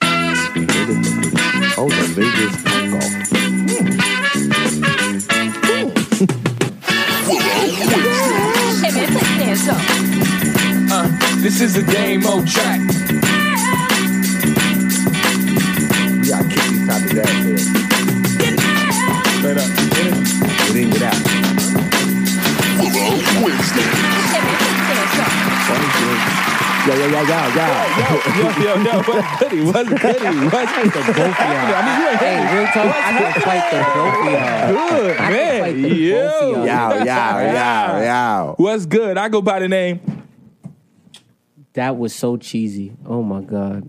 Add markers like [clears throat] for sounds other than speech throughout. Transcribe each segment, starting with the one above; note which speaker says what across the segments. Speaker 1: Oh,
Speaker 2: out and they just fuck off.
Speaker 3: Hey man, put your hands up.
Speaker 1: This is a game oh, old track.
Speaker 2: We gotta kick these top of ass
Speaker 1: Straight up.
Speaker 2: there. It ain't without.
Speaker 3: Hey man, put your hands up.
Speaker 2: Funny shit. Yo, yo, yo, yo, yo.
Speaker 1: Yo, yo, yo, [laughs] what's goody? What's goody?
Speaker 4: [laughs]
Speaker 1: What's happening? I mean, you ain't
Speaker 4: Hey, real talk, I can fight the both of y'all.
Speaker 1: good,
Speaker 4: I can fight
Speaker 1: man.
Speaker 4: the both of
Speaker 1: Yo.
Speaker 4: y'all.
Speaker 2: Yow, yow, yow, yow.
Speaker 1: What's good? I go by the name
Speaker 4: That was so cheesy. Oh my god.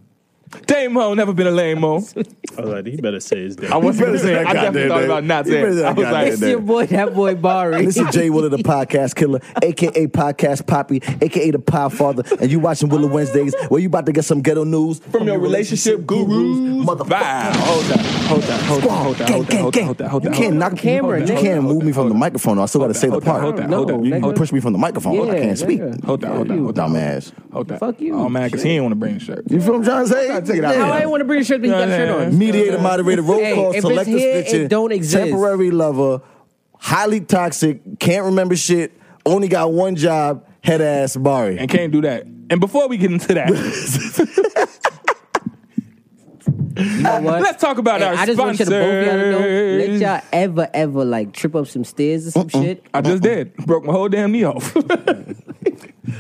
Speaker 1: Dame Ho, never been a lame mo.
Speaker 5: I was like, he better say his name.
Speaker 1: I was
Speaker 6: better
Speaker 1: gonna
Speaker 6: say
Speaker 1: say,
Speaker 6: that
Speaker 1: I
Speaker 6: goddamn
Speaker 1: definitely thought
Speaker 6: name.
Speaker 1: about not
Speaker 6: You
Speaker 1: saying
Speaker 6: better
Speaker 1: it.
Speaker 6: say
Speaker 1: I was
Speaker 6: that
Speaker 1: like,
Speaker 4: [laughs] It's your
Speaker 1: [laughs]
Speaker 4: boy, that boy Barry.
Speaker 6: This is Jay Willer, the podcast killer, aka Podcast Poppy, aka the Pie Father, and you watching Willow Wednesdays where you about to get some ghetto news
Speaker 1: from your relationship gurus,
Speaker 6: motherfucker.
Speaker 1: vibe. Hold on, hold on, hold on, hold on,
Speaker 6: Gang,
Speaker 1: hold on,
Speaker 6: gang,
Speaker 1: hold on,
Speaker 6: gang.
Speaker 1: hold on, hold
Speaker 6: You
Speaker 1: on.
Speaker 6: can't knock
Speaker 4: camera,
Speaker 6: You
Speaker 4: nigga.
Speaker 6: can't move me from the microphone. I still got to say the
Speaker 1: Hold on,
Speaker 6: part.
Speaker 1: hold on,
Speaker 4: No,
Speaker 1: hold on. You
Speaker 4: nigga.
Speaker 1: can
Speaker 6: You push me from the microphone. I
Speaker 4: Yeah,
Speaker 6: can't speak.
Speaker 4: nigga.
Speaker 1: Hold on, hold on, hold on.
Speaker 6: Dumbass.
Speaker 1: Hold on.
Speaker 4: Fuck you.
Speaker 1: Oh man, because he ain't want to bring a shirt.
Speaker 6: You feel what I'm trying to say? Take it out.
Speaker 4: Oh, I didn't want to bring your shirt, but you got a shirt on.
Speaker 6: Mediator, moderator, roll
Speaker 4: Hey,
Speaker 6: call,
Speaker 4: if it's
Speaker 6: selector,
Speaker 4: here, it
Speaker 6: snitcher,
Speaker 4: don't exist.
Speaker 6: temporary lover, highly toxic, can't remember shit, only got one job, head ass Bari.
Speaker 1: and can't do that. And before we get into
Speaker 4: [laughs]
Speaker 1: that, [laughs]
Speaker 4: You know what?
Speaker 1: let's talk about
Speaker 4: Hey,
Speaker 1: our
Speaker 4: I just want you to both y'all to know,
Speaker 1: sponsors. Uh-uh.
Speaker 4: let y'all ever, ever like trip up some stairs or some shit.
Speaker 1: I just did. Broke my whole damn knee off. [laughs]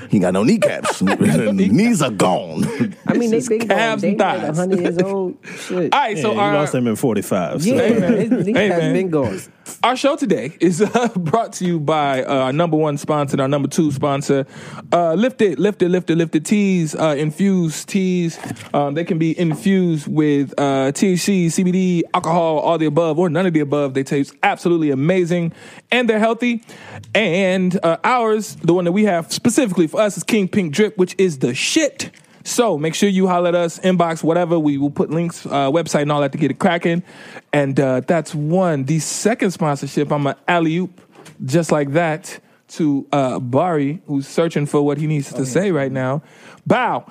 Speaker 6: He got no kneecaps. Knees are gone.
Speaker 4: I mean, they
Speaker 1: is
Speaker 4: big
Speaker 1: calves
Speaker 4: bones. They
Speaker 1: and
Speaker 4: like
Speaker 1: thighs.
Speaker 4: 100
Speaker 1: [laughs]
Speaker 4: years old. Shit.
Speaker 1: All right,
Speaker 5: Yeah,
Speaker 1: so
Speaker 5: you
Speaker 1: our,
Speaker 5: lost him in 45. So.
Speaker 4: yeah,
Speaker 1: Hey, man.
Speaker 4: his knees
Speaker 1: Hey,
Speaker 4: has
Speaker 1: man.
Speaker 4: been gone.
Speaker 1: Our show today is [laughs] uh, brought to you by uh, our number one sponsor, and our number two sponsor, uh, Lifted, Lifted, Lifted, Lifted Teas, uh, infused teas. Um, they can be infused with uh, THC, CBD, alcohol, all the above, or none of the above. They taste absolutely amazing, and they're healthy. And uh, ours, the one that we have specifically for us, is King Pink Drip, which is the shit. So make sure you holler at us, inbox, whatever. We will put links, uh, website, and all that to get it cracking. And uh, that's one. The second sponsorship, I'm an alley oop, just like that, to uh, Bari, who's searching for what he needs to say right now. Bow.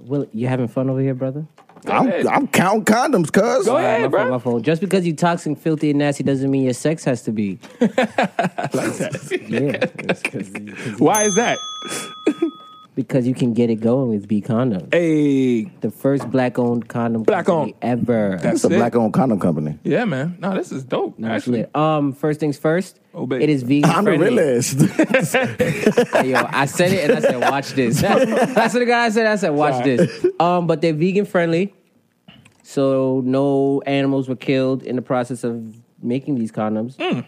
Speaker 4: Will, you having fun over here, brother?
Speaker 6: I'm, I'm counting condoms, cuz.
Speaker 1: Go ahead,
Speaker 4: my fault, my
Speaker 1: bro.
Speaker 4: fault. Just because you toxic, filthy, and nasty doesn't mean your sex has to be. yeah, it's 'cause-
Speaker 1: Why is that?
Speaker 4: because you can get it going with B condom,
Speaker 1: Hey,
Speaker 4: the first black-owned condom
Speaker 1: Black
Speaker 4: company
Speaker 1: owned.
Speaker 4: ever.
Speaker 1: That's
Speaker 4: [laughs]
Speaker 6: It's a
Speaker 1: it.
Speaker 6: black owned condom company.
Speaker 1: yeah, man. No, this is dope.
Speaker 4: No, it's
Speaker 1: actually, Oh,
Speaker 4: lit. um, first things first.
Speaker 1: Obey.
Speaker 4: It is vegan.
Speaker 6: I'm the
Speaker 4: friendly.
Speaker 6: realist. [laughs]
Speaker 4: Hey, yo, I said it and I said, watch
Speaker 1: [laughs]
Speaker 4: this. That's what the guy [laughs] I said. I said, watch
Speaker 1: Sorry.
Speaker 4: this. Um, but they're vegan friendly, so no animals were killed in the process of making these condoms.
Speaker 1: Hmm.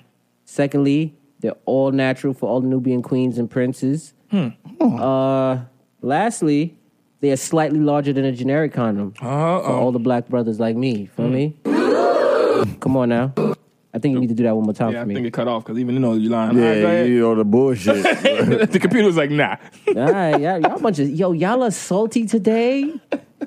Speaker 4: Secondly, they're all natural for all the Nubian queens and princes.
Speaker 1: Hmm.
Speaker 4: Uh, lastly, they are slightly larger than a generic condom
Speaker 1: Oh.
Speaker 4: for all the black brothers like me. Feel me? Come on now. I think you need to do that one more time
Speaker 1: yeah, I
Speaker 4: for me.
Speaker 1: think it cut off because even though you're lying, All right, go
Speaker 6: yeah,
Speaker 1: ahead.
Speaker 6: you know the bullshit.
Speaker 1: [laughs] the computer was like, nah.
Speaker 4: All right, y'all, y'all bunch of yo, y'all are salty today.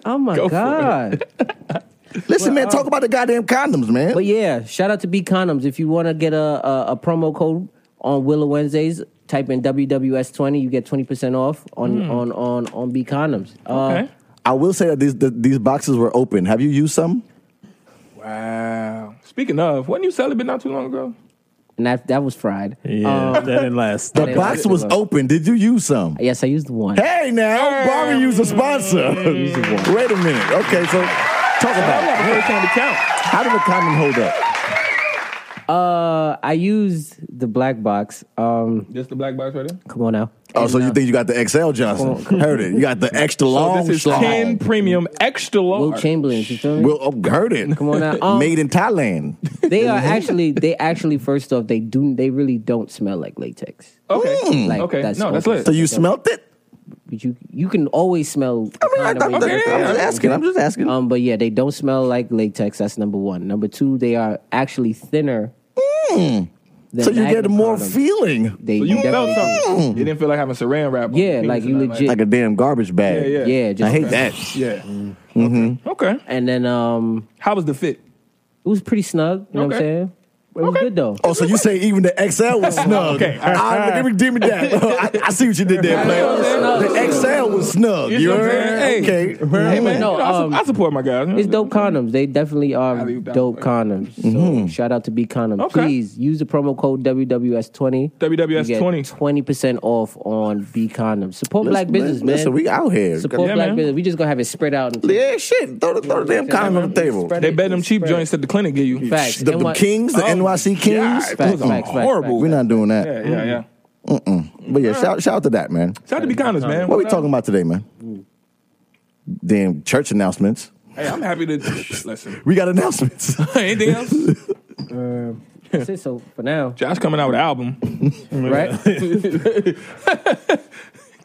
Speaker 4: Oh my
Speaker 1: Go for it.
Speaker 4: god!
Speaker 6: Listen, man,
Speaker 1: um,
Speaker 6: talk about the goddamn condoms, man.
Speaker 4: But yeah, shout out to B Condoms. If you want to get a, a a promo code on Willow Wednesdays, type in WWS twenty. You get twenty percent off on on on on B Condoms. Uh,
Speaker 1: Hmm. [laughs] Okay.
Speaker 6: I will say that these the, these boxes were open. Have you used some?
Speaker 1: Wow. Speaking of, wasn't you celibate not too long ago?
Speaker 4: And that that was fried.
Speaker 5: Yeah,
Speaker 4: Um,
Speaker 5: that didn't last.
Speaker 6: The
Speaker 4: didn't
Speaker 6: box
Speaker 4: use it,
Speaker 6: was
Speaker 4: though.
Speaker 6: open. Did you use some?
Speaker 4: yes, I used one.
Speaker 6: Hey, now Barbie used a sponsor. [laughs] Wait a minute. Okay, so talk about it.
Speaker 1: Yeah, the first time to count.
Speaker 6: how did the condom hold up?
Speaker 4: Uh, I used the black box. Um,
Speaker 1: Just the black box right there.
Speaker 4: come on now. uh,
Speaker 6: Oh, so you think you got the XL Johnson? Heard it. You got
Speaker 1: [laughs]
Speaker 6: the extra
Speaker 1: So
Speaker 6: long.
Speaker 1: Oh, this is
Speaker 6: schlong.
Speaker 1: 10 premium extra
Speaker 4: Will
Speaker 1: large.
Speaker 4: Chamberlain, you feel me?
Speaker 6: Well, oh, heard it.
Speaker 4: Come on now. Um,
Speaker 6: Made in
Speaker 1: [laughs]
Speaker 6: Thailand.
Speaker 4: they are actually they actually first off they do they really don't smell like latex.
Speaker 1: Okay.
Speaker 4: Like
Speaker 1: okay. no, that's
Speaker 4: awesome.
Speaker 1: lit.
Speaker 6: So you smelt it?
Speaker 4: But you you can always smell.
Speaker 6: I mean, I,
Speaker 4: kind of
Speaker 6: am
Speaker 4: way
Speaker 1: okay,
Speaker 4: that
Speaker 1: yeah,
Speaker 4: they
Speaker 6: just
Speaker 4: smell.
Speaker 6: asking. I'm just asking.
Speaker 4: Um, but yeah, they don't smell like latex. That's number one. Number two, they are actually thinner. than
Speaker 6: Mm. so you get
Speaker 4: Magnum
Speaker 6: more
Speaker 4: condoms.
Speaker 6: feeling.
Speaker 4: They
Speaker 1: So you felt
Speaker 4: definitely do.
Speaker 1: something. You didn't feel like having saran wrap. on
Speaker 4: Yeah,
Speaker 1: your
Speaker 4: like
Speaker 1: penis
Speaker 4: you
Speaker 1: or nothing
Speaker 4: legit-
Speaker 6: like a damn garbage bag.
Speaker 1: Yeah, yeah.
Speaker 4: Yeah, just
Speaker 6: I hate that.
Speaker 1: Yeah. Okay. Okay.
Speaker 4: And then um,
Speaker 1: How was the fit?
Speaker 4: it was pretty snug. You know what I'm
Speaker 1: Okay.
Speaker 4: saying? It was good though.
Speaker 6: Oh, so you say even the XL was snug?
Speaker 1: Okay.
Speaker 6: I, I, give me that. I, I see what you did there, player. The XL was snug.
Speaker 1: You
Speaker 6: You
Speaker 1: know what I'm
Speaker 6: heard?
Speaker 1: saying?
Speaker 6: Okay.
Speaker 1: Hey. Hey man,
Speaker 4: No,
Speaker 1: you know, I su-
Speaker 4: um,
Speaker 1: I, support my guys.
Speaker 4: It's dope condoms. They definitely are
Speaker 1: leave that
Speaker 4: dope
Speaker 1: one.
Speaker 4: condoms. So
Speaker 6: Mm-hmm.
Speaker 4: shout out to B Condom.
Speaker 1: Okay.
Speaker 4: Please use the promo code WWS20.
Speaker 1: WWS20.
Speaker 4: Twenty percent off on B Condom. Support black business, man.
Speaker 6: Listen, we out here.
Speaker 4: Support
Speaker 1: Yeah,
Speaker 4: black
Speaker 1: man.
Speaker 4: business. We just gonna have it spread out. into-
Speaker 6: yeah, shit. Throw the, throw the damn condom on the table.
Speaker 4: Spread
Speaker 1: They
Speaker 4: it.
Speaker 1: bet them cheap
Speaker 4: Spread it.
Speaker 1: joints that the clinic give you.
Speaker 4: Facts.
Speaker 6: The, the
Speaker 4: NY
Speaker 6: Kings, the
Speaker 1: Oh,
Speaker 6: NYC Kings.
Speaker 1: God,
Speaker 4: Facts,
Speaker 1: those are
Speaker 4: facts, facts,
Speaker 1: horrible.
Speaker 6: We're not doing that.
Speaker 1: Yeah, yeah, yeah.
Speaker 6: But yeah, shout, shout out to that, man.
Speaker 1: Shout out to be honest, man.
Speaker 6: What we talking about today, man? Damn church announcements.
Speaker 1: Hey, I'm happy to [laughs] listen.
Speaker 6: We got [laughs] announcements.
Speaker 1: Anything else?
Speaker 4: That's it. So for now,
Speaker 1: Josh coming out with an album. [laughs]
Speaker 4: right?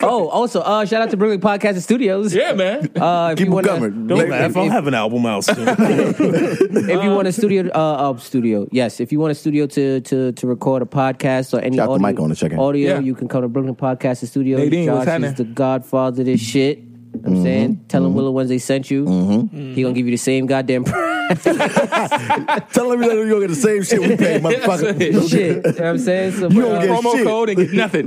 Speaker 4: oh, also, uh, shout out to Brooklyn Podcast and Studios.
Speaker 1: Yeah, [laughs] man.
Speaker 4: Uh,
Speaker 6: Keep
Speaker 4: if you
Speaker 6: them
Speaker 4: wanna,
Speaker 6: coming.
Speaker 5: Don't
Speaker 6: If-
Speaker 5: laugh.
Speaker 4: if-
Speaker 5: I'll have an album out soon.
Speaker 4: if you want a studio, uh, uh, studio, yes. If you want a studio to to to record a podcast or any
Speaker 6: Shout out to
Speaker 4: audio,
Speaker 6: Mike on the check-in.
Speaker 4: audio
Speaker 1: Yeah.
Speaker 4: you can come to Brooklyn Podcast and Studio.
Speaker 1: Nadine, what's
Speaker 4: Josh
Speaker 1: happening?
Speaker 4: is the godfather of this shit. You know what I'm saying, tell him Willow Wednesday sent you. He gonna give you the same goddamn
Speaker 6: Tell them we gonna get the same shit we paid, motherfucker.
Speaker 4: shit. You know what I'm saying, so,
Speaker 6: You
Speaker 4: but,
Speaker 6: don't
Speaker 4: uh,
Speaker 6: get
Speaker 1: Promo
Speaker 6: shit.
Speaker 1: code and get
Speaker 4: [laughs]
Speaker 1: nothing.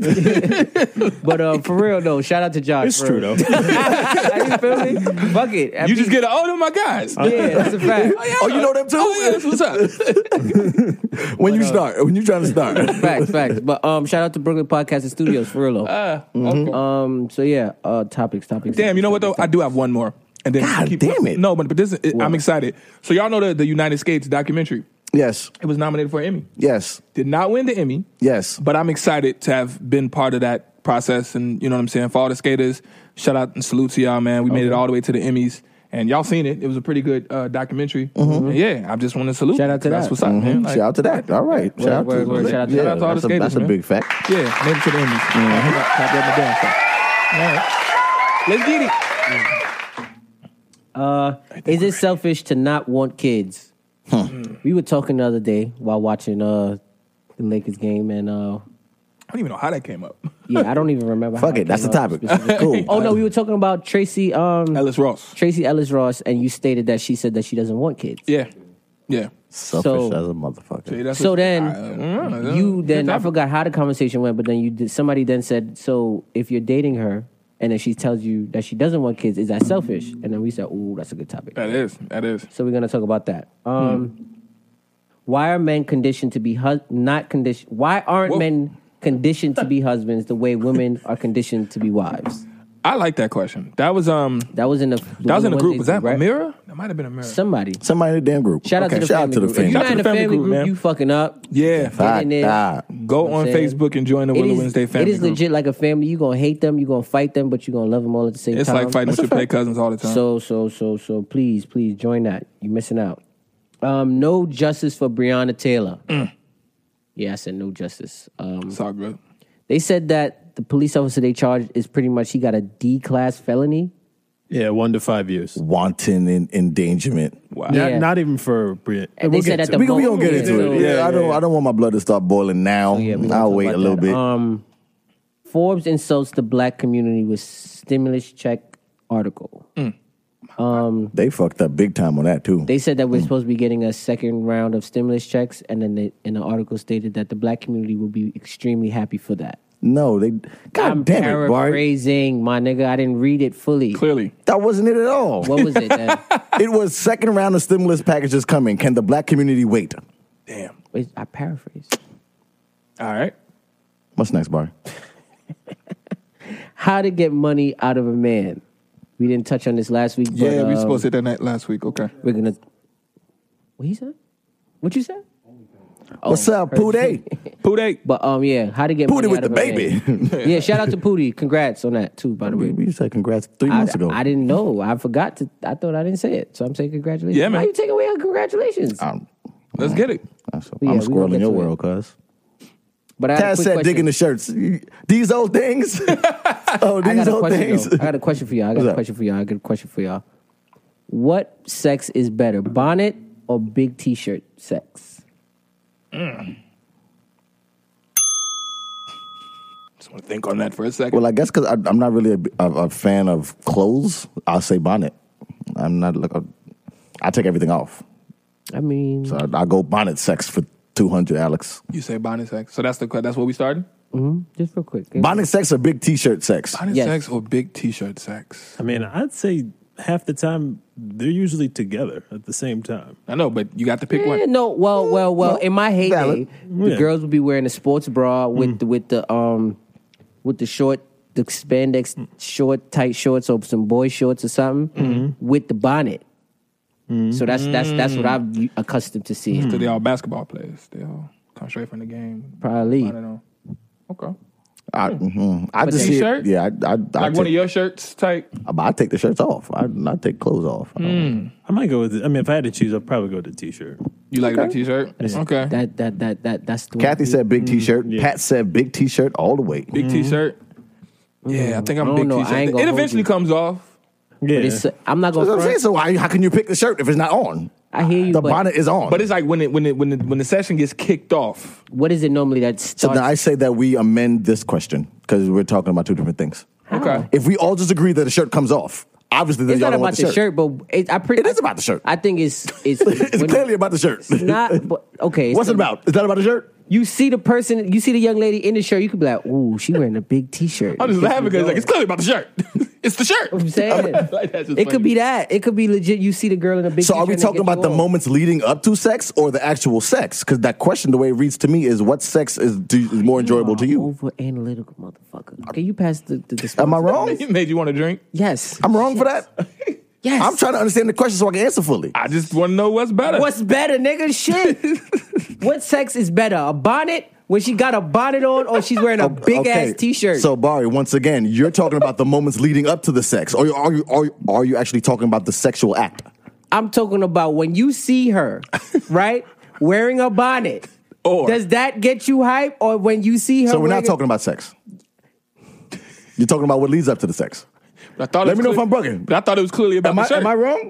Speaker 4: but, uh, for real though, shout out to Josh.
Speaker 5: it's
Speaker 4: for
Speaker 5: true
Speaker 4: real.
Speaker 5: though.
Speaker 4: you feel me? Fuck it.
Speaker 1: You just get an, oh, them my guys.
Speaker 4: yeah, that's a fact.
Speaker 6: Oh, you know them too?
Speaker 1: Oh, yeah, that's what's
Speaker 4: [laughs]
Speaker 1: up.
Speaker 6: When you start, when you trying to start.
Speaker 4: Facts, facts. But um, shout out to Brooklyn Podcast and Studios for real though.
Speaker 1: Uh, okay.
Speaker 4: um, so yeah, uh, topics, topics.
Speaker 1: Damn, you know what though? I do have one more. And then
Speaker 6: God damn it.
Speaker 1: No, but but this it, I'm excited. So y'all know the, the United States documentary.
Speaker 6: Yes,
Speaker 1: It was nominated for an Emmy.
Speaker 6: yes,
Speaker 1: Did not win the Emmy,
Speaker 6: yes.
Speaker 1: but I'm excited to have been part of that process. And you know what I'm saying? For all the skaters, shout out and salute to y'all, man. We made it all the way to the Emmys. And y'all seen it. It was a pretty good uh, documentary. And yeah, I just want to salute.
Speaker 4: Mm-hmm. Shout out to
Speaker 1: That's
Speaker 4: that.
Speaker 1: what's up, man. Like,
Speaker 6: Mm-hmm. shout out to that. All right. Shout out
Speaker 4: word,
Speaker 6: to
Speaker 4: word. Shout out to-
Speaker 6: yeah,
Speaker 1: shout out to all
Speaker 6: that's
Speaker 1: the
Speaker 6: a-
Speaker 1: skaters,
Speaker 6: That's a
Speaker 1: man.
Speaker 6: big fact.
Speaker 1: Yeah, made it to the Emmys.
Speaker 4: Mm-hmm.
Speaker 1: Clap that down, so. All right. Let's get it.
Speaker 4: Uh, is it selfish to not want kids?
Speaker 6: Hmm.
Speaker 1: Hmm.
Speaker 4: We were talking the other day while watching uh the Lakers game, and uh,
Speaker 1: I don't even know how that came up.
Speaker 4: yeah, I don't even remember. how
Speaker 6: Fuck
Speaker 4: I
Speaker 6: it. That's the
Speaker 4: came up
Speaker 6: topic.
Speaker 4: specifically.
Speaker 6: cool.
Speaker 4: oh no, we were talking about Tracy um
Speaker 1: Ellis Ross.
Speaker 4: Tracy Ellis Ross, and you stated that she said that she doesn't want kids.
Speaker 1: Yeah. Yeah.
Speaker 6: Selfish
Speaker 4: so-
Speaker 6: as a motherfucker.
Speaker 1: That's
Speaker 4: so
Speaker 1: what-
Speaker 4: then
Speaker 1: I-
Speaker 4: you then
Speaker 1: Yeah,
Speaker 4: I forgot how the conversation went, but then you did, somebody then said, so if you're dating her. And then she tells you that she doesn't want kids. Is that selfish? And then we said, "Ooh, that's a good topic."
Speaker 1: That is. That is.
Speaker 4: So we're going to talk about that.
Speaker 1: Hmm.
Speaker 4: Um, Why are men conditioned to be hus- not conditioned? Why aren't
Speaker 1: Whoa.
Speaker 4: men conditioned to be husbands the way women are conditioned to be wives?
Speaker 1: I like that question. That was um.
Speaker 4: That was in the
Speaker 1: That was in the group. Was that
Speaker 4: right?
Speaker 1: Amira? That might have been Amira.
Speaker 4: Somebody.
Speaker 6: Somebody in the damn group.
Speaker 4: Shout out
Speaker 6: Okay,
Speaker 4: to the
Speaker 6: shout
Speaker 4: family.
Speaker 6: out to the
Speaker 4: group. If
Speaker 6: family.
Speaker 4: you're not in the family group,
Speaker 1: man.
Speaker 4: you fucking up.
Speaker 1: yeah.
Speaker 6: Fuck
Speaker 4: in there.
Speaker 6: that.
Speaker 1: Go
Speaker 4: You know what
Speaker 1: on
Speaker 4: I'm saying?
Speaker 1: Facebook and join the
Speaker 4: It
Speaker 1: Willow
Speaker 4: is-
Speaker 1: Wednesday family
Speaker 4: It is
Speaker 1: group.
Speaker 4: legit like a family. You're going to hate them. You're going to fight them, but you're going to love them all at the same
Speaker 1: It's
Speaker 4: time.
Speaker 1: like fighting with your play cousins all the time.
Speaker 4: So, so, so, so please, please join that. You're missing out. Um, no justice for Breonna Taylor. Yeah, I said no justice. Um,
Speaker 1: it's all good.
Speaker 4: they said that the police officer they charged is pretty much he got a D class felony.
Speaker 5: yeah, one to five years.
Speaker 6: Wanton in, endangerment.
Speaker 1: Wow.
Speaker 5: Not,
Speaker 4: Yeah.
Speaker 5: not even for Brit.
Speaker 4: And they said that the
Speaker 6: We, we
Speaker 4: mo-
Speaker 6: gonna get into
Speaker 4: so- Oh,
Speaker 6: it. Yeah, I don't. I don't want my blood to start boiling now.
Speaker 4: yeah, we gonna
Speaker 6: I'll
Speaker 4: talk
Speaker 6: wait a
Speaker 4: about
Speaker 6: little
Speaker 4: that.
Speaker 6: bit.
Speaker 4: Um, Forbes insults the black community with stimulus check article.
Speaker 6: they fucked up big time on that too.
Speaker 4: They said that we're supposed to be getting a second round of stimulus checks, and then they, in the article stated that the black community will be extremely happy for that.
Speaker 6: no, they. God
Speaker 4: I'm
Speaker 6: damn it, Bart.
Speaker 4: paraphrasing, my nigga. I didn't read it fully.
Speaker 1: Clearly.
Speaker 6: That wasn't it at all.
Speaker 4: What was it?
Speaker 6: [laughs]
Speaker 4: Then?
Speaker 6: it was second round of stimulus packages coming. Can the black community wait?
Speaker 1: Damn.
Speaker 4: Wait, I paraphrased.
Speaker 1: All right.
Speaker 6: What's next, Bart?
Speaker 4: How to get money out of a man. We didn't touch on this last week.
Speaker 1: Yeah,
Speaker 4: but,
Speaker 1: we
Speaker 4: um,
Speaker 1: supposed to hit that night last week. Okay.
Speaker 4: We're gonna. What he said? What you said? Oh,
Speaker 6: What's up,
Speaker 4: [laughs]
Speaker 6: Pootie?
Speaker 1: Poo date.
Speaker 4: But um, yeah, how to get
Speaker 6: Pootie
Speaker 4: money
Speaker 6: with
Speaker 4: out
Speaker 6: the
Speaker 4: of a
Speaker 6: baby.
Speaker 4: man. [laughs] yeah, shout out to Pootie. Congrats on that too. By the way,
Speaker 6: we, we said congrats three
Speaker 4: I,
Speaker 6: months ago.
Speaker 4: I didn't know. I forgot to. I thought I didn't say it, so I'm saying congratulations.
Speaker 1: Yeah, man.
Speaker 4: Why you taking away her congratulations?
Speaker 6: I'm,
Speaker 1: Let's get it.
Speaker 6: I'm a
Speaker 4: Yeah, we gonna
Speaker 6: squirrel
Speaker 4: get
Speaker 6: in your
Speaker 4: to it.
Speaker 6: world, cuz.
Speaker 4: but I had a
Speaker 6: Taz
Speaker 4: quick
Speaker 6: said
Speaker 4: question.
Speaker 6: digging the shirts. These old
Speaker 4: [laughs]
Speaker 6: things? oh,
Speaker 4: I
Speaker 6: these
Speaker 4: got a
Speaker 6: old
Speaker 4: question.
Speaker 6: things.
Speaker 4: though. I got a question for y'all. I got
Speaker 6: What's
Speaker 4: a
Speaker 6: up?
Speaker 4: question for y'all. I got a question for y'all. What sex is better, bonnet or big T-shirt sex?
Speaker 1: Just want to think on that for a second.
Speaker 6: Well, I guess because I'm not really a, a- a fan of clothes, I'll say bonnet. I'm not like a, I take everything off,
Speaker 4: I mean,
Speaker 6: so I, I go bonnet sex for two hundred, Alex.
Speaker 4: Mm-hmm.
Speaker 1: You say bonding sex. So that's the that's what we started.
Speaker 4: Just real quick.
Speaker 6: Bonding sex or big T-shirt sex?
Speaker 1: Bonding
Speaker 4: Yes.
Speaker 1: sex or big T-shirt sex.
Speaker 5: I mean, I'd say half the time they're usually together at the same time.
Speaker 1: I know, but you got to pick
Speaker 4: Eh,
Speaker 1: one.
Speaker 4: no, well, well, well. In my heyday,
Speaker 6: valid.
Speaker 4: the
Speaker 5: Yeah.
Speaker 4: girls would be wearing a sports bra with the, with the um with the short, the spandex short, tight shorts or some boy shorts or something with the bonnet. So that's that's that's what I'm accustomed to seeing.
Speaker 1: So they all basketball players. They all come straight from the game.
Speaker 4: Probably.
Speaker 1: I don't know. Okay.
Speaker 6: I, mhm. I just
Speaker 1: the
Speaker 6: see
Speaker 1: T-shirt?
Speaker 6: it. Yeah, I, I, I,
Speaker 1: Like
Speaker 6: take,
Speaker 1: one of your shirts type.
Speaker 6: I, I take the shirts off. I, I take clothes off. I
Speaker 4: Mm.
Speaker 6: don't-
Speaker 5: I might go with. I mean, if I had to choose, I'd probably go with the T-shirt.
Speaker 1: You like that T-shirt? Okay.
Speaker 4: That that that that that's the
Speaker 6: Kathy
Speaker 4: one.
Speaker 6: said big T-shirt. Pat said big T-shirt all the way.
Speaker 1: big T-shirt.
Speaker 6: Mm-hmm.
Speaker 1: Yeah, I think I'm
Speaker 4: Mm-hmm. I don't
Speaker 1: big
Speaker 4: know. I
Speaker 1: T-shirt.
Speaker 4: ain't gonna
Speaker 1: It
Speaker 4: hold
Speaker 1: eventually
Speaker 4: you.
Speaker 1: comes off.
Speaker 5: Yeah,
Speaker 4: But it's, I'm not
Speaker 6: That's
Speaker 4: gonna.
Speaker 6: what I'm saying.
Speaker 4: Front.
Speaker 6: So why, how can you pick the shirt if it's not on?
Speaker 4: I hear you,
Speaker 6: The
Speaker 4: but
Speaker 6: bonnet is on.
Speaker 1: But it's like when it when it when the, when the session gets kicked off.
Speaker 4: what is it normally that
Speaker 6: so
Speaker 4: starts?
Speaker 6: now I say that we amend this question because we're talking about two different things.
Speaker 1: Okay.
Speaker 6: If we all just agree that the shirt comes off, obviously then
Speaker 4: it's
Speaker 6: y'all
Speaker 4: not
Speaker 6: don't
Speaker 4: about
Speaker 6: want
Speaker 4: the shirt, but it, I pretty.
Speaker 6: It is about the shirt.
Speaker 4: I think it's
Speaker 6: [laughs]
Speaker 4: it's,
Speaker 6: it's
Speaker 4: when-
Speaker 6: clearly about the shirt.
Speaker 4: not. But, okay,
Speaker 6: [laughs]
Speaker 4: it's
Speaker 6: What's it about? Is that about the shirt?
Speaker 4: You see the person, you see the young lady in the shirt, you could be like, ooh, she wearing a big t-shirt.
Speaker 1: I'm just laughing because like it's clearly about the shirt. [laughs] it's the shirt.
Speaker 6: [laughs]
Speaker 4: I'm saying.
Speaker 1: [laughs] Like, that's just
Speaker 4: it could
Speaker 1: funny.
Speaker 4: be that. It could be legit. You see the girl in a big
Speaker 6: So are we
Speaker 4: t-shirt and they
Speaker 6: talking
Speaker 4: get
Speaker 6: about
Speaker 4: you
Speaker 6: the
Speaker 4: on.
Speaker 6: moments leading up to sex or the actual sex? Because that question, the way it reads to me, is what sex is, do, is more enjoyable to you?
Speaker 4: Over analytical motherfucker. Can you pass the, the, the
Speaker 6: Am I wrong?
Speaker 1: [laughs]
Speaker 4: [laughs]
Speaker 1: It made you want to drink.
Speaker 4: Yes.
Speaker 6: I'm wrong for that.
Speaker 4: Yes.
Speaker 6: I'm trying to understand the question so I can answer fully.
Speaker 1: I just want to know what's better.
Speaker 4: What's better,
Speaker 6: [laughs]
Speaker 4: nigga? Shit. what sex is better? A bonnet when she got a bonnet on or she's wearing a big
Speaker 6: Okay.
Speaker 4: ass t-shirt?
Speaker 6: So Bari, once again, you're talking about the moments leading up to the sex, or are you are you, are you actually talking about the sexual act?
Speaker 4: I'm talking about when you
Speaker 6: [laughs]
Speaker 4: see her, right? Wearing a bonnet.
Speaker 1: Or-
Speaker 4: does that get you hype? Or when you see her
Speaker 6: So we're not
Speaker 4: wearing a-
Speaker 6: talking about sex. You're talking about what leads up to the sex.
Speaker 1: I thought
Speaker 6: Let
Speaker 1: it was
Speaker 6: me know if
Speaker 1: clear-
Speaker 6: I'm bugging.
Speaker 1: But I thought it was clearly about
Speaker 6: Am
Speaker 1: the
Speaker 6: I,
Speaker 1: shirt.
Speaker 6: am I
Speaker 4: [laughs]
Speaker 6: wrong?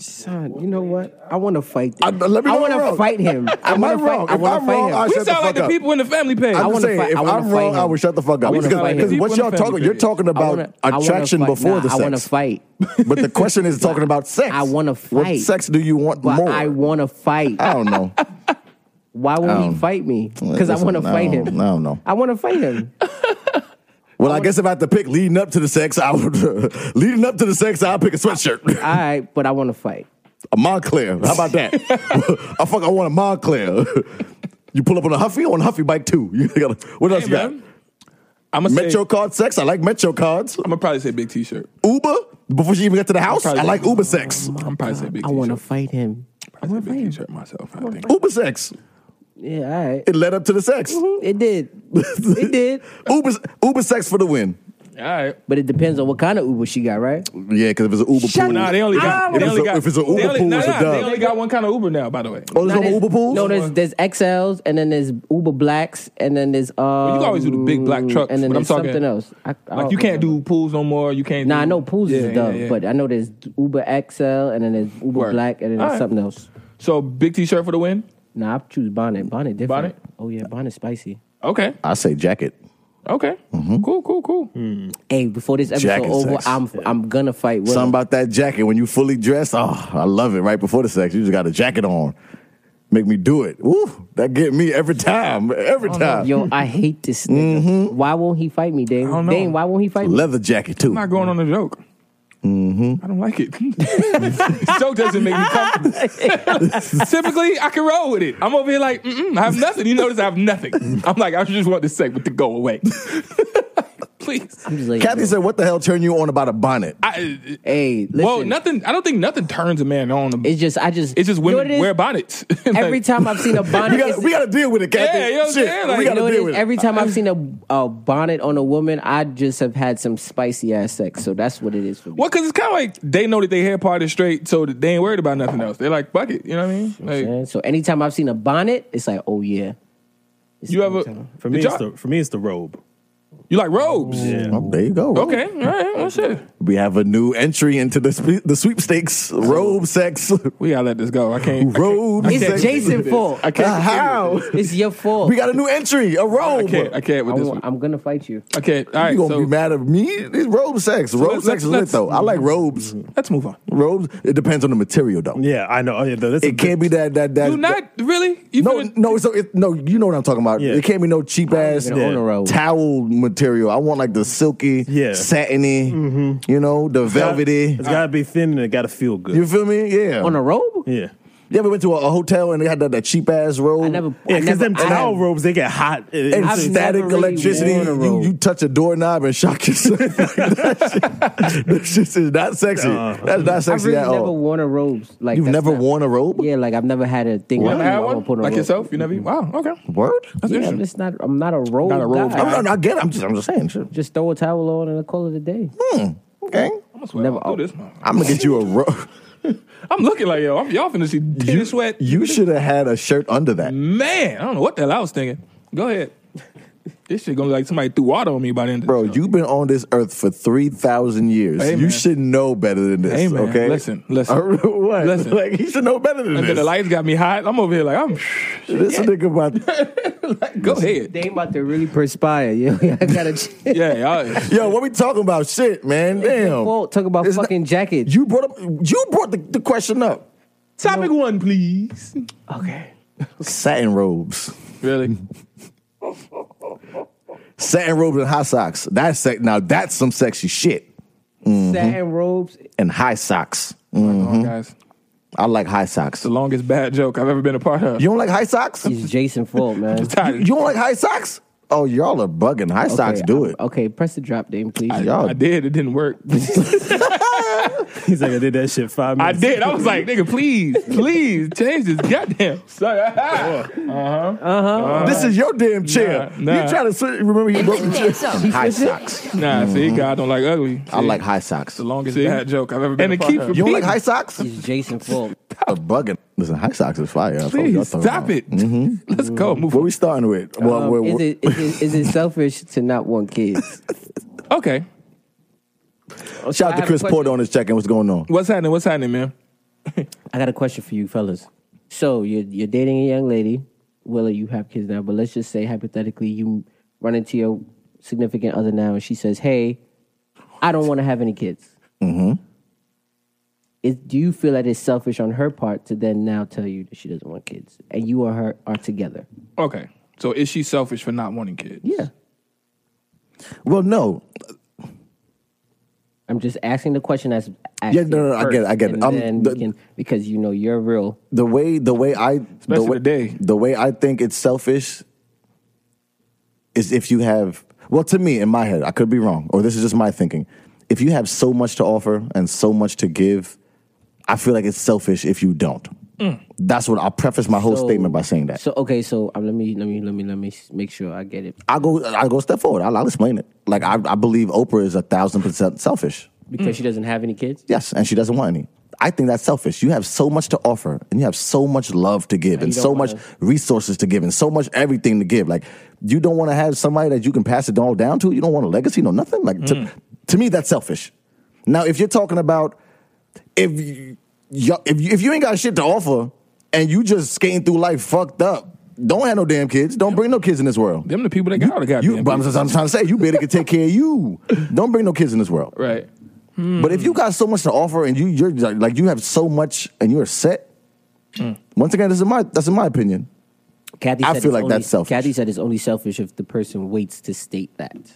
Speaker 4: Son, you know what? I want to fight.
Speaker 6: I-
Speaker 4: Him.
Speaker 6: let me know
Speaker 4: I want
Speaker 6: if I'm
Speaker 4: to
Speaker 6: wrong.
Speaker 4: fight him. I
Speaker 6: [laughs] Am I
Speaker 4: wanna fight-
Speaker 6: wrong?
Speaker 4: I
Speaker 6: If
Speaker 4: want
Speaker 6: I'm
Speaker 4: to fight
Speaker 6: wrong,
Speaker 4: him.
Speaker 6: I
Speaker 1: We
Speaker 6: Shut the
Speaker 1: sound like
Speaker 6: fuck
Speaker 1: the
Speaker 6: up.
Speaker 1: people in the family
Speaker 6: I'm
Speaker 1: page.
Speaker 4: wanna
Speaker 6: just saying,
Speaker 4: fight-
Speaker 6: if
Speaker 4: I wanna
Speaker 6: I'm
Speaker 4: fight
Speaker 6: wrong,
Speaker 4: him.
Speaker 6: I will shut the fuck up.
Speaker 1: I wanna
Speaker 6: Because
Speaker 1: fight him.
Speaker 6: because what
Speaker 1: People in
Speaker 6: y'all
Speaker 1: the
Speaker 6: talking?
Speaker 1: family
Speaker 6: You're
Speaker 1: page.
Speaker 6: talking
Speaker 4: I
Speaker 6: about
Speaker 4: wanna- I wanna
Speaker 6: attraction
Speaker 4: fight.
Speaker 6: before
Speaker 4: Nah,
Speaker 6: the
Speaker 4: I want to
Speaker 6: sex.
Speaker 4: fight,
Speaker 6: [laughs] But the question
Speaker 4: [laughs]
Speaker 6: is talking about sex.
Speaker 4: I wanna
Speaker 6: What
Speaker 4: fight.
Speaker 6: sex do you want
Speaker 4: but
Speaker 6: more?
Speaker 4: I want to fight.
Speaker 6: I don't
Speaker 4: [laughs]
Speaker 6: know.
Speaker 4: Why won't he fight me? Because I
Speaker 6: Listen,
Speaker 4: want to
Speaker 6: I
Speaker 4: fight
Speaker 6: don't-
Speaker 4: him.
Speaker 6: I don't know.
Speaker 4: I want to fight him.
Speaker 6: Well, I guess if I had to pick leading up to the sex, I would. [laughs] leading up to the sex, I'll pick a sweatshirt.
Speaker 4: All right, but I want to fight.
Speaker 6: A Montclair. How about that? [laughs] I fuck. I want a Montclair. [laughs] you pull up on a Huffy on a Huffy bike too. [laughs] You gotta, what else
Speaker 1: Hey,
Speaker 6: you got?
Speaker 1: man. I'm gonna
Speaker 6: Metro
Speaker 1: say,
Speaker 6: card sex. I like Metro cards.
Speaker 1: I'm gonna probably say big T-shirt.
Speaker 6: Uber before she even got to the house.
Speaker 1: probably-
Speaker 6: I like Uber sex.
Speaker 1: I'm probably say big.
Speaker 4: I want to fight him.
Speaker 1: I want big T-shirt myself. I think.
Speaker 6: Uber sex.
Speaker 4: Yeah, all right.
Speaker 6: It led up to the sex.
Speaker 1: [laughs]
Speaker 4: It did. It did.
Speaker 6: Uber Uber sex for the win.
Speaker 1: All right.
Speaker 4: But it depends on what kind of Uber she got, right?
Speaker 6: Yeah, because if it's an Uber
Speaker 4: Shut
Speaker 6: pool,
Speaker 4: up.
Speaker 1: Nah, they only got.
Speaker 6: If
Speaker 1: They
Speaker 6: it's
Speaker 1: only
Speaker 6: a-
Speaker 1: got.
Speaker 6: if it's a
Speaker 1: they
Speaker 6: Uber
Speaker 1: only-
Speaker 6: pool,
Speaker 1: nah,
Speaker 6: it's a
Speaker 1: nah, They
Speaker 6: dub.
Speaker 1: only got one kind of Uber now. By the way,
Speaker 6: oh, there's
Speaker 4: Now
Speaker 6: no
Speaker 4: there's-
Speaker 6: Uber pools.
Speaker 4: No, there's there's XLs and then there's Uber Blacks and then there's um.
Speaker 1: you can always do the big black trucks,
Speaker 4: And then
Speaker 1: but I'm
Speaker 4: there's
Speaker 1: talking-
Speaker 4: something else. I, I
Speaker 1: like
Speaker 4: don't
Speaker 1: you can't
Speaker 6: Oh.
Speaker 4: remember.
Speaker 1: do pools no more. You can't.
Speaker 4: Nah,
Speaker 1: do,
Speaker 4: I know pools
Speaker 1: Yeah,
Speaker 4: is dumb,
Speaker 1: yeah, yeah.
Speaker 4: but I know there's Uber XL and then there's Uber
Speaker 1: Word.
Speaker 4: Black and then there's
Speaker 1: Alright.
Speaker 4: something else.
Speaker 1: so big T-shirt for the win.
Speaker 4: Nah, I choose bonnet. Bonnet
Speaker 1: Bonnet?
Speaker 4: different. Oh yeah, bonnet spicy.
Speaker 1: Okay.
Speaker 6: I say jacket.
Speaker 1: Okay.
Speaker 6: Mm-hmm.
Speaker 1: Cool. Cool. Cool.
Speaker 6: Mm.
Speaker 4: Hey, before this episode
Speaker 6: Jacket
Speaker 4: over,
Speaker 6: sex.
Speaker 4: I'm I'm gonna fight. Will.
Speaker 6: Something about that jacket when you fully dressed. Oh, I love it. Right before the sex, you just got a jacket on. Make me do it. Woo, that get me every time. Every time.
Speaker 4: Yo, I hate this nigga. Why won't he fight me, Dane?
Speaker 1: don't know.
Speaker 4: Dane, why won't he fight me?
Speaker 6: Leather jacket too.
Speaker 1: I'm not going on a joke.
Speaker 6: Mm-hmm.
Speaker 1: I don't like it. [laughs] joke doesn't make me comfortable.
Speaker 6: [laughs]
Speaker 1: Typically, I can roll with it. I'm over here like, Mm-mm, I have nothing. You notice I have nothing.
Speaker 6: Mm-hmm.
Speaker 1: I'm like, I just want this segment to go
Speaker 6: [laughs]
Speaker 1: away. [laughs] Please.
Speaker 4: I'm just like,
Speaker 6: Kathy
Speaker 4: yo,
Speaker 6: said, "What the hell turned you on about a bonnet?"
Speaker 1: I, uh,
Speaker 4: hey, listen.
Speaker 1: well, nothing. I don't think nothing turns a man on.
Speaker 4: It's just I just
Speaker 1: It's just
Speaker 4: You
Speaker 1: women
Speaker 4: know what it is?
Speaker 1: wear bonnets. [laughs] Like,
Speaker 4: Every time I've seen a bonnet,
Speaker 6: we got
Speaker 4: it's-
Speaker 6: we got to deal with it, Kathy.
Speaker 1: Yeah, you know what I'm
Speaker 6: Shit,
Speaker 1: saying? Like,
Speaker 6: we
Speaker 4: You
Speaker 6: got
Speaker 4: know
Speaker 6: to
Speaker 4: what
Speaker 6: deal
Speaker 4: it
Speaker 6: with
Speaker 4: is?
Speaker 6: it.
Speaker 4: Every time I've seen a, a bonnet on a woman, I just have had some spicy ass sex. So that's what it is for me.
Speaker 1: Well, because it's kind of like they know that they hair part is straight, so that they ain't worried about nothing else. They're like, fuck it. You know what I mean? Like,
Speaker 4: Yeah, So anytime I've seen a bonnet, it's like, oh yeah. It's
Speaker 1: you
Speaker 4: every
Speaker 1: ever.
Speaker 4: time.
Speaker 5: for me,
Speaker 1: Did
Speaker 5: it's
Speaker 1: y'all-
Speaker 5: the for me it's the robe.
Speaker 1: you like robes.
Speaker 5: Yeah,
Speaker 6: Oh, there you go.
Speaker 1: Okay. All right. That's it.
Speaker 6: we have a new entry into the spe- the sweepstakes. Robe sex.
Speaker 1: We gotta let this go. I can't. I can't-
Speaker 6: Robe
Speaker 4: It's
Speaker 6: sex. Uh,
Speaker 4: Jason's fault.
Speaker 1: I can't.
Speaker 6: How?
Speaker 4: It's your fault.
Speaker 6: We got a new entry. A
Speaker 1: I
Speaker 6: robe.
Speaker 1: can't. I can't with
Speaker 4: I
Speaker 1: this
Speaker 4: wa-
Speaker 1: one.
Speaker 4: I'm gonna fight you.
Speaker 1: Okay. All right.
Speaker 6: You gonna
Speaker 1: So
Speaker 6: be mad at me? It's robe sex. Robe
Speaker 1: let's-
Speaker 6: sex is
Speaker 1: let's-
Speaker 6: lit though. I like robes.
Speaker 1: let's move on.
Speaker 6: Robes. It depends on the material though.
Speaker 5: Yeah, I know. Oh, yeah, that's a
Speaker 6: It can't be that that that.
Speaker 1: You not really? You
Speaker 6: no,
Speaker 1: feel-
Speaker 6: no, so it, no. You know what I'm talking about.
Speaker 5: Yeah.
Speaker 6: It can't be no cheap ass
Speaker 4: even own a robe.
Speaker 6: towel material. I want like the silky,
Speaker 5: Yeah. Mm-hmm.
Speaker 6: satiny, you know, the velvety.
Speaker 5: It's got to be thin and it got to feel good.
Speaker 6: You feel me? Yeah.
Speaker 4: On a robe?
Speaker 5: yeah.
Speaker 6: you ever went to a, a hotel and they had that, that cheap ass robe?
Speaker 4: I never.
Speaker 5: Yeah,
Speaker 4: I
Speaker 5: because
Speaker 4: never-
Speaker 5: them
Speaker 4: I-
Speaker 5: towel robes, they get hot. It-
Speaker 6: And
Speaker 4: I've
Speaker 6: static
Speaker 4: never really
Speaker 6: electricity.
Speaker 4: worn a
Speaker 6: You,
Speaker 4: robe.
Speaker 6: you touch a doorknob and shock yourself. [laughs] that shit, that shit is not sexy.
Speaker 5: Uh-uh.
Speaker 6: That's not
Speaker 4: I've
Speaker 6: sexy
Speaker 4: really
Speaker 6: at
Speaker 4: never
Speaker 6: all.
Speaker 4: worn a robe. Like
Speaker 6: You've
Speaker 4: that's
Speaker 6: never
Speaker 4: not-
Speaker 6: worn a robe?
Speaker 4: Yeah, like I've never had a thing.
Speaker 1: You
Speaker 4: like,
Speaker 1: never
Speaker 4: oh,
Speaker 1: had
Speaker 4: I'm
Speaker 1: one
Speaker 4: gonna put on a
Speaker 1: like
Speaker 4: robe.
Speaker 1: yourself. You never. Wow. Okay.
Speaker 6: Word?
Speaker 1: That's
Speaker 4: Yeah, I'm
Speaker 1: interesting.
Speaker 4: just not. I'm not a robe.
Speaker 1: Not a robe
Speaker 4: guy.
Speaker 1: guy.
Speaker 6: I'm not, I get it. I'm just, I'm just saying. Sure.
Speaker 4: Just throw a towel on and call it a day.
Speaker 6: Okay.
Speaker 1: I'm gonna swear.
Speaker 4: Never-
Speaker 1: I'll do this. man.
Speaker 6: I'm going to get you a robe.
Speaker 1: I'm looking like yo. I'm y'all finna see you, sweat.
Speaker 6: You should have had a shirt under that.
Speaker 1: Mm. Man, I don't know what the hell I was thinking. Go ahead. this shit gonna be like somebody threw water on me by the end. Of
Speaker 6: Bro,
Speaker 1: this show.
Speaker 6: you've been on this earth for 3,000 years.
Speaker 1: Hey, man.
Speaker 6: you should know better than this,
Speaker 1: Hey, man.
Speaker 6: okay?
Speaker 1: Listen, listen.
Speaker 6: [laughs] what?
Speaker 1: Listen.
Speaker 6: Like, you should know better than
Speaker 1: And then
Speaker 6: this.
Speaker 1: the lights got me hot. I'm over here like I'm.
Speaker 6: this nigga about...
Speaker 1: [laughs] Go ahead.
Speaker 4: They ain't about to really perspire. Yo, [laughs] I gotta. It's
Speaker 1: Yeah, y'all.
Speaker 6: Yo, what we talking about? Shit, man.
Speaker 4: your
Speaker 6: Damn.
Speaker 4: fault. Talk about
Speaker 6: It's not-
Speaker 4: fucking jackets.
Speaker 6: You brought up... You brought the, the question up.
Speaker 1: Topic one, please.
Speaker 4: okay.
Speaker 6: Satin robes.
Speaker 1: Really?
Speaker 6: Satin robes and high socks. That's sec- Now, that's some sexy shit. Mm-hmm.
Speaker 4: Satin robes.
Speaker 6: And high socks. Mm,
Speaker 1: Oh, guys,
Speaker 6: I like high socks.
Speaker 1: the longest bad joke I've ever been a part of.
Speaker 6: You don't like high socks? You,
Speaker 4: It's Jason fault, man.
Speaker 1: Tired.
Speaker 6: don't like high socks? Oh, y'all are bugging. High socks
Speaker 4: Okay,
Speaker 6: do
Speaker 4: I'm-
Speaker 6: it.
Speaker 4: Okay, press the drop name, please.
Speaker 6: y'all
Speaker 1: I did. It didn't work.
Speaker 5: He's like, I did that shit five
Speaker 6: [laughs]
Speaker 1: I
Speaker 5: minutes.
Speaker 1: did. I was like, nigga, please, please change this goddamn.
Speaker 6: [laughs]
Speaker 1: Sorry.
Speaker 6: This is your damn chair.
Speaker 1: nah.
Speaker 6: You trying to sit, remember you broke the chair?
Speaker 3: So.
Speaker 6: High socks.
Speaker 1: Nah, see, God don't like ugly.
Speaker 6: Mm-hmm. I
Speaker 1: See,
Speaker 6: like high socks.
Speaker 1: the
Speaker 6: You
Speaker 1: longest bad joke I've ever been.
Speaker 7: it
Speaker 1: a part
Speaker 7: keeps
Speaker 1: of.
Speaker 6: don't like high socks?
Speaker 4: It's Jason fault.
Speaker 6: Y'all are bugging. Listen, high socks is fire. That's what y'all
Speaker 1: Please
Speaker 6: talking
Speaker 1: stop
Speaker 6: about. Mm-hmm.
Speaker 1: it. Let's go. Move
Speaker 6: What
Speaker 1: on.
Speaker 6: we starting with? Well,
Speaker 4: Um,
Speaker 6: we're-
Speaker 4: is,
Speaker 6: we're-
Speaker 4: it, is, it, is it selfish to not want kids?
Speaker 1: Okay.
Speaker 6: shout
Speaker 4: oh, I
Speaker 6: out
Speaker 4: have
Speaker 6: to
Speaker 4: a
Speaker 6: Chris
Speaker 4: question.
Speaker 6: Porter on his check-in. What's going on?
Speaker 1: What's happening? What's happening, man?
Speaker 4: I got a question for you, fellas. So you're you're dating a young lady. Willa, you have kids now, but let's just say hypothetically you run into your significant other now, and she says, "Hey, I don't want to have any kids." Mm-hmm. Is, do you feel that it's selfish on her part to then now tell you that she doesn't want kids, and you or her are together?
Speaker 1: Okay. So is she selfish for not wanting kids?
Speaker 4: Yeah,
Speaker 6: Well, no.
Speaker 4: I'm just asking the question as asked
Speaker 6: Yeah, no, no, I
Speaker 4: first,
Speaker 6: get it, I get it.
Speaker 4: and
Speaker 6: Um,
Speaker 4: then
Speaker 6: the-
Speaker 4: we can, because you know you're real.
Speaker 6: The way the way I the way,
Speaker 1: today.
Speaker 6: the way I think it's selfish is if you have well to me in my head I could be wrong or this is just my thinking. If you have so much to offer and so much to give, I feel like it's selfish if you don't. That's what I'll preface my whole
Speaker 4: Mm. So-
Speaker 6: statement by saying that.
Speaker 4: So okay, so um, let me let me let me let me s- make sure I get it.
Speaker 6: I go I go a step forward. I'll, I'll explain it. Like I, I believe Oprah is a thousand percent selfish.
Speaker 4: because she doesn't have any kids.
Speaker 6: Yes, and she doesn't want any. I think that's selfish. You have so much to offer, and you have so much love to give, and
Speaker 4: you
Speaker 6: so
Speaker 4: don't
Speaker 6: much
Speaker 4: wanna-
Speaker 6: resources to give, and so much everything to give. Like you don't want to have somebody that you can pass it all down to. You don't want a legacy, no nothing. Like
Speaker 4: Mm.
Speaker 6: to, to me, that's selfish. Now, if you're talking about if you, y'all- if you, if you ain't got shit to offer, and you just skating through life fucked up, don't have no damn kids. Don't bring no kids in this world.
Speaker 1: Them the people that got out of goddamn.
Speaker 6: You, but I'm,
Speaker 1: kids.
Speaker 6: I'm trying to say, you better can take care of
Speaker 4: [laughs]
Speaker 6: you. Don't bring no kids in this world.
Speaker 1: right.
Speaker 6: But if you got so much to offer and you you're like, like you have so much and you're set, once again, this is my that's in my opinion.
Speaker 4: Kathy
Speaker 6: I
Speaker 4: said
Speaker 6: feel
Speaker 4: it's
Speaker 6: like
Speaker 4: only,
Speaker 6: that's selfish.
Speaker 4: Kathy said it's only selfish if the person waits to state that.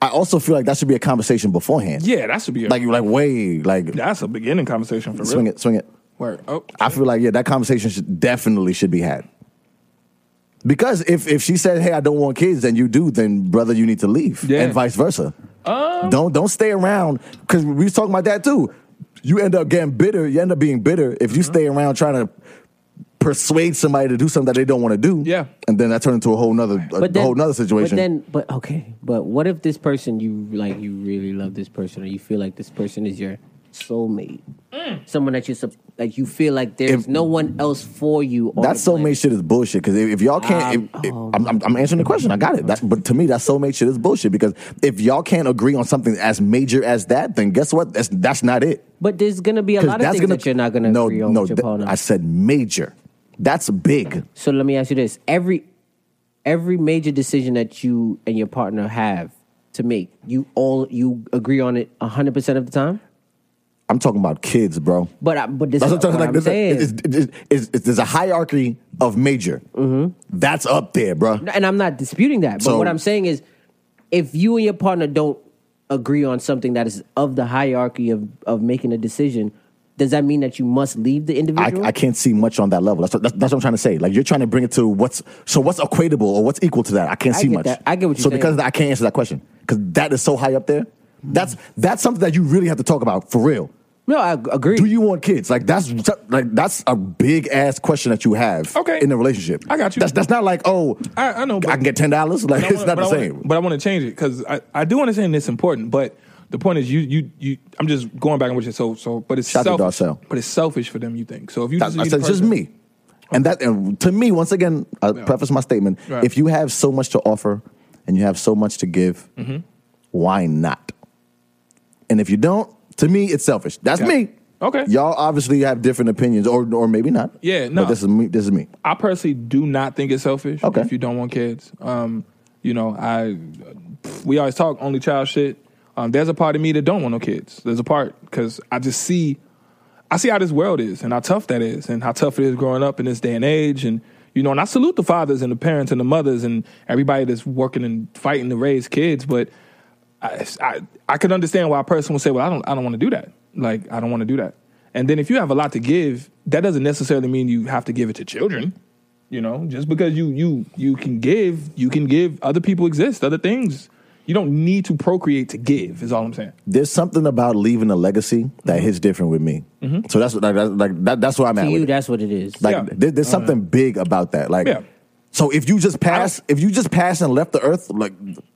Speaker 6: I also feel like that should be a conversation beforehand.
Speaker 1: Yeah, that should be a,
Speaker 6: Like you like way like
Speaker 1: that's a beginning conversation for
Speaker 6: swing
Speaker 1: real.
Speaker 6: it, swing it.
Speaker 1: Word. Oh,
Speaker 6: I feel like yeah, that conversation should definitely should be had. Because if if she said, "Hey, I don't want kids," and you do, then brother, you need to leave,
Speaker 1: Yeah. Um,
Speaker 6: and vice versa. don't don't stay around because we was talking about that too. You end up getting bitter. You end up being bitter if
Speaker 1: Mm-hmm.
Speaker 6: you stay around trying to persuade somebody to do something that they don't want to do.
Speaker 1: Yeah.
Speaker 6: and then that turned into a whole nother a whole nother situation.
Speaker 4: But then, but okay, but what if this person you like, you really love this person, or you feel like this person is your soulmate, someone that you sup- like you feel like there's
Speaker 6: If-
Speaker 4: no one else for you. On
Speaker 6: That
Speaker 4: the planet.
Speaker 6: soulmate shit is bullshit. Because if, if y'all can't,
Speaker 4: Um,
Speaker 6: if, if-
Speaker 4: oh
Speaker 6: I'm, I'm, I'm answering the question. I got it. That, but to me, that soulmate shit is bullshit. Because if y'all can't agree on something as major as that, then guess what? That's that's not it.
Speaker 4: But there's gonna be a
Speaker 6: 'Cause
Speaker 4: lot of
Speaker 6: that's
Speaker 4: things
Speaker 6: gonna-
Speaker 4: that you're not gonna
Speaker 6: no,
Speaker 4: agree on
Speaker 6: no,
Speaker 4: with your
Speaker 6: th-
Speaker 4: partner.
Speaker 6: I said major. That's big.
Speaker 4: so let me ask you this: every every major decision that you and your partner have to make, you all you agree on it 100 percent of the time.
Speaker 6: I'm talking about kids, bro.
Speaker 4: But I, but this
Speaker 6: That's
Speaker 4: is
Speaker 6: what I'm talking
Speaker 4: what
Speaker 6: like. there's
Speaker 4: I'm
Speaker 6: a-
Speaker 4: saying.
Speaker 6: it's- it's- it's- it's- There's a hierarchy of major.
Speaker 4: Mm-hmm.
Speaker 6: That's up there, bro.
Speaker 4: and I'm not disputing that. But
Speaker 6: So-
Speaker 4: what I'm saying is, if you and your partner don't agree on something that is of the hierarchy of, of making a decision, does that mean that you must leave the
Speaker 6: I,
Speaker 4: individual?
Speaker 6: I can't see much on that level. That's, what- that's, that's what I'm trying to say. Like you're trying to bring it to what's so what's equatable or what's equal to that. I can't
Speaker 4: I
Speaker 6: see
Speaker 4: get
Speaker 6: much.
Speaker 4: that. I get what you're
Speaker 6: so
Speaker 4: saying.
Speaker 6: because of that, I can't answer that question because that is so high up there. That's that's something that you really have to talk about for real.
Speaker 4: no, I ag- agree.
Speaker 6: Do you want kids? Like that's like that's a big ass question that you have.
Speaker 1: Okay.
Speaker 6: in a relationship.
Speaker 1: I got you.
Speaker 6: That's that's not like oh
Speaker 1: I- I know, but-
Speaker 6: I can get ten dollars. Like
Speaker 1: But I
Speaker 6: it's
Speaker 1: wanna-
Speaker 6: not the
Speaker 1: but I wanna-
Speaker 6: same.
Speaker 1: but I want to change it because I, I do understand it's important. But the point is, you you you. I'm just going back and with you. So so, but it's
Speaker 6: Shout out to
Speaker 1: selfish.
Speaker 6: Darcel.
Speaker 1: But it's selfish for them. You think so? If you
Speaker 6: That-
Speaker 1: just,
Speaker 6: I
Speaker 1: be the
Speaker 6: said, it's just
Speaker 1: person-
Speaker 6: me. And that, and to me, once again, I will
Speaker 1: Yeah.
Speaker 6: preface my statement:
Speaker 1: Right.
Speaker 6: if you have so much to offer and you have so much to give,
Speaker 1: Mm-hmm.
Speaker 6: why not? And if you don't, to me, it's selfish. That's
Speaker 1: Yeah.
Speaker 6: me.
Speaker 1: Okay.
Speaker 6: Y'all obviously have different opinions, or or maybe not.
Speaker 1: Yeah, no.
Speaker 6: But this is me. This is me.
Speaker 1: I personally do not think it's selfish.
Speaker 6: Okay.
Speaker 1: If you don't want kids, um, you know, I we always talk only child shit. Um, there's a part of me that don't want no kids. There's a part because I just see, I see how this world is and how tough that is and how tough it is growing up in this day and age. And you know, and I salute the fathers and the parents and the mothers and everybody that's working and fighting to raise kids. But I, I, I could understand why a person would say, "Well, I don't, I don't want to do that. Like, I don't want to do that." And then if you have a lot to give, that doesn't necessarily mean you have to give it to children. You know, just because you you you can give, you can give. Other people exist, other things. You don't need to procreate to give. Is all I'm saying.
Speaker 6: There's something about leaving a legacy
Speaker 1: Mm-hmm.
Speaker 6: that hits different with me. So that's like, that's- like that, that's where I'm at.
Speaker 4: to
Speaker 6: with
Speaker 4: you,
Speaker 6: it.
Speaker 4: that's what it is.
Speaker 6: Like
Speaker 1: Yeah. Uh-huh.
Speaker 6: there, there's something big about that. Like
Speaker 1: Yeah.
Speaker 6: so if you just pass if you just pass and left the earth, like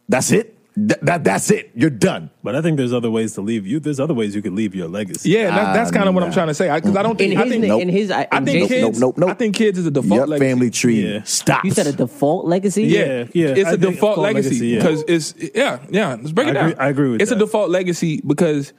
Speaker 6: that's it? Th- that that's it. You're done.
Speaker 5: But I think there's other ways to leave you. There's other ways you could leave your legacy.
Speaker 1: Yeah, that, that's kind of what I'm
Speaker 6: nah.
Speaker 1: trying to say. Because I, don't
Speaker 4: in
Speaker 1: think I
Speaker 4: his,
Speaker 1: think
Speaker 4: na- in his, I,
Speaker 1: I
Speaker 4: in
Speaker 1: think
Speaker 4: Jason's-
Speaker 6: Nope, nope,
Speaker 1: kids.
Speaker 6: nope.
Speaker 1: I think kids is a default.
Speaker 6: Your
Speaker 1: legacy.
Speaker 6: family tree
Speaker 5: Yeah.
Speaker 6: stops.
Speaker 4: You said a default legacy.
Speaker 1: Yeah,
Speaker 5: Yeah, yeah,
Speaker 1: It's
Speaker 5: I
Speaker 1: a
Speaker 5: think
Speaker 1: default
Speaker 5: default legacy,
Speaker 1: legacy
Speaker 5: yeah.
Speaker 1: because it's yeah, yeah. Let's break
Speaker 5: I
Speaker 1: it
Speaker 5: agree-
Speaker 1: down.
Speaker 5: I agree with
Speaker 1: It's a
Speaker 5: that.
Speaker 1: default legacy because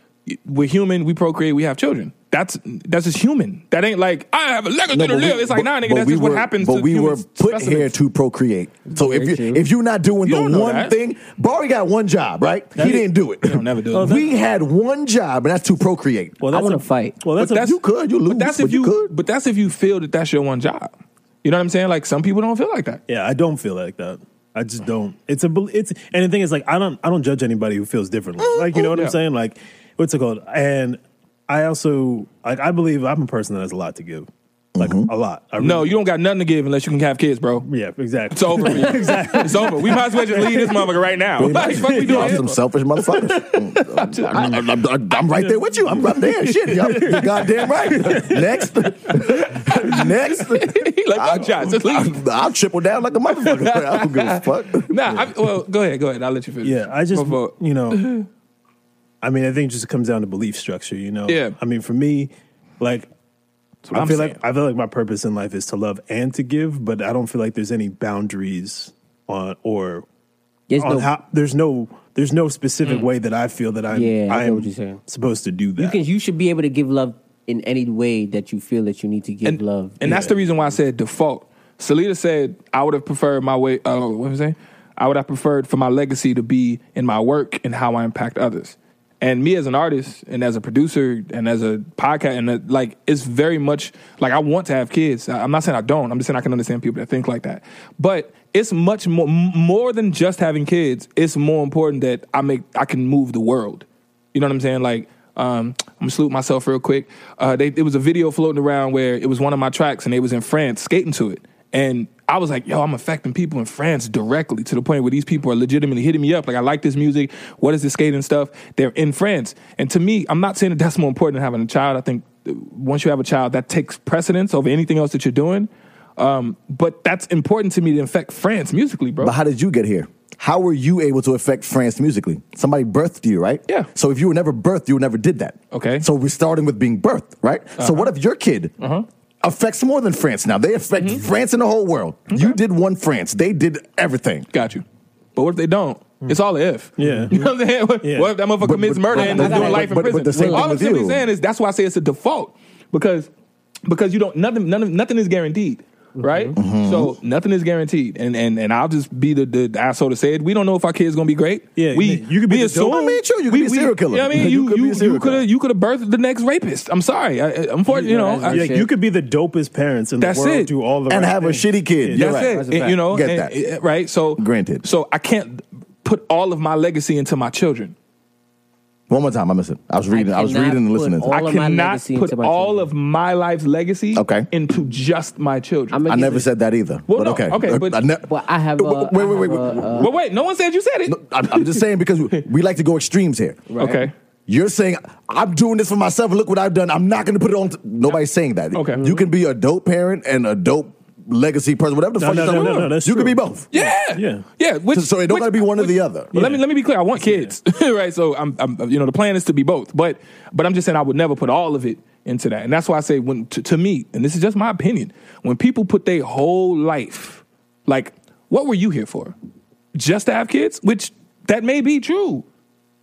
Speaker 1: we're human. We procreate. We have children. That's that's just human. That ain't like I have a legacy
Speaker 6: No,
Speaker 1: to
Speaker 6: but
Speaker 1: live.
Speaker 6: we-
Speaker 1: it's like nah,
Speaker 6: but-
Speaker 1: nigga.
Speaker 6: but
Speaker 1: That's
Speaker 6: we
Speaker 1: just
Speaker 6: were-
Speaker 1: what happens.
Speaker 6: But
Speaker 1: to
Speaker 6: we were
Speaker 1: human
Speaker 6: put here
Speaker 1: specimens.
Speaker 6: to procreate. So if
Speaker 4: Very
Speaker 6: you
Speaker 4: true.
Speaker 6: if you're not doing
Speaker 1: You don't
Speaker 6: the
Speaker 1: know
Speaker 6: one
Speaker 1: that.
Speaker 6: thing, Bari got one job, right? he didn't do it.
Speaker 1: don't never do it.
Speaker 6: we had one job, and that's to procreate.
Speaker 5: Well,
Speaker 4: I
Speaker 5: that's
Speaker 4: wanna
Speaker 5: a-
Speaker 4: fight.
Speaker 5: Well, that's,
Speaker 1: But
Speaker 5: a,
Speaker 1: that's-
Speaker 6: you could, you lose,
Speaker 1: But that's if
Speaker 6: you,
Speaker 1: you.
Speaker 6: could.
Speaker 1: But that's if you feel that that's your one job. You know what I'm saying? Like some people don't feel like that.
Speaker 5: Yeah, I don't feel like that. I just don't. It's a bel- it's and the thing is like I don't I don't judge anybody who feels differently. Like you know what
Speaker 1: Mm, Yeah.
Speaker 5: I'm saying? Like what's it called? And I also like I believe I'm a person that has a lot to give. Like a lot. I
Speaker 1: Mm-hmm. No,
Speaker 5: really-
Speaker 1: you don't got nothing to give unless you can have kids, bro.
Speaker 5: yeah, exactly.
Speaker 1: It's over.
Speaker 5: [laughs]
Speaker 1: For you. exactly. It's over. We might as well just leave this motherfucker right now. Like, fuck we
Speaker 6: Y'all
Speaker 1: doing?
Speaker 6: some
Speaker 1: here?
Speaker 6: selfish motherfuckers.
Speaker 1: [laughs]
Speaker 6: Mm, I'm, I'm- I'm- I'm- I'm right there with you. I'm right there. Shit, y'all, you're goddamn right. Next,
Speaker 1: [laughs]
Speaker 6: next.
Speaker 1: Like, fuck y'all, just leave.
Speaker 6: I'll, I'll triple down like a motherfucker. I don't
Speaker 1: [laughs]
Speaker 6: give a fuck.
Speaker 1: Nah. I, well, go ahead. Go ahead. I'll let you finish.
Speaker 5: Yeah, I just
Speaker 1: Go for it. [laughs]
Speaker 5: you know, I mean, I think it just comes down to belief structure. You know,
Speaker 1: Yeah.
Speaker 5: I mean, for me, like, I
Speaker 1: I'm
Speaker 5: feel
Speaker 1: saying.
Speaker 5: like I feel like my purpose in life is to love and to give, but I don't feel like there's any boundaries on or
Speaker 4: There's
Speaker 5: on
Speaker 4: no-
Speaker 5: how there's no there's no
Speaker 1: Mm.
Speaker 5: specific way that I feel that I'm
Speaker 4: Yeah, I get
Speaker 5: I'm
Speaker 4: what you're saying.
Speaker 5: supposed to do that.
Speaker 4: you can. You should be able to give love in any way that you feel that you need to give
Speaker 1: and,
Speaker 4: love.
Speaker 1: And that's the reason why I said default. Salita said I would have preferred my way. Uh, what was I saying? I would have preferred for my legacy to be in my work and how I impact others. And me as an artist and as a producer and as a podcast and uh like it's very much like I want to have kids. I- I'm not saying I don't. I'm just saying I can understand people that think like that. But it's much more m- more than just having kids. It's more important that I make I can move the world. You know what I'm saying? Like, um, I'm gonna salute myself real quick. Uh, they, it was a video floating around where it was one of my tracks, and they was in France skating to it, and I was like, "Yo, I'm affecting people in France directly to the point where these people are legitimately hitting me up. Like, I like this music. What is this skating stuff? They're in France, and to me, I'm not saying that that's more important than having a child. I think uh, once you have a child, that takes precedence over anything else that you're doing. Um, but that's important to me to affect France musically, bro.
Speaker 6: But how did you get here? How were you able to affect France musically? Somebody birthed you, right?
Speaker 1: Yeah.
Speaker 6: So if you were never birthed, you never did that.
Speaker 1: Okay. Uh-huh.
Speaker 6: So we're starting with being birthed, right? So what if your kid affects more than France now? They affect
Speaker 1: Mm-hmm.
Speaker 6: France and the whole world. You did one France. They did everything.
Speaker 1: Got you. But what if they don't? It's all a if.
Speaker 5: Yeah.
Speaker 1: You know what I'm saying? What,
Speaker 5: Yeah.
Speaker 1: what if that motherfucker commits
Speaker 6: but-
Speaker 1: murder
Speaker 6: but-
Speaker 1: and
Speaker 6: but-
Speaker 1: is doing
Speaker 6: but-
Speaker 1: life in
Speaker 6: but- but
Speaker 1: prison?
Speaker 6: the same
Speaker 1: all
Speaker 6: thing
Speaker 1: I'm
Speaker 6: with
Speaker 1: simply
Speaker 6: you.
Speaker 1: saying is that's why I say it's a default because because you don't nothing nothing, nothing is guaranteed. Right, so nothing is guaranteed, and and and I'll just be the, the asshole to say it. We don't know if our kid's gonna be great.
Speaker 5: Yeah,
Speaker 1: we
Speaker 5: you could be
Speaker 1: we
Speaker 5: the
Speaker 1: assume.
Speaker 5: dope-
Speaker 6: I mean, sure, you could
Speaker 1: we-
Speaker 6: be a
Speaker 1: we-
Speaker 6: serial killer.
Speaker 1: you know what I mean,
Speaker 6: You
Speaker 1: [laughs] you
Speaker 6: could be a
Speaker 1: you
Speaker 6: serial
Speaker 1: you could
Speaker 6: killer.
Speaker 1: have you could have birthed the next rapist. I'm sorry, I, I- unfortunately, you
Speaker 4: Yeah,
Speaker 1: know,
Speaker 4: that's
Speaker 1: I-
Speaker 4: real
Speaker 5: Yeah,
Speaker 4: shit.
Speaker 5: you could be the dopest parents in
Speaker 1: That's
Speaker 5: the world.
Speaker 1: it.
Speaker 5: Do all the
Speaker 6: And
Speaker 5: right
Speaker 6: have a
Speaker 5: things.
Speaker 6: shitty kid.
Speaker 5: Yeah.
Speaker 6: You're
Speaker 1: That's
Speaker 6: right.
Speaker 1: it.
Speaker 4: That's a
Speaker 1: And, you
Speaker 4: fact.
Speaker 1: know,
Speaker 6: Get
Speaker 1: and-
Speaker 6: that.
Speaker 1: and- right? So
Speaker 6: Granted.
Speaker 1: So I can't put all of my legacy into my children.
Speaker 6: One more time, I missed it. I was reading. I, was
Speaker 4: cannot
Speaker 6: reading and
Speaker 4: put
Speaker 6: listening.
Speaker 4: all-
Speaker 6: I,
Speaker 1: I
Speaker 4: of my
Speaker 1: cannot
Speaker 4: legacy
Speaker 1: put
Speaker 4: into my
Speaker 1: all
Speaker 4: children.
Speaker 1: of my life's legacy
Speaker 6: Okay.
Speaker 1: into just my children.
Speaker 4: I'm a-
Speaker 6: I never said that either.
Speaker 1: Well,
Speaker 6: but
Speaker 1: no,
Speaker 6: okay, Uh,
Speaker 1: okay, but-
Speaker 6: I ne-
Speaker 4: But I have a-
Speaker 6: wait, wait, wait,
Speaker 4: I
Speaker 6: wait.
Speaker 4: have a, uh,
Speaker 1: but wait, no one said you said it.
Speaker 6: I'm, I'm just saying because we, we like to go extremes here.
Speaker 1: Okay.
Speaker 6: You're saying I'm doing this for myself. Look what I've done. I'm not going to put it on. T-. Nobody's saying that.
Speaker 1: Okay.
Speaker 6: You can be a dope parent and a dope legacy person. Whatever the
Speaker 5: No,
Speaker 6: fuck.
Speaker 5: no,
Speaker 6: you're
Speaker 5: no,
Speaker 6: talking
Speaker 5: no,
Speaker 6: about.
Speaker 5: no, that's
Speaker 6: you can
Speaker 5: true.
Speaker 6: be both.
Speaker 1: Yeah,
Speaker 5: Yeah.
Speaker 1: yeah. Which,
Speaker 6: So it don't
Speaker 1: which-
Speaker 6: gotta be one or
Speaker 1: which-
Speaker 6: the other.
Speaker 1: Well, Let me let me be clear. I want kids, [laughs] right? So I'm, I'm, you know, the plan is to be both. But but I'm just saying I would never put all of it into that, and that's why I say when to, to me, and this is just my opinion, when people put their whole life, like, what were you here for? Just to have kids? Which that may be true.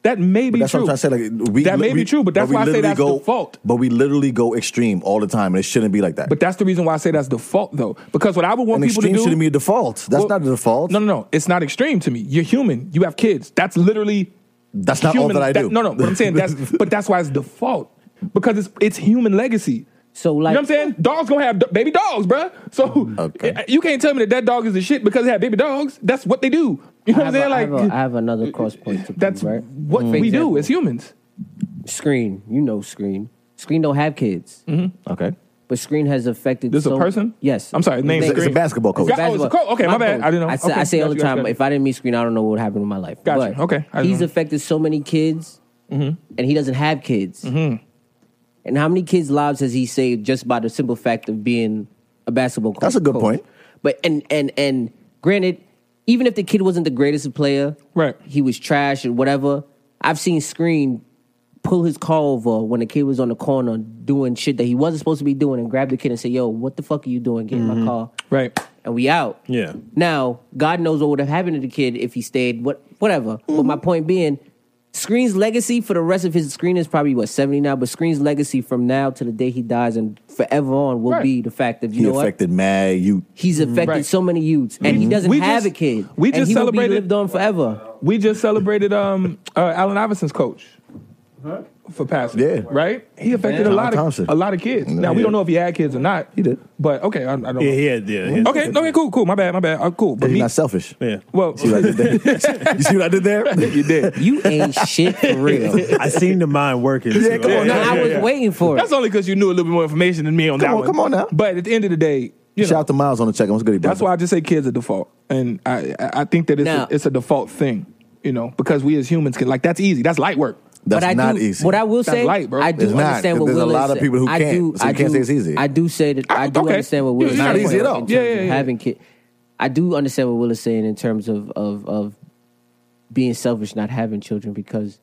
Speaker 1: That may be
Speaker 6: That's
Speaker 1: true.
Speaker 6: what I'm trying to say. Like we,
Speaker 1: that
Speaker 6: li-
Speaker 1: may
Speaker 6: we-
Speaker 1: be true, but that's
Speaker 6: we
Speaker 1: why I say
Speaker 6: literally
Speaker 1: that's
Speaker 6: go,
Speaker 1: the fault.
Speaker 6: But we literally go extreme all the time, and it shouldn't be like that.
Speaker 1: But that's the reason why I say that's default, though, because what I would want
Speaker 6: an
Speaker 1: people to
Speaker 6: extreme
Speaker 1: do
Speaker 6: shouldn't be a default. That's
Speaker 1: Well,
Speaker 6: not a default.
Speaker 1: No, no, no. It's not extreme to me. You're human. You have kids. That's literally.
Speaker 6: That's not all that I do.
Speaker 1: no, no. But I'm
Speaker 6: [laughs]
Speaker 1: saying that's. but that's why it's default because it's it's human legacy.
Speaker 4: So, like-
Speaker 1: you know what I'm saying? Dogs gonna have d- baby dogs, bruh. So
Speaker 6: Okay.
Speaker 1: [laughs] you can't tell me that that dog is the shit because it had baby dogs. That's what they do. You know what I'm
Speaker 4: I have, a,
Speaker 1: saying?
Speaker 4: I
Speaker 1: Like uh,
Speaker 4: have a- I have another cross point. To
Speaker 1: that's
Speaker 4: prove, right? Mm.
Speaker 1: what
Speaker 4: For
Speaker 1: we do
Speaker 4: example,
Speaker 1: as humans.
Speaker 4: Screen, you know, Screen. Screen don't have kids,
Speaker 6: Okay.
Speaker 4: but Screen has affected.
Speaker 1: This is a
Speaker 4: so-
Speaker 1: person?
Speaker 4: Yes,
Speaker 1: I'm sorry, his name's
Speaker 6: It's a- it's a basketball coach.
Speaker 1: Got- oh, it's a coach. Okay, my bad.
Speaker 4: fault.
Speaker 1: I didn't know.
Speaker 4: I say,
Speaker 1: Okay,
Speaker 4: I say all
Speaker 1: got
Speaker 4: the
Speaker 1: you, got you,
Speaker 4: time.
Speaker 1: got you.
Speaker 4: If I didn't meet Screen, I don't know what would happen in my life.
Speaker 1: Gotcha.
Speaker 4: But
Speaker 1: Okay, I
Speaker 4: he's
Speaker 1: know. Mm-hmm.
Speaker 4: affected so many kids, and he doesn't have kids. And how many kids' lives has he saved just by the simple fact of being a basketball coach?
Speaker 6: That's a good
Speaker 4: coach?
Speaker 6: point.
Speaker 4: But and and and granted, even if the kid wasn't the greatest player,
Speaker 1: Right.
Speaker 4: He was trash and whatever. I've seen Screen pull his car over when the kid was on the corner doing shit that he wasn't supposed to be doing and grab the kid and say, Yo, what the fuck are you doing? Get
Speaker 1: Mm-hmm.
Speaker 4: in my car.
Speaker 1: Right.
Speaker 4: And we out.
Speaker 5: Yeah.
Speaker 4: Now, God knows what would have happened to the kid if he stayed, what whatever.
Speaker 1: Mm-hmm.
Speaker 4: But my point being, Screen's legacy for the rest of his screen is probably what, 70 now, but Screen's legacy from now to the day he dies and forever on will
Speaker 1: Right.
Speaker 4: be the fact of you
Speaker 6: he
Speaker 4: know what?
Speaker 6: affected mad you.
Speaker 4: He's affected
Speaker 1: Right.
Speaker 4: so many youths, and he doesn't
Speaker 1: Mm-hmm. we
Speaker 4: have
Speaker 1: just-
Speaker 4: a kid.
Speaker 1: we
Speaker 4: and
Speaker 1: just
Speaker 4: he
Speaker 1: celebrated-
Speaker 4: will be lived on forever.
Speaker 1: We just celebrated um uh, Allen Iverson's coach. For passing,
Speaker 6: Yeah.
Speaker 1: right. He affected
Speaker 6: John
Speaker 1: a lot of
Speaker 6: Thompson.
Speaker 1: a lot of kids. Now we
Speaker 6: Yeah.
Speaker 1: don't know if he had kids or not.
Speaker 6: He did.
Speaker 1: but okay, I, I don't. know.
Speaker 5: Yeah, yeah, yeah. yeah.
Speaker 1: Okay, okay, cool, cool. My bad, my bad. Uh, cool. But
Speaker 6: He's
Speaker 1: me,
Speaker 6: not selfish.
Speaker 5: Yeah.
Speaker 1: well,
Speaker 6: See what I did
Speaker 1: [laughs]
Speaker 6: there? you see what I did there?
Speaker 1: you did.
Speaker 4: You ain't shit
Speaker 1: [laughs]
Speaker 4: for real.
Speaker 5: I seen the mind working.
Speaker 6: Yeah,
Speaker 5: too.
Speaker 6: come on
Speaker 4: No,
Speaker 1: Yeah,
Speaker 4: I
Speaker 1: yeah,
Speaker 4: was
Speaker 1: yeah.
Speaker 4: waiting for it.
Speaker 1: That's only because you knew a little bit more information than me on
Speaker 6: Come
Speaker 1: that
Speaker 6: on,
Speaker 1: one.
Speaker 6: come on now.
Speaker 1: But at the end of the day, you
Speaker 6: Shout
Speaker 1: know,
Speaker 6: out to Miles on the check. What's good, he
Speaker 1: that's
Speaker 6: brother?
Speaker 1: why I just say kids are default, and I I I think that it's
Speaker 4: Now-
Speaker 1: a, it's a default thing, you know, because we as humans can like that's easy. That's light work.
Speaker 6: That's
Speaker 4: but I
Speaker 6: not
Speaker 4: do,
Speaker 6: easy.
Speaker 4: What I will
Speaker 1: That's
Speaker 4: say,
Speaker 1: light, bro.
Speaker 4: I do
Speaker 6: It's not,
Speaker 4: understand
Speaker 6: 'cause
Speaker 4: what
Speaker 6: there's a
Speaker 4: Will is
Speaker 6: lot of
Speaker 4: saying.
Speaker 6: people who
Speaker 4: I
Speaker 6: can't,
Speaker 4: Do,
Speaker 6: so you
Speaker 4: I
Speaker 6: can't
Speaker 4: do,
Speaker 6: say it's easy.
Speaker 4: I do say that. I do
Speaker 1: okay.
Speaker 4: understand what Will
Speaker 1: It's
Speaker 4: is
Speaker 1: not
Speaker 4: saying.
Speaker 6: easy at all.
Speaker 4: in
Speaker 1: Yeah,
Speaker 4: terms
Speaker 1: yeah,
Speaker 4: of
Speaker 1: yeah.
Speaker 4: Having kid, I do understand what Will is saying in terms of of of being selfish, not having children, because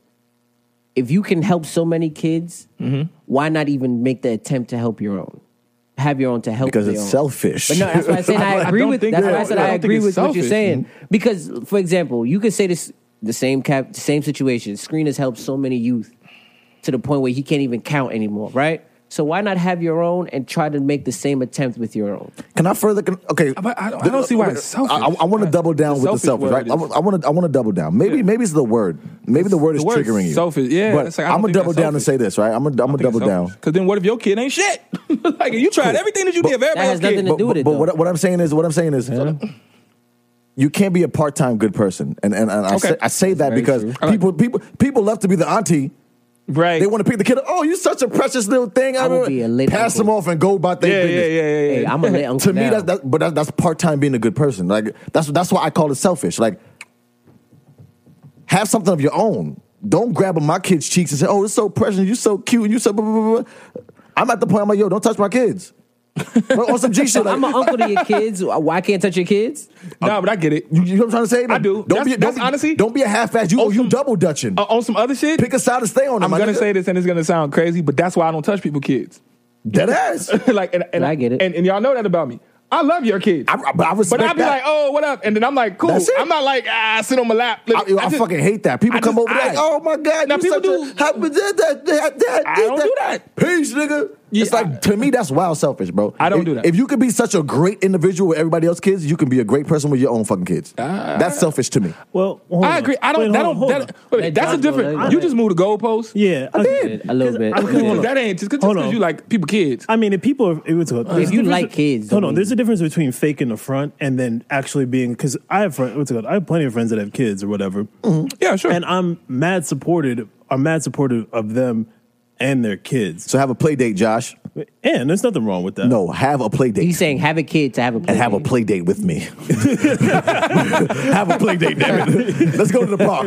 Speaker 4: if you can help so many kids,
Speaker 1: Mm-hmm.
Speaker 4: why not even make the attempt to help your own? Have your own to help
Speaker 6: Because
Speaker 4: their
Speaker 6: it's
Speaker 4: own.
Speaker 6: selfish.
Speaker 4: But no, that's why I said I,
Speaker 1: I
Speaker 4: agree
Speaker 1: don't
Speaker 4: with.
Speaker 1: think
Speaker 4: That's
Speaker 1: that-
Speaker 4: why I said
Speaker 1: I
Speaker 4: I,
Speaker 1: don't think
Speaker 4: agree
Speaker 1: it's
Speaker 4: with what you're
Speaker 1: selfish.
Speaker 4: saying. Because, for example, you could say this the same cap, the same situation. Screen has helped so many youth to the point where he can't even count anymore, right? So why not have your own and try to make the same attempt with your own?
Speaker 6: [laughs] Can I further? Con- okay,
Speaker 1: But I don't- I don't see why it's selfish.
Speaker 6: I, want to double down
Speaker 1: The
Speaker 6: with the
Speaker 1: selfish
Speaker 6: selfish,
Speaker 1: word
Speaker 6: right? I
Speaker 1: is-
Speaker 6: want to. I want to double down. Maybe,
Speaker 1: Yeah.
Speaker 6: maybe it's the word. Maybe the word is
Speaker 1: The word
Speaker 6: triggering you.
Speaker 1: selfish, yeah,
Speaker 6: but
Speaker 1: it's like, I don't
Speaker 6: I'm gonna
Speaker 1: think that's
Speaker 6: double down and
Speaker 1: selfish.
Speaker 6: say this, right? I'm gonna. I'm gonna double down.
Speaker 1: Because then what if your kid ain't shit? [laughs] like you tried everything that you did for everybody
Speaker 4: has
Speaker 1: else's kid.
Speaker 4: nothing to
Speaker 6: But,
Speaker 4: do with
Speaker 6: but,
Speaker 4: it,
Speaker 6: but
Speaker 4: though.
Speaker 6: what, what I'm saying is, what I'm saying is, you can't be a part time good person, and and, and I,
Speaker 1: Okay.
Speaker 6: say, I say that
Speaker 4: very
Speaker 6: because
Speaker 4: true.
Speaker 1: I like
Speaker 6: people people people love to be the auntie.
Speaker 1: Right.
Speaker 6: They want to pick the kid up. Oh, you such a precious little thing. I,
Speaker 4: I would
Speaker 6: don't-
Speaker 4: be a late
Speaker 6: pass
Speaker 4: uncle.
Speaker 6: them off and go about their
Speaker 1: yeah, yeah,
Speaker 6: business.
Speaker 1: yeah, yeah,
Speaker 4: Hey,
Speaker 1: yeah.
Speaker 6: [laughs]
Speaker 1: [laughs]
Speaker 4: I'm a little
Speaker 6: to me, that's that, but that, that's part time being a good person. Like that's that's why I call it selfish. Like have something of your own. Don't grab on my kid's
Speaker 4: [laughs]
Speaker 6: cheeks and say, "Oh, it's so precious. You so cute. You so." Blah, blah, blah, blah." I'm at the point. I'm like, "Yo, don't touch my kids." But on some G shit, like,
Speaker 4: I'm an uncle to
Speaker 6: [laughs]
Speaker 4: your kids. Why I can't touch your kids?
Speaker 1: nah, but I get it.
Speaker 6: you, you know what I'm trying to say? Like,
Speaker 1: I do.
Speaker 6: Don't be,
Speaker 1: That's- that's
Speaker 6: don't be,
Speaker 1: honestly-
Speaker 6: don't be a half ass. You, oh, you
Speaker 1: some-
Speaker 6: double dutching.
Speaker 1: Uh, on some other shit,
Speaker 6: Pick a side and stay on it.
Speaker 1: I'm
Speaker 6: my
Speaker 1: gonna
Speaker 6: nigga.
Speaker 1: say this and it's gonna sound crazy, but that's why I don't touch people kids.
Speaker 6: dead
Speaker 1: [laughs]
Speaker 6: ass.
Speaker 1: like, and, and
Speaker 4: I get it.
Speaker 1: And, and y'all know that about me. I love your kids.
Speaker 6: I- I- but I respect
Speaker 1: But I'd be
Speaker 6: that.
Speaker 1: like, oh, what up? And then I'm like, cool.
Speaker 6: That's it.
Speaker 1: I'm not like, ah, sit on my lap. Like,
Speaker 6: I, yo, I
Speaker 1: just-
Speaker 6: fucking hate that. People
Speaker 1: I
Speaker 6: come
Speaker 1: just-
Speaker 6: over there like,
Speaker 1: I-
Speaker 6: oh my god,
Speaker 1: Now,
Speaker 6: you
Speaker 1: people
Speaker 6: such a-
Speaker 1: do- Mm.
Speaker 6: how- that- that- that- that-
Speaker 1: I don't do that.
Speaker 6: Peace, nigga.
Speaker 1: Yeah,
Speaker 6: it's like
Speaker 1: I-
Speaker 6: to me that's wild selfish, bro.
Speaker 1: I don't
Speaker 6: if,
Speaker 1: do that.
Speaker 6: If you could be such a great individual with everybody else's kids, you can be a great person with your own fucking kids.
Speaker 1: Ah.
Speaker 6: that's selfish to me.
Speaker 5: Well, hold
Speaker 1: I
Speaker 5: on.
Speaker 1: agree. I don't.
Speaker 5: Wait,
Speaker 1: that don't.
Speaker 5: hold on, hold
Speaker 1: That,
Speaker 5: on.
Speaker 1: wait,
Speaker 4: Let
Speaker 1: that's a
Speaker 4: Josh go,
Speaker 1: different.
Speaker 4: let him
Speaker 1: you
Speaker 4: go.
Speaker 1: just moved the goalpost.
Speaker 5: Yeah, I
Speaker 6: did.
Speaker 4: A little bit.
Speaker 5: I,
Speaker 4: Hold on.
Speaker 1: that ain't just
Speaker 5: Hold
Speaker 1: because
Speaker 5: on.
Speaker 1: you like people kids.
Speaker 5: I mean, if people are able to,
Speaker 4: If you like kids,
Speaker 5: Hold
Speaker 4: I
Speaker 5: on,
Speaker 4: mean-
Speaker 5: there's a difference between fake in the front and then actually being. Because I have friends, what's it called? I have plenty of friends that have kids or whatever,
Speaker 4: Mm-hmm.
Speaker 1: yeah, sure.
Speaker 5: and I'm mad supported. I'm mad supportive of them and their kids.
Speaker 6: So have a play date, Josh.
Speaker 5: And there's nothing wrong with that.
Speaker 6: No, have a play date.
Speaker 4: He's saying have a kid to have a play
Speaker 6: and have a
Speaker 4: date.
Speaker 6: play date with
Speaker 1: [laughs]
Speaker 6: me. [laughs] have a play date, damn
Speaker 1: [laughs]
Speaker 6: it. Let's go to the park.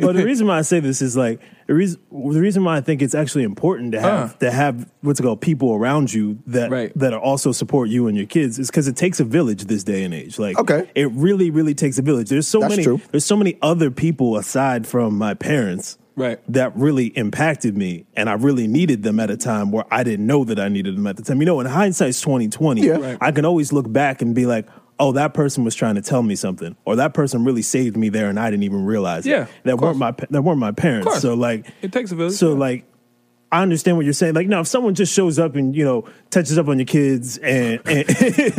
Speaker 5: but the reason why I say this is like the reason the reason why I think it's actually important to have
Speaker 1: Uh.
Speaker 5: to have what's it called people around you that
Speaker 1: Right.
Speaker 5: that are also support you and your kids is because it takes a village this day and age. Like
Speaker 6: Okay.
Speaker 5: it really really takes a village. There's so
Speaker 6: That's
Speaker 5: many
Speaker 6: true.
Speaker 5: there's so many other people aside from my parents.
Speaker 1: Right.
Speaker 5: That really impacted me, and I really needed them at a time where I didn't know that I needed them at the time. You know, in hindsight's twenty twenty,
Speaker 6: Yeah. Right.
Speaker 5: I can always look back and be like, "Oh, that person was trying to tell me something," or "That person really saved me there, and I didn't even realize." it."
Speaker 1: Yeah, of
Speaker 5: that
Speaker 1: course.
Speaker 5: weren't my pa- that weren't my parents.
Speaker 1: course.
Speaker 5: So like,
Speaker 1: It takes a village,
Speaker 5: So
Speaker 1: yeah.
Speaker 5: like, I understand what you're saying. Like, now if someone just shows up and you know touches up on your kids and,
Speaker 1: [laughs]
Speaker 5: and
Speaker 1: not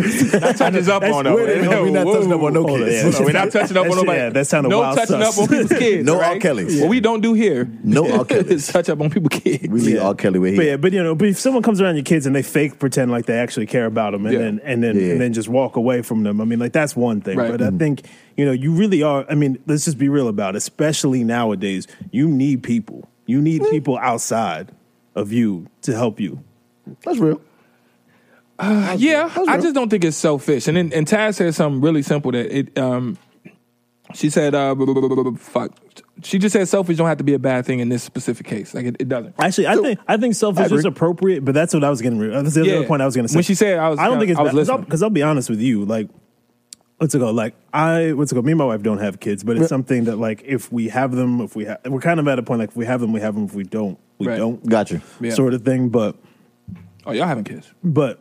Speaker 1: touches up
Speaker 5: That's
Speaker 1: on them.
Speaker 5: weird.
Speaker 6: No, we not touching up on no
Speaker 5: Hold on,
Speaker 6: kids.
Speaker 5: yeah.
Speaker 1: We're
Speaker 5: [laughs]
Speaker 1: not touching up on
Speaker 5: That's-
Speaker 1: nobody.
Speaker 5: yeah, that sounded
Speaker 1: no
Speaker 5: wild
Speaker 1: touching
Speaker 5: sus. [laughs]
Speaker 1: up on people's kids.
Speaker 6: No R.
Speaker 1: right?
Speaker 6: Kellys.
Speaker 1: What we don't do here.
Speaker 6: No R. Kellys.
Speaker 1: [laughs] is touch up on people's kids.
Speaker 6: we leave
Speaker 5: Yeah.
Speaker 6: R. Kelly where he
Speaker 5: but yeah, but you know, but if someone comes around your kids and they fake pretend like they actually care about them, and
Speaker 1: Yeah. Mm-hmm.
Speaker 5: then and then
Speaker 6: Yeah.
Speaker 5: and then just walk away from them. I mean, like that's one thing.
Speaker 1: Right.
Speaker 5: But I think you know, you really are. I mean, let's just be real about. It. Especially nowadays, you need people. You need
Speaker 1: Mm.
Speaker 5: people outside of you to help you.
Speaker 6: That's real.
Speaker 1: Yeah, I just don't think it's selfish. And then, and Taz said something really simple that it. Um, she said, uh, bu- bu- bu- bu- bu- "Fuck." She just said selfish don't have to be a bad thing in this specific case. Like it, it doesn't.
Speaker 5: Actually, I think I think selfish
Speaker 6: agree.
Speaker 5: is appropriate, but that's what I was getting. That's the
Speaker 1: Yeah.
Speaker 5: other point I was going to say.
Speaker 1: When she said, I was-
Speaker 5: I don't think it's
Speaker 1: I was
Speaker 5: bad, 'cause I'll-
Speaker 1: listening.
Speaker 5: because I'll, be honest with you, like. What's it called? Like I, what's it called? Me and my wife don't have kids, but it's something that like if we have them, if we ha- we're kind of at a point like if we have them, we have them. If we don't, we
Speaker 1: Right.
Speaker 5: don't,
Speaker 6: Gotcha.
Speaker 1: Yeah.
Speaker 5: sort of thing. But
Speaker 1: Oh, y'all having kids?
Speaker 5: but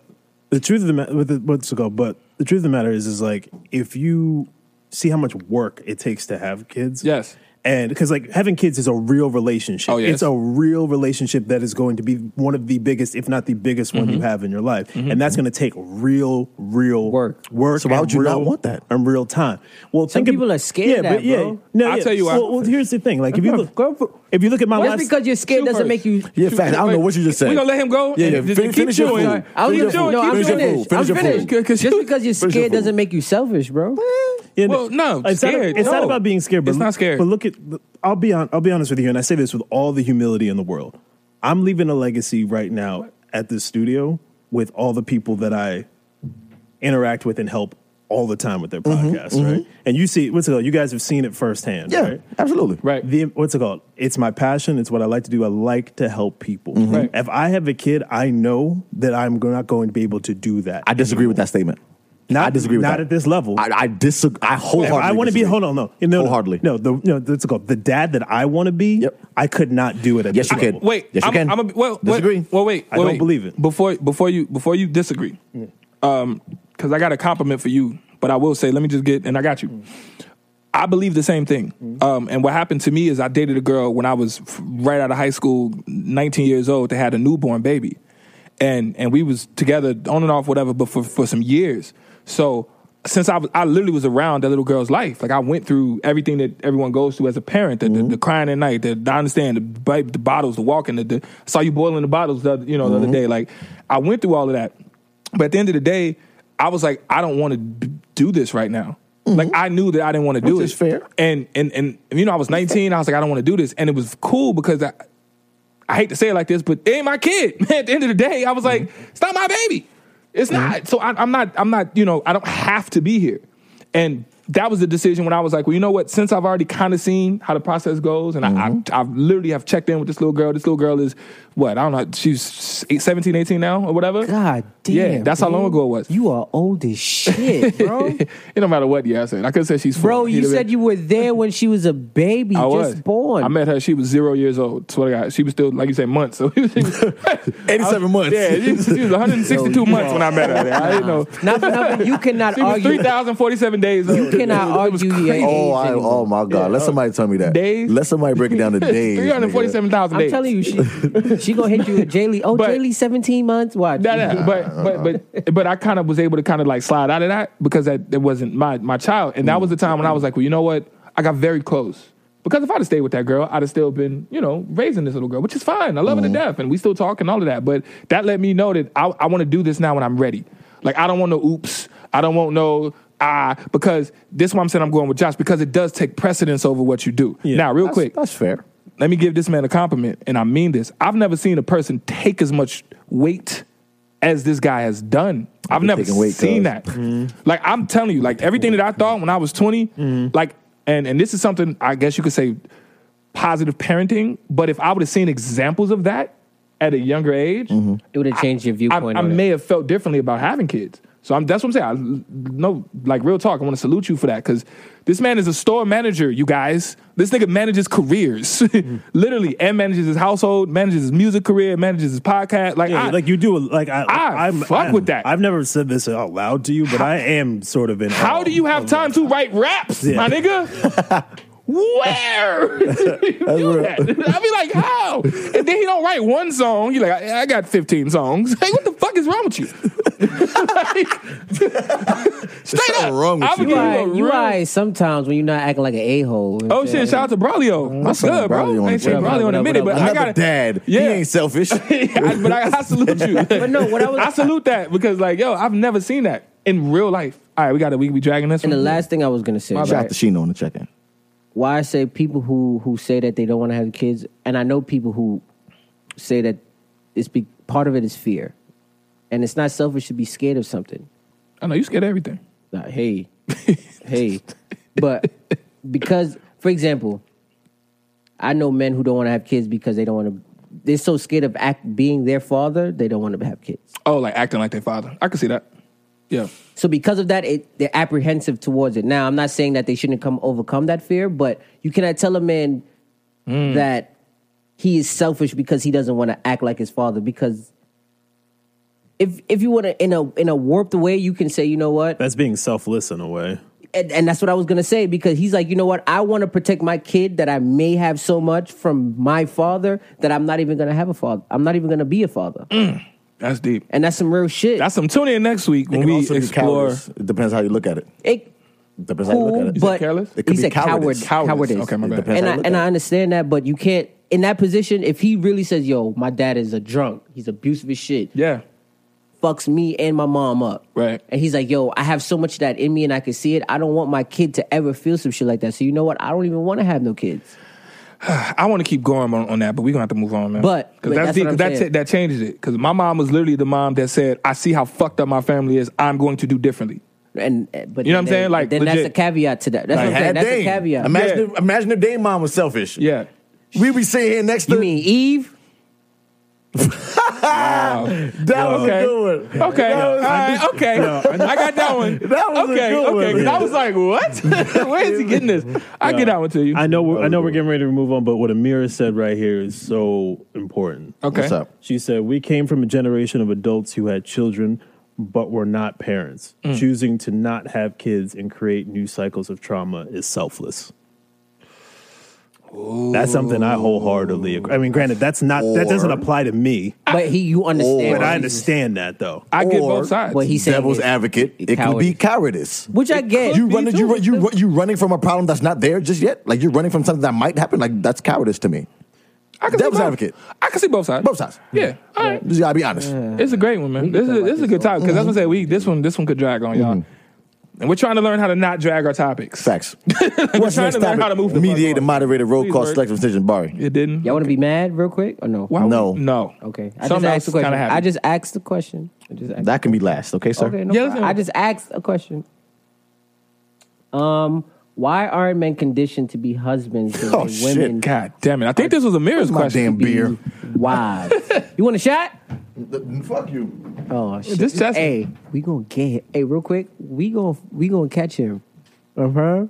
Speaker 5: the truth of the matter, what's it called? But the truth of the matter is, is like if you see how much work it takes to have kids,
Speaker 1: Yes.
Speaker 5: and because like having kids is a real relationship.
Speaker 1: Oh, yes.
Speaker 5: It's a real relationship that is going to be one of the biggest, if not the biggest one you have in your life, and that's going to take real, real
Speaker 4: Work.
Speaker 5: work.
Speaker 6: So why would
Speaker 5: and
Speaker 6: you not
Speaker 5: real-
Speaker 6: want that?
Speaker 5: and real time? Well,
Speaker 4: Some
Speaker 5: think ab-
Speaker 4: people are scared
Speaker 5: Yeah,
Speaker 4: of
Speaker 5: but
Speaker 4: that,
Speaker 5: yeah,
Speaker 4: bro.
Speaker 5: no,
Speaker 1: I'll
Speaker 5: yeah.
Speaker 1: tell you why.
Speaker 5: Well, well, here's the thing: like
Speaker 1: [laughs]
Speaker 5: if you
Speaker 1: Go for-
Speaker 5: look, if you look at my
Speaker 4: Just
Speaker 5: life,
Speaker 4: because you're scared
Speaker 1: Shoot
Speaker 4: doesn't
Speaker 1: first.
Speaker 4: make you.
Speaker 6: Yeah, fact. I don't know
Speaker 1: Wait,
Speaker 6: what you just said.
Speaker 1: We gonna let him go?
Speaker 6: Yeah,
Speaker 1: and
Speaker 6: yeah.
Speaker 1: Just
Speaker 6: Fin-
Speaker 1: keep
Speaker 6: finish your
Speaker 1: chewing.
Speaker 6: food.
Speaker 4: I
Speaker 6: Finish
Speaker 4: was even,
Speaker 6: your food.
Speaker 4: no, I'm
Speaker 6: Finish your food.
Speaker 4: finished.
Speaker 6: [laughs]
Speaker 4: I'm
Speaker 6: Finish your food.
Speaker 4: finished.
Speaker 1: Cause-
Speaker 4: Just because you're
Speaker 6: your
Speaker 4: scared
Speaker 6: food.
Speaker 4: doesn't make you selfish, bro.
Speaker 5: Yeah,
Speaker 1: Well, no,
Speaker 5: it's
Speaker 1: scared,
Speaker 5: Not, it's not
Speaker 1: no.
Speaker 5: about being scared, but
Speaker 1: It's not scared.
Speaker 5: But look at, I'll be on, I'll be honest with you, and I say this with all the humility in the world. I'm leaving a legacy right now at this studio with all the people that I interact with and help all the time with their podcast, right? And you see, what's it called? You guys have seen it firsthand,
Speaker 6: Yeah,
Speaker 5: right?
Speaker 6: absolutely.
Speaker 1: Right.
Speaker 5: The, what's it called? It's my passion. It's what I like to do. I like to help people.
Speaker 1: Right.
Speaker 5: If I have a kid, I know that I'm go- not going to be able to do that.
Speaker 6: I disagree with that statement.
Speaker 5: Not-
Speaker 6: I disagree with
Speaker 5: not
Speaker 6: that.
Speaker 5: at this level.
Speaker 6: I, I disagree. I
Speaker 5: If
Speaker 6: wholeheartedly.
Speaker 5: I want to be
Speaker 6: disagree.
Speaker 5: hold on no no no,
Speaker 6: Wholeheartedly.
Speaker 5: no the no that's called the dad that I want to be.
Speaker 6: Yep.
Speaker 5: I could not do it at
Speaker 6: Yes,
Speaker 5: this
Speaker 6: you can.
Speaker 5: level.
Speaker 1: Wait,
Speaker 6: Yes, you
Speaker 1: I'm,
Speaker 6: can.
Speaker 1: I'm a, well,
Speaker 6: Disagree.
Speaker 1: Wait, well, wait,
Speaker 5: I
Speaker 1: well,
Speaker 5: don't
Speaker 1: wait.
Speaker 5: believe it.
Speaker 1: Before before you before you disagree, um, because I got a compliment for you, but I will say, let me just get, and I got you. I believe the same thing. Um, and what happened to me is I dated a girl when I was f- right out of high school, 19 years old, that had a newborn baby, and and we was together on and off whatever, but for for some years. So since I was, I literally was around that little girl's life. Like I went through everything that everyone goes through as a parent. The, the, the crying at night. The, I understand the, ba- the bottles, the walking. The, the I saw you boiling the bottles. The, other- you know the other day. Like I went through all of that. But at the end of the day, I was like, I don't want to d- do this right now. Like I knew that I didn't want to do
Speaker 6: Which
Speaker 1: it.
Speaker 6: is fair.
Speaker 1: And and and you know, I was 19. I was like, I don't want to do this. And it was cool because I, I hate to say it like this, but it ain't my kid. [laughs] At the end of the day, I was like,
Speaker 4: Mm-hmm.
Speaker 1: it's not my baby. It's not. So I, I'm not. I'm not. You know, I don't have to be here. And that was the decision when I was like, well, you know what? Since I've already kind of seen how the process goes, and
Speaker 4: Mm-hmm.
Speaker 1: I, I, I literally have checked in with this little girl. This little girl is what I don't know. She's eight, 17, 18 now, or whatever.
Speaker 4: God damn.
Speaker 1: Yeah, that's how long
Speaker 4: dude.
Speaker 1: ago it was.
Speaker 4: You are old as shit,
Speaker 1: [laughs]
Speaker 4: bro.
Speaker 1: it don't matter what year I said. I could say she's.
Speaker 4: bro,
Speaker 1: four.
Speaker 4: you
Speaker 1: Either way.
Speaker 4: said you were there when she was a baby,
Speaker 1: I
Speaker 4: just
Speaker 1: was
Speaker 4: born.
Speaker 1: I met her. She was zero years old. Swear to God, she was still like you said months. [laughs] So she was,
Speaker 6: 87 months.
Speaker 1: Yeah, she was, she was 162 months when I met her. I didn't know.
Speaker 4: [laughs] Not for nothing, you cannot
Speaker 1: She was
Speaker 4: argue.
Speaker 1: 3,047 days old.
Speaker 4: You cannot
Speaker 1: It was
Speaker 4: argue your
Speaker 1: crazy.
Speaker 4: age.
Speaker 6: Oh, I,
Speaker 4: anymore.
Speaker 6: oh my God! Let somebody tell me that.
Speaker 1: Days?
Speaker 6: Let somebody break it
Speaker 1: [laughs]
Speaker 6: down to days. nigga.
Speaker 1: 347,000
Speaker 4: I'm
Speaker 1: days.
Speaker 4: telling
Speaker 1: [laughs]
Speaker 4: you, she she gonna hit you with Jaylee. Oh,
Speaker 1: But-
Speaker 4: Jaylee, 17 months. Watch.
Speaker 1: No,
Speaker 4: [laughs]
Speaker 1: no, but but but but I kind of was able to kind of like slide out of that because that it wasn't my my child, and that was the time when I was like, well, you know what? I got very close because if I'd have stayed with that girl, I'd have still been you know raising this little girl, which is fine. I love her to death, and we still talk and all of that. But that let me know that I I want to do this now when I'm ready. Like I don't want no oops. I don't want no. Ah, because this is why I'm saying I'm going with Josh because it does take precedence over what you do. Now, real
Speaker 6: That's-
Speaker 1: quick,
Speaker 6: That's fair.
Speaker 1: let me give this man a compliment, and I mean this. I've never seen a person take as much weight as this guy has done. I've
Speaker 6: been
Speaker 1: never
Speaker 6: taking weight, cuz.
Speaker 1: seen that. Like I'm telling you, like everything that I thought when I was 20, like and and this is something I guess you could say positive parenting, but if I would have seen examples of that at a younger age,
Speaker 6: Mm-hmm.
Speaker 4: It would have changed your
Speaker 1: I,
Speaker 4: viewpoint.
Speaker 1: I
Speaker 4: on it.
Speaker 1: may have felt differently about having kids. So I'm, that's what I'm saying. I, no, like real talk. I want to salute you for that because this man is a store manager. You guys, this nigga manages careers, [laughs] literally, and manages his household, manages his music career, manages his podcast. Like,
Speaker 5: Yeah,
Speaker 1: I,
Speaker 5: like you do. Like I,
Speaker 1: I
Speaker 5: I'm-
Speaker 1: fuck
Speaker 5: I'm-
Speaker 1: with that.
Speaker 5: I've never said this out loud to you, but I am sort of in.
Speaker 1: how
Speaker 5: awe
Speaker 1: do you have
Speaker 5: of-
Speaker 1: time to write raps,
Speaker 5: Oh, Yeah.
Speaker 1: my nigga?
Speaker 5: [laughs]
Speaker 1: Where [laughs] do you do that? I be like, how? And then he don't write one song. You like, I, I got 15 songs. [laughs] Like, what the fuck is wrong with you? [laughs] Like, straight
Speaker 6: something
Speaker 1: up,
Speaker 6: wrong with
Speaker 1: I
Speaker 6: you.
Speaker 1: would give
Speaker 4: You
Speaker 6: You
Speaker 1: a
Speaker 4: right, you
Speaker 1: real
Speaker 4: right. Sometimes when you're not acting like an a hole.
Speaker 1: Oh shit! Shout out to Braulio. That's
Speaker 6: my son
Speaker 1: good, bro.
Speaker 6: Braulio on the
Speaker 1: ain't seen
Speaker 6: channel.
Speaker 1: Braulio in a
Speaker 4: What
Speaker 1: minute,
Speaker 4: up, what
Speaker 1: but
Speaker 4: up,
Speaker 1: I
Speaker 6: Another
Speaker 1: got
Speaker 6: dad.
Speaker 1: Yeah.
Speaker 6: He
Speaker 1: [laughs]
Speaker 6: ain't selfish.
Speaker 1: but I, I salute you.
Speaker 6: [laughs]
Speaker 1: but
Speaker 4: no, what I was-
Speaker 1: salute that because like yo, I've never seen that in real life. All right, we got to we be dragging this.
Speaker 4: And the
Speaker 1: one.
Speaker 4: last thing I was gonna say,
Speaker 6: Shout
Speaker 4: right?
Speaker 6: out to Sheena on the check-in.
Speaker 4: why I say people who who say that they don't want to have kids, and I know people who say that it's be, part of it is fear, and it's not selfish to be scared of something.
Speaker 1: I know you scared of everything.
Speaker 4: Like, hey, [laughs] hey, but because, for example, I know men who don't want to have kids because they don't want to. They're so scared of act being their father, they don't want to have kids.
Speaker 1: Oh, like acting like their father. I could see that. Yeah,
Speaker 4: So because of that, it, they're apprehensive towards it. Now, I'm not saying that they shouldn't come overcome that fear, but you cannot tell a man that he is selfish because he doesn't want to act like his father. Because if if you want to in a in a warped way, you can say, you know what,
Speaker 5: That's being selfless in a way.
Speaker 4: and, and that's what I was gonna say because he's like, you know what, I want to protect my kid that I may have so much from my father that I'm not even gonna have a father. I'm not even gonna be a father,
Speaker 6: Mm.
Speaker 1: that's deep.
Speaker 4: and that's some real shit.
Speaker 1: That's some tune in next week when
Speaker 6: It can
Speaker 1: we
Speaker 6: also be
Speaker 1: explore.
Speaker 6: cowardice. It depends how you look at it.
Speaker 4: it,
Speaker 6: Depends how you
Speaker 4: cool,
Speaker 6: look at it.
Speaker 4: but
Speaker 1: careless?
Speaker 6: It could
Speaker 4: he's
Speaker 6: be
Speaker 4: a coward.
Speaker 6: cowardice.
Speaker 1: Cowardice.
Speaker 4: Cowardice.
Speaker 1: Okay, my
Speaker 6: It
Speaker 1: bad.
Speaker 6: depends
Speaker 4: and
Speaker 6: how
Speaker 4: I,
Speaker 6: you look
Speaker 4: and
Speaker 6: at
Speaker 4: I
Speaker 6: it.
Speaker 4: understand that, but you can't in that position. If he really says, "Yo, my dad is a drunk. He's abusive as shit.
Speaker 1: Yeah,
Speaker 4: Fucks me and my mom up."
Speaker 1: Right.
Speaker 4: And he's like, "Yo, I have so much of that in me, and I can see it. I don't want my kid to ever feel some shit like that. So you know what? I don't even want to have no kids.
Speaker 1: I want to keep going on, on that, but we're gonna have to move on, man.
Speaker 4: But- but
Speaker 1: because that's,
Speaker 4: that's
Speaker 1: deep,
Speaker 4: what
Speaker 1: 'cause
Speaker 4: I'm
Speaker 1: that
Speaker 4: saying.
Speaker 1: cha- that changes it. Because my mom was literally the mom that said, "I see how fucked up my family is. I'm going to do differently."
Speaker 4: And and- but
Speaker 1: You know what I'm
Speaker 4: then-
Speaker 1: saying? Like,
Speaker 4: then
Speaker 1: legit.
Speaker 4: that's a caveat to that.
Speaker 6: Like,
Speaker 4: That's what I'm saying.
Speaker 6: had
Speaker 4: That's a
Speaker 6: Dame.
Speaker 4: caveat.
Speaker 6: Imagine,
Speaker 1: Yeah.
Speaker 6: if, imagine if Dame mom was selfish.
Speaker 1: Yeah.
Speaker 6: We be sitting here next to
Speaker 4: you mean Eve?
Speaker 6: That was
Speaker 1: Okay.
Speaker 6: a good one.
Speaker 1: Okay.
Speaker 6: That was-
Speaker 1: All right. Okay. I got that one.
Speaker 6: That was a
Speaker 1: okay.
Speaker 6: good
Speaker 1: okay.
Speaker 6: one.
Speaker 1: 'Cause I was like, what? [laughs] Where is he getting this? I get that one to you.
Speaker 5: I know. We're, I know we're getting ready to move on, but what Amira said right here is so important.
Speaker 1: okay.
Speaker 6: What's up?
Speaker 5: She said, We came from a generation of adults who had children but were not parents.
Speaker 6: Mm.
Speaker 5: Choosing to not have kids and create new cycles of trauma is selfless. That's something I wholeheartedly agree. I mean, granted, that's not that doesn't
Speaker 6: Or-
Speaker 5: apply to me,
Speaker 4: But he, you understand?
Speaker 1: Oh,
Speaker 6: Or-
Speaker 5: but
Speaker 4: what
Speaker 5: I
Speaker 4: he's-
Speaker 5: understand that though.
Speaker 1: I get
Speaker 6: Or-
Speaker 1: both sides.
Speaker 4: What he's saying
Speaker 6: Devil's
Speaker 4: is
Speaker 6: advocate. It could
Speaker 4: cowardice.
Speaker 6: be cowardice.
Speaker 4: Which I get.
Speaker 6: You
Speaker 1: be
Speaker 6: running,
Speaker 1: too.
Speaker 6: you run- you run- you running from a problem that's not there just yet. Like you're running from something that might happen. Like that's cowardice to me.
Speaker 1: I can see
Speaker 6: Devil's
Speaker 1: both.
Speaker 6: advocate.
Speaker 1: I can see both sides.
Speaker 6: Both sides.
Speaker 1: Yeah. All right.
Speaker 6: Just gotta be honest.
Speaker 1: It's a great one, man. This is,
Speaker 4: talk
Speaker 1: this is a
Speaker 4: about
Speaker 1: good topic because that's what I said. We this one this one could drag on y'all,
Speaker 6: Mm-hmm.
Speaker 1: and we're trying to learn how to not drag our topics. [laughs]
Speaker 6: Facts.
Speaker 1: What's trying to learn how to move the fuck
Speaker 6: Mediated,
Speaker 1: on.
Speaker 6: moderated, roll
Speaker 1: Please
Speaker 6: call,
Speaker 1: work.
Speaker 6: selection, decision, Barry.
Speaker 1: It didn't.
Speaker 4: Y'all want to be mad real quick or no?
Speaker 1: Why would-
Speaker 6: No.
Speaker 1: No.
Speaker 4: Okay. I
Speaker 1: Something
Speaker 4: just
Speaker 1: else
Speaker 4: asked the question.
Speaker 1: Kind of happened.
Speaker 4: I just asked the question. I just asked
Speaker 6: That can be last. Okay, sir.
Speaker 4: Okay, no
Speaker 1: Yeah,
Speaker 4: problem.
Speaker 1: listen.
Speaker 4: I just asked a question. Um, why aren't men conditioned to be husbands the
Speaker 6: Oh,
Speaker 4: way
Speaker 6: shit,
Speaker 4: women
Speaker 1: God damn it! I think this was a mirror's
Speaker 6: my
Speaker 1: question.
Speaker 6: damn beer.
Speaker 4: Wives. you want a shot?
Speaker 6: Fuck you.
Speaker 4: Oh shit!
Speaker 1: This Justin-
Speaker 4: hey, we gonna get him. Hey, real quick, we gonna we gonna catch him. Uh huh.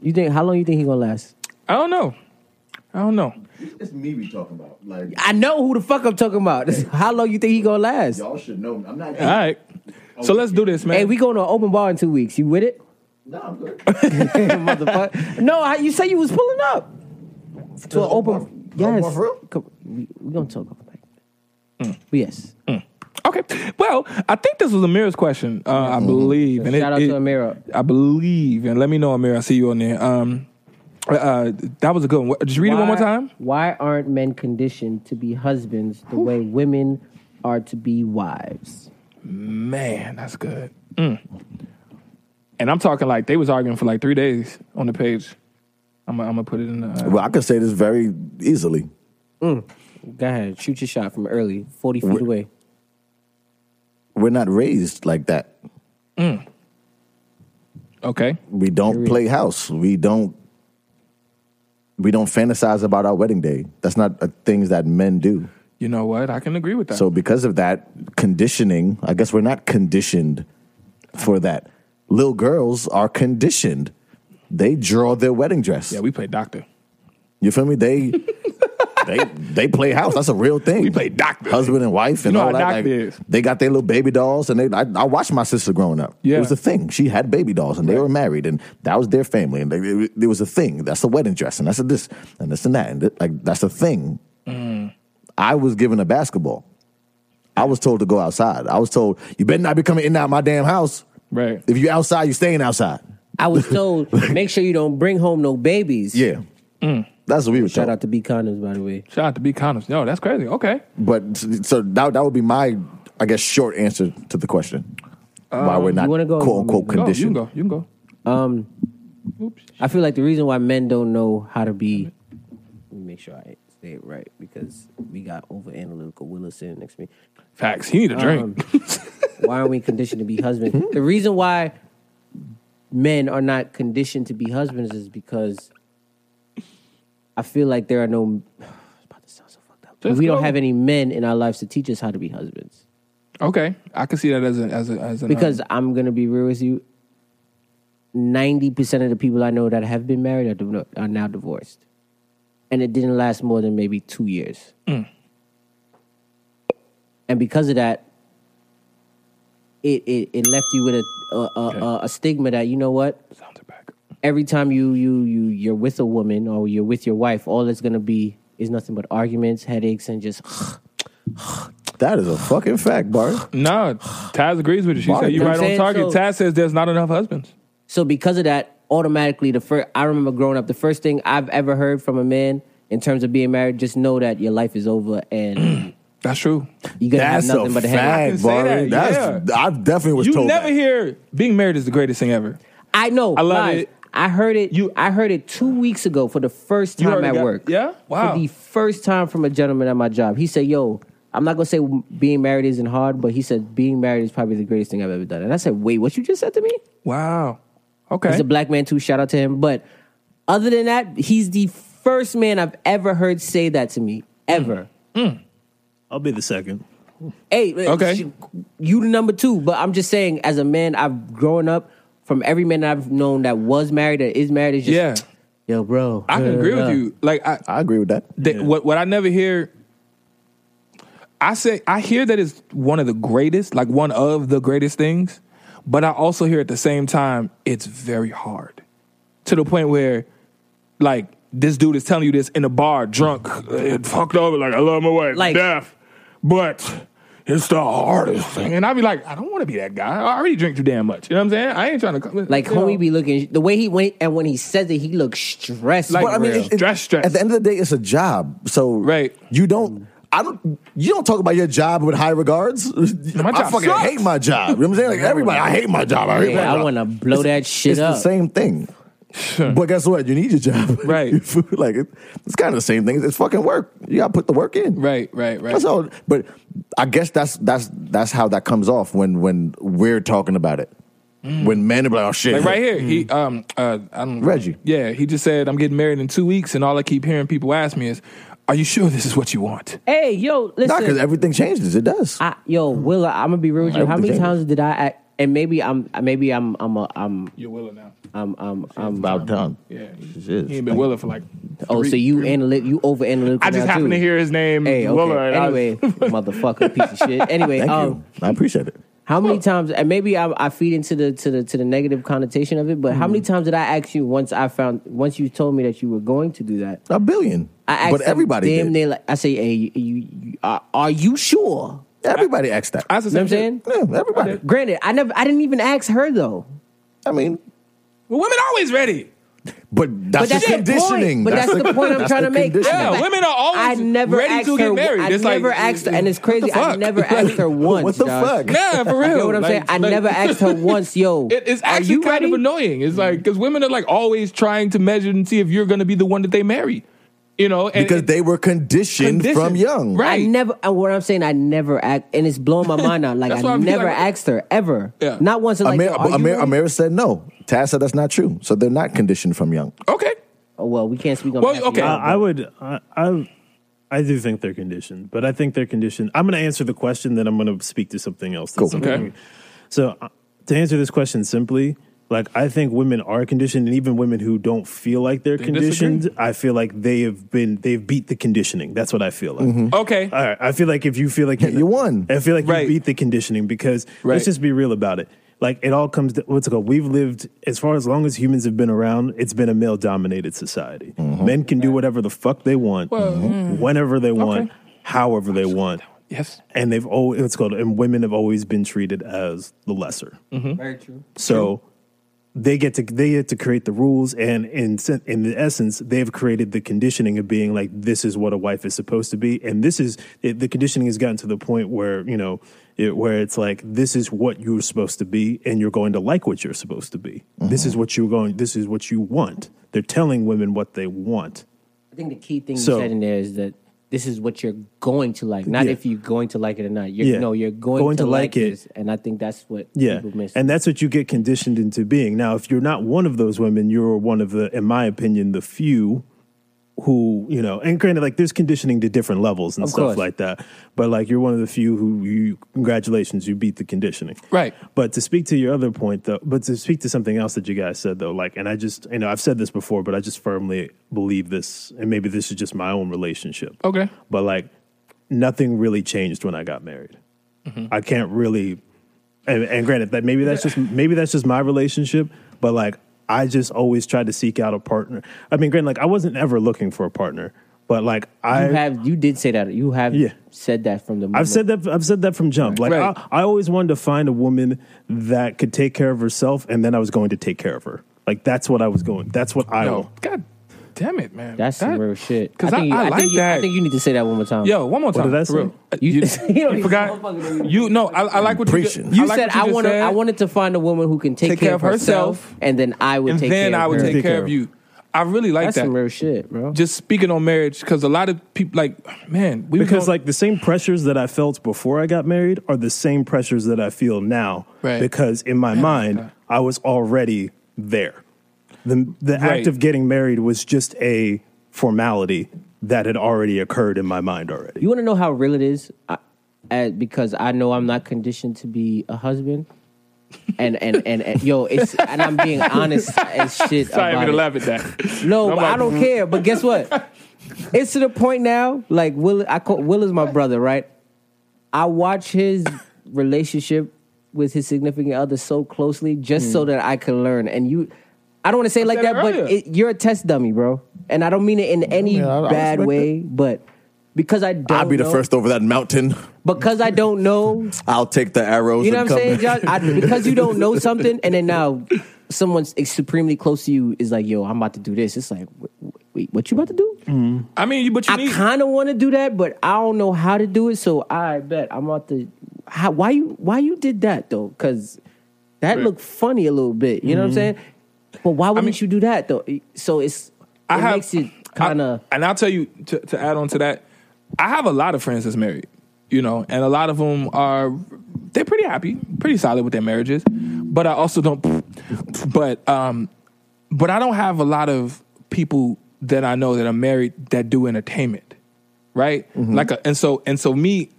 Speaker 4: You think how long you think he gonna last?
Speaker 1: I don't know. I don't know.
Speaker 6: It's me we talking about. Like
Speaker 4: I know who the fuck I'm talking about. [laughs] how long you think he gonna last?
Speaker 6: y'all should know. I'm not.
Speaker 1: All right. So let's do this, man.
Speaker 4: Hey, we going to an open bar in two weeks. You with it,
Speaker 6: No, I'm good.
Speaker 4: motherfucker? no, I, you say you was pulling up to an open.
Speaker 6: bar
Speaker 4: yes,
Speaker 6: for real?
Speaker 4: Come- we, we gonna talk about that.
Speaker 1: Mm.
Speaker 4: Yes.
Speaker 1: okay. Well, I think this was Amira's question. Uh, I believe. And it-
Speaker 4: Mm-hmm. Shout out
Speaker 1: it-
Speaker 4: to Amira.
Speaker 1: I believe, and let me know, Amir. I see you on there. Um, uh, uh, that was a good one. Just read it one more
Speaker 4: Why-
Speaker 1: time.
Speaker 4: Why aren't men conditioned to be husbands the way women are to be wives?
Speaker 1: Man, that's good. Mm. And I'm talking like they was arguing for like three days on the page. I'm gonna I'm gonna put it in the. Uh,
Speaker 6: Well, I could say this very easily.
Speaker 4: Go ahead, shoot your shot from early, forty feet away.
Speaker 6: We're not raised like that.
Speaker 1: okay.
Speaker 6: We don't play house. We don't. We don't fantasize about our wedding day. That's not uh, things that men do.
Speaker 1: You know what? I can agree with that.
Speaker 6: So because of that conditioning, I guess we're not conditioned for that. Little girls are conditioned. They draw their wedding dress.
Speaker 1: yeah, we play doctor.
Speaker 6: you feel me? They
Speaker 1: [laughs]
Speaker 6: they they play house. That's a real thing.
Speaker 1: We play doctor.
Speaker 6: Husband and wife and
Speaker 1: You know
Speaker 6: all
Speaker 1: how
Speaker 6: that.
Speaker 1: doctor is.
Speaker 6: They got their little baby dolls and they I, I watched my sister growing up.
Speaker 1: Yeah.
Speaker 6: It was a thing. She had baby dolls and they were married and that was their family and they, it, it was a thing. That's a wedding dress and that's a this and this and that and th- like that's a thing.
Speaker 1: Mm.
Speaker 6: I was given a basketball. I was told to go outside. I was told you better not be coming in and out my damn house.
Speaker 1: Right.
Speaker 6: If you outside, you staying outside.
Speaker 4: I was told,
Speaker 1: [laughs]
Speaker 4: make sure you don't bring home no babies.
Speaker 6: Yeah,
Speaker 1: Mm.
Speaker 6: that's what we were
Speaker 4: Shout
Speaker 6: told.
Speaker 4: out to B condoms, by the way.
Speaker 1: Shout out to B Condoms. No, that's crazy. Okay.
Speaker 6: But so that that would be my, I guess, short answer to the question. why we're not
Speaker 4: you wanna go?
Speaker 6: quote unquote
Speaker 1: Um, Go, you can
Speaker 6: conditioned.
Speaker 1: go. You can go. Um. Oops.
Speaker 4: I feel like the reason why men don't know how to be. Let me make sure I say it right because we got over analytical Willis sitting next to me.
Speaker 1: Facts. He need a
Speaker 4: Um,
Speaker 1: drink.
Speaker 4: Why aren't we conditioned to be
Speaker 1: [laughs]
Speaker 4: husbands? the reason why men are not conditioned to be husbands is because I feel like there are no. [sighs] It's about to sound so fucked up.
Speaker 1: Just
Speaker 4: we
Speaker 1: go.
Speaker 4: don't have any men in our lives to teach us how to be husbands.
Speaker 1: okay. I can see that as a as a as an uh,
Speaker 4: Because I'm gonna be real with you. Ninety percent of the people I know that have been married are, div- are now divorced, and it didn't last more than maybe two years. And because of that, it it, it left you with a a, a, a a stigma that you know what
Speaker 1: sounds are back.
Speaker 4: every time you you you you're with a woman or you're with your wife, all it's gonna be is nothing but arguments, headaches, and just
Speaker 6: That is a fucking fact, Bart.
Speaker 1: No, Taz agrees with you. She
Speaker 6: Why?
Speaker 1: said you
Speaker 4: I'm
Speaker 1: right on
Speaker 4: saying
Speaker 1: target.
Speaker 4: so.
Speaker 1: Taz says there's not enough husbands.
Speaker 4: So because of that, automatically the first I remember growing up, the first thing I've ever heard from a man in terms of being married, just know that your life is over and
Speaker 1: That's true.
Speaker 4: you're gonna
Speaker 6: That's
Speaker 4: have nothing
Speaker 6: a
Speaker 4: but a headache.
Speaker 1: can
Speaker 6: fact,
Speaker 1: say
Speaker 6: Barry.
Speaker 1: that,
Speaker 6: That's I definitely was
Speaker 1: you
Speaker 6: told.
Speaker 1: never
Speaker 6: that.
Speaker 1: hear being married is the greatest thing ever.
Speaker 4: I know.
Speaker 1: I love
Speaker 4: lies.
Speaker 1: it.
Speaker 4: I heard it.
Speaker 1: You-
Speaker 4: You, I heard it two weeks ago for the first
Speaker 1: You
Speaker 4: time
Speaker 1: already
Speaker 4: at
Speaker 1: got-
Speaker 4: work.
Speaker 1: yeah? Wow.
Speaker 4: For the first time from a gentleman at my job, he said, "Yo, I'm not gonna say being married isn't hard, but he said being married is probably the greatest thing I've ever done." And I said, "Wait, what you just said to me?"
Speaker 1: Wow. Okay.
Speaker 4: He's a black man too. Shout out to him. But other than that, he's the first man I've ever heard say that to me
Speaker 1: Hmm.
Speaker 4: ever.
Speaker 5: I'll be the second.
Speaker 4: Hey,
Speaker 1: Okay.
Speaker 4: sh- you the number two. But I'm just saying, as a man, I've grown up from every man I've known that was married or is married is just,
Speaker 1: yeah.
Speaker 4: yo, bro.
Speaker 1: I can agree with you. Like I,
Speaker 6: I agree with that.
Speaker 1: th- what what I never hear I say I hear that it's one of the greatest, like one of the greatest things, but I also hear at the same time it's very hard. To the point where like this dude is telling you this in a bar drunk and fucked over like I love my wife
Speaker 4: Like-
Speaker 1: death. But it's the hardest thing. And I'd be like, I don't want to be that guy. I already drink too damn much. You know what I'm saying? I ain't trying to
Speaker 4: Like,
Speaker 1: you know.
Speaker 4: homie be looking, the way he went, and when he says it, he looks stressed.
Speaker 1: Like,
Speaker 4: bro.
Speaker 6: But I mean,
Speaker 1: real.
Speaker 6: it- it-
Speaker 1: Stress, stress.
Speaker 6: At the end of the day, it's a job. So
Speaker 1: Right.
Speaker 6: you don't. I don't. You don't talk about your job with high regards. I
Speaker 1: job
Speaker 6: fucking
Speaker 1: sucks.
Speaker 6: hate my job. You know what I'm saying?
Speaker 1: [laughs]
Speaker 6: Like everybody, I hate my job. I hate my
Speaker 4: Yeah,
Speaker 6: job.
Speaker 4: I want to blow that shit
Speaker 6: it's
Speaker 4: up.
Speaker 6: the same
Speaker 1: [laughs]
Speaker 6: thing. but guess what? You need your job, [laughs]
Speaker 1: Right.
Speaker 6: You feel like it, it's kind of the same thing. It's fucking work. You got to put the work in,
Speaker 1: Right, right, right.
Speaker 6: That's all. But I guess that's that's that's how that comes off when when we're talking about it. When men are like, oh shit,
Speaker 1: Mm. Like right here, he
Speaker 4: Mm-hmm.
Speaker 1: um uh I don't
Speaker 6: Reggie.
Speaker 1: Yeah, he just said I'm getting married in two weeks, and all I keep hearing people ask me is, "Are you sure this is what you want?"
Speaker 4: Hey, yo,
Speaker 6: Nah, because
Speaker 4: listen.
Speaker 6: everything changes. It does.
Speaker 4: I, yo, Willa, I'm gonna be real with you. How many
Speaker 6: Everything.
Speaker 4: times did I? Act, and maybe I'm, maybe I'm, I'm, a, I'm,
Speaker 1: You're willing now.
Speaker 4: I'm, I'm, I'm.
Speaker 6: about done.
Speaker 1: Yeah,
Speaker 6: This
Speaker 1: he
Speaker 6: is-
Speaker 1: ain't been willing for like.
Speaker 4: oh, so
Speaker 1: three-
Speaker 4: you analytic, you over analytical.
Speaker 1: I just
Speaker 4: now
Speaker 1: happened
Speaker 4: too.
Speaker 1: to hear his name.
Speaker 4: Hey, okay.
Speaker 1: Willa, and I was-
Speaker 4: anyway,
Speaker 1: [laughs]
Speaker 4: motherfucker, piece of shit. Anyway,
Speaker 6: Thank
Speaker 4: um,
Speaker 6: you. I appreciate it.
Speaker 4: How many times? And maybe I, I feed into the to the to the negative connotation of it. But
Speaker 6: Mm-hmm.
Speaker 4: how many times did I ask you once I found once you told me that you were going to do that?
Speaker 6: A billion.
Speaker 4: I asked
Speaker 6: but
Speaker 4: them
Speaker 6: everybody
Speaker 4: damn
Speaker 6: did.
Speaker 4: near like I say, hey, you, you, you are, are you sure?
Speaker 6: everybody asked that.
Speaker 1: I was the
Speaker 4: You know what I'm
Speaker 1: same shit.
Speaker 4: saying?
Speaker 6: yeah, everybody.
Speaker 4: Granted, I never, I didn't even ask her though.
Speaker 6: I mean,
Speaker 1: Well, women always
Speaker 4: [laughs]
Speaker 1: ready.
Speaker 6: but that's,
Speaker 4: But that's
Speaker 6: the
Speaker 4: the
Speaker 6: conditioning.
Speaker 4: point. But that's the point I'm
Speaker 6: that's
Speaker 4: trying
Speaker 6: the
Speaker 4: to make.
Speaker 6: conditioning.
Speaker 1: Yeah,
Speaker 4: never-
Speaker 1: women are always
Speaker 4: I never
Speaker 1: ready to
Speaker 4: asked
Speaker 1: get
Speaker 4: her-
Speaker 1: married.
Speaker 4: I
Speaker 1: It's like-
Speaker 4: never asked her, and it's
Speaker 1: What the
Speaker 4: crazy. I
Speaker 1: fuck?
Speaker 4: never
Speaker 1: Like,
Speaker 4: [laughs] asked her once.
Speaker 6: what the
Speaker 4: dog.
Speaker 6: fuck?
Speaker 1: Yeah, for real.
Speaker 4: [laughs] You know what I'm
Speaker 1: Like,
Speaker 4: saying? I
Speaker 1: like- [laughs]
Speaker 4: never asked her once, [laughs] yo.
Speaker 1: It- it's
Speaker 4: are
Speaker 1: actually
Speaker 4: you
Speaker 1: kind
Speaker 4: ready? Mm.
Speaker 1: of annoying. It's like because women are like always trying to measure and see if you're going to be the one that they marry. You know, and
Speaker 6: because
Speaker 1: it-
Speaker 6: they were conditioned,
Speaker 1: Conditioned.
Speaker 6: from young.
Speaker 1: Right.
Speaker 4: I never. and What I'm saying, I never act, and it's blowing my mind out. Like
Speaker 1: That's
Speaker 4: I
Speaker 1: why I feel
Speaker 4: never
Speaker 1: like-
Speaker 4: asked her ever.
Speaker 1: Yeah.
Speaker 4: Not once. I'm Like,
Speaker 6: Amir,
Speaker 4: yo, are you
Speaker 6: Amir,
Speaker 4: ready?
Speaker 6: Amir said no. Taz said that's not true. So they're not conditioned from young.
Speaker 1: okay.
Speaker 4: Oh, well, we can't speak on.
Speaker 1: Well,
Speaker 4: behalf
Speaker 1: okay.
Speaker 4: Of y'all,
Speaker 1: Uh,
Speaker 5: I, I would. I, I I do think they're conditioned, but I think they're conditioned. I'm going to answer the question, then I'm going to speak to something else.
Speaker 6: Cool.
Speaker 5: Something-
Speaker 1: Okay.
Speaker 5: So uh, to answer this question simply, like I think women are conditioned, and even women who don't feel like they're conditioned, I feel like they have been they've beat the conditioning. That's what I feel like.
Speaker 1: Okay.
Speaker 5: All right. I feel like if you feel like
Speaker 6: Mm-hmm. you won.
Speaker 5: I feel like
Speaker 1: Right.
Speaker 5: you beat the conditioning because
Speaker 1: Right.
Speaker 5: let's just be real about it. Like it all comes. To, what's it called? We've lived as far as long as humans have been around. It's been a male dominated society. Men can do whatever the fuck they want, whenever they want, however they want.
Speaker 1: yes.
Speaker 5: And they've always it's called. And women have always been treated as the lesser.
Speaker 4: Very true.
Speaker 5: So they get to they get to create the rules, and in sen- in the essence, they've created the conditioning of being like this is what a wife is supposed to be, and this is it, the conditioning has gotten to the point where you know it, where it's like this is what you're supposed to be, and you're going to like what you're supposed to be. This is what you're going. This is what you want. They're telling women what they want.
Speaker 4: I think the key thing
Speaker 5: So-
Speaker 4: you said in there is that this is what you're going to like, not
Speaker 5: Yeah.
Speaker 4: if you're going to like it or not. You're,
Speaker 5: Yeah.
Speaker 4: No, you're going, to, like it, this, and I think that's what
Speaker 5: Yeah.
Speaker 4: people miss.
Speaker 5: And that's what you get conditioned into being. Now, if you're not one of those women, you're one of the, in my opinion, the few who, you know, and granted, like there's conditioning to different levels and
Speaker 4: Of
Speaker 5: stuff
Speaker 4: course.
Speaker 5: like that. But like you're one of the few who you, congratulations, you beat the conditioning.
Speaker 1: Right.
Speaker 5: But to speak to your other point, though, but to speak to something else that you guys said, though, like, and I just, you know, I've said this before, but I just firmly believe this, and maybe this is just my own relationship.
Speaker 1: Okay.
Speaker 5: But like, nothing really changed when I got married. I can't really, and, and granted that maybe that's just maybe that's just my relationship, but like I just always tried to seek out a partner. I mean, granted, like I wasn't ever looking for a partner, but like I
Speaker 4: you have you did say that you have
Speaker 5: Yeah.
Speaker 4: said that from the. Moment.
Speaker 5: I've said that. I've said that from jump. Like
Speaker 1: Right.
Speaker 5: I, I always wanted to find a woman that could take care of herself, and then I was going to take care of her. Like that's what I was going. That's what I.
Speaker 1: Yo, God damn it, man.
Speaker 4: That's
Speaker 1: that,
Speaker 4: some real shit.
Speaker 1: 'cause I-
Speaker 4: think you,
Speaker 1: I
Speaker 4: think
Speaker 1: like
Speaker 4: you-
Speaker 1: that.
Speaker 4: I think you need to say that one more time.
Speaker 1: Yo, one more time.
Speaker 5: did I
Speaker 1: for real.
Speaker 5: say?
Speaker 1: Uh, You,
Speaker 4: you don't
Speaker 1: you
Speaker 4: even
Speaker 1: forgot. You no. I, I like what you.
Speaker 6: Preaching.
Speaker 1: Ju-
Speaker 4: You
Speaker 1: I like
Speaker 4: said
Speaker 1: what you
Speaker 4: I
Speaker 1: just
Speaker 4: wanted
Speaker 1: said,
Speaker 4: I wanted to find a woman who can take, care, of herself, and then I would
Speaker 1: and
Speaker 4: take
Speaker 1: then
Speaker 4: care
Speaker 1: I would
Speaker 4: of her.
Speaker 1: take care of you. I really like
Speaker 4: That's
Speaker 1: that.
Speaker 4: some real shit, bro.
Speaker 1: Just speaking on marriage, because a lot of people like, man, we
Speaker 5: Because
Speaker 1: don't-
Speaker 5: like the same pressures that I felt before I got married are the same pressures that I feel now.
Speaker 1: Right.
Speaker 5: Because in my mind, I was already there. The the
Speaker 1: Right.
Speaker 5: act of getting married was just a formality that had already occurred in my mind already.
Speaker 4: You want to know how real it is? I, uh, because I know I'm not conditioned to be a husband. And and, and and yo, it's and I'm
Speaker 1: [laughs]
Speaker 4: being honest as shit
Speaker 1: Sorry, I'm
Speaker 4: about
Speaker 1: gonna
Speaker 4: it.
Speaker 1: laugh at that.
Speaker 4: No,
Speaker 1: I'm
Speaker 4: but
Speaker 1: like,
Speaker 4: I don't care. But guess
Speaker 1: [laughs]
Speaker 4: what? it's to the point now. Like Will, I call Will is my brother, right? I watch his relationship with his significant other so closely, just so that I can learn. And you, I don't want to say it like
Speaker 1: Mm. said
Speaker 4: that,
Speaker 1: it
Speaker 4: but
Speaker 1: earlier.
Speaker 4: it, you're a test dummy, bro. And I don't mean it in any
Speaker 6: Yeah, I- I
Speaker 4: bad
Speaker 6: respect
Speaker 4: way, but because I don't,
Speaker 6: I'll be the
Speaker 4: know-
Speaker 6: first over that mountain.
Speaker 4: Because I don't know,
Speaker 6: I'll take the arrows.
Speaker 4: you know what I'm
Speaker 6: and
Speaker 4: saying,
Speaker 6: come-
Speaker 4: Josh? I, because you don't know something, and then now someone's supremely close to you is like, "Yo, I'm about to do this." It's like, wait, wait what you about to do?
Speaker 1: [laughs] I mean, you but you
Speaker 4: I
Speaker 1: need.
Speaker 4: kind of want to do that, but I don't know how to do it. So I bet I'm about to. How, why you Why you did that though? Because that looked funny a little bit. You know what
Speaker 1: Mm-hmm.
Speaker 4: I'm saying? But why wouldn't you do that though? So it's it
Speaker 1: I have,
Speaker 4: makes it kind of.
Speaker 1: I- and I'll tell you to, to add on to that, I have a lot of friends that's married, you know, and a lot of them are they're pretty happy, pretty solid with their marriages, but I also don't. But um, but I don't have a lot of people that I know that are married that do entertainment, right? Like, a, and so and so me,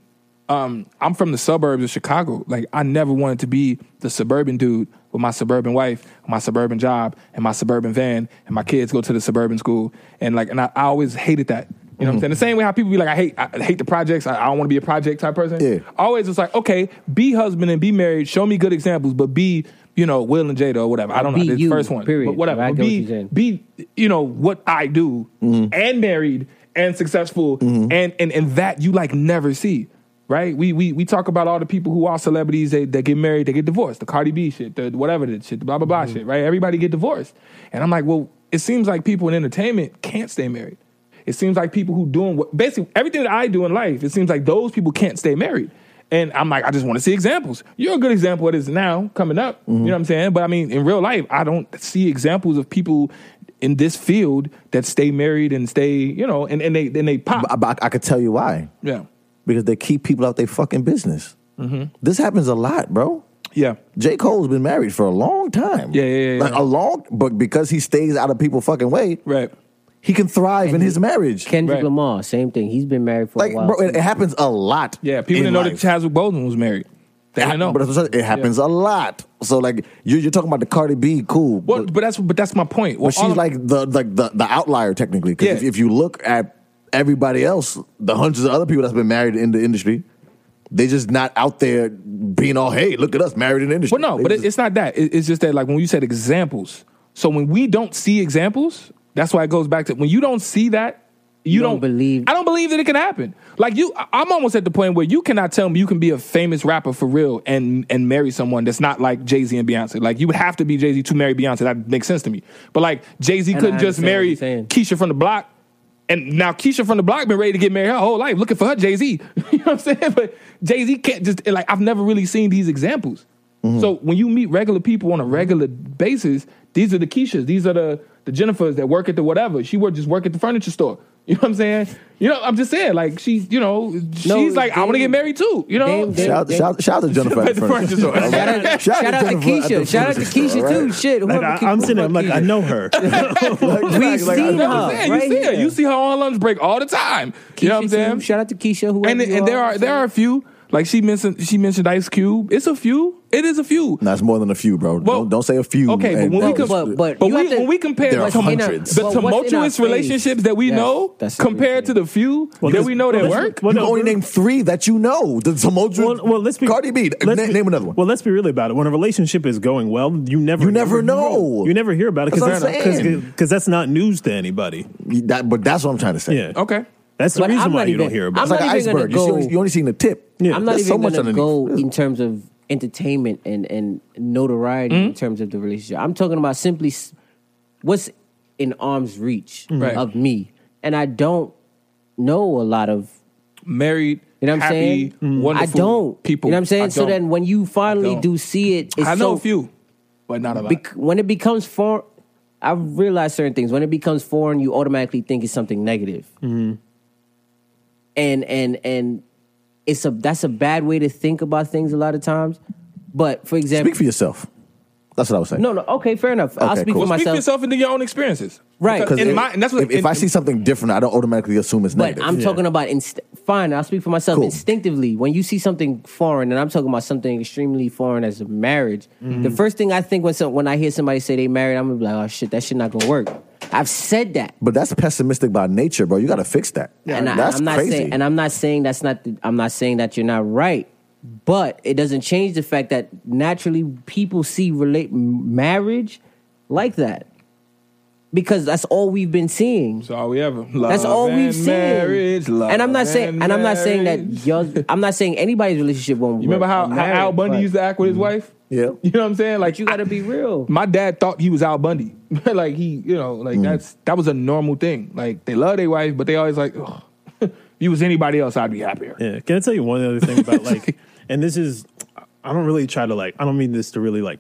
Speaker 1: um, I'm from the suburbs of Chicago. Like, I never wanted to be the suburban dude with my suburban wife, my suburban job, and my suburban van, and my kids go to the suburban school, and like, and I, I always hated that. You know what I'm saying? The same way how people be like, I hate, I hate the projects. I, I don't want to be a project type person.
Speaker 6: Yeah.
Speaker 1: Always, it's like, okay, be husband and be married. Show me good examples, but be, you know, Will and Jada or whatever. I don't
Speaker 4: Be
Speaker 1: know. This
Speaker 4: you,
Speaker 1: first one,
Speaker 4: period.
Speaker 1: but whatever.
Speaker 4: I
Speaker 1: But
Speaker 4: get what you're
Speaker 1: be,
Speaker 4: saying. Mm-hmm.
Speaker 1: be, you know, what I do, and married and successful, and and and that you like never see. Right, we we we talk about all the people who are celebrities. They they get married, they get divorced. The Cardi B shit, the whatever the shit, the blah blah blah
Speaker 4: Mm-hmm.
Speaker 1: shit. Right, everybody get divorced, and I'm like, well, it seems like people in entertainment can't stay married. It seems like people who doing what basically everything that I do in life, it seems like those people can't stay married. And I'm like, I just want to see examples. You're a good example of this now coming up.
Speaker 6: Mm-hmm.
Speaker 1: You know what I'm saying? But I mean, in real life, I don't see examples of people in this field that stay married and stay, you know, and, and they and they pop.
Speaker 6: [laughs] I, I, I could tell you why.
Speaker 1: yeah.
Speaker 6: Because they keep people out their fucking business. This happens a lot, bro.
Speaker 1: Yeah.
Speaker 6: J. Cole's been married for a long time.
Speaker 1: Yeah, yeah, yeah,
Speaker 6: Like
Speaker 1: yeah.
Speaker 6: a long, but because he stays out of people's fucking way,
Speaker 1: Right.
Speaker 6: he can thrive in his marriage.
Speaker 4: Kendrick
Speaker 1: Right.
Speaker 4: Lamar, same thing. He's been married for
Speaker 6: like,
Speaker 4: a while.
Speaker 6: bro, it, it happens a lot.
Speaker 1: Yeah. People
Speaker 6: in
Speaker 1: didn't know
Speaker 6: life.
Speaker 1: that Chadwick Boseman was married. They
Speaker 6: It hap-
Speaker 1: didn't know.
Speaker 6: But that's what I'm saying, it happens a lot. So like you're, you're talking about the Cardi B, cool.
Speaker 1: Well,
Speaker 6: but,
Speaker 1: but that's but that's my point. Well,
Speaker 6: but
Speaker 1: all
Speaker 6: she's
Speaker 1: of-
Speaker 6: like the like the, the outlier technically. Because
Speaker 1: Yeah.
Speaker 6: if, if you look at everybody else, the hundreds of other people that's been married in the industry, they just not out there being all, hey, look at us married in the industry.
Speaker 1: Well, no,
Speaker 6: They
Speaker 1: but it,
Speaker 6: just-
Speaker 1: it's not that. It- it's just that, like when you said examples. So when we don't see examples, that's why it goes back to when you don't see that, you,
Speaker 4: don't believe-
Speaker 1: I don't believe that it can happen. Like you, I- I'm almost at the point where you cannot tell me you can be a famous rapper for real and and marry someone that's not like Jay Z and Beyonce. Like you would have to be Jay Z to marry Beyonce. That makes sense to me. But like Jay Z
Speaker 4: And I
Speaker 1: couldn't just
Speaker 4: understand what
Speaker 1: marry
Speaker 4: you're saying.
Speaker 1: Keisha from the block. And now Keisha from the block been ready to get married her whole life, looking for her Jay Z. [laughs] you know what I'm saying? But Jay Z can't just like I've never really seen these examples. So when you meet regular people on a regular basis, these are the Keishas, these are the the Jennifers that work at the whatever. She work just work at the furniture store. [laughs] You know what I'm saying? You know, I'm just saying like she, you know, she's like I want to
Speaker 4: they-
Speaker 1: get married too. You know,
Speaker 4: they-
Speaker 6: Shout,
Speaker 4: They-
Speaker 6: shout, shout out
Speaker 1: [laughs]
Speaker 6: to Jennifer. at the [laughs]
Speaker 1: furniture store.
Speaker 6: All right.
Speaker 4: Shout out, shout out
Speaker 6: Jennifer
Speaker 4: to
Speaker 6: at the
Speaker 4: Keisha. Shout out to
Speaker 6: furniture
Speaker 4: Keisha
Speaker 6: store, all
Speaker 4: too.
Speaker 6: right?
Speaker 4: Shit,
Speaker 5: Like
Speaker 4: whoever
Speaker 5: I,
Speaker 4: Keisha-
Speaker 5: I'm sitting there, I'm like, I
Speaker 4: Keisha.
Speaker 5: know her.
Speaker 6: [laughs]
Speaker 4: We've
Speaker 6: Like, I
Speaker 4: seen
Speaker 6: know
Speaker 1: That's what
Speaker 4: her.
Speaker 1: I'm saying.
Speaker 4: right
Speaker 1: you see her.
Speaker 4: here.
Speaker 1: You see her on lunch break all the time. you know what I'm
Speaker 4: Keisha
Speaker 1: saying?
Speaker 4: too. Shout out to Keisha. Whoever
Speaker 1: and
Speaker 4: you
Speaker 1: and there are there are a few. Like she mentioned, she mentioned Ice Cube. It's a few. It is a few.
Speaker 6: That's more than a few, bro.
Speaker 1: Well,
Speaker 6: don't, don't say a few.
Speaker 1: okay, but
Speaker 6: and-
Speaker 1: when we
Speaker 6: and
Speaker 1: com-
Speaker 6: just-
Speaker 4: But but,
Speaker 1: But
Speaker 4: you
Speaker 1: we-
Speaker 4: have to-
Speaker 1: when we compare
Speaker 6: There are
Speaker 4: what's in our-
Speaker 6: hundreds.
Speaker 1: the
Speaker 4: but what's in our
Speaker 1: tumultuous
Speaker 4: face?
Speaker 1: relationships that we
Speaker 4: Yes,
Speaker 1: know
Speaker 4: that's what
Speaker 1: compared
Speaker 4: we're
Speaker 1: to the few that
Speaker 5: this-
Speaker 1: we know that
Speaker 5: well, this-
Speaker 1: work.
Speaker 5: well,
Speaker 6: you
Speaker 5: no,
Speaker 6: only
Speaker 5: we're-
Speaker 6: named three that you know. The tumultuous.
Speaker 5: Well, well, let's be
Speaker 6: Cardi B.
Speaker 5: let's
Speaker 6: Na-
Speaker 5: be-
Speaker 6: name another one.
Speaker 5: Well, let's be really about it. When a relationship is going well, you never
Speaker 6: You never know.
Speaker 5: You never hear about it
Speaker 6: That's what I'm saying.
Speaker 5: because that's not news to anybody.
Speaker 6: That- but that's what I'm trying to say.
Speaker 5: Yeah.
Speaker 1: okay.
Speaker 5: That's the
Speaker 4: But
Speaker 5: reason
Speaker 4: I'm
Speaker 5: why
Speaker 4: not
Speaker 5: you don't
Speaker 4: even-
Speaker 5: hear
Speaker 4: I'm
Speaker 5: about
Speaker 6: It's like
Speaker 4: not
Speaker 6: an
Speaker 4: even gonna
Speaker 6: iceberg. You, see
Speaker 4: go-
Speaker 6: only- you only seen the tip.
Speaker 5: Yeah.
Speaker 4: I'm not
Speaker 6: There's
Speaker 4: even
Speaker 6: so much
Speaker 4: gonna
Speaker 6: underneath.
Speaker 4: go
Speaker 6: There's-
Speaker 4: in terms of entertainment and and notoriety
Speaker 1: Mm-hmm.
Speaker 4: in terms of the relationship. I'm talking about simply s- what's in arm's reach
Speaker 1: Mm-hmm. Right.
Speaker 4: of me, and I don't know a lot of
Speaker 1: Married.
Speaker 4: you know what I'm
Speaker 1: happy,
Speaker 4: saying. Mm.
Speaker 1: Wonderful
Speaker 4: I don't
Speaker 1: people.
Speaker 4: You know what I'm saying.
Speaker 1: I
Speaker 4: So
Speaker 1: don't.
Speaker 4: then when you finally
Speaker 1: don't.
Speaker 4: do see it, it's
Speaker 1: I know
Speaker 4: so,
Speaker 1: a few, but not a lot.
Speaker 4: bec- when it becomes foreign, I realize certain things. When it becomes foreign, you automatically think it's something negative,
Speaker 6: Mm-hmm.
Speaker 4: and and and it's a that's a bad way to think about things a lot of times. But for example,
Speaker 6: Speak for yourself. That's what I was saying.
Speaker 4: no, no, okay, fair enough. I'll
Speaker 6: Okay,
Speaker 4: speak
Speaker 6: cool.
Speaker 4: for
Speaker 6: Well,
Speaker 1: Speak for
Speaker 4: myself.
Speaker 1: yourself and do your own experiences.
Speaker 4: Right.
Speaker 1: Because
Speaker 6: Because
Speaker 1: in
Speaker 6: if,
Speaker 1: my, and that's what
Speaker 6: if, if
Speaker 1: in-
Speaker 6: I see something different, I don't automatically assume it's
Speaker 4: But
Speaker 6: negative.
Speaker 4: I'm
Speaker 5: Yeah.
Speaker 4: talking about inst- fine. I'll speak for myself.
Speaker 6: Cool.
Speaker 4: Instinctively, when you see something foreign, and I'm talking about something extremely foreign as a marriage,
Speaker 6: Mm-hmm.
Speaker 4: the first thing I think when some, when I hear somebody say they married, I'm gonna be like, oh shit, that shit not gonna work. I've said that.
Speaker 6: but that's pessimistic by nature, bro. You got to fix that.
Speaker 4: and I,
Speaker 6: that's
Speaker 4: am not
Speaker 6: crazy.
Speaker 4: saying and I'm not saying that's not the, I'm not saying that you're not right, but it doesn't change the fact that naturally people see relate m- marriage like that because that's all we've been seeing.
Speaker 1: That's all we ever.
Speaker 4: That's
Speaker 1: Love
Speaker 4: all we've
Speaker 1: and
Speaker 4: seen.
Speaker 1: Marriage, love
Speaker 4: and I'm not saying and I'm not saying
Speaker 1: marriage.
Speaker 4: that yours I'm not saying anybody's relationship won't
Speaker 1: You remember how, how Al Bundy used to act
Speaker 5: mm-hmm.
Speaker 1: with his wife?
Speaker 6: Yeah.
Speaker 1: You know what I'm saying? Like
Speaker 4: you gotta
Speaker 1: [laughs]
Speaker 4: be real.
Speaker 1: my dad thought he was Al Bundy. [laughs] like he, you know, like
Speaker 5: Mm.
Speaker 1: that's that was a normal thing. Like they love their wife, but they always like, "Ugh, [laughs] if you was anybody else, I'd be happier.
Speaker 5: Yeah. Can I tell you one other thing
Speaker 1: [laughs]
Speaker 5: about like, and this is, I don't really try to like, I don't mean this to really like,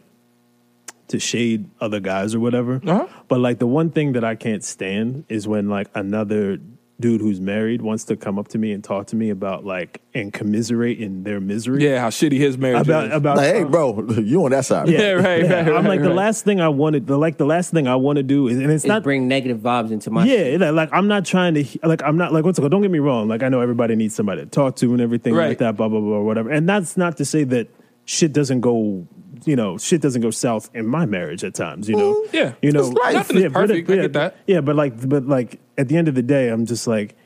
Speaker 5: to shade other guys or whatever.
Speaker 1: Uh-huh.
Speaker 5: But like the one thing that I can't stand is when like another dude who's married wants to come up to me and talk to me about like and commiserate in their misery.
Speaker 1: Yeah, how shitty his marriage
Speaker 5: About
Speaker 1: is.
Speaker 5: about [laughs]
Speaker 6: Like, hey, bro, [laughs] you on that side?
Speaker 1: Yeah, [laughs] right, right,
Speaker 5: I'm
Speaker 1: right,
Speaker 5: like the
Speaker 1: right.
Speaker 5: last thing I wanted. The like the last thing I want to do is, and it's
Speaker 4: It's
Speaker 5: not
Speaker 4: bring negative vibes into my
Speaker 5: yeah, it- like I'm not trying to he- like I'm not like what's it called? Don't get me wrong. Like I know everybody needs somebody to talk to and everything
Speaker 1: Right.
Speaker 5: like that. Blah blah blah whatever. And that's not to say that shit doesn't go. You know, shit doesn't go south in my marriage at times. You know,
Speaker 1: Mm-hmm. yeah.
Speaker 5: You know,
Speaker 6: It's life.
Speaker 1: Nothing is
Speaker 5: but
Speaker 1: perfect. I
Speaker 5: yeah,
Speaker 1: get that.
Speaker 5: Yeah, but like, but like at the end of the day, I'm just like,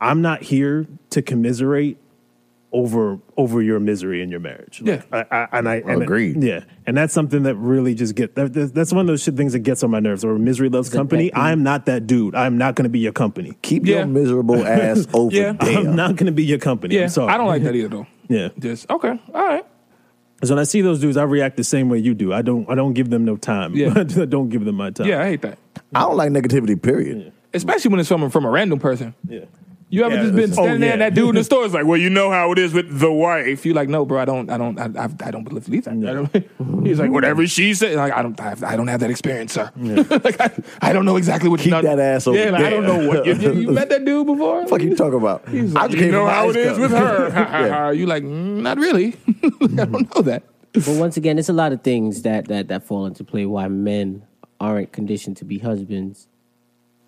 Speaker 5: I'm not here to commiserate over over your misery in your marriage. Like,
Speaker 1: Yeah.
Speaker 5: I, I, and I and
Speaker 6: Agreed.
Speaker 5: yeah, and that's something that really just get that, that- that's one of those shit things that gets on my nerves. Or misery loves
Speaker 4: a pet
Speaker 5: company.
Speaker 4: peeve.
Speaker 5: I'm not that dude. I'm not going to be your company. [laughs]
Speaker 6: Keep
Speaker 1: Yeah.
Speaker 6: your miserable ass over
Speaker 1: Yeah.
Speaker 6: there.
Speaker 5: I'm not going to be your company.
Speaker 1: yeah,
Speaker 5: I'm sorry.
Speaker 1: I don't like that either though.
Speaker 5: [laughs] Yeah,
Speaker 1: Just okay, all right.
Speaker 5: because when I see those dudes, I react the same way you do. I don't. I don't give them no time.
Speaker 1: Yeah.
Speaker 5: [laughs] I don't give them my time.
Speaker 1: Yeah, I hate that,
Speaker 6: I don't like negativity. Period.
Speaker 1: especially when it's someone from a random person.
Speaker 5: yeah.
Speaker 1: You ever
Speaker 5: Yeah,
Speaker 1: just been
Speaker 5: listen. Oh,
Speaker 1: standing there and
Speaker 5: yeah.
Speaker 1: that dude
Speaker 5: [laughs]
Speaker 1: in the store is like, "Well, you know how it is with the wife." You like, no, bro, I don't, I don't, I, I, I don't believe that. I don't, he's like, whatever she said, like, I don't, I, I don't have that experience, sir. [laughs] like, I, I don't know exactly what.
Speaker 6: Keep that ass over
Speaker 1: Yeah, like,
Speaker 6: there.
Speaker 1: I don't know
Speaker 6: [laughs]
Speaker 1: what you, you, you met that dude before.
Speaker 6: Fuck you talking about?
Speaker 1: He's like,
Speaker 6: just
Speaker 1: you
Speaker 6: came
Speaker 1: know
Speaker 6: from
Speaker 1: how
Speaker 6: Ice
Speaker 1: it is
Speaker 6: Cup."
Speaker 1: with her.
Speaker 6: [laughs] Yeah. Mm-hmm.
Speaker 1: You like, "Mm, not really. [laughs] I don't know that.
Speaker 4: But once again, it's a lot of things that that that fall into play why men aren't conditioned to be husbands.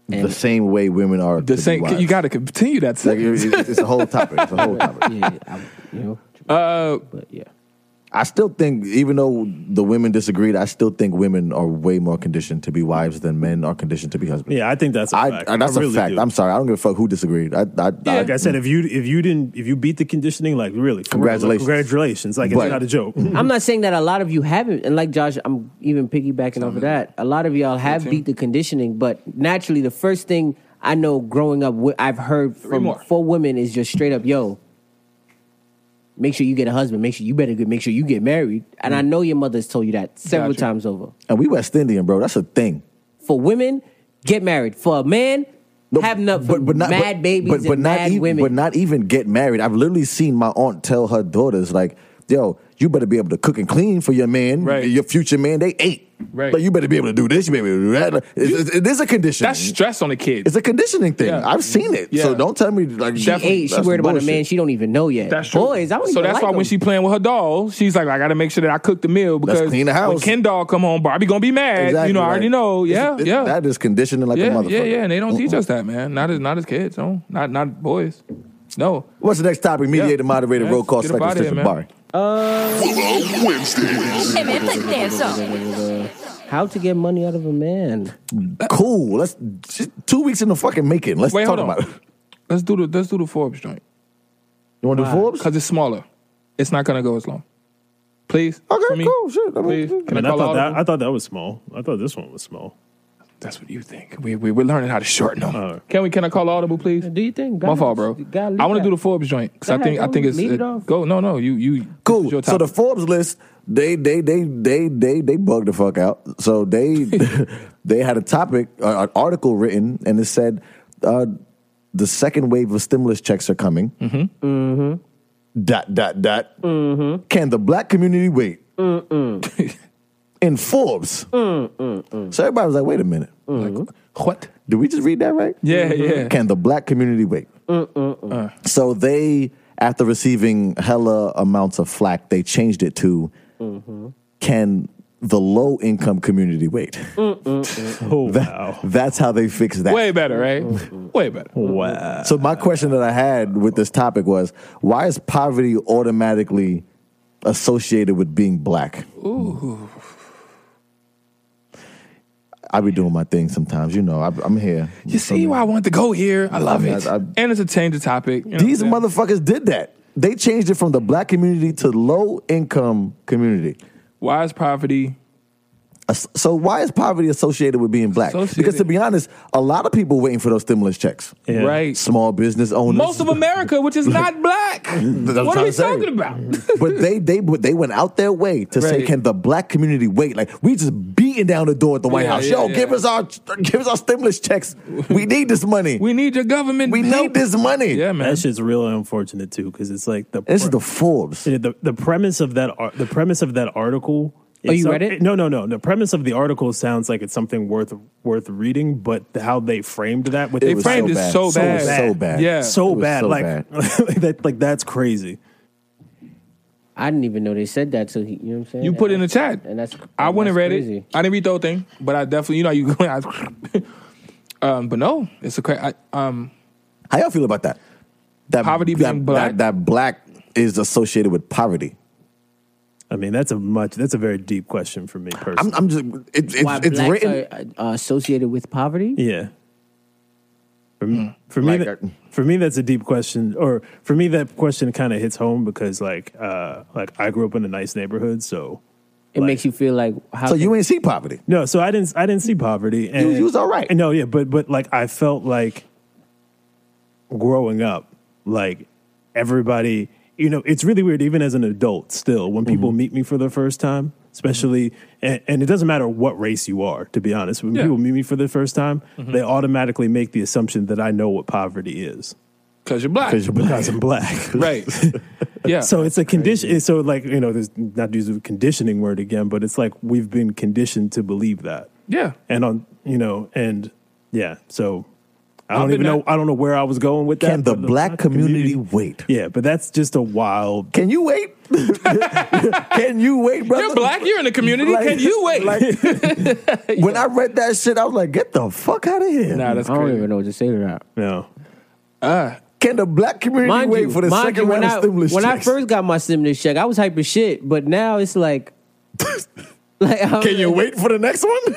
Speaker 6: the same way women are.
Speaker 1: The same. You got to continue
Speaker 6: Like,
Speaker 1: that. sentence.
Speaker 6: it- it's, it's a whole topic. It's
Speaker 5: [laughs]
Speaker 6: a whole topic.
Speaker 4: Yeah, I, you know.
Speaker 1: Uh,
Speaker 4: But yeah,
Speaker 6: I still think, even though the women disagreed, I still think women are way more conditioned to be wives than men are conditioned to be husbands.
Speaker 5: Yeah, I think that's a
Speaker 6: I,
Speaker 5: fact.
Speaker 6: and that's
Speaker 5: I really
Speaker 6: a fact.
Speaker 5: do.
Speaker 6: I'm sorry. I don't give a fuck who disagreed. I, I, I,
Speaker 5: Like I said, if you if you didn't if you beat the conditioning, like really, for real, like,
Speaker 6: Congratulations.
Speaker 5: congratulations! Like it's
Speaker 6: Right.
Speaker 5: not a
Speaker 1: [laughs]
Speaker 5: joke. [laughs]
Speaker 4: I'm not saying that a lot of you haven't, and like Josh, I'm even piggybacking
Speaker 1: Mm-hmm.
Speaker 4: off of that. A lot of y'all have beat the conditioning, but naturally, the first thing I know growing up, wh- I've heard from
Speaker 1: more.
Speaker 4: four women is just straight up, yo. Make sure you get a husband. Make sure you better get. Make sure you get married. And I know your mother's told you that several
Speaker 1: Mm. Gotcha.
Speaker 4: times over.
Speaker 6: and we West Indian, bro. That's a thing.
Speaker 4: for women, get married. For a man, have nothing. But, mad babies
Speaker 6: but, but
Speaker 4: and
Speaker 6: not
Speaker 4: mad
Speaker 6: even,
Speaker 4: women.
Speaker 6: But not even get married. I've literally seen my aunt tell her daughters, like, yo, you better be able to cook and clean for your man,
Speaker 1: Right.
Speaker 6: your future man. They ate.
Speaker 1: Right.
Speaker 6: Like, you better be able to do this. You better be able to do that. Like, it's- it's- it is a condition.
Speaker 1: that's stress on the kid.
Speaker 6: It's a conditioning thing.
Speaker 1: Yeah.
Speaker 6: I've seen it.
Speaker 1: Yeah.
Speaker 6: So don't tell me like
Speaker 4: she ate. She
Speaker 6: that's
Speaker 4: worried about a
Speaker 6: bullshit.
Speaker 4: man she don't even know yet.
Speaker 1: That's true.
Speaker 4: Boys, I don't
Speaker 1: so
Speaker 4: even
Speaker 1: that's
Speaker 4: like
Speaker 1: why when
Speaker 4: them.
Speaker 1: she playing with her doll, she's like, I got to make sure that I cook the meal because
Speaker 6: clean the
Speaker 1: when
Speaker 6: house.
Speaker 1: Ken doll come home, Barbie gonna be mad. you know, I
Speaker 6: right.
Speaker 1: already know.
Speaker 6: It's-
Speaker 1: Yeah,
Speaker 6: it's-
Speaker 1: yeah,
Speaker 6: That is conditioning like
Speaker 1: yeah,
Speaker 6: a motherfucker.
Speaker 1: yeah, yeah. And they don't teach us that, man. Not as not as kids. No, not not boys. No.
Speaker 6: What's the next topic? Mediator,
Speaker 1: Yeah.
Speaker 6: moderator,
Speaker 1: Yeah.
Speaker 6: roll call,
Speaker 1: Get up
Speaker 6: second,
Speaker 1: outta here,
Speaker 6: station,
Speaker 1: man.
Speaker 6: bar.
Speaker 4: uh, How to get money out of a man?
Speaker 6: Cool. Let's just two weeks in the fucking making. Let's
Speaker 1: Wait,
Speaker 6: talk
Speaker 1: hold on.
Speaker 6: about it.
Speaker 1: Let's do the let's do the Forbes joint
Speaker 6: You want to do Forbes?
Speaker 1: because it's smaller. It's not gonna go as long. Please.
Speaker 6: Okay,
Speaker 1: For me?
Speaker 6: cool. Shit. I mean,
Speaker 1: Please. Can I,
Speaker 5: And I
Speaker 1: call
Speaker 5: thought
Speaker 1: out?
Speaker 5: that I thought that was small. I thought this one was small.
Speaker 1: That's what you think. We we we're learning how to shorten them. can we? Can I call audible, please?
Speaker 4: Do you think?
Speaker 1: My fault, bro. I want to do the Forbes joint because I
Speaker 4: Go
Speaker 1: think
Speaker 4: ahead,
Speaker 1: I think
Speaker 4: go.
Speaker 1: it's
Speaker 4: Lead it
Speaker 1: it-
Speaker 4: off.
Speaker 1: go. No, no, you you this is
Speaker 6: Cool.
Speaker 1: your
Speaker 6: So the
Speaker 1: topic.
Speaker 6: Forbes list, they they they they they they bugged the fuck out. So
Speaker 1: [laughs]
Speaker 6: they they had a topic, uh, an article written, and it said uh, the second wave of stimulus checks are coming. Mm-hmm. Mm-hmm. Dot dot dot. Mm-hmm. Can the black community wait? [laughs] In Forbes. So everybody was like, wait a minute.
Speaker 1: what?
Speaker 6: Did we just read that right? Mm-hmm.
Speaker 1: Yeah, yeah. Uh.
Speaker 6: Can the black community wait? So they, after receiving hella amounts of flack, they changed it to can the low income community wait?
Speaker 5: Oh
Speaker 6: That-
Speaker 5: wow,
Speaker 6: That's how they fixed that. Mm-hmm.
Speaker 1: Way better, right? Way better.
Speaker 5: wow.
Speaker 6: So my question that I had with this topic was why is poverty automatically associated with being black? Ooh. I be doing my thing sometimes, you know. I, I'm here.
Speaker 1: You see why I want to go here? I love it.
Speaker 6: Mm-hmm. I- I-
Speaker 1: and it's a change of topic. you know
Speaker 6: These
Speaker 1: what I'm
Speaker 6: motherfuckers did that. They changed it from the black community to low income community.
Speaker 1: saying? Why is poverty?
Speaker 6: As- So why is poverty associated with being black?
Speaker 1: Associated.
Speaker 6: Because to be honest, a lot of people waiting for those stimulus checks.
Speaker 5: Yeah.
Speaker 1: Right.
Speaker 6: Small business owners.
Speaker 1: Most of America, which is
Speaker 6: [laughs]
Speaker 1: not black.
Speaker 6: I'm Mm-hmm.
Speaker 1: what
Speaker 6: trying
Speaker 1: are we
Speaker 6: to say.
Speaker 1: talking about?
Speaker 6: but they they but they went out their way to say,
Speaker 1: Right.
Speaker 6: can the black community wait? Like we just beating down the door at the White
Speaker 1: Yeah,
Speaker 6: House.
Speaker 1: yeah,
Speaker 6: Yo,
Speaker 1: yeah.
Speaker 6: give us our give us our stimulus checks. We need this money. we
Speaker 1: we need your government.
Speaker 6: need
Speaker 1: paper.
Speaker 6: this money.
Speaker 1: Yeah, man.
Speaker 5: That shit's real unfortunate too, because it's like the
Speaker 6: This is the Forbes.
Speaker 5: uh, the the premise of that ar- the premise of that article
Speaker 4: Oh, you
Speaker 5: some-
Speaker 4: read it?
Speaker 5: No, no, no. The premise of the article sounds like it's something worth worth reading, but how they framed that with
Speaker 1: They
Speaker 5: it was
Speaker 1: framed
Speaker 5: so
Speaker 1: it so bad.
Speaker 6: so bad, so bad.
Speaker 1: Yeah.
Speaker 6: It
Speaker 5: so
Speaker 6: was
Speaker 5: bad,
Speaker 6: so
Speaker 5: like
Speaker 6: bad.
Speaker 5: [laughs] that, like that's crazy.
Speaker 4: I didn't even know they said that. So he, you know what I'm saying?
Speaker 1: You put it in the chat.
Speaker 4: and that's
Speaker 1: I
Speaker 4: and
Speaker 1: went and
Speaker 4: that's
Speaker 1: read it.
Speaker 4: crazy.
Speaker 1: I didn't read the whole thing, but I definitely, you know, you go. I- [laughs] um, but no, it's a cra- I, um.
Speaker 6: How y'all feel about that? That
Speaker 1: Poverty
Speaker 6: that,
Speaker 1: being black?
Speaker 6: That, that black is associated with poverty.
Speaker 5: I mean, that's a much that's a very deep question for me personally.
Speaker 6: I'm, I'm just it,
Speaker 4: Why
Speaker 6: it's, it's
Speaker 4: blacks
Speaker 6: written.
Speaker 4: are, uh, associated with poverty?
Speaker 5: Yeah. For, m- for me,
Speaker 6: Hmm. Like uh,
Speaker 5: that-
Speaker 6: a-
Speaker 5: for me, that's a deep question. Or for me, that question kind of hits home because, like, uh, like I grew up in a nice neighborhood, so
Speaker 4: It
Speaker 5: Like-
Speaker 4: makes you feel like how
Speaker 6: so
Speaker 4: can-
Speaker 6: you ain't see poverty.
Speaker 5: no, so I didn't, I didn't see poverty. And
Speaker 6: you was all right.
Speaker 5: No, yeah, but but like I felt like growing up, like everybody, you know, it's really weird. Even as an adult, still, when people
Speaker 6: Mm-hmm.
Speaker 5: meet me for the first time, especially, and, and it doesn't matter what race you are, to be honest. When
Speaker 1: Yeah.
Speaker 5: people meet me for the first time,
Speaker 6: Mm-hmm.
Speaker 5: they automatically make the assumption that I know what poverty is
Speaker 1: Cause you're black,
Speaker 6: Because you're black.
Speaker 5: because
Speaker 6: [laughs]
Speaker 5: I'm black.
Speaker 1: right? yeah.
Speaker 5: So it's a condition. it's So like you know, there's not to use a conditioning word again, but it's like we've been conditioned to believe that.
Speaker 1: yeah.
Speaker 5: And on you know, and yeah. So I
Speaker 1: I've
Speaker 5: don't
Speaker 1: been
Speaker 5: even know.
Speaker 1: that-
Speaker 5: I don't know where I was going with that.
Speaker 6: Can the
Speaker 5: but
Speaker 6: black community wait?
Speaker 5: Yeah, but that's just a wild.
Speaker 6: Can you wait? [laughs] Can you wait, brother?
Speaker 1: You're black. You're in the community.
Speaker 6: Like-
Speaker 1: Can you
Speaker 6: [laughs]
Speaker 1: wait? [laughs]
Speaker 6: When I read that shit, I was like, "Get the fuck out of here!"
Speaker 1: nah, that's
Speaker 4: I don't
Speaker 1: crazy.
Speaker 4: even know what to say to that.
Speaker 5: No.
Speaker 6: Can the black community
Speaker 4: Mind
Speaker 6: wait
Speaker 4: you,
Speaker 6: for the
Speaker 4: mind
Speaker 6: second
Speaker 4: you, when
Speaker 6: round
Speaker 4: I,
Speaker 6: of stimulus
Speaker 4: When
Speaker 6: checks?
Speaker 4: I first got my stimulus check, I was hype as shit. But now it's
Speaker 1: [laughs]
Speaker 4: like, like I'm
Speaker 6: Can you
Speaker 4: like-
Speaker 6: wait for the next one?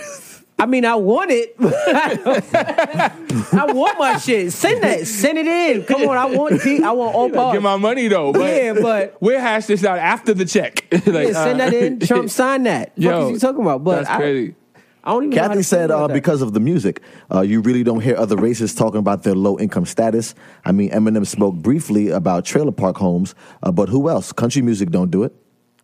Speaker 4: I mean, I want it. [laughs] but I don't- I want my shit. Send that. Send it in. Come on, I want. P- I want all parts.
Speaker 1: Get my money though. But
Speaker 4: Yeah, but-
Speaker 1: [laughs] we'll hash this out after the check. [laughs] like, uh,
Speaker 4: yeah, send that in. Trump signed that.
Speaker 1: [laughs] Yo,
Speaker 4: what you talking about? But
Speaker 1: that's
Speaker 4: I,
Speaker 1: crazy.
Speaker 4: I don't even. know how
Speaker 6: Kathy
Speaker 4: to feel
Speaker 6: said
Speaker 4: about
Speaker 6: uh,
Speaker 4: that.
Speaker 6: because of the music, uh, you really don't hear other races talking about their low income status. I mean, Eminem spoke briefly about trailer park homes, uh, but who else? Country music don't do it.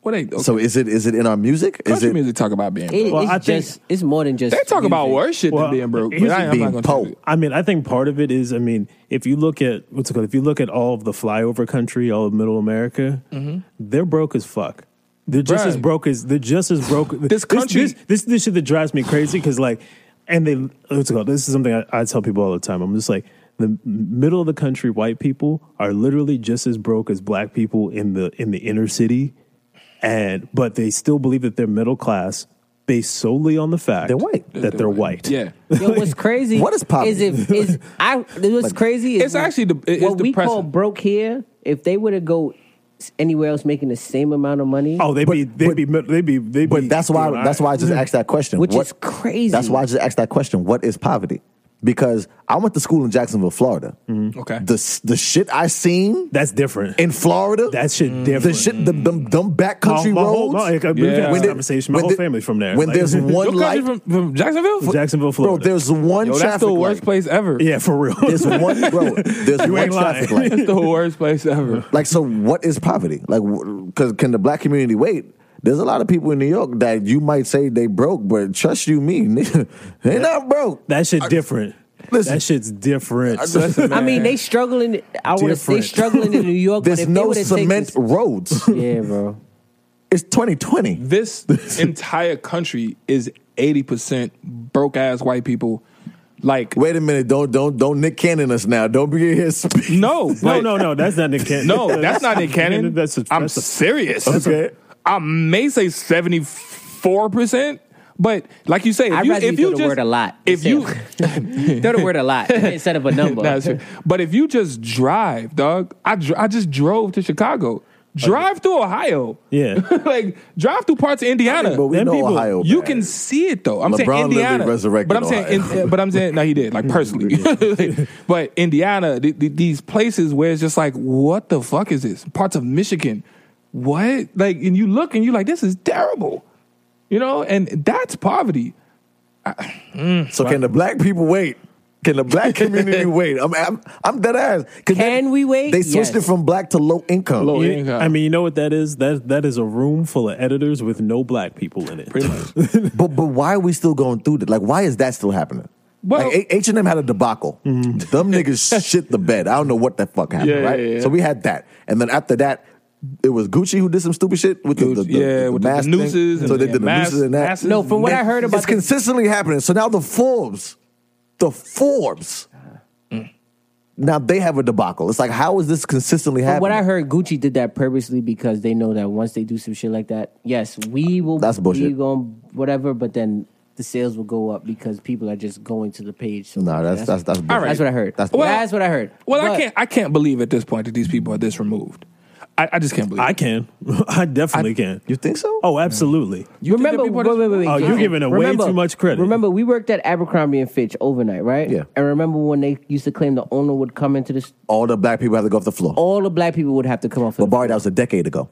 Speaker 1: What they okay.
Speaker 6: So is it is it in our music?
Speaker 1: country
Speaker 6: is it
Speaker 1: music talk about being broke.
Speaker 4: It-
Speaker 5: Well,
Speaker 4: it's
Speaker 5: I think-
Speaker 4: just it's more than just.
Speaker 1: They talk about
Speaker 4: music.
Speaker 1: worse shit
Speaker 5: Well,
Speaker 1: than being broke.
Speaker 5: here's
Speaker 1: But I,
Speaker 5: the
Speaker 1: am
Speaker 6: being
Speaker 1: not gonna talk
Speaker 6: poor.
Speaker 1: about it.
Speaker 5: Oh, I mean, I think part of it is, I mean, if you look at what's it called, if you look at all of the flyover country, all of middle America,
Speaker 1: Mm-hmm.
Speaker 5: they're broke as fuck. They're just
Speaker 1: Bruh.
Speaker 5: as broke as they're just as broke.
Speaker 1: [laughs] This country-
Speaker 5: this, this, this shit that drives me crazy because like, and they what's it called? This is something I, I tell people all the time. I'm just like the middle of the country white people are literally just as broke as black people in the in the inner city, and but they still believe that they're middle class based solely on the fact
Speaker 6: They're white.
Speaker 5: that they're, white.
Speaker 1: Yeah.
Speaker 4: Yo, what's crazy?
Speaker 6: What is poverty?
Speaker 4: Is if is I? What's crazy? Is
Speaker 1: It's actually the- it- it's
Speaker 4: what we call
Speaker 1: depressing.
Speaker 4: broke here. If they were to go s- anywhere else making the same amount of money,
Speaker 5: Oh, they'd
Speaker 6: But-
Speaker 5: be they'd
Speaker 6: but-
Speaker 5: be they'd be they'd be.
Speaker 6: But that's why
Speaker 5: doing all
Speaker 6: that's
Speaker 5: right.
Speaker 6: why I just asked that question.
Speaker 4: Which
Speaker 6: is
Speaker 4: is crazy.
Speaker 6: That's why I just asked that question. What is poverty? Because I went to school in Jacksonville, Florida.
Speaker 1: Okay.
Speaker 6: The s- the shit I seen
Speaker 5: that's different.
Speaker 6: in Florida.
Speaker 5: that shit different.
Speaker 6: the shit the dumb, dumb back country
Speaker 5: my, my
Speaker 6: roads.
Speaker 5: Whole, my, like,
Speaker 1: Mm. Yeah.
Speaker 5: We've had
Speaker 1: When
Speaker 5: this
Speaker 1: the-
Speaker 5: conversation. My
Speaker 6: when
Speaker 5: whole
Speaker 6: the-
Speaker 5: family's from there.
Speaker 6: When
Speaker 5: Like, [laughs]
Speaker 6: there's one
Speaker 1: Your country
Speaker 6: light,
Speaker 1: from, from Jacksonville?
Speaker 5: Jacksonville,
Speaker 6: bro,
Speaker 5: Florida.
Speaker 6: there's one
Speaker 1: Yo,
Speaker 6: traffic
Speaker 1: that's the worst
Speaker 6: light.
Speaker 1: place ever.
Speaker 5: yeah, for real.
Speaker 6: There's one, bro. There's
Speaker 5: You
Speaker 6: one
Speaker 5: ain't lying.
Speaker 6: traffic light.
Speaker 1: That's the worst place
Speaker 4: [laughs]
Speaker 1: ever.
Speaker 6: Like, so what is poverty? Like, because can the black community wait? There's a lot of people in New York that you might say they broke, but trust you me, [laughs] nigga, they not broke.
Speaker 5: [laughs] that shit different.
Speaker 6: Listen.
Speaker 5: that shit's different. [laughs]
Speaker 4: I mean, they struggling. I would say
Speaker 5: Different.
Speaker 4: struggling in New York. but
Speaker 6: There's
Speaker 4: if
Speaker 6: no
Speaker 4: they would've
Speaker 6: cement
Speaker 4: taken-
Speaker 6: roads.
Speaker 4: [laughs]
Speaker 1: [laughs]
Speaker 4: yeah, bro.
Speaker 6: It's 2020. [laughs]
Speaker 1: this entire country is 80% broke ass white people. Like,
Speaker 6: Wait a minute, don't don't don't Nick Cannon us now. Don't be in here
Speaker 1: [laughs]
Speaker 6: speaking.
Speaker 1: no.
Speaker 5: no,
Speaker 1: like-
Speaker 5: no, no. [laughs] That's not Nick Cannon.
Speaker 1: No, that's not Nick Cannon.
Speaker 5: That's a,
Speaker 1: I'm
Speaker 5: that's a,
Speaker 1: serious.
Speaker 5: Okay.
Speaker 1: I may say 74%, but like you say, if
Speaker 4: I'd
Speaker 1: you,
Speaker 4: rather
Speaker 1: if you
Speaker 4: you throw the
Speaker 1: just,
Speaker 4: word a lot.
Speaker 1: If you, [laughs]
Speaker 4: Throw the word a lot instead of a number.
Speaker 1: Nah, it's true. But if you just drive, dog, I, dr- I just drove to Chicago. Drive through Ohio.
Speaker 5: Yeah.
Speaker 1: [laughs] like, drive through parts of Indiana.
Speaker 6: But we
Speaker 5: Them
Speaker 6: know
Speaker 5: people-
Speaker 6: Ohio.
Speaker 1: You
Speaker 6: bad.
Speaker 1: can see it though. I'm
Speaker 6: LeBron
Speaker 1: saying
Speaker 6: literally
Speaker 1: Indiana,
Speaker 6: resurrected
Speaker 1: but I'm saying,
Speaker 6: Ohio.
Speaker 1: in- but I'm saying, no, he did like personally. [laughs] but Indiana, th- th- these places where it's just like, what the fuck is this? Parts of Michigan, what? Like, and you look and you're like, this is terrible, you know. And that's poverty.
Speaker 6: So can the black people wait? Can the black community wait? I'm I'm, I'm dead ass. 'Cause
Speaker 4: Can
Speaker 6: they-
Speaker 4: we wait?
Speaker 6: They switched it
Speaker 4: Yes.
Speaker 6: from black to low income.
Speaker 1: Low-
Speaker 5: You-
Speaker 1: income.
Speaker 5: I mean, you know what that is? That that is a room full of editors with no black people in it.
Speaker 1: Pretty much.
Speaker 6: But but why are we still going through that? Like why is that still happening?
Speaker 1: Well-
Speaker 6: like H and M had a debacle. Them niggas shit the bed. I don't know what the fuck happened,
Speaker 1: Yeah, yeah,
Speaker 6: right?
Speaker 1: yeah.
Speaker 6: So we had that, and then after that, It was Gucci who did some stupid shit with the, the, the,
Speaker 1: Gucci, yeah,
Speaker 6: the
Speaker 1: with the
Speaker 6: mask
Speaker 1: nooses
Speaker 6: thing.
Speaker 1: and
Speaker 6: so they
Speaker 1: the
Speaker 6: did the
Speaker 1: mas-
Speaker 6: nooses and that.
Speaker 1: masses. No,
Speaker 4: from what I heard about
Speaker 6: it's
Speaker 4: the-
Speaker 6: consistently happening. So now the Forbes, the Forbes, now they have a debacle. It's like how is this consistently
Speaker 4: From
Speaker 6: happening?
Speaker 4: what I heard, Gucci did that purposely because they know that once they do some shit like that, yes, we will.
Speaker 6: That's bullshit.
Speaker 4: We going whatever, but then the sales will go up because people are just going to the page. So
Speaker 6: no,
Speaker 4: much.
Speaker 6: that's that's that's.
Speaker 1: All right.
Speaker 4: That's what I heard.
Speaker 6: That's-
Speaker 4: That's,
Speaker 1: Well-
Speaker 4: what I heard.
Speaker 1: Well, I
Speaker 4: But-
Speaker 1: can't. I can't believe at this point that these people are this removed. I, I just can't believe.
Speaker 5: I
Speaker 1: it.
Speaker 5: can. [laughs] I definitely can.
Speaker 6: You think so?
Speaker 5: Oh, absolutely.
Speaker 1: You think that
Speaker 4: remember,
Speaker 1: people are
Speaker 4: wait,
Speaker 1: just-
Speaker 4: wait, wait, wait,
Speaker 5: Oh, you're
Speaker 4: Jason,
Speaker 5: giving it way too much credit.
Speaker 4: Remember, we worked at Abercrombie and Fitch overnight, right?
Speaker 6: Yeah.
Speaker 4: And remember when they used to claim the owner would come into this,
Speaker 6: all the black people have to go off the floor.
Speaker 4: all the black people would have to come off.
Speaker 6: But
Speaker 4: the
Speaker 6: Barry, that was a decade ago.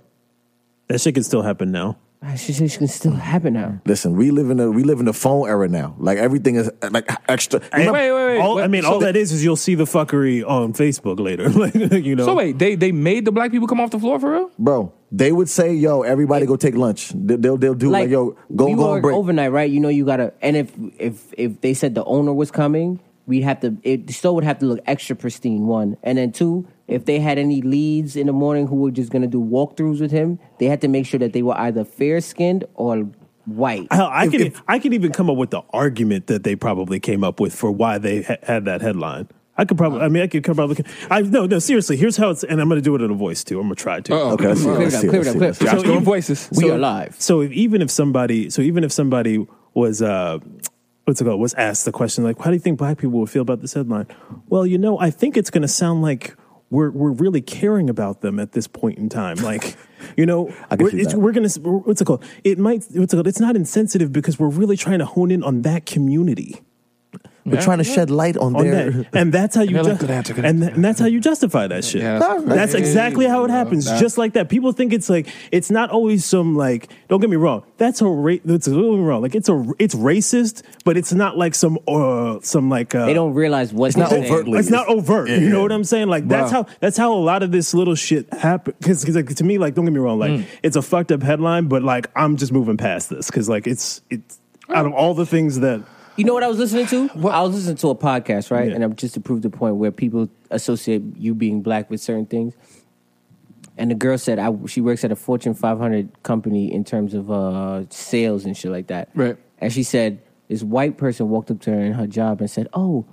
Speaker 5: That shit can still happen now.
Speaker 4: She said she can still happen now.
Speaker 6: Listen, we live in the we live in the phone era now. Like everything is uh, like extra.
Speaker 5: And
Speaker 1: wait, wait, wait.
Speaker 5: all- I
Speaker 1: What-
Speaker 5: mean,
Speaker 1: so
Speaker 5: all
Speaker 1: they-
Speaker 5: that is is you'll see the fuckery on Facebook later. [laughs] like, you know.
Speaker 1: So wait, they they made the black people come off the floor for real?
Speaker 6: Bro, they would say, "Yo, everybody go take lunch." They- They'll they'll do like, "Yo, go
Speaker 4: you
Speaker 6: go on
Speaker 4: work
Speaker 6: break."
Speaker 4: overnight, right? You know, you gotta. And if if if they said the owner was coming, we'd have to. It the store would have to look extra pristine. One, and then two, if they had any leads in the morning who were just gonna do walkthroughs with him, they had to make sure that they were either fair skinned or white.
Speaker 5: Hell, I can I can even come up with the argument that they probably came up with for why they ha- had that headline. I could probably, I mean, I could come probably. I no, no, seriously. Here's how it's, and I'm going to do it in a voice too. I'm going to try to.
Speaker 1: Uh-oh.
Speaker 6: Okay, let's see.
Speaker 4: Clear it
Speaker 6: Let's
Speaker 4: up,
Speaker 6: see.
Speaker 4: clear it
Speaker 6: let's
Speaker 4: up,
Speaker 6: see,
Speaker 4: clear
Speaker 6: let's
Speaker 4: it
Speaker 6: see.
Speaker 4: up.
Speaker 1: Y'all
Speaker 4: So
Speaker 1: going
Speaker 4: even-
Speaker 1: voices.
Speaker 4: we
Speaker 5: So-
Speaker 4: are live.
Speaker 5: So if, even if somebody, so even if somebody was, uh, what's it called, was asked the question like, how do you think black people would feel about this headline? Well, you know, I think it's going to sound like we're we're really caring about them at this point in time, like. You know,
Speaker 6: [laughs] I can
Speaker 5: we're,
Speaker 6: see
Speaker 5: it's,
Speaker 6: that.
Speaker 5: we're gonna what's it called? It might what's it called? It's not insensitive because we're really trying to hone in on that community.
Speaker 6: We're trying to shed light on,
Speaker 5: on
Speaker 6: their.
Speaker 5: that. And
Speaker 1: [laughs]
Speaker 5: that's how you
Speaker 1: they're
Speaker 5: ju-
Speaker 1: like, "Good answer, good
Speaker 5: and, tha- and that's how you justify that shit.
Speaker 1: Yeah,
Speaker 5: that's,
Speaker 1: that's crazy,
Speaker 5: exactly how it
Speaker 1: bro.
Speaker 5: happens.
Speaker 1: That's-
Speaker 5: Just like that. People think it's like it's not always some like don't get me wrong. That's a ra- that's a little wrong. Like it's a it's racist, but it's not like some uh some like uh,
Speaker 4: they don't realize what
Speaker 6: not
Speaker 4: they're saying.
Speaker 6: overtly.
Speaker 5: it's not overt.
Speaker 6: Yeah,
Speaker 5: you know
Speaker 6: yeah.
Speaker 5: what I'm saying? Like that's
Speaker 1: Wow.
Speaker 5: how that's how a lot of this little shit happens. Because like, to me, like don't get me wrong, like
Speaker 4: Mm.
Speaker 5: it's a fucked up headline, but like I'm just moving past this because like it's it's out of all the things that
Speaker 4: You know what I was listening to? I was listening to a podcast, right?
Speaker 5: Yeah.
Speaker 4: And I'm just to prove the point where people associate you being black with certain things. And the girl said I, she works at a Fortune 500 company in terms of uh, sales and shit like that.
Speaker 1: Right.
Speaker 4: And she said this white person walked up to her in her job and said, "Oh,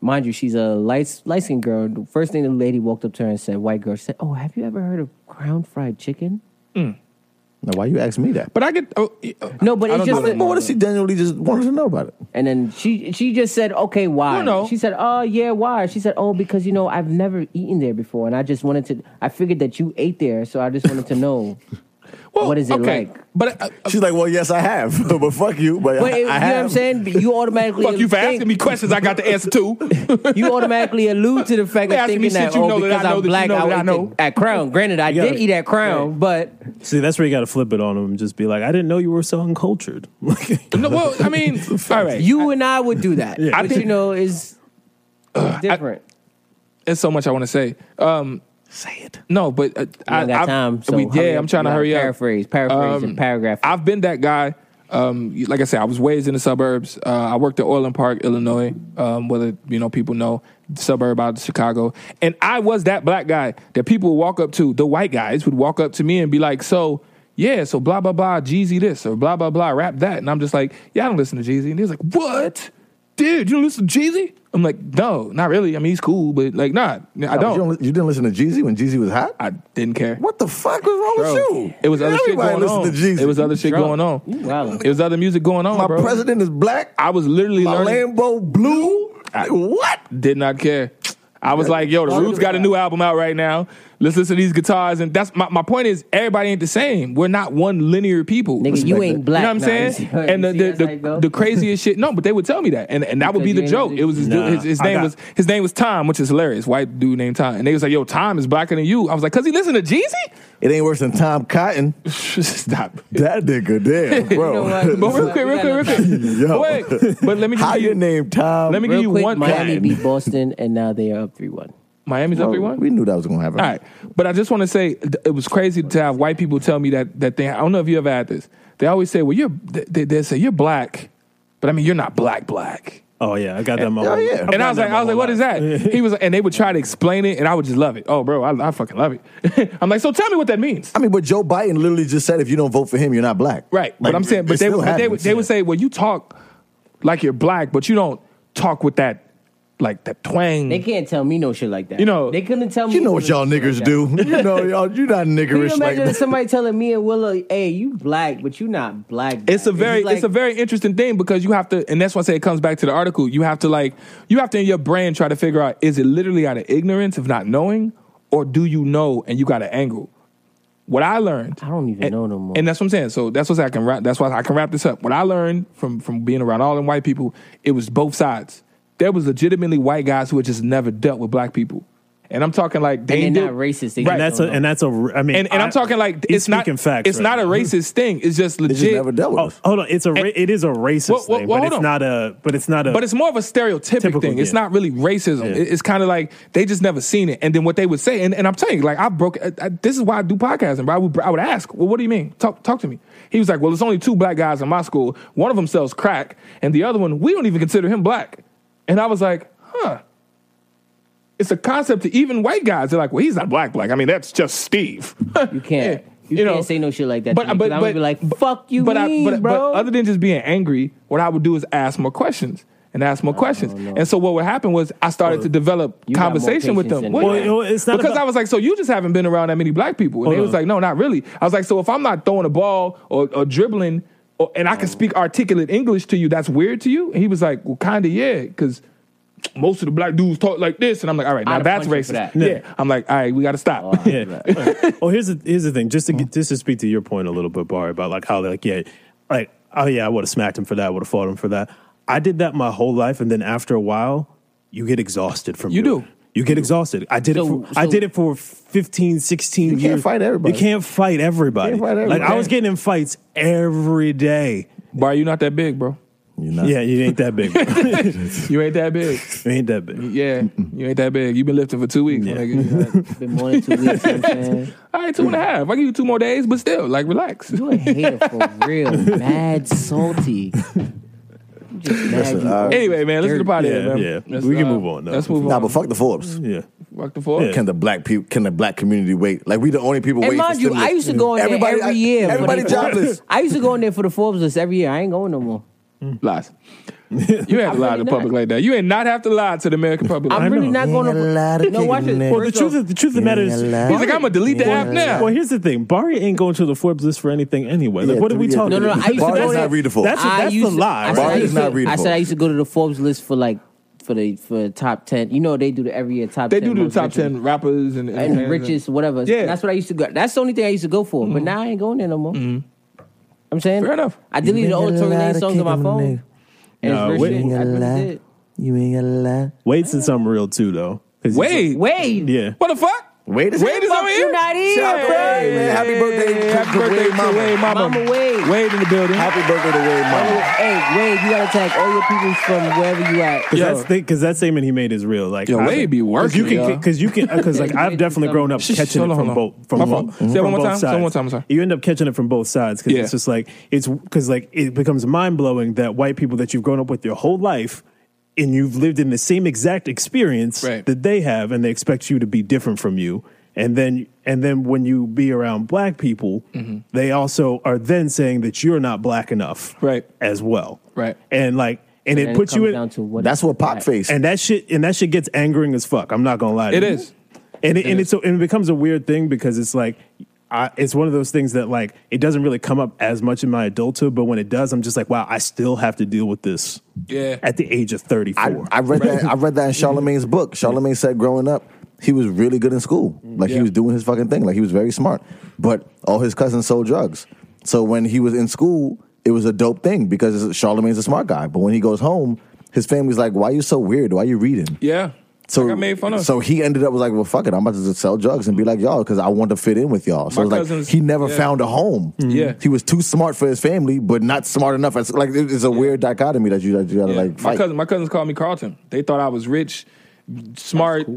Speaker 4: mind you, she's a light light skinned girl." And the first thing the lady walked up to her and said, "White girl," she said, "Oh, have you ever heard of crown fried chicken?"
Speaker 6: Now, why you ask me that?
Speaker 1: But I get oh, uh,
Speaker 4: No, but
Speaker 1: I
Speaker 4: it's
Speaker 1: don't
Speaker 4: just
Speaker 1: know.
Speaker 4: that-
Speaker 6: But what if she genuinely just wanted to know about it?
Speaker 4: And then she she just said, "Okay, why?"
Speaker 1: No, no.
Speaker 4: She said, "Oh, yeah, why?" She said, "Oh, because you know I've never eaten there before, and I just wanted to. I figured that you ate there, so I just wanted to
Speaker 1: [laughs]
Speaker 4: know."
Speaker 1: well,
Speaker 4: what is it
Speaker 1: okay.
Speaker 4: like?
Speaker 1: But uh, uh,
Speaker 6: She's like, "Well, yes, I have, [laughs] but fuck you." But,
Speaker 4: But
Speaker 6: I,
Speaker 4: it- you know
Speaker 6: I
Speaker 4: what
Speaker 6: have.
Speaker 4: I'm saying? But You automatically
Speaker 1: fuck you for
Speaker 4: think-
Speaker 1: asking me questions. I got the answer to.
Speaker 4: You automatically allude to the fact
Speaker 1: They
Speaker 4: of
Speaker 1: asking
Speaker 4: thinking
Speaker 1: me
Speaker 4: that
Speaker 1: shit you
Speaker 4: oh,
Speaker 1: know that I
Speaker 4: because
Speaker 1: know that
Speaker 4: I'm
Speaker 1: you
Speaker 4: black,
Speaker 1: know that I
Speaker 4: I,
Speaker 1: know.
Speaker 4: ate at Crown. Granted, I
Speaker 5: gotta-
Speaker 4: did eat at Crown, but
Speaker 5: See, that's where you got to flip it on them and just be like, I didn't know you were so uncultured. [laughs] Like,
Speaker 1: [laughs] no, well, I mean, all right.
Speaker 4: you and I would do that.
Speaker 5: I
Speaker 4: Which,
Speaker 1: think-
Speaker 4: you know is different.
Speaker 1: There's so much I want to say. Um,
Speaker 6: Say it.
Speaker 1: no, but uh,
Speaker 4: I,
Speaker 1: I
Speaker 4: got
Speaker 1: I-
Speaker 4: time. So
Speaker 1: we,
Speaker 4: hurry
Speaker 1: yeah,
Speaker 4: up.
Speaker 1: I'm trying to
Speaker 4: You
Speaker 1: hurry up. Um,
Speaker 4: Paraphrase, paraphrase, and paragraph.
Speaker 1: I've been that guy. Um, you- like I said, I was raised in the suburbs. Uh, I worked at Orland Park, Illinois. Um, whether you know people know the suburb out of Chicago, and I was that black guy that people would walk up to. The white guys would walk up to me and be like, "So." Yeah, so blah blah blah, Jeezy this or blah blah blah, rap that, and I'm just like, yeah, I don't listen to Jeezy, and he's like, what, dude, you don't listen to Jeezy? I'm like, no, not really. I mean, he's cool, but like, nah, I
Speaker 6: I don't. You,
Speaker 1: don't.
Speaker 6: don't, li- you didn't listen to Jeezy when Jeezy was hot.
Speaker 1: I didn't care.
Speaker 6: what the fuck was wrong
Speaker 1: Bro,
Speaker 6: with you?
Speaker 1: It was other shit
Speaker 6: Everybody
Speaker 1: going
Speaker 6: listen
Speaker 1: on.
Speaker 6: To Jeezy.
Speaker 1: It was other shit
Speaker 4: Drunk.
Speaker 1: going on.
Speaker 4: You wildin'.
Speaker 1: It was other music going on.
Speaker 6: My
Speaker 1: bro.
Speaker 6: president is black.
Speaker 1: I was literally
Speaker 6: my
Speaker 1: learning.
Speaker 6: Lambo blue. Like, what?
Speaker 1: Did not care. I was like, yo, the Roots got a new album out right now. Let's listen to these guitars. And that's my, my point is everybody ain't the same. We're not one linear people.
Speaker 4: Nigga, you ain't black.
Speaker 1: You know what I'm
Speaker 4: Nah,
Speaker 1: saying?
Speaker 4: you see-
Speaker 1: and the
Speaker 4: you see
Speaker 1: the,
Speaker 4: that's how
Speaker 1: the,
Speaker 4: it go? [laughs]
Speaker 1: the craziest shit. No, but they would tell me that, and and that would be
Speaker 4: Because
Speaker 1: the
Speaker 4: you ain't
Speaker 1: joke. It was his,
Speaker 5: Nah,
Speaker 1: his, his
Speaker 5: I
Speaker 1: name
Speaker 5: got-
Speaker 1: was his name was Tom, which is hilarious. White dude named Tom, and they was like, "Yo, Tom is blacker than you." I was like, "Cause he listened to Jeezy." [laughs]
Speaker 6: It ain't worse than Tom Cotton.
Speaker 1: Stop.
Speaker 6: [laughs] That nigga there,
Speaker 4: know
Speaker 6: bro.
Speaker 4: what?
Speaker 6: [laughs]
Speaker 1: But real quick, real quick, real quick.
Speaker 6: Yo.
Speaker 1: Wait, but let me just
Speaker 6: How
Speaker 1: give
Speaker 6: your name, Tom?
Speaker 1: Let me
Speaker 4: Real
Speaker 1: give you
Speaker 4: quick,
Speaker 1: one
Speaker 4: Miami
Speaker 1: line.
Speaker 4: beat Boston, and now they are up three one.
Speaker 1: Miami's up
Speaker 6: Well,
Speaker 1: three one.
Speaker 6: We knew that was gonna happen.
Speaker 1: All right, but I just want to say th- it was crazy to have white people tell me that that thing. I don't know if you ever had this. They always say, "Well, you're," they, they say, "You're black," but I mean, you're not black black.
Speaker 5: Oh yeah, I got that. in my
Speaker 6: Oh,
Speaker 5: wallet.
Speaker 6: yeah.
Speaker 5: I've
Speaker 6: And
Speaker 1: And I
Speaker 5: gotten
Speaker 1: was
Speaker 5: that
Speaker 1: like,
Speaker 5: in my
Speaker 1: I was like,
Speaker 5: wallet.
Speaker 1: what is that? He was, and they would try to explain it, and I would just love it. Oh, bro, I, I fucking love it. [laughs] I'm like, so tell me what that means.
Speaker 6: I mean, but Joe Biden literally just said if you don't vote for him, you're not black.
Speaker 1: Right.
Speaker 6: Like,
Speaker 1: but I'm saying,
Speaker 6: it
Speaker 1: but they,
Speaker 6: still
Speaker 1: would- but they, would
Speaker 6: happens.
Speaker 1: they would say, well, you talk like you're black, but you don't talk with that, like that twang.
Speaker 4: They can't tell me no shit like that.
Speaker 1: Mm. You know-
Speaker 4: they couldn't tell me.
Speaker 6: You know what
Speaker 4: Willis
Speaker 6: y'all
Speaker 4: shit
Speaker 6: niggas
Speaker 4: like
Speaker 6: do. [laughs] You know, y'all, you're not
Speaker 4: that. Can you
Speaker 6: niggerish like
Speaker 4: imagine
Speaker 6: that.
Speaker 4: somebody telling me and Willow, "Hey, you black, but you not black." black."
Speaker 1: It's a very
Speaker 4: just like-
Speaker 1: it's a very interesting thing because you have to and that's why I say it comes back to the article. You have to like you have to in your brain try to figure out is it literally out of ignorance of not knowing or do you know and you got an angle. What I learned
Speaker 4: I don't even
Speaker 1: and-
Speaker 4: know no more.
Speaker 1: And that's what I'm saying. So that's what I can wrap that's why I can wrap this up. What I learned from from being around all them white people, it was both sides. There was legitimately white guys who had just never dealt with black people. And I'm talking like they
Speaker 4: they're
Speaker 1: ain't
Speaker 4: not
Speaker 1: deal-
Speaker 4: racist. They
Speaker 5: And
Speaker 4: just
Speaker 5: that's
Speaker 4: don't
Speaker 5: a,
Speaker 4: know.
Speaker 5: and that's a. I mean,
Speaker 1: and, and I'm
Speaker 5: I-
Speaker 1: talking like
Speaker 5: he's
Speaker 1: it's not
Speaker 5: speaking facts.
Speaker 1: it's
Speaker 5: right
Speaker 1: not a
Speaker 5: now.
Speaker 1: racist thing. It's just
Speaker 6: They
Speaker 1: legit.
Speaker 6: just never dealt with
Speaker 5: Oh,
Speaker 6: us.
Speaker 5: hold on. It's a. ra-
Speaker 1: And-
Speaker 5: it is a racist
Speaker 1: Well, well,
Speaker 5: thing,
Speaker 1: well,
Speaker 5: but
Speaker 1: hold
Speaker 5: it's
Speaker 1: on.
Speaker 5: not a. But it's not a.
Speaker 1: But it's more of a stereotypic
Speaker 5: Typical,
Speaker 1: thing. It's
Speaker 5: yeah.
Speaker 1: not really racism.
Speaker 5: Yeah.
Speaker 1: It- It's kind of like they just never seen it. And then what they would say, and, and I'm telling you, like I broke. I, I- this is why I do podcasting. Bro. I would I would ask, well, what do you mean? Talk talk to me. He was like, well, there's only two black guys in my school. One of them sells crack, and the other one we don't even consider him black. And I was like, huh. It's a concept to even white guys. They're like, well, he's not black, black. I mean, that's just Steve.
Speaker 4: You can't.
Speaker 1: Yeah,
Speaker 4: You,
Speaker 1: you
Speaker 4: can't
Speaker 1: know.
Speaker 4: say no shit like that. But, but, I'm gonna be like, fuck you,
Speaker 1: but I-
Speaker 4: mean,
Speaker 1: but, but
Speaker 4: bro.
Speaker 1: other than just being angry, what I would do is ask more questions and ask more questions. And so what would happen was I started to develop
Speaker 4: you got more
Speaker 1: conversation with
Speaker 4: patience
Speaker 1: them.
Speaker 4: than
Speaker 1: Well,
Speaker 5: me. Well, it's not
Speaker 1: because
Speaker 5: about-
Speaker 1: I was like, so you just haven't been around that many black people. And
Speaker 5: Hold
Speaker 1: they was
Speaker 5: on.
Speaker 1: like, no, not really. I was like, so if I'm not throwing a ball or, or dribbling or, and I
Speaker 4: Oh.
Speaker 1: can speak articulate English to you, that's weird to you? And he was like, well, kind of, yeah, because most of the black dudes talk like this. And I'm like, all right, now
Speaker 4: I'd
Speaker 1: that's
Speaker 4: punch you for
Speaker 1: racist.
Speaker 4: that.
Speaker 1: Yeah. I'm like, all right, we got to stop.
Speaker 5: yeah. [laughs] oh, here's the here's the thing. Just to get, just to speak to your point a little bit, Barry, about like how like yeah, like oh yeah, I would have smacked him for that. I would have fought him for that. I did that my whole life, and then after a while, you get exhausted from
Speaker 1: You
Speaker 5: doing
Speaker 1: do.
Speaker 5: it. You get exhausted. I did
Speaker 4: So-
Speaker 5: it. For, I
Speaker 4: so-
Speaker 5: did it for 15, 16
Speaker 6: You can't
Speaker 5: years.
Speaker 6: fight everybody.
Speaker 5: You can't fight everybody.
Speaker 6: You can't fight
Speaker 5: Like I
Speaker 6: everybody.
Speaker 5: was getting in fights every day.
Speaker 1: Bro, you not that big, bro.
Speaker 6: You're not.
Speaker 5: Yeah, you ain't that big. [laughs]
Speaker 1: You ain't that big.
Speaker 5: you ain't that big.
Speaker 1: Yeah, you ain't that big. You've been lifting for two weeks. my
Speaker 6: [laughs]
Speaker 1: nigga.
Speaker 4: been more than two weeks. you know what
Speaker 1: [laughs]
Speaker 4: I'm saying?
Speaker 1: All right, two and a half. I give you two more days, but still, like, relax.
Speaker 4: You a hater for real, mad salty. You Just mad you
Speaker 6: uh,
Speaker 1: [laughs] Anyway, man, listen to the podcast,
Speaker 5: Yeah,
Speaker 1: man.
Speaker 5: yeah.
Speaker 1: Let's,
Speaker 5: We can
Speaker 1: uh,
Speaker 5: move on, though.
Speaker 1: Let's move
Speaker 6: Nah,
Speaker 1: on.
Speaker 6: but fuck the Forbes.
Speaker 5: Yeah.
Speaker 1: Fuck the four.
Speaker 6: Can the black people? Can the black community wait? Like we the only people
Speaker 4: And
Speaker 6: waiting.
Speaker 4: mind
Speaker 6: for
Speaker 4: you,
Speaker 6: stimulus.
Speaker 4: I used to go in there
Speaker 6: Everybody-
Speaker 4: every year. for
Speaker 6: everybody
Speaker 4: the-
Speaker 6: jobless.
Speaker 4: I used to go in there for the Forbes list every year. I ain't going no more.
Speaker 6: [laughs]
Speaker 1: Lies. You ain't to lie to
Speaker 4: really
Speaker 1: the public
Speaker 4: not.
Speaker 1: like that. You ain't not have to lie to the American public.
Speaker 4: I'm
Speaker 1: like
Speaker 4: really
Speaker 5: know.
Speaker 4: not going
Speaker 6: Ain't a lot
Speaker 4: to.
Speaker 6: of
Speaker 4: No, watch
Speaker 6: kicking
Speaker 4: this.
Speaker 6: there.
Speaker 5: Well, the truth is the truth of the matter is
Speaker 6: Yeah,
Speaker 1: that. He's like, I'm gonna delete the
Speaker 6: Yeah.
Speaker 1: app now.
Speaker 5: Well, here's the thing. Barry ain't going to the Forbes list for anything anyway. Like,
Speaker 6: Yeah,
Speaker 5: what are we
Speaker 6: yeah,
Speaker 5: talking
Speaker 4: No, no, no,
Speaker 5: about?
Speaker 4: I used to
Speaker 5: Barry
Speaker 4: go
Speaker 5: is
Speaker 4: there-
Speaker 5: not readable. That's,
Speaker 4: I
Speaker 5: that's the
Speaker 4: used to-
Speaker 5: lie.
Speaker 4: I said,
Speaker 5: right?
Speaker 4: I
Speaker 6: Barney's
Speaker 4: used
Speaker 6: not
Speaker 4: to-
Speaker 6: readable.
Speaker 4: I said I used to go to the Forbes list for like for the for top ten. You know they do the every year top.
Speaker 1: they
Speaker 4: 10
Speaker 1: do the
Speaker 4: most
Speaker 1: top
Speaker 4: richest-
Speaker 1: ten rappers and,
Speaker 4: and richest whatever.
Speaker 1: Yeah.
Speaker 4: that's what I used to go. That's the only thing I used to go for.
Speaker 6: Mm-hmm.
Speaker 4: But now I ain't going there no more. I'm saying
Speaker 1: Fair enough.
Speaker 4: I deleted all the
Speaker 6: making Mm-hmm. a
Speaker 4: Tory
Speaker 6: lot
Speaker 4: Lanez
Speaker 6: of
Speaker 4: songs on my
Speaker 6: kicking,
Speaker 4: phone.
Speaker 6: nigga.
Speaker 4: And
Speaker 5: Nah,
Speaker 4: it's
Speaker 5: wait.
Speaker 4: rich shit. I really did.
Speaker 6: You ain't gonna lie.
Speaker 5: Wade's in something real too, though. 'Cause he's
Speaker 1: Wait,
Speaker 4: Wait,
Speaker 5: Yeah.
Speaker 1: What the fuck?
Speaker 6: Wait a
Speaker 1: Wade
Speaker 6: second.
Speaker 1: is over
Speaker 4: you
Speaker 1: here.
Speaker 4: not here,
Speaker 6: Shout out to
Speaker 4: bro.
Speaker 6: Wade, man. Happy birthday to-
Speaker 1: Happy
Speaker 6: to
Speaker 1: birthday
Speaker 6: Wade Mama.
Speaker 1: Mama
Speaker 4: Mama Wade.
Speaker 1: Wade in the building.
Speaker 6: Happy birthday to Wade Mama.
Speaker 4: Hey, Wade, you gotta tag all your people from wherever you at.
Speaker 5: Because
Speaker 1: Yo.
Speaker 5: that's the- 'cause that statement he made is real. Like,
Speaker 1: Yo,
Speaker 5: I-
Speaker 1: Wade be working,
Speaker 5: Cause you
Speaker 1: yo.
Speaker 5: can, because you can, because
Speaker 4: [laughs]
Speaker 5: like I've definitely grown up
Speaker 1: Shh, shh,
Speaker 5: catching
Speaker 1: hold
Speaker 5: it
Speaker 1: on,
Speaker 5: from
Speaker 1: hold on.
Speaker 5: both from,
Speaker 1: My
Speaker 5: both-
Speaker 1: fault. Say it
Speaker 5: from
Speaker 1: one more
Speaker 5: both
Speaker 1: time. Say it
Speaker 5: sides.
Speaker 1: one more time, I'm sorry.
Speaker 5: You end up catching it from both sides because
Speaker 1: Yeah.
Speaker 5: it's just like it's because like it becomes mind blowing that white people that you've grown up with your whole life and you've lived in the same exact experience
Speaker 1: Right.
Speaker 5: that they have, and they expect you to be different from you. And then, and then when you be around black people,
Speaker 1: Mm-hmm.
Speaker 5: they also are then saying that you're not black enough,
Speaker 1: Right.
Speaker 5: As well,
Speaker 1: Right.
Speaker 5: And like, and,
Speaker 4: And
Speaker 5: it puts you
Speaker 4: comes
Speaker 5: in.
Speaker 4: down to what
Speaker 6: That's
Speaker 4: is
Speaker 6: what Pop
Speaker 4: black.
Speaker 6: faced.
Speaker 5: And that shit and that shit gets angering as fuck. I'm not gonna lie. To
Speaker 1: It
Speaker 5: you.
Speaker 1: is.
Speaker 5: And it, and it's so and it becomes a weird thing because it's like I, it's one of those things that like it doesn't really come up as much in my adulthood, but when it does, I'm just like, wow, I still have to deal with this.
Speaker 1: Yeah.
Speaker 5: At the age of 34.
Speaker 6: I, I read that. I read that in Charlemagne's book. Charlemagne said, growing up, he was really good in school. Like
Speaker 1: Yeah.
Speaker 6: he was doing his fucking thing. Like he was very smart. But all his cousins sold drugs. So when he was in school, it was a dope thing because Charlemagne's a smart guy. But when he goes home, his family's like, "Why you so weird? Why you reading?"
Speaker 1: Yeah.
Speaker 6: So
Speaker 1: I got made fun of.
Speaker 6: So he ended up was like, well, fuck it, I'm about to just sell drugs and be like y'all because I want to fit in with y'all. So
Speaker 1: My
Speaker 6: it's like
Speaker 1: cousins-
Speaker 6: he never
Speaker 1: yeah.
Speaker 6: found a home.
Speaker 1: Yeah.
Speaker 6: he was too smart for his family, but not smart enough. It's like it's a weird dichotomy that you that you gotta
Speaker 1: Yeah.
Speaker 6: like
Speaker 1: my
Speaker 6: fight.
Speaker 1: cousin, my cousins called me Carlton. They thought I was rich, smart,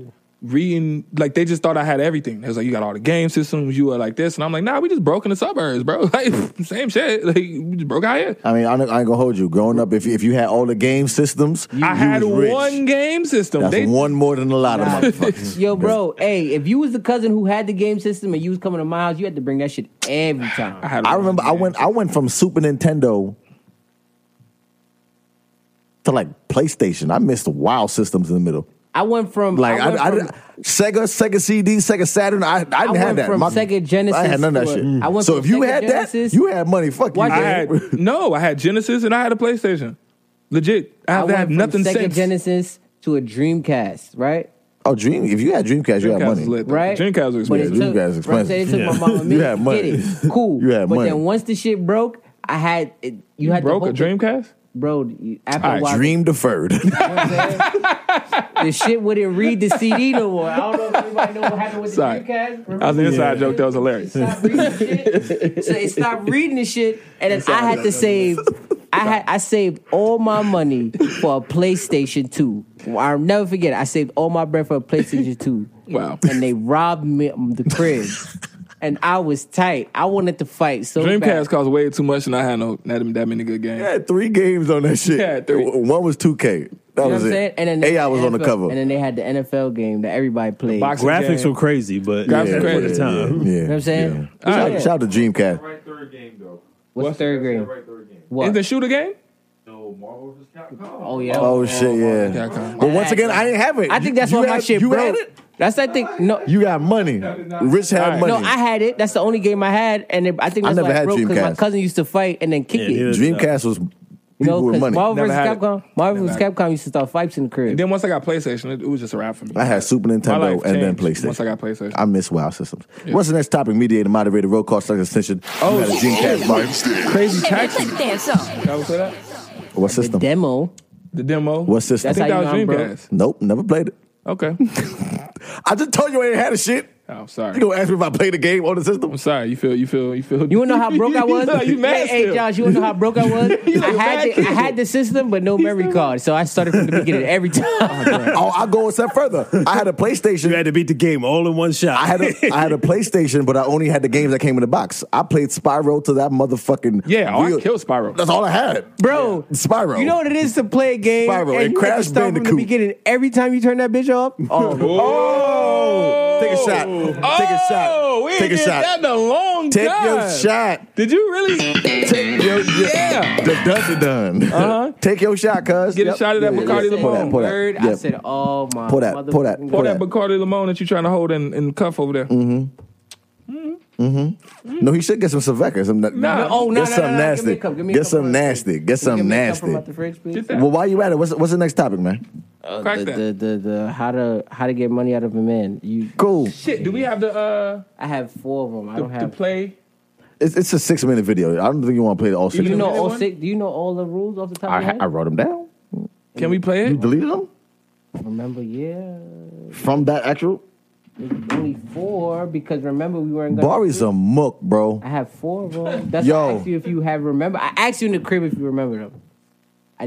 Speaker 1: reading like they just thought I had everything. They was like, you got all the game systems, you are like this, and I'm like, nah, we just broke in the suburbs, bro. [laughs] Like same shit. Like we just broke out here.
Speaker 6: I mean, I, ain't- I ain't gonna hold you. Growing up, if you, if you had all the game systems,
Speaker 1: I
Speaker 6: you
Speaker 1: had
Speaker 6: was rich.
Speaker 1: one game system.
Speaker 6: That's
Speaker 1: they
Speaker 6: one more than a lot of motherfuckers.
Speaker 4: [laughs] Yo, bro, hey, if you was the cousin who had the game system and you was coming to my house, you had to bring that shit every
Speaker 1: I
Speaker 4: time.
Speaker 1: had.
Speaker 6: I
Speaker 1: one
Speaker 6: remember I
Speaker 1: game.
Speaker 6: went I went from Super Nintendo to like PlayStation. I missed the wild systems in the middle.
Speaker 4: I went from
Speaker 6: Like I,
Speaker 4: went
Speaker 6: I,
Speaker 4: from-
Speaker 6: didn't- Sega, Sega CD, Sega Saturn. I, I didn't
Speaker 4: I
Speaker 6: have
Speaker 4: went
Speaker 6: that.
Speaker 4: from
Speaker 6: My-
Speaker 4: Sega Genesis Mm.
Speaker 6: I had none of that
Speaker 4: to-
Speaker 6: shit.
Speaker 4: I went
Speaker 6: so
Speaker 4: from
Speaker 6: if you
Speaker 4: Sega
Speaker 6: had
Speaker 4: Genesis-
Speaker 6: that, you had money. Fuck you.
Speaker 4: Watch
Speaker 1: I
Speaker 4: it.
Speaker 6: [laughs]
Speaker 1: had no. I had Genesis and I had a PlayStation. Legit. I
Speaker 4: I
Speaker 1: have
Speaker 4: went
Speaker 1: to have
Speaker 4: from
Speaker 1: nothing
Speaker 4: Sega
Speaker 1: since.
Speaker 4: Genesis to a Dreamcast, right?
Speaker 6: oh, Dream. If you had Dreamcast, you had
Speaker 1: Dreamcast
Speaker 6: money.
Speaker 1: is lit. though.
Speaker 4: Right?
Speaker 1: Dreamcast was
Speaker 4: But it
Speaker 6: expensive.
Speaker 4: took-
Speaker 6: Dreamcast is
Speaker 4: right, so It took my
Speaker 5: expensive. Yeah.
Speaker 4: mama a
Speaker 6: You
Speaker 4: minute
Speaker 6: had
Speaker 4: to
Speaker 6: money.
Speaker 4: get it. Cool.
Speaker 6: You had
Speaker 4: but
Speaker 6: money.
Speaker 4: then once the shit broke, I had it, you,
Speaker 1: You
Speaker 4: had
Speaker 1: broke
Speaker 4: to
Speaker 1: a
Speaker 4: hold it.
Speaker 1: Dreamcast?
Speaker 4: bro. you- After
Speaker 1: All right,
Speaker 4: a while,
Speaker 6: Dream
Speaker 4: [laughs]
Speaker 6: deferred. [laughs]
Speaker 4: the shit wouldn't read the CD no more. I don't know if anybody know what happened with
Speaker 1: Sorry.
Speaker 4: the Dreamcast.
Speaker 1: That was an inside
Speaker 5: Yeah.
Speaker 1: joke. That was hilarious.
Speaker 4: Stopped reading shit. so it stopped reading the shit, and then I had to save. I had I saved all my money for a PlayStation Two. I'll never forget. It. I saved all my bread for a PlayStation Two.
Speaker 1: Wow.
Speaker 4: And they robbed me of the crib, and I was tight. I wanted to fight so bad.
Speaker 1: Dreamcast cost way too much, and I had no that, that many good games.
Speaker 6: I had three games on that shit.
Speaker 1: Yeah, three.
Speaker 6: One was 2K. That
Speaker 4: You know
Speaker 6: was
Speaker 4: what I'm
Speaker 6: it.
Speaker 4: saying? And then they
Speaker 6: AI
Speaker 4: had
Speaker 6: was on the
Speaker 4: NFL
Speaker 6: cover.
Speaker 4: And then they had the NFL game that everybody played.
Speaker 1: boxing
Speaker 5: Graphics
Speaker 1: game.
Speaker 5: were crazy, but
Speaker 1: Graphics
Speaker 5: yeah,
Speaker 1: were
Speaker 5: for
Speaker 1: crazy.
Speaker 5: the time.
Speaker 6: Yeah.
Speaker 4: You know what I'm saying?
Speaker 1: Yeah.
Speaker 6: Shout,
Speaker 1: All right.
Speaker 6: shout out to Dreamcast.
Speaker 7: Right third game though.
Speaker 4: What's third grade?
Speaker 7: Right third game.
Speaker 4: What?
Speaker 1: Is the shooter game?
Speaker 7: No Marvel vs. Capcom.
Speaker 4: oh yeah.
Speaker 6: Oh, shit, yeah.
Speaker 1: Yeah, kinda.
Speaker 6: But once again, I didn't have it.
Speaker 4: I think that's
Speaker 6: You
Speaker 4: why my
Speaker 6: had-
Speaker 4: shit
Speaker 6: you
Speaker 4: broke.
Speaker 6: Had it?
Speaker 4: That's I think no.
Speaker 6: You got money. Rich had
Speaker 1: Alright.
Speaker 6: money.
Speaker 4: No, I had it. That's the only game I had, and it, I think
Speaker 6: I
Speaker 4: that's
Speaker 6: never
Speaker 4: why
Speaker 6: had
Speaker 4: I broke because my
Speaker 6: Dreamcast.
Speaker 4: cousin used to fight and then kick
Speaker 5: Yeah,
Speaker 4: it.
Speaker 5: neither-
Speaker 6: Dreamcast was people
Speaker 4: You know,
Speaker 6: with
Speaker 4: 'cause
Speaker 6: money.
Speaker 4: Marvel vs.
Speaker 1: Never had it.
Speaker 4: Capcom, Marvel
Speaker 1: Never
Speaker 4: vs.
Speaker 1: had it.
Speaker 4: Capcom used to start fights in the crib.
Speaker 1: Then once I got PlayStation, it, it was just a wrap for me.
Speaker 6: I had Super
Speaker 1: My
Speaker 6: Nintendo
Speaker 1: life
Speaker 6: and then
Speaker 1: changed
Speaker 6: PlayStation.
Speaker 1: Once I got PlayStation,
Speaker 6: I miss WoW systems. What's the next topic? Mediator, moderator, roll call, second extension. Oh, you had a Dreamcast Mark.
Speaker 4: [laughs]
Speaker 1: crazy taxi. Did
Speaker 3: Everything
Speaker 1: I ever play that?
Speaker 6: What system?
Speaker 4: Demo.
Speaker 1: The demo.
Speaker 6: What
Speaker 1: I
Speaker 6: system?
Speaker 4: That's
Speaker 1: think
Speaker 4: how
Speaker 1: that
Speaker 4: you
Speaker 1: was
Speaker 4: know I'm broke.
Speaker 1: Dreamcast.
Speaker 6: Nope, never played it. [laughs]
Speaker 1: Okay.
Speaker 6: I just told you I ain't had a shit.
Speaker 1: Oh, sorry.
Speaker 6: You gonna ask me if I played a game on the system?
Speaker 1: I'm sorry. You feel. You feel. You feel.
Speaker 4: You
Speaker 1: [laughs]
Speaker 4: wanna know how broke I was?
Speaker 1: no, you mad
Speaker 4: hey, hey,
Speaker 1: still.
Speaker 4: Josh, you wanna know how broke
Speaker 1: [laughs]
Speaker 4: I was? I had the, I had the system, but no memory card, so I started from the
Speaker 1: [laughs]
Speaker 4: beginning every time.
Speaker 6: [laughs] Oh, I'll go a step further. I had a PlayStation.
Speaker 5: You had to beat the game all in one shot.
Speaker 6: I had [laughs]
Speaker 5: [laughs]
Speaker 6: a, I had a PlayStation, but I only had the games that came in the box. I played Spyro to that motherfucking
Speaker 1: Yeah, oh, I
Speaker 6: real-
Speaker 1: killed Spyro.
Speaker 6: That's all I had,
Speaker 4: Bro,
Speaker 6: Spyro.
Speaker 4: you know what it is to play a game
Speaker 6: Spyro and
Speaker 4: and you have
Speaker 6: Crash
Speaker 4: to start from the
Speaker 6: Bandicoot.
Speaker 4: beginning every time you turn that
Speaker 1: [laughs]
Speaker 4: bitch off. Oh,
Speaker 1: Oh,
Speaker 6: Take a shot. Take a shot.
Speaker 1: Oh, we ain't
Speaker 6: Take a
Speaker 1: did
Speaker 6: shot.
Speaker 1: That in a long
Speaker 6: Take
Speaker 1: time.
Speaker 6: your shot.
Speaker 1: Did you really?
Speaker 6: Take your
Speaker 1: Yeah.
Speaker 6: The done done.
Speaker 1: Uh-huh.
Speaker 6: Take your shot, cuz.
Speaker 1: Get a shot of that Bacardi
Speaker 6: yeah. Pour that,
Speaker 1: Limon.
Speaker 6: pour that.
Speaker 4: word! I
Speaker 6: Yeah.
Speaker 4: said, "Oh my!"
Speaker 6: Pour that, pour that,
Speaker 4: motherfucking
Speaker 6: pour
Speaker 1: Pour
Speaker 6: that.
Speaker 1: that Bacardi Limon that you trying to hold in, in cuff over there.
Speaker 6: Mm-hmm. No, he should get some Cerveca. Some, nah,
Speaker 4: mm. Oh, no,
Speaker 6: get
Speaker 4: no,
Speaker 6: something
Speaker 4: no, no. Give me
Speaker 6: nasty.
Speaker 4: a cup. Give me a
Speaker 6: get
Speaker 4: cup
Speaker 6: some
Speaker 4: from the fridge.
Speaker 6: nasty. Get some
Speaker 4: Can we get something
Speaker 6: nasty.
Speaker 4: Out the fridge, please?
Speaker 1: Get that.
Speaker 6: Well, while you at it, what's, what's the next topic, man?
Speaker 4: Uh,
Speaker 1: Crack
Speaker 4: the,
Speaker 1: that.
Speaker 4: The, the, the how to how to get money out of a man. You,
Speaker 6: Cool.
Speaker 1: Shit. Do we have the uh
Speaker 4: I have four of them. I
Speaker 1: the,
Speaker 4: don't
Speaker 1: the
Speaker 4: have.
Speaker 1: play?
Speaker 6: It's, it's a six minute video. I don't think you want to play all six.
Speaker 4: do you know
Speaker 1: Minute
Speaker 4: all
Speaker 1: one?
Speaker 4: six? Do you know all the rules off the top
Speaker 6: I,
Speaker 4: of your
Speaker 6: ha-
Speaker 4: head?
Speaker 6: I wrote them down.
Speaker 1: Can we play
Speaker 6: You
Speaker 1: it?
Speaker 6: deleted them
Speaker 4: remember, yeah,
Speaker 6: from that actual.
Speaker 4: only four because remember we weren't. Gonna
Speaker 6: Barry's a mook, bro.
Speaker 4: I have four of them. That's why I
Speaker 6: Yo.
Speaker 4: asked you if you have remember. I asked you in the crib if you remember them.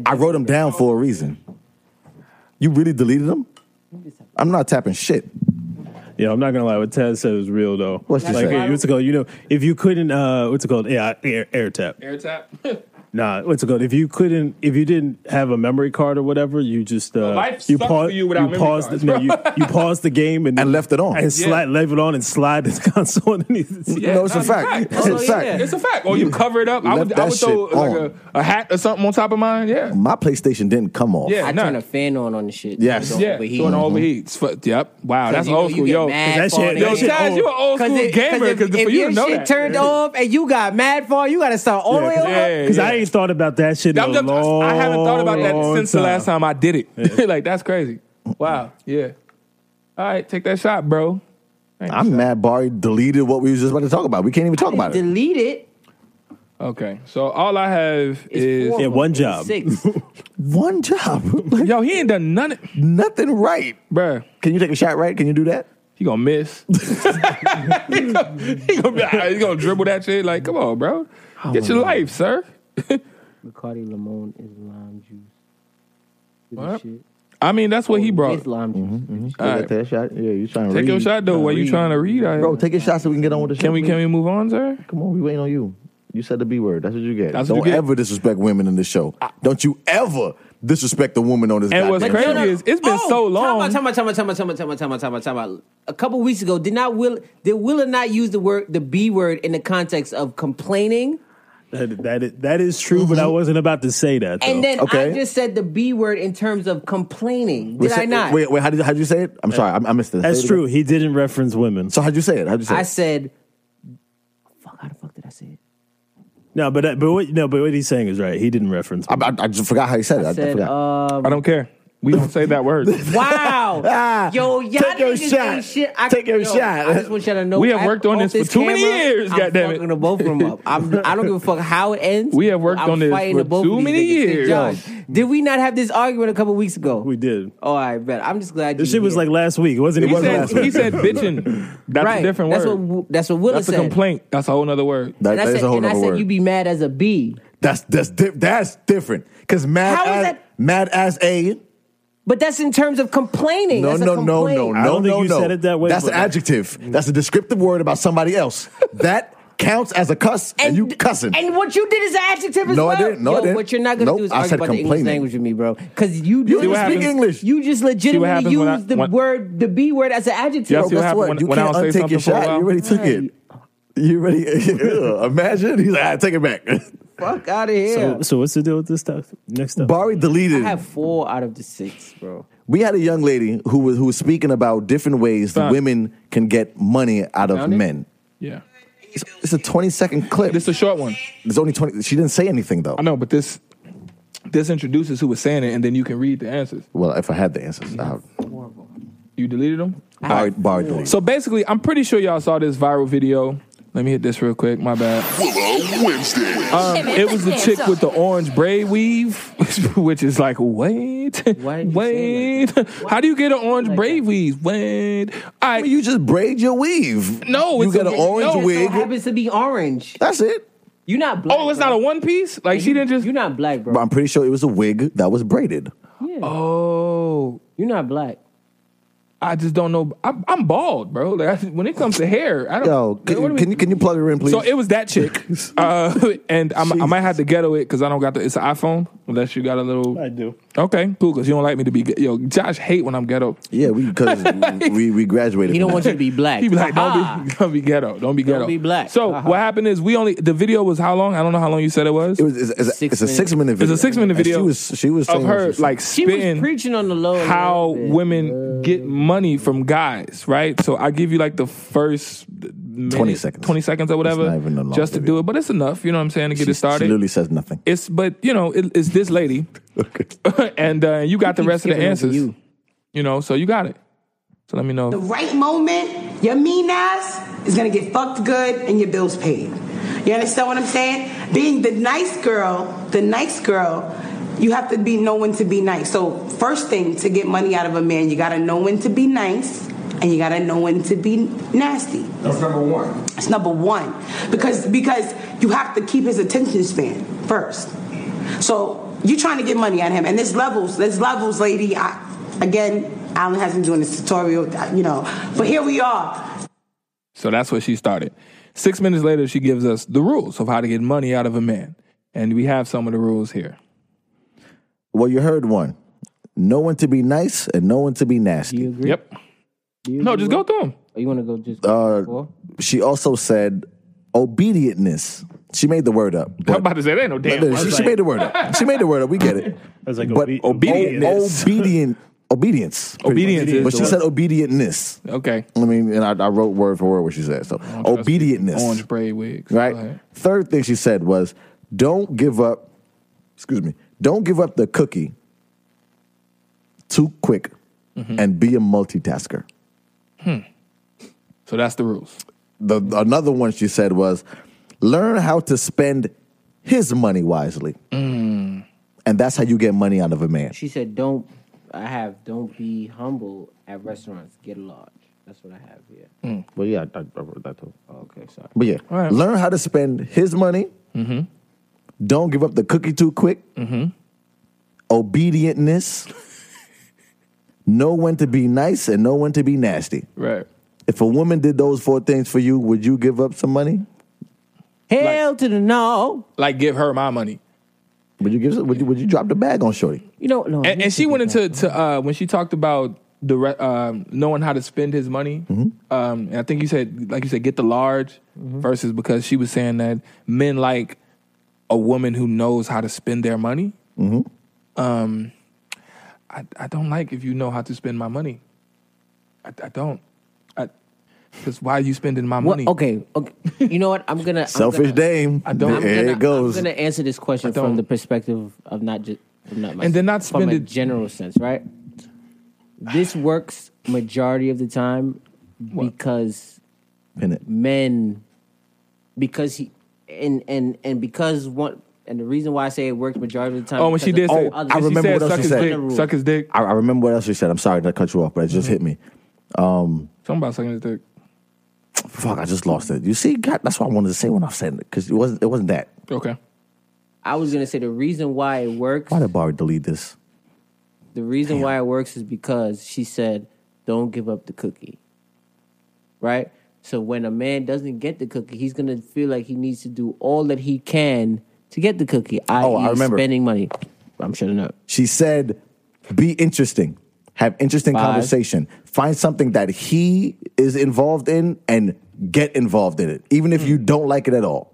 Speaker 6: I wrote them down for a reason. You really deleted them? I'm not tapping shit.
Speaker 5: Yeah, I'm not gonna lie. What Taz said was real though.
Speaker 6: What's he
Speaker 5: like,
Speaker 6: say?
Speaker 5: hey, what's it called? You know, if you couldn't, uh, what's it called? Yeah, air, air tap.
Speaker 1: Air tap. [laughs]
Speaker 5: Nah, what's it called? If you couldn't, if you didn't have a memory card or whatever, you just uh,
Speaker 1: life
Speaker 5: you
Speaker 1: sucks
Speaker 5: pause,
Speaker 1: for you without memory
Speaker 5: pause,
Speaker 1: cards,
Speaker 5: the, no, you,
Speaker 1: [laughs]
Speaker 5: you pause the game and,
Speaker 6: And left it on.
Speaker 5: and slide, left it on and slide the [laughs] console underneath. the-
Speaker 1: Yeah,
Speaker 6: no, it's a
Speaker 1: no, it's a
Speaker 6: fact.
Speaker 1: fact.
Speaker 6: It's
Speaker 4: Oh,
Speaker 6: a fact.
Speaker 4: yeah.
Speaker 1: it's a fact. Or you cover it up. I
Speaker 6: Left
Speaker 1: would, I
Speaker 6: that
Speaker 1: would throw
Speaker 6: shit
Speaker 1: like
Speaker 6: on.
Speaker 1: a, a hat or something on top of mine. Yeah.
Speaker 6: My PlayStation didn't come off.
Speaker 1: Yeah.
Speaker 4: I
Speaker 1: nah.
Speaker 4: turn a fan on on the shit.
Speaker 6: Yes.
Speaker 4: So it don't
Speaker 1: Yeah,
Speaker 4: overheat.
Speaker 1: so it overheats. Fu- Yep. Wow, that's
Speaker 4: you know
Speaker 1: old
Speaker 4: you
Speaker 1: school,
Speaker 4: get
Speaker 1: yo.
Speaker 4: mad
Speaker 5: that
Speaker 4: for
Speaker 5: shit-
Speaker 4: it.
Speaker 5: that
Speaker 1: Yo,
Speaker 5: shit
Speaker 1: Taz,
Speaker 5: old.
Speaker 1: you an old
Speaker 4: Cause
Speaker 1: school
Speaker 4: it- cause
Speaker 1: gamer
Speaker 4: if,
Speaker 1: because
Speaker 4: if
Speaker 1: for you
Speaker 4: your
Speaker 1: to know
Speaker 4: shit
Speaker 1: that.
Speaker 4: turned off and you got mad for it, you gotta start all the way
Speaker 5: Yeah.
Speaker 4: over.
Speaker 1: Yeah.
Speaker 5: Because I ain't thought about that shit in
Speaker 1: I'm
Speaker 5: a
Speaker 1: just-
Speaker 5: long,
Speaker 1: I haven't thought about that
Speaker 5: long
Speaker 1: since the last time I did it. [laughs] like that's crazy. Wow. Yeah. All right, take that shot, bro.
Speaker 6: I'm mad Barry deleted what we was just about to talk about. We can't even talk about it.
Speaker 4: Delete it.
Speaker 1: Okay. So all I have
Speaker 4: It's
Speaker 1: is
Speaker 4: four of
Speaker 5: Yeah,
Speaker 4: them.
Speaker 5: one
Speaker 4: It's [laughs]
Speaker 5: job.
Speaker 4: Six.
Speaker 6: One job. [laughs] Like,
Speaker 1: [laughs] yo. He ain't done none,
Speaker 6: nothing right.
Speaker 1: bro.
Speaker 6: Can you take a shot right? Can you do that?
Speaker 1: He gonna
Speaker 4: [laughs]
Speaker 1: miss. [laughs] he, gonna, he gonna be- ah, he gonna dribble that shit. Like, come on, bro. Get your life, sir.
Speaker 4: Bacardi Limon is lime juice. With the
Speaker 1: What?
Speaker 4: shit.
Speaker 1: I mean, that's what he brought.
Speaker 4: With lime juice.
Speaker 1: All right.
Speaker 6: Take that shot. Yeah, you trying to
Speaker 1: Take
Speaker 6: read.
Speaker 1: your shot though. While you trying to read, I,
Speaker 6: Bro, take your shot so we can get on with the shit.
Speaker 1: can we can we move on, sir?
Speaker 6: Come on, we waiting on you. You said the B word. That's what you get.
Speaker 1: That's what
Speaker 6: Don't
Speaker 1: you get.
Speaker 6: ever disrespect women in this show. Don't you ever disrespect the woman on this.
Speaker 1: And what's
Speaker 6: goddamn
Speaker 1: crazy
Speaker 6: show.
Speaker 1: is it's been so long.
Speaker 4: Oh, Time out, time out, time out, time out, time out, time out, time out, time out. A couple weeks ago, did not will did Willa not use the word the B word in the context of complaining?
Speaker 5: That, that, is, that is true, but I
Speaker 6: Mm-hmm.
Speaker 5: wasn't about to say that. Though.
Speaker 4: And then
Speaker 6: Okay.
Speaker 4: I just said the B word in terms of complaining. Did
Speaker 6: Wait,
Speaker 4: I
Speaker 6: say-
Speaker 4: not?
Speaker 6: Wait, wait. How did how did you say it? I'm sorry, I, I missed it. Say
Speaker 5: that's
Speaker 6: it again.
Speaker 5: true. He didn't reference women.
Speaker 6: So how'd you say it? How'd you say
Speaker 4: I
Speaker 6: it?
Speaker 4: said, fuck, how the fuck did I say it?
Speaker 5: No, but that, but what, no, but what he's saying is right. He didn't reference.
Speaker 6: I, I, I just forgot how you said uh, it. I, I
Speaker 4: Said,
Speaker 6: forgot.
Speaker 1: [laughs]
Speaker 4: um,
Speaker 1: I don't care. We don't say
Speaker 6: [laughs]
Speaker 1: that word.
Speaker 4: wow.
Speaker 1: Ah,
Speaker 4: yo, y'all
Speaker 6: take your
Speaker 4: niggas
Speaker 6: shot.
Speaker 4: ain't Shit. I,
Speaker 6: Take your
Speaker 4: yo,
Speaker 6: shot.
Speaker 4: I just want y'all to know.
Speaker 1: We have
Speaker 4: I-
Speaker 1: worked on
Speaker 4: off
Speaker 1: this for too many years,
Speaker 4: I'm
Speaker 1: goddammit.
Speaker 4: fucking the both of them up. I'm, I don't give a fuck how it ends.
Speaker 1: We have worked
Speaker 4: I'm
Speaker 1: on this
Speaker 4: fighting
Speaker 1: for
Speaker 4: the both
Speaker 1: too
Speaker 4: of these
Speaker 1: many
Speaker 4: niggas. Hey,
Speaker 1: years.
Speaker 4: Josh, did we not have this argument a couple weeks ago?
Speaker 5: we did.
Speaker 4: Oh, I bet. I'm just glad.
Speaker 5: This
Speaker 4: you
Speaker 5: shit was
Speaker 4: here.
Speaker 5: like last week. It wasn't.
Speaker 1: He
Speaker 5: even
Speaker 1: said,
Speaker 5: last week.
Speaker 1: he said bitching. That's
Speaker 4: right.
Speaker 1: a different
Speaker 4: that's
Speaker 1: word.
Speaker 4: What, Wi- that's what Willa
Speaker 1: that's a
Speaker 4: said.
Speaker 1: complaint. That's a whole other word.
Speaker 6: That-
Speaker 4: And I
Speaker 6: that
Speaker 4: said,
Speaker 6: is a whole
Speaker 4: and I
Speaker 6: other
Speaker 4: said
Speaker 6: word.
Speaker 4: you be mad as a B,
Speaker 6: that's that's di- that's different. Cause mad
Speaker 4: How is
Speaker 6: as
Speaker 4: that-
Speaker 6: mad as a
Speaker 4: but that's in terms of complaining.
Speaker 6: no
Speaker 4: That's a
Speaker 6: no no
Speaker 4: complaint.
Speaker 6: no no
Speaker 5: I don't think
Speaker 6: no
Speaker 5: you
Speaker 6: no.
Speaker 5: said it that way,
Speaker 6: That's an
Speaker 5: but-
Speaker 6: adjective. That's a descriptive word about somebody
Speaker 4: [laughs]
Speaker 6: else. that counts as a cuss, and, you cussing.
Speaker 4: And what you did is an adjective as
Speaker 6: No, I
Speaker 4: well.
Speaker 6: didn't. No, I
Speaker 4: Yo,
Speaker 6: didn't.
Speaker 4: What you're not gonna
Speaker 6: Nope,
Speaker 4: do is
Speaker 6: I
Speaker 4: argue
Speaker 6: said
Speaker 4: about the English
Speaker 6: complaining.
Speaker 4: language with me, bro. Because you
Speaker 6: You
Speaker 4: just
Speaker 6: didn't speak English.
Speaker 4: You just legitimately
Speaker 1: happens
Speaker 4: used
Speaker 1: when I-
Speaker 4: the
Speaker 1: when-
Speaker 4: word, the B word, as an adjective.
Speaker 1: Y'all
Speaker 6: Bro,
Speaker 1: see what
Speaker 6: guess
Speaker 1: happened
Speaker 6: what?
Speaker 1: when-
Speaker 6: you
Speaker 1: when I
Speaker 6: can't
Speaker 1: don't say
Speaker 6: untake your
Speaker 1: something for a
Speaker 6: shot.
Speaker 1: while?
Speaker 6: You already took it. You already [laughs] Ugh, imagine? He's like, I take it back. [laughs]
Speaker 4: Fuck out of here.
Speaker 5: So, so what's the deal with this stuff? Next up,
Speaker 6: Bari
Speaker 4: I
Speaker 6: deleted.
Speaker 4: have four out of the six, bro.
Speaker 6: we had a young lady who was who was speaking about different ways that
Speaker 1: Son.
Speaker 6: women can get money out of
Speaker 4: Found it?
Speaker 6: men.
Speaker 1: Yeah.
Speaker 6: It's, it's a twenty second clip.
Speaker 1: This is a short one.
Speaker 6: There's only twenty. She didn't say anything though.
Speaker 1: I know, but this this introduces who was saying it, and then you can read the answers.
Speaker 6: Well, if I had the answers, I would.
Speaker 1: You deleted them.
Speaker 6: Barry, Barry deleted.
Speaker 1: So basically, I'm pretty sure y'all saw this viral video. Let me hit this real quick. My bad. Um, it was the chick with the orange braid weave, [laughs] which is like, wait,
Speaker 4: Why did you say
Speaker 1: wait. How do you get an orange
Speaker 4: Like
Speaker 1: braid weave? Wait, I
Speaker 6: I mean, you just braid your weave.
Speaker 1: No,
Speaker 6: you
Speaker 1: it's
Speaker 6: got
Speaker 1: a-
Speaker 6: an orange
Speaker 1: no, it's
Speaker 4: It
Speaker 6: wig.
Speaker 4: happens to be orange.
Speaker 6: That's it.
Speaker 4: You're not black.
Speaker 1: oh, it's
Speaker 4: bro.
Speaker 1: not a one piece. Like she didn't just.
Speaker 4: You're not black,
Speaker 6: But
Speaker 4: bro.
Speaker 6: I'm pretty sure it was a wig that was braided.
Speaker 4: Yeah.
Speaker 1: Oh,
Speaker 4: You're not black.
Speaker 1: I just don't know. I'm, I'm bald, bro. Like I, when it comes to hair, I don't.
Speaker 6: Yo,
Speaker 1: Like, what do
Speaker 6: can,
Speaker 1: we-
Speaker 6: can you can you plug her in, please?
Speaker 1: So it was
Speaker 6: [laughs]
Speaker 1: that chick, uh, [laughs] and I'm, I might have to ghetto it because I don't got the. It's an iPhone, unless you got a little.
Speaker 5: I do.
Speaker 1: Okay, cool. Because you don't like me to be. ge- Yo, Josh hate when I'm ghetto.
Speaker 6: yeah, we
Speaker 1: [laughs]
Speaker 6: because we we graduated.
Speaker 4: He
Speaker 6: from
Speaker 4: don't want
Speaker 6: that.
Speaker 4: you to [laughs] be black.
Speaker 1: He be like,
Speaker 4: Ha-ha.
Speaker 1: don't be, [laughs] don't be ghetto, don't be ghetto,
Speaker 4: be black.
Speaker 1: So
Speaker 4: Ha-ha.
Speaker 1: what happened is we only the video was how long? I don't know how long you said it was.
Speaker 6: It was it's, it's, a-
Speaker 4: Six
Speaker 6: it's a
Speaker 4: minutes.
Speaker 6: six minute
Speaker 1: It's
Speaker 6: video.
Speaker 1: a six
Speaker 6: And
Speaker 1: minute video.
Speaker 6: She was she was
Speaker 1: of
Speaker 6: saying what
Speaker 1: her
Speaker 6: was
Speaker 1: like
Speaker 4: She was
Speaker 1: spitting
Speaker 4: preaching on the low. a
Speaker 1: how
Speaker 4: little bit.
Speaker 1: women get money from guys, right? So I give you like the first minute,
Speaker 6: 20 seconds.
Speaker 1: twenty seconds or whatever,
Speaker 6: not even a long
Speaker 1: just to
Speaker 6: video.
Speaker 1: do it. But it's enough, you know what I'm saying, to get
Speaker 6: she,
Speaker 1: it started.
Speaker 6: She literally says nothing.
Speaker 1: It's but you know it, it's this lady, [laughs] and uh, you got the
Speaker 4: keeps
Speaker 1: rest of the
Speaker 4: skipping over
Speaker 1: answers.
Speaker 4: you.
Speaker 1: You. know, so you got it. So let me know.
Speaker 8: the right moment, your mean ass is gonna get fucked good and your bills paid. You understand what I'm saying? Being the nice girl, the nice girl, you have to be know when to be nice. So first thing to get money out of a man, you gotta know when to be nice and you gotta know when to be nasty.
Speaker 7: That's number one.
Speaker 8: It's number one because because you have to keep his attention span first. So you're trying to get money out of him, and there's levels. There's levels, lady. I, again, Alan hasn't doing this tutorial, you know. But here we are.
Speaker 1: So that's where she started. Six minutes later, she gives us the rules of how to get money out of a man, and we have some of the rules here.
Speaker 6: Well, you heard one. No one to be nice and no one to be nasty.
Speaker 1: Yep. No, just go through them.
Speaker 4: Or you want to go just?
Speaker 6: Uh,
Speaker 4: Well,
Speaker 6: She also said obedientness. She made the word up.
Speaker 1: I'm
Speaker 6: but-
Speaker 1: about to say they ain't no damn.
Speaker 6: she,
Speaker 1: rules.
Speaker 6: she made the word up. She made the word up. We get
Speaker 1: [laughs]
Speaker 6: it.
Speaker 5: I was like,
Speaker 6: But
Speaker 5: obe-
Speaker 6: obedience.
Speaker 5: obedientness.
Speaker 6: obedient, obedience. pretty
Speaker 1: [laughs] Obedience
Speaker 6: much.
Speaker 1: is
Speaker 6: But
Speaker 1: the
Speaker 6: she
Speaker 1: word.
Speaker 6: said obedientness.
Speaker 1: Okay.
Speaker 6: I mean, and I, I wrote word for word what she said. So
Speaker 1: Trust me.
Speaker 6: obedientness.
Speaker 1: Orange braid wigs. Go
Speaker 6: Right.
Speaker 1: ahead.
Speaker 6: Third thing she said was, "Don't give up." Excuse me. Don't give up the cookie too quick,
Speaker 1: Mm-hmm.
Speaker 6: and be a multitasker.
Speaker 1: So that's the rules.
Speaker 6: The another one she said was, "Learn how to spend his money wisely."
Speaker 1: Mm.
Speaker 6: And that's how you get money out of a man.
Speaker 4: she said, "Don't." I have. Don't be humble at restaurants. Get a large. That's what I have. Yeah.
Speaker 6: Hmm. Well, yeah, I, I wrote that too. Oh,
Speaker 4: Okay. Sorry.
Speaker 6: But yeah,
Speaker 1: All right.
Speaker 6: learn how to spend his money.
Speaker 4: Mm-hmm.
Speaker 6: Don't give up the cookie too quick. Obedientness. Know when to be nice and know when to be nasty.
Speaker 1: Right.
Speaker 6: If a woman did those four things for you, would you give up some money?
Speaker 4: Hell to the no.
Speaker 1: Like give her my money.
Speaker 6: Would you give? Would you, would you drop the bag on Shorty?
Speaker 4: You know, no.
Speaker 1: And, and she went into to, uh, when she talked about the re- um, knowing how to spend his money. Um, and I think you said, like you said, get the large versus because she was saying that men like a woman who knows how to spend their money. Um, I, I don't like if you know how to spend my money. I, I don't. Because why are you spending my
Speaker 4: What-
Speaker 1: money?
Speaker 4: okay, okay. You know what? I'm gonna I'm
Speaker 6: Selfish
Speaker 4: gonna-
Speaker 6: dame.
Speaker 1: I don't-
Speaker 4: I'm
Speaker 6: There
Speaker 4: gonna,
Speaker 6: it goes.
Speaker 4: I'm gonna answer this question
Speaker 1: don't.
Speaker 4: from the perspective of not just from not my,
Speaker 1: And then not
Speaker 4: from
Speaker 1: spend
Speaker 4: a
Speaker 1: it-
Speaker 4: general sense, right? This works majority of the time because
Speaker 6: Pin it.
Speaker 4: men because he and and and because one and the reason why I say it works majority of the time.
Speaker 1: Oh, when she did
Speaker 4: because
Speaker 1: say,
Speaker 4: of other-
Speaker 6: I
Speaker 1: when she
Speaker 6: remember
Speaker 1: said,
Speaker 6: what else
Speaker 1: suck
Speaker 6: she
Speaker 1: his
Speaker 6: said.
Speaker 1: dick, suck his dick.
Speaker 6: I, I remember what else you said. I'm sorry to cut you off, but it just
Speaker 4: Mm-hmm.
Speaker 6: hit me.
Speaker 1: Something about sucking his dick.
Speaker 6: Fuck, I just lost it. You see, God, that's what I wanted to say when I said it because it wasn't. It wasn't that.
Speaker 1: Okay.
Speaker 4: I was gonna say the reason why it works.
Speaker 6: Why did Barry delete this?
Speaker 4: The reason why it works is because she said, "Don't give up the cookie." Right? So when a man doesn't get the cookie, he's going to feel like he needs to do all that he can to get the cookie, i.e.
Speaker 6: Oh, I remember.
Speaker 4: spending money. I'm shutting up.
Speaker 6: She said, "Be interesting, have interesting
Speaker 4: Five.
Speaker 6: conversation, find something that he is involved in, and get involved in it, even if you don't like it at all.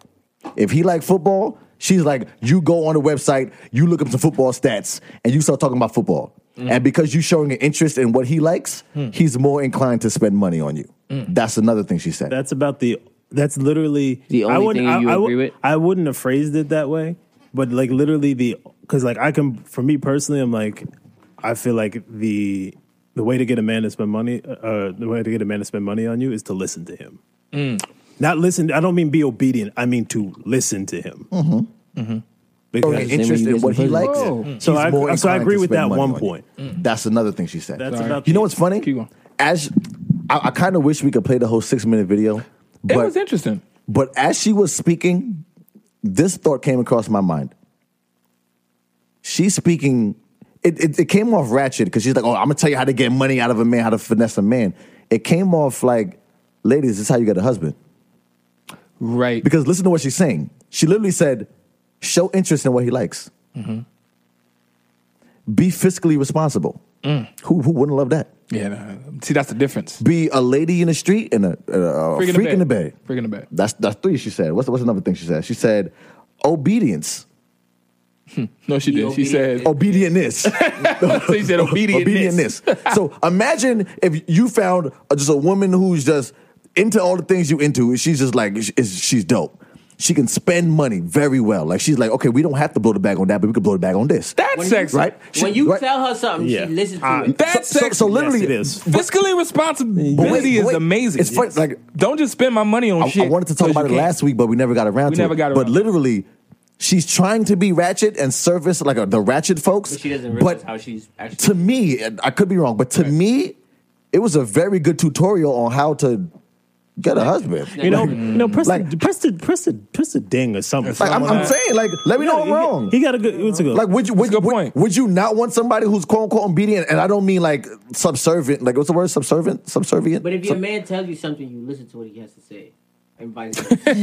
Speaker 6: If he like football, she's like, you go on the website, you look up some football stats, and you start talking about football.
Speaker 1: Mm.
Speaker 6: And because you're showing an interest in what he likes,
Speaker 1: Hmm.
Speaker 6: he's more inclined to spend money on you. That's another thing she said.
Speaker 5: That's about the. That's literally
Speaker 4: The only
Speaker 5: wouldn't-
Speaker 4: thing you
Speaker 5: I,
Speaker 4: agree with?
Speaker 5: I wouldn't have phrased it that way, but like literally the because like I can for me personally, I'm like I feel like the the way to get a man to spend money, uh, the way to get a man to spend money on you is to listen to him. Not listen. I don't mean be obedient. I mean to listen to him. Mm-hmm. Because
Speaker 6: showing an interest in what he likes. he's
Speaker 5: So I-
Speaker 6: more
Speaker 5: so I
Speaker 6: inclined
Speaker 5: agree
Speaker 6: to
Speaker 5: with
Speaker 6: spend
Speaker 5: that
Speaker 6: money
Speaker 5: one
Speaker 6: on you.
Speaker 5: point.
Speaker 1: Hmm.
Speaker 6: That's another thing she said.
Speaker 5: That's Sorry. about
Speaker 6: you know
Speaker 5: the-
Speaker 6: what's funny?
Speaker 1: Keep going.
Speaker 6: As I, I kind of wish we could play the whole six minute video,
Speaker 1: It
Speaker 6: but
Speaker 1: was interesting.
Speaker 6: but as she was speaking, this thought came across my mind. She's speaking. It, it, it came off ratchet because she's like, "Oh, I'm gonna tell you how to get money out of a man, how to finesse a man." It came off like, "Ladies, this is how you get a husband."
Speaker 1: Right.
Speaker 6: Because listen to what she's saying. She literally said, show interest in what he likes. Be fiscally responsible. Who, who wouldn't love that?
Speaker 1: Yeah. nah. See, that's the difference.
Speaker 6: Be a lady in the street and a, a, a freak, in the bed.
Speaker 1: Freaking the bed.
Speaker 6: That's, that's three, she said. What's, what's another thing she said? She said, obedience.
Speaker 1: No, she did. She said. [laughs]
Speaker 6: Obedientness. [laughs]
Speaker 1: she said obedience.
Speaker 6: Obedientness. so imagine if you found a- just a woman who's just into all the things you into. and She's just like sh- is- she's dope. She can spend money very well. Like she's like, okay, we don't have to blow the bag on that, but we can blow the bag on this.
Speaker 1: That's sexy,
Speaker 6: right?
Speaker 4: when
Speaker 6: She-
Speaker 4: you
Speaker 6: right?
Speaker 4: tell her something,
Speaker 5: Yeah.
Speaker 4: she listens to
Speaker 6: Uh,
Speaker 5: Ah,
Speaker 4: it.
Speaker 1: That's
Speaker 6: so, so,
Speaker 1: sexy.
Speaker 6: so literally,
Speaker 5: Yes, it is.
Speaker 1: Fiscally responsibility
Speaker 6: But wait, but
Speaker 1: is
Speaker 6: wait,
Speaker 1: amazing.
Speaker 6: it's funny, like-
Speaker 1: don't just spend my money on
Speaker 6: I,
Speaker 1: Oh, shit.
Speaker 6: I wanted to talk
Speaker 1: 'cause
Speaker 6: about
Speaker 1: you
Speaker 6: it
Speaker 1: can't.
Speaker 6: last week, but we never got around
Speaker 1: We
Speaker 6: to
Speaker 1: never
Speaker 6: it.
Speaker 1: got around
Speaker 6: but
Speaker 1: to it.
Speaker 6: literally, she's trying to be ratchet and service like uh, the ratchet folks.
Speaker 4: But she doesn't realize
Speaker 6: but
Speaker 4: how she's actually.
Speaker 6: to me, and I could be wrong, but to me, it was a very good tutorial on how to get a husband.
Speaker 5: You know,
Speaker 4: Mm.
Speaker 5: you know, press,
Speaker 6: Like-
Speaker 5: the, press the press the press the ding or something.
Speaker 6: Like, I'm,
Speaker 1: uh,
Speaker 6: I'm saying, like, let me know I'm
Speaker 5: He got-
Speaker 6: wrong.
Speaker 5: He got a good. What's it called?
Speaker 6: Like, would you would,
Speaker 1: That's a good
Speaker 6: would,
Speaker 1: point.
Speaker 6: would you not want somebody who's quote unquote obedient? And I don't mean like subservient. Like, what's the word? Subservient. Subservient.
Speaker 4: But if your
Speaker 6: Sub-
Speaker 4: man tells you something, you listen to what he has to say. And vice
Speaker 1: [laughs]
Speaker 4: versa.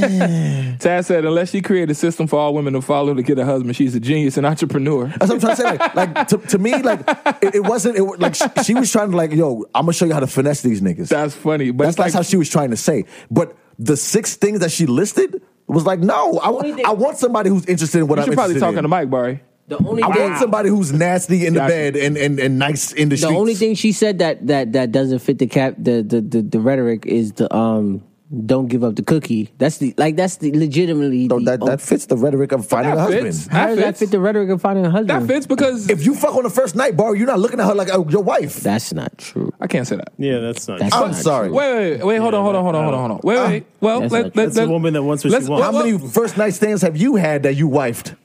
Speaker 1: Taz said, unless she create a system for all women to follow to get a husband, she's a genius and entrepreneur.
Speaker 6: That's what I'm trying to say. Like, like to, to me, like it, it wasn't. It, wa- like she, she was trying to like, yo, I'm gonna show you how to finesse these niggas.
Speaker 1: That's funny, but
Speaker 6: that's,
Speaker 1: it's like,
Speaker 6: that's how she was trying to say. But the six things that she listed was like, no, I,
Speaker 4: Only
Speaker 6: wa-
Speaker 4: thing-
Speaker 6: I want somebody who's interested in what
Speaker 1: you
Speaker 6: I'm
Speaker 1: should probably
Speaker 6: interested
Speaker 1: talk on
Speaker 6: in.
Speaker 1: the mic, Barry.
Speaker 4: The only
Speaker 6: I
Speaker 4: thing,
Speaker 6: want somebody who's nasty in the
Speaker 1: Gotcha.
Speaker 6: bed and, and, and nice in the
Speaker 4: the
Speaker 6: streets.
Speaker 4: only thing she said that that that doesn't fit the cap the the the, the rhetoric is the um don't give up the cookie. That's the like that's the legitimately.
Speaker 6: So
Speaker 4: the-
Speaker 6: that, that fits the rhetoric of finding a
Speaker 1: That
Speaker 6: husband.
Speaker 1: fits.
Speaker 4: how does that
Speaker 1: That
Speaker 4: fit the
Speaker 1: fits.
Speaker 4: rhetoric of finding a husband?
Speaker 1: That fits because
Speaker 6: If you fuck on the first night, Bar, you're not looking at her like uh, your wife.
Speaker 4: That's not true.
Speaker 1: I can't say that.
Speaker 5: yeah, that's not.
Speaker 4: That's
Speaker 6: I'm
Speaker 4: not
Speaker 6: sorry.
Speaker 4: True.
Speaker 1: Wait, wait, wait, hold on, hold on, hold on, hold on, hold on. Wait, wait. Well,
Speaker 4: That's
Speaker 1: let,
Speaker 4: not-
Speaker 1: let,
Speaker 5: That's a
Speaker 1: let-
Speaker 5: woman that wants what she
Speaker 1: let's-
Speaker 5: wants.
Speaker 6: How
Speaker 1: well,
Speaker 6: many first night stands have you had that you wifed?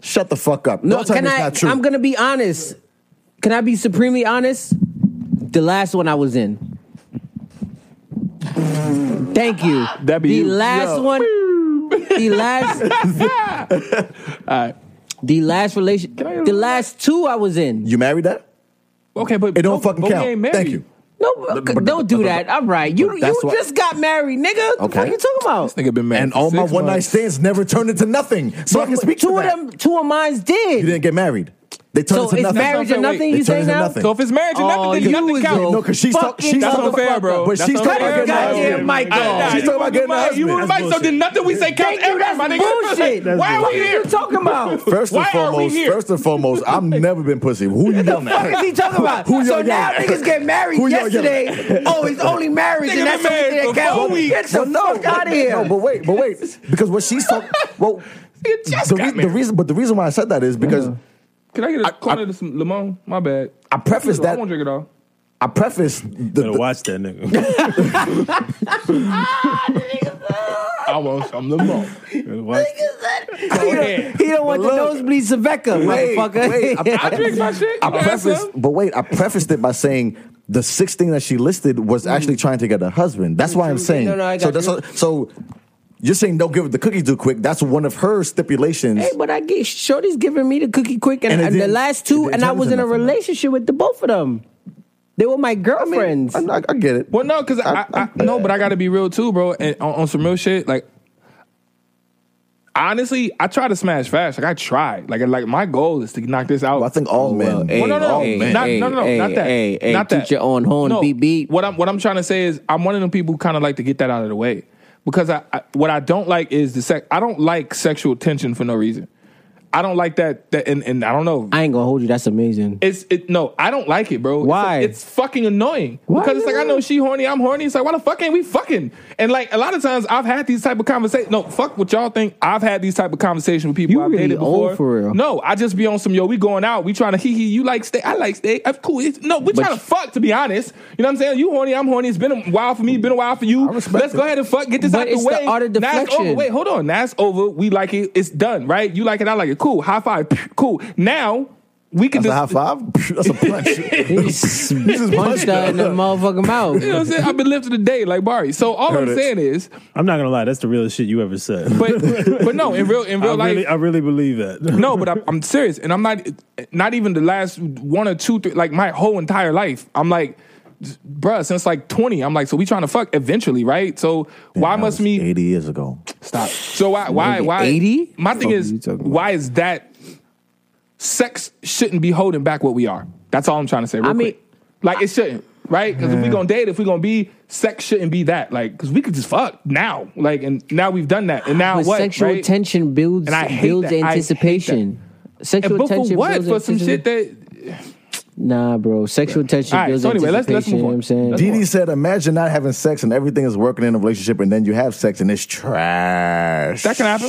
Speaker 6: Shut the fuck up.
Speaker 4: No,
Speaker 6: Don't tell
Speaker 4: can
Speaker 6: me it's
Speaker 4: I?
Speaker 6: not true.
Speaker 4: I'm gonna be honest. Can I be supremely honest? The last one I was in. Thank you.
Speaker 1: That be
Speaker 4: the
Speaker 1: you.
Speaker 4: last
Speaker 1: Yo.
Speaker 4: one. the last.
Speaker 1: [laughs]
Speaker 4: The last relation.
Speaker 1: I-
Speaker 4: The last two I was in.
Speaker 6: you married that?
Speaker 1: Okay, but
Speaker 6: It
Speaker 4: Oh,
Speaker 6: don't
Speaker 1: Bo-
Speaker 6: fucking
Speaker 1: Bowie
Speaker 6: count.
Speaker 1: ain't married.
Speaker 6: Thank you.
Speaker 4: No,
Speaker 6: But- but-
Speaker 4: don't do that. I'm right. You
Speaker 6: But
Speaker 4: you
Speaker 6: that's why-
Speaker 4: just got married, nigga. What the
Speaker 6: Okay.
Speaker 4: fuck you talking about?
Speaker 1: Nigga been married.
Speaker 6: And
Speaker 1: for
Speaker 6: all my
Speaker 1: six
Speaker 6: one night
Speaker 1: months.
Speaker 6: stands never turned into nothing. So I can speak
Speaker 4: two
Speaker 6: to
Speaker 4: of
Speaker 6: that.
Speaker 4: them. Two of mine
Speaker 6: You
Speaker 4: did.
Speaker 6: didn't get married. They turned
Speaker 4: So
Speaker 6: into
Speaker 4: it's
Speaker 6: nothing.
Speaker 4: marriage or
Speaker 1: That's what I'm saying.
Speaker 4: nothing.
Speaker 6: Wait,
Speaker 4: You
Speaker 6: it turns
Speaker 4: saying
Speaker 6: into
Speaker 4: now?
Speaker 6: nothing.
Speaker 1: So if it's marriage or
Speaker 4: Oh,
Speaker 1: nothing, then
Speaker 4: you
Speaker 1: nothing
Speaker 4: is
Speaker 1: counts.
Speaker 4: a
Speaker 6: No, because she's talk,
Speaker 4: fucking
Speaker 6: she's
Speaker 1: That's
Speaker 6: talking
Speaker 1: unfair, bro.
Speaker 6: But
Speaker 1: That's
Speaker 6: she's
Speaker 1: unfair.
Speaker 6: talking about
Speaker 4: Cut the
Speaker 6: getting a
Speaker 4: goddamn
Speaker 6: husband.
Speaker 4: mic
Speaker 1: I died.
Speaker 4: off.
Speaker 6: She's talking about getting a
Speaker 1: You were
Speaker 6: husband.
Speaker 1: right, so then nothing we say counts
Speaker 4: Thank you.
Speaker 1: ever,
Speaker 4: That's
Speaker 1: my nigga.
Speaker 4: bullshit.
Speaker 1: Why are
Speaker 4: What
Speaker 1: we here?
Speaker 4: you talking about?
Speaker 6: [laughs] First and
Speaker 1: Why are we
Speaker 6: foremost,
Speaker 1: here?
Speaker 6: first and foremost,
Speaker 1: [laughs]
Speaker 6: I've never been pussy. Who you yelling
Speaker 4: fuck is
Speaker 6: at?
Speaker 4: he talking about?
Speaker 6: Who y'all
Speaker 4: so
Speaker 6: yelling
Speaker 4: now
Speaker 6: at?
Speaker 4: niggas get married
Speaker 6: Who y'all yelling at?
Speaker 4: yesterday. [laughs] Oh, it's only marriage,
Speaker 1: Nigga
Speaker 4: and that's
Speaker 1: been married
Speaker 4: something that
Speaker 1: for four
Speaker 4: counts.
Speaker 1: weeks.
Speaker 4: Get the fuck out of
Speaker 6: No,
Speaker 4: here.
Speaker 6: but wait, but
Speaker 4: [laughs]
Speaker 6: wait, because what she's talking, well,
Speaker 1: You just
Speaker 6: the,
Speaker 1: got
Speaker 6: re- the
Speaker 1: married.
Speaker 6: reason, but the reason why I said that is because
Speaker 1: Can I get a
Speaker 6: I-
Speaker 1: corner
Speaker 6: I-
Speaker 1: to some limon? My bad.
Speaker 6: I prefaced
Speaker 1: I
Speaker 6: that.
Speaker 1: won't drink it all.
Speaker 6: I prefaced the,
Speaker 5: Better
Speaker 6: the-
Speaker 5: watch that nigga.
Speaker 1: I want some limon.
Speaker 5: Better watch-
Speaker 4: he,
Speaker 1: ahead.
Speaker 4: don't, he don't want
Speaker 6: But
Speaker 4: the
Speaker 6: look.
Speaker 4: nosebleed Cerveca,
Speaker 6: Wait,
Speaker 4: motherfucker. [laughs]
Speaker 6: wait, I-
Speaker 1: I drink my shit.
Speaker 6: I
Speaker 1: You can have some.
Speaker 6: prefaced, but wait, I prefaced it by saying the sixth thing that she listed was
Speaker 1: Mm.
Speaker 6: actually trying to get a husband. That's why I'm saying.
Speaker 4: No, no, I
Speaker 6: so
Speaker 4: got you.
Speaker 6: what- so you're saying don't give the cookie too quick. That's one of her stipulations.
Speaker 4: Hey, but I get Shorty's giving me the cookie quick, and,
Speaker 6: And it
Speaker 4: and the
Speaker 6: didn't-
Speaker 4: last
Speaker 6: it
Speaker 4: two,
Speaker 6: didn't
Speaker 4: and I
Speaker 6: turn
Speaker 4: was in
Speaker 6: into
Speaker 4: a
Speaker 6: nothing, though.
Speaker 4: relationship with the both of them. They were my girlfriends.
Speaker 6: I, I- I get it.
Speaker 1: Well, no, because I, I, no, but I got to be real too, bro. And on, on some real shit, like honestly, I try to smash fast. Like I tried. Like like my goal is to knock this out.
Speaker 6: Well, I think all men.
Speaker 4: hey,
Speaker 1: Well, no, no, no,
Speaker 6: all
Speaker 4: hey,
Speaker 6: men.
Speaker 1: not, no, no, no,
Speaker 4: hey,
Speaker 1: not that.
Speaker 4: hey, hey,
Speaker 1: not that.
Speaker 4: toot your own horn,
Speaker 1: no,
Speaker 4: beep, beep.
Speaker 1: What I'm what I'm trying to say is I'm one of them people who kind of like to get that out of the way because I, I what I don't like is the sex. I don't like sexual tension for no reason. I don't like that. That and, and I don't know.
Speaker 4: I ain't gonna hold you. That's amazing.
Speaker 1: It's it no, I don't like it, bro. It's
Speaker 4: Why?
Speaker 1: like- It's, fucking annoying.
Speaker 4: Why
Speaker 1: Because it's
Speaker 4: you
Speaker 1: like I know she horny, I'm horny. It's like why the fuck ain't we fucking? And like a lot of times I've had these type of conversations. No, fuck what y'all think. I've had these type of conversations with people
Speaker 4: You
Speaker 1: I've
Speaker 4: really
Speaker 1: dated
Speaker 4: old
Speaker 1: before.
Speaker 4: for real.
Speaker 1: No, I just be on some yo. We going out. We trying to hee hee. You like steak? I like steak. That's cool. It's, no, we
Speaker 4: But
Speaker 1: trying
Speaker 4: you-
Speaker 1: to fuck. To be honest, you know what I'm saying. You horny, I'm horny. It's been a while for me. Been a while for you.
Speaker 6: I
Speaker 1: Let's
Speaker 6: respect
Speaker 1: go
Speaker 6: it.
Speaker 1: ahead and fuck. Get this
Speaker 4: But
Speaker 1: out the
Speaker 4: it's the
Speaker 1: way.
Speaker 4: art of
Speaker 1: Now it's over.
Speaker 4: deflection.
Speaker 1: Wait, hold on. Now it's over. We like it. It's done. Right? You like it. I like it. Cool. High five. Pew. Cool. Now. We can
Speaker 6: That's a high
Speaker 1: just
Speaker 6: five.
Speaker 1: [laughs]
Speaker 6: That's a punch. [laughs]
Speaker 4: He just punched her in the motherfucking mouth.
Speaker 1: You know what I'm saying? I've been lifted today, like Barry. So all
Speaker 6: Heard
Speaker 1: I'm
Speaker 6: it.
Speaker 1: saying is,
Speaker 5: I'm not gonna lie, that's the realest shit you ever said.
Speaker 6: [laughs]
Speaker 1: but
Speaker 5: [laughs]
Speaker 1: but no, in real in
Speaker 5: I
Speaker 1: real life,
Speaker 5: really, I really believe that.
Speaker 1: no.
Speaker 5: [laughs]
Speaker 1: But I'm, I'm serious, and I'm not not even the last one or two, three, like my whole entire life. I'm like, bruh, since like 20, I'm like, so we trying to fuck eventually, right? So why
Speaker 6: That
Speaker 1: must
Speaker 6: was
Speaker 1: me
Speaker 6: Eighty years ago.
Speaker 1: stop? So why why
Speaker 4: Nigga,
Speaker 1: why
Speaker 4: 80?
Speaker 1: My thing
Speaker 4: Fuck
Speaker 1: is,
Speaker 4: you talking about?
Speaker 1: why is that sex shouldn't be holding back what we are? That's all I'm trying to say. Real
Speaker 4: I mean-
Speaker 1: quick. like it shouldn't. Right, because if we gonna date, if we gonna be, sex shouldn't be that. Like, because we could just fuck now. Like, and now we've done that, and now
Speaker 4: But
Speaker 1: what?
Speaker 4: sexual
Speaker 1: right?
Speaker 4: tension builds
Speaker 1: And I hate
Speaker 4: builds
Speaker 1: that. I hate
Speaker 4: anticipation.
Speaker 1: And
Speaker 4: Sexual
Speaker 1: but for
Speaker 4: tension
Speaker 1: what?
Speaker 4: builds
Speaker 1: For some
Speaker 4: anticipation-
Speaker 1: shit that
Speaker 4: Nah, bro. Sexual tension
Speaker 1: All right,
Speaker 4: builds
Speaker 1: so anyway, let's-
Speaker 4: anticipation.
Speaker 1: let's
Speaker 4: you know what I'm
Speaker 1: move on.
Speaker 4: saying?
Speaker 1: Let's-
Speaker 6: Didi said, "Imagine not having sex and everything is working in a relationship, and then you have sex and it's trash."
Speaker 1: that can happen.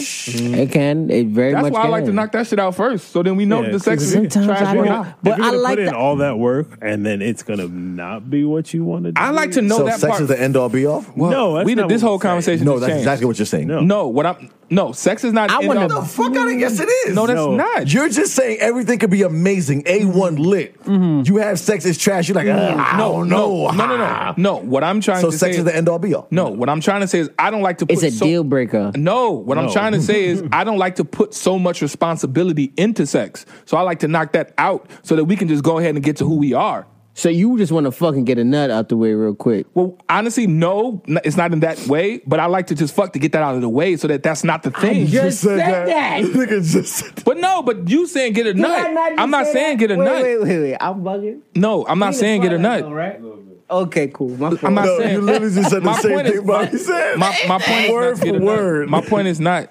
Speaker 4: It can. It very
Speaker 1: That's
Speaker 4: much
Speaker 1: why I
Speaker 4: can.
Speaker 1: like to knock that shit out first, so then we know
Speaker 5: Yeah,
Speaker 1: if the sex is
Speaker 5: 'cause
Speaker 4: sometimes I
Speaker 1: trash or
Speaker 4: don't-
Speaker 1: not.
Speaker 4: But
Speaker 5: if you're
Speaker 4: I
Speaker 5: gonna
Speaker 4: like
Speaker 5: put in
Speaker 4: that-
Speaker 5: all that work and then it's gonna not be what you want to do.
Speaker 1: I like to know
Speaker 6: So
Speaker 1: that
Speaker 6: sex
Speaker 1: part.
Speaker 6: is the end all be all.
Speaker 1: Well,
Speaker 5: No, that's
Speaker 1: we did
Speaker 5: not
Speaker 1: this
Speaker 5: what
Speaker 1: whole
Speaker 5: I'm saying.
Speaker 1: conversation.
Speaker 6: No,
Speaker 1: has
Speaker 6: that's
Speaker 1: changed.
Speaker 6: exactly what you're saying.
Speaker 5: No.
Speaker 1: No, what I'm no, sex is not.
Speaker 4: I
Speaker 1: end
Speaker 4: wanna-
Speaker 1: all-
Speaker 4: The
Speaker 6: fuck out of yes, it is.
Speaker 1: No, that's
Speaker 5: No.
Speaker 1: not.
Speaker 6: You're just saying everything could be amazing, A1 lit. You have sex, it's trash. You're like, "Ah, I
Speaker 1: Mm-hmm. no,
Speaker 6: don't
Speaker 1: no,
Speaker 6: know. Ah."
Speaker 1: no, no, no, no. What I'm trying
Speaker 6: So
Speaker 1: to
Speaker 6: sex
Speaker 1: say
Speaker 6: is the end all be all.
Speaker 1: No, what I'm trying to say is I don't like to.
Speaker 4: It's
Speaker 1: put
Speaker 4: a
Speaker 1: so-
Speaker 4: deal breaker.
Speaker 1: No, what I'm
Speaker 5: No.
Speaker 1: trying to say is I don't like to put so much responsibility into sex. So I like to knock that out so that we can just go ahead and get to who we are.
Speaker 4: So you just want to fucking get a nut out the way real quick.
Speaker 1: Well, honestly, no, n- it's not in that way. But I like to just fuck to get that out of the way so that that's not the thing.
Speaker 4: just said that.
Speaker 6: [laughs] Nigga just said that.
Speaker 1: but no, but you saying get a
Speaker 4: Did I
Speaker 1: nut.
Speaker 4: not just
Speaker 1: I'm not
Speaker 4: say
Speaker 1: saying
Speaker 4: that?
Speaker 1: get a
Speaker 4: wait,
Speaker 1: nut.
Speaker 4: Wait, wait, wait. I'm bugging.
Speaker 1: No, I'm not
Speaker 4: Clean
Speaker 1: saying
Speaker 4: as
Speaker 1: get a
Speaker 4: fuck
Speaker 1: nut.
Speaker 4: though, right? Okay, cool. My fault.
Speaker 1: I'm not
Speaker 6: No,
Speaker 1: saying
Speaker 6: you literally just said the
Speaker 1: My
Speaker 6: same
Speaker 1: point
Speaker 6: thing
Speaker 1: is-
Speaker 6: Bobby said.
Speaker 1: My, [laughs] my point is
Speaker 6: Word
Speaker 1: not to get
Speaker 6: for
Speaker 1: a nut.
Speaker 6: word.
Speaker 1: My point is not.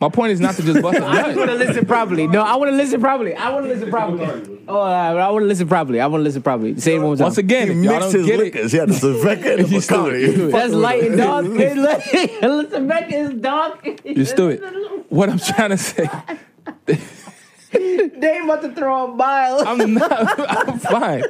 Speaker 1: My point is not to just bust a
Speaker 4: I just want to
Speaker 1: nut.
Speaker 4: listen properly. No, I want to listen properly. I want to listen properly. Oh, I, I want to listen properly. I want to listen properly. Say it one more time.
Speaker 1: Once
Speaker 6: [laughs]
Speaker 1: again,
Speaker 6: He
Speaker 1: if y'all
Speaker 6: mixed
Speaker 1: don't
Speaker 6: his
Speaker 1: get it,
Speaker 6: liquors. He had the Cerveca
Speaker 1: [laughs]
Speaker 6: and the
Speaker 1: Just do it. Just
Speaker 6: Bacardi.
Speaker 1: do it.
Speaker 4: That's light and dark. It's light. listen back to his dog.
Speaker 1: just do it. What I'm trying to say,
Speaker 4: [laughs] They about to throw a mile.
Speaker 1: I'm not. [laughs] I'm fine.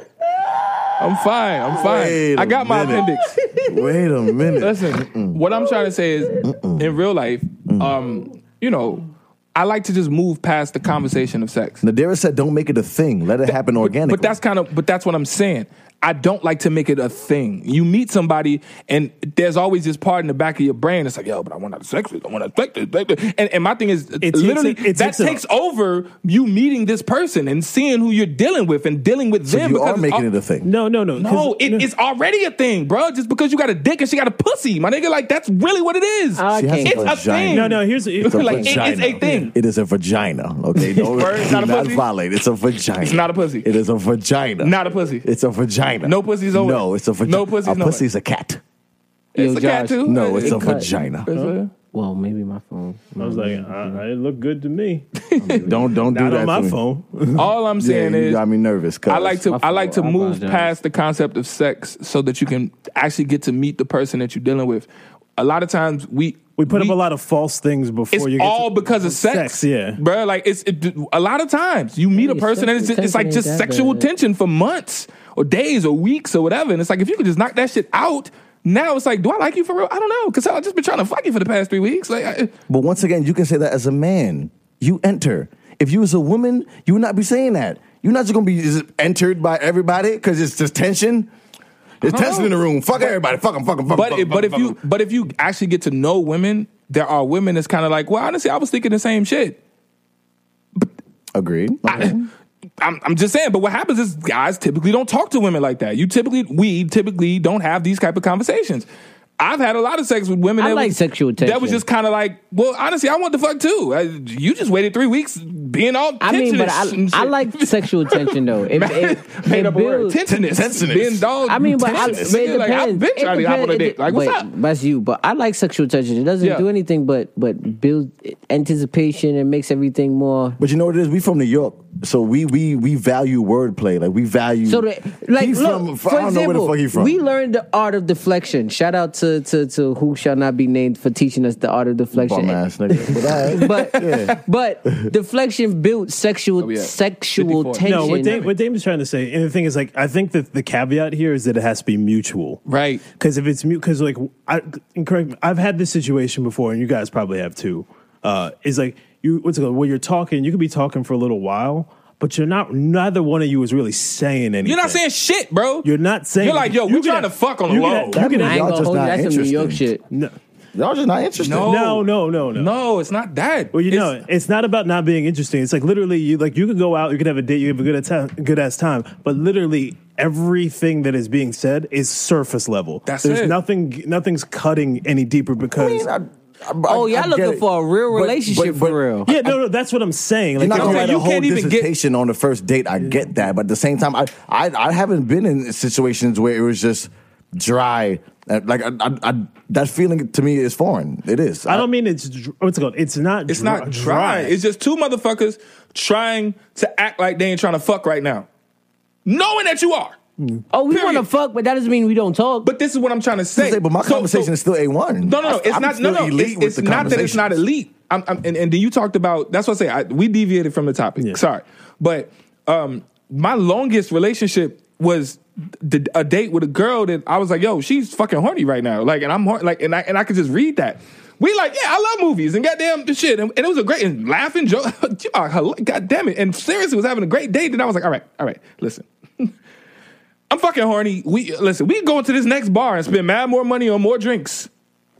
Speaker 1: I'm fine. I'm fine.
Speaker 6: Wait
Speaker 1: I
Speaker 6: a
Speaker 1: got my
Speaker 6: minute. [laughs]
Speaker 1: appendix.
Speaker 6: Wait a minute.
Speaker 1: Listen, what I'm trying to say is, in real life, um, you know, I like to just move past the conversation of sex.
Speaker 6: Nadira said, don't make it a thing. Let it happen
Speaker 1: But-
Speaker 6: organically.
Speaker 1: But that's kind of but that's what I'm saying. I don't like to make it a thing. You meet somebody, and there's always this part in the back of your brain that's like, yo, but I want to have sex with, I want to sex with. And, and my thing is,
Speaker 5: takes
Speaker 1: literally,
Speaker 5: a- it
Speaker 1: that
Speaker 5: takes
Speaker 1: takes,
Speaker 5: a-
Speaker 1: over you meeting this person and seeing who you're dealing with and dealing with
Speaker 6: So
Speaker 1: them.
Speaker 6: you are
Speaker 1: because it's
Speaker 6: making it
Speaker 1: all-
Speaker 6: a thing.
Speaker 5: No, no, no. 'cause-
Speaker 1: No, it, it's already a thing, bro. Just because you got a dick and she got a pussy, my nigga, like that's really what it is.
Speaker 4: I
Speaker 6: She has
Speaker 4: can't.
Speaker 1: It's a
Speaker 6: vagina.
Speaker 1: thing.
Speaker 5: no, no. Here's
Speaker 6: a
Speaker 1: like it-
Speaker 6: vagina.
Speaker 1: it's a thing.
Speaker 6: It is a vagina.
Speaker 1: [laughs]
Speaker 6: Okay, don't,
Speaker 1: Word, it's not a
Speaker 6: do not
Speaker 1: pussy?
Speaker 6: violate. It's a vagina.
Speaker 1: It's not a pussy.
Speaker 6: It is a vagina.
Speaker 1: Not a pussy.
Speaker 6: It's a vagina.
Speaker 1: No pussy's over.
Speaker 6: No, it's a vagina.
Speaker 1: No pussy's
Speaker 6: A
Speaker 1: nowhere.
Speaker 6: pussy's a cat.
Speaker 4: Yo,
Speaker 1: It's a cat
Speaker 4: Josh,
Speaker 1: too.
Speaker 6: No, it's [laughs]
Speaker 1: It
Speaker 6: a
Speaker 1: cut.
Speaker 6: vagina.
Speaker 1: It's a-
Speaker 4: Well, maybe my phone.
Speaker 5: I was like, I, it looked good to me.
Speaker 6: Don't don't do
Speaker 5: Not
Speaker 6: that
Speaker 5: on my
Speaker 6: to me.
Speaker 5: phone.
Speaker 1: All I'm
Speaker 6: Yeah,
Speaker 1: saying
Speaker 6: you
Speaker 1: is,
Speaker 6: got me nervous. 'cause
Speaker 1: I like to I like to
Speaker 4: fault. I
Speaker 1: move
Speaker 4: apologize.
Speaker 1: past the concept of sex so that you can actually get to meet the person that you're dealing with. A lot of times we
Speaker 5: We put up a lot of false things before
Speaker 1: It's
Speaker 5: you. Get
Speaker 1: all
Speaker 5: to,
Speaker 1: because of sex,
Speaker 5: Sex, yeah.
Speaker 1: bro. Like it's it, a lot of times you meet a
Speaker 4: Yeah,
Speaker 1: person and it's
Speaker 4: sexual
Speaker 1: just, it's like
Speaker 4: tension ain't
Speaker 1: just
Speaker 4: that
Speaker 1: sexual
Speaker 4: bad.
Speaker 1: tension for months or days or weeks or whatever, and it's like if you could just knock that shit out. Now it's like, do I like you for real? I don't know, cause I've just been trying to fuck you for the past three weeks. Like, I,
Speaker 6: But once again, you can say that as a man. You enter. If you was a woman, you would not be saying that. You're not just gonna be just entered by everybody because it's just tension. It's tension in the room. Fuck everybody. Fuck them. Fuck them. Fuck 'em,
Speaker 1: but
Speaker 6: fuck 'em,
Speaker 1: if, but
Speaker 6: fuck 'em,
Speaker 1: if you
Speaker 6: fuck 'em.
Speaker 1: but if you actually get to know women, there are women that's kind of like, well, honestly, I was thinking the same shit.
Speaker 6: agreed, Okay.
Speaker 1: [coughs] I'm, I'm just saying, but what happens is guys typically don't talk to women like that. You typically, we typically don't have these type of conversations. I've had a lot of sex with women.
Speaker 4: I
Speaker 1: that
Speaker 4: like
Speaker 1: was,
Speaker 4: sexual
Speaker 1: That was
Speaker 4: tension.
Speaker 1: just kind of like, well, honestly, I want the fuck too. I, you just waited three weeks being all.
Speaker 4: I mean, but
Speaker 1: tensionist
Speaker 4: I,
Speaker 1: and [laughs]
Speaker 4: I
Speaker 1: shit.
Speaker 4: like sexual tension
Speaker 1: [laughs]
Speaker 4: though. It, it,
Speaker 1: made
Speaker 4: it
Speaker 1: up a word.
Speaker 4: builds-
Speaker 1: Tensionist.
Speaker 6: Tensionist.
Speaker 1: Being dog.
Speaker 4: I mean, but, I, but
Speaker 1: tensionist.
Speaker 4: it
Speaker 1: Nigga, like, I've
Speaker 4: depends.
Speaker 1: been
Speaker 4: It
Speaker 1: trying to hop on a
Speaker 4: depends. It
Speaker 1: dick.
Speaker 4: de-
Speaker 1: Like, what's
Speaker 4: wait,
Speaker 1: up?
Speaker 4: That's you. But I like sexual tension. It doesn't
Speaker 1: Yeah.
Speaker 4: do anything but but build anticipation and makes everything more.
Speaker 6: But you know what it is? We from New York, so we we we value wordplay. Like we value.
Speaker 4: So that, like,
Speaker 6: He from,
Speaker 4: look, for
Speaker 6: I don't know
Speaker 4: example,
Speaker 6: where the fuck he from.
Speaker 4: we learned the art of deflection. Shout out to to to who shall not be named for teaching us the art of deflection.
Speaker 6: Bum ass nigga. But all right.
Speaker 4: [laughs] But but deflection built sexual
Speaker 1: Oh, yeah.
Speaker 4: sexual
Speaker 1: 54.
Speaker 4: tension.
Speaker 5: no, what Dame, what Dame is trying to say, and the thing is, like, I think that the caveat here is that it has to be mutual,
Speaker 1: Right.
Speaker 5: Because if it's mute, because like, I and correct me, I've had this situation before, and you guys probably have too. Uh, is like you what's it called? When you're talking, you could be talking for a little while, but you're not. Neither one of you is really saying anything.
Speaker 1: You're not saying shit, bro.
Speaker 5: You're not saying.
Speaker 1: You're like, yo,
Speaker 5: you
Speaker 1: we're
Speaker 5: could
Speaker 1: trying
Speaker 5: have-
Speaker 1: to fuck on the
Speaker 5: you could
Speaker 1: low.
Speaker 5: have- you could
Speaker 4: I
Speaker 5: have-
Speaker 4: ain't
Speaker 6: Y'all
Speaker 4: gonna
Speaker 6: just
Speaker 4: hold you.
Speaker 6: not
Speaker 4: That's some New York
Speaker 6: interested.
Speaker 4: shit.
Speaker 5: no,
Speaker 6: Y'all just not interested.
Speaker 5: no, no, no, no.
Speaker 1: No, it's not that.
Speaker 5: Well, you
Speaker 1: It's-
Speaker 5: know, it's not about not being interesting. It's like literally, you like you could go out, you could have a date, you have a good time, good ass time, but literally everything that is being said is surface level.
Speaker 1: That's
Speaker 5: There's
Speaker 1: it.
Speaker 5: nothing, nothing's cutting any deeper
Speaker 6: I
Speaker 5: because.
Speaker 6: mean, I, I,
Speaker 4: Oh,
Speaker 6: I- I
Speaker 4: y'all
Speaker 6: get
Speaker 4: looking
Speaker 6: it.
Speaker 4: for a real
Speaker 6: But-
Speaker 4: relationship
Speaker 6: but- but-
Speaker 4: for real.
Speaker 5: yeah, no, no, that's what I'm saying. Like,
Speaker 6: You're not
Speaker 5: I'm
Speaker 6: gonna
Speaker 1: saying
Speaker 6: write
Speaker 5: like,
Speaker 6: a
Speaker 1: you
Speaker 6: whole
Speaker 1: can't even get-
Speaker 6: dissertation on the first date. I get that, but at the same time, I, I I haven't been in situations where it was just dry. Uh, Like I, I, I, that feeling to me is foreign. It is.
Speaker 5: I don't mean it's dr- what's it called. It's not.
Speaker 1: It's not dry. It's just two motherfuckers trying to act like they ain't trying to fuck right now, knowing that you are.
Speaker 6: Hmm.
Speaker 4: Oh, we
Speaker 1: Period.
Speaker 4: want to fuck, but that doesn't mean we don't talk.
Speaker 1: But this is what I'm trying to say.
Speaker 6: Say, but my
Speaker 1: So- so-
Speaker 6: conversation is still a one.
Speaker 1: no, no, no. It's not. No, no. It's, it's not that it's not elite. I'm, I'm, and, and then you talked about. That's what I say. I, we deviated from the topic. Sorry, but um, my longest relationship was the, a date with a girl that I was like, "Yo, she's fucking horny right now." Like, and I'm hor- like, and I and I could just read that. We like, yeah, I love movies and goddamn shit, and, and it was a great and laughing joke. [laughs] God damn it! And seriously, was having a great date. And I was like, "All right, all right, listen." I'm fucking horny. We listen. We can go into this next bar and spend mad more money on more drinks.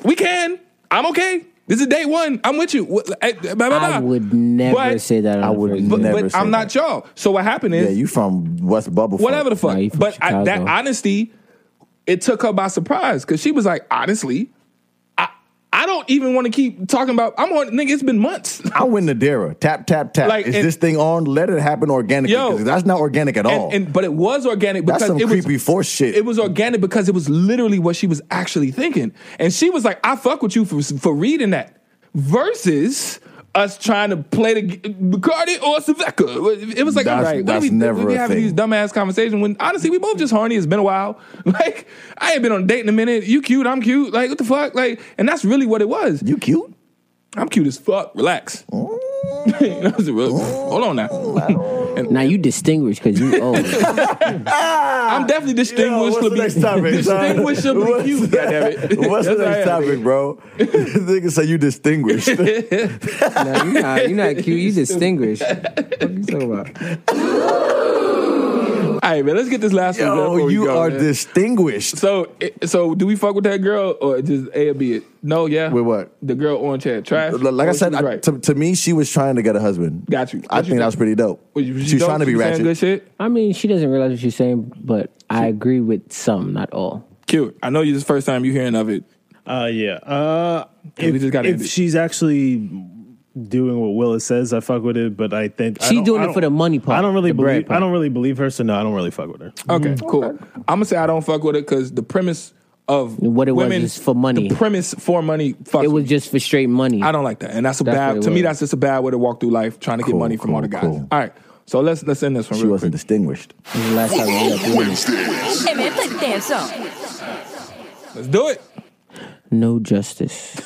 Speaker 1: We can. I'm okay. This is day one. I'm with you. Wh- eh, blah, blah, blah.
Speaker 4: I would never
Speaker 1: But-
Speaker 4: say that. On
Speaker 6: I
Speaker 4: the
Speaker 6: would
Speaker 4: first
Speaker 6: never
Speaker 4: date.
Speaker 1: But, but
Speaker 6: say
Speaker 1: I'm
Speaker 6: that.
Speaker 1: not y'all. So what happened is
Speaker 6: Yeah, you from West Bubble?
Speaker 1: whatever the fuck.
Speaker 4: Nah, you from
Speaker 1: but I, that
Speaker 4: Chicago.
Speaker 1: honesty, it took her by surprise because she was like, honestly, I I don't even want to keep talking about. I'm on nigga. It's been months.
Speaker 6: I win Nadira. Tap tap tap.
Speaker 1: Like,
Speaker 6: is
Speaker 1: and-
Speaker 6: this thing on? Let it happen organically.
Speaker 1: Yo.
Speaker 6: 'cause that's not organic at all.
Speaker 1: And, and but it was organic because
Speaker 6: Oh. that's some
Speaker 1: it was
Speaker 6: creepy force shit.
Speaker 1: it was organic because it was literally what she was actually thinking. And she was like, I fuck with you for, for reading that. Versus us trying to play the g- Bacardi or Siveka. It was like,
Speaker 6: That's-
Speaker 1: all right, what
Speaker 6: that's
Speaker 1: are we,
Speaker 6: never
Speaker 1: we
Speaker 6: a
Speaker 1: having
Speaker 6: thing.
Speaker 1: these dumbass conversations when honestly, we both just horny. It's been a while. [laughs] Like, I ain't been on a date in a minute. You cute, I'm cute. Like, what the fuck? Like, and that's really what it was.
Speaker 6: you cute? Mm.
Speaker 1: I'm cute as fuck. Relax. [laughs]
Speaker 6: Oh.
Speaker 1: That was real- Hold on now.
Speaker 4: Now you distinguish because you [laughs] old.
Speaker 1: I'm
Speaker 6: Ah!
Speaker 1: definitely
Speaker 6: Yo,
Speaker 1: distinguishably,
Speaker 6: what's the next topic, son? [laughs]
Speaker 1: distinguishably
Speaker 6: What's-
Speaker 1: cute. goddammit.
Speaker 6: What's the
Speaker 1: Yes, I
Speaker 6: next
Speaker 1: am.
Speaker 6: topic,
Speaker 1: [laughs]
Speaker 6: bro? this nigga say you distinguished.
Speaker 4: Nah, you're not, you're not cute. You distinguish. What are you talking about?
Speaker 1: All right, man. Let's get this last one. done
Speaker 6: Yo,
Speaker 1: before we
Speaker 6: you
Speaker 1: go,
Speaker 6: are
Speaker 1: man.
Speaker 6: distinguished.
Speaker 1: So, it- so do we fuck with that girl or just A or B? It? No, yeah.
Speaker 6: With what?
Speaker 1: The girl orange hair, trash.
Speaker 6: Like I
Speaker 1: Or she
Speaker 6: said,
Speaker 1: was
Speaker 6: I-
Speaker 1: right.
Speaker 6: to, to me, she was trying to get a husband.
Speaker 1: Got you.
Speaker 6: I
Speaker 1: What
Speaker 6: think that
Speaker 1: you think?
Speaker 6: was pretty dope.
Speaker 1: Was you-
Speaker 6: she
Speaker 1: you
Speaker 6: was trying
Speaker 1: dope?
Speaker 6: to be
Speaker 1: You saying Good
Speaker 6: ratchet.
Speaker 1: shit.
Speaker 4: I mean, she doesn't realize what she's saying, but I agree with some, not all.
Speaker 1: Cute. I know you. This is the first time you hearing of it.
Speaker 5: Uh, yeah. Uh,
Speaker 1: Yeah,
Speaker 5: if,
Speaker 1: we just gotta
Speaker 5: if
Speaker 1: end it.
Speaker 5: she's actually doing what Willis says, I fuck with it. But I think I
Speaker 4: She
Speaker 5: don't-
Speaker 4: doing
Speaker 5: I
Speaker 4: it
Speaker 5: don't-
Speaker 4: for the money part,
Speaker 5: I don't really
Speaker 4: the bread
Speaker 5: believe. I
Speaker 4: part.
Speaker 5: don't really believe her, so no, I don't really fuck with her.
Speaker 6: Mm-hmm.
Speaker 1: Okay, cool. I'm gonna say I don't fuck with it because the premise of
Speaker 4: What it was
Speaker 1: women-
Speaker 4: is for money.
Speaker 1: The premise for money. Fuck.
Speaker 4: It was just for straight money.
Speaker 1: I don't like that, and that's a
Speaker 4: That's what
Speaker 1: bad.
Speaker 4: it
Speaker 1: To me,
Speaker 4: was.
Speaker 1: that's just a bad way to walk through life trying to get
Speaker 6: Cool,
Speaker 1: money from all the
Speaker 6: cool,
Speaker 1: guys.
Speaker 6: cool.
Speaker 1: All right, so let's let's end this one.
Speaker 6: She
Speaker 1: real
Speaker 6: wasn't
Speaker 1: quick.
Speaker 6: distinguished.
Speaker 4: This is the last time I ended up winning.
Speaker 1: Let's do it.
Speaker 4: No justice.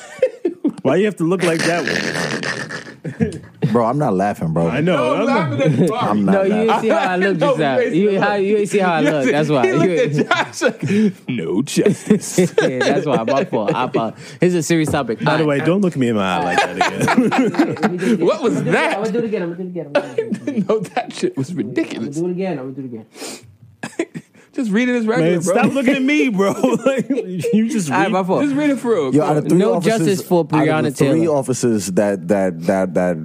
Speaker 5: Why you have to look like that?
Speaker 6: Bro, I'm not laughing, bro.
Speaker 5: I know. I'm not-
Speaker 6: I'm not
Speaker 4: No, [laughs] you
Speaker 6: laughing.
Speaker 4: ain't see how I look [laughs] just now. You, how, you ain't see how I look. That's
Speaker 1: [laughs]
Speaker 4: why. [laughs]
Speaker 1: He looked at Josh like, [laughs] no justice.
Speaker 4: yeah, that's why. My fault. [laughs] I fault. This is a serious topic.
Speaker 5: By the way, don't look me in my eye like that again.
Speaker 1: what was
Speaker 4: I'm
Speaker 1: that?
Speaker 4: gonna do it again. I'm gonna do it again. I'm
Speaker 1: [laughs] no, that shit was
Speaker 4: gonna
Speaker 1: ridiculous.
Speaker 4: do it again. I'm gonna do it again.
Speaker 1: Just read it as regular,
Speaker 5: Man,
Speaker 1: bro. [laughs]
Speaker 5: [laughs] stop looking at me, bro. [laughs] Like, you just
Speaker 4: All right,
Speaker 5: read-
Speaker 4: my fault.
Speaker 1: Just read it for real.
Speaker 6: Yo, out of three
Speaker 4: No
Speaker 6: officers,
Speaker 4: justice for
Speaker 6: out of the
Speaker 4: Breonna
Speaker 6: Three
Speaker 4: Taylor.
Speaker 6: officers that that that that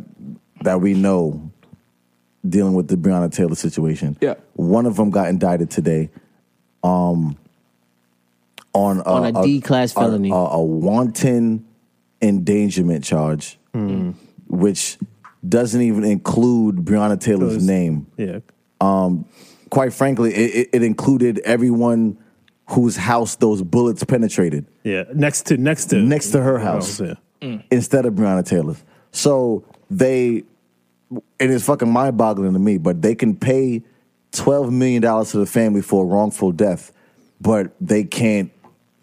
Speaker 6: that we know dealing with the Breonna Taylor situation.
Speaker 1: Yeah.
Speaker 6: one of them got indicted today. Um, on a,
Speaker 4: On a D-class felony.
Speaker 6: a, a wanton endangerment charge,
Speaker 4: Hmm.
Speaker 6: which doesn't even include Breonna Taylor's
Speaker 5: Those-
Speaker 6: name Um,
Speaker 5: Yeah.
Speaker 6: quite frankly, it, it, it included everyone whose house those bullets penetrated
Speaker 5: Yeah. Next to next to
Speaker 6: next to her house
Speaker 5: Yeah.
Speaker 6: instead of Breonna Taylor's. So they, it is fucking mind boggling to me, but they can pay $12 million to the family for a wrongful death, but they can't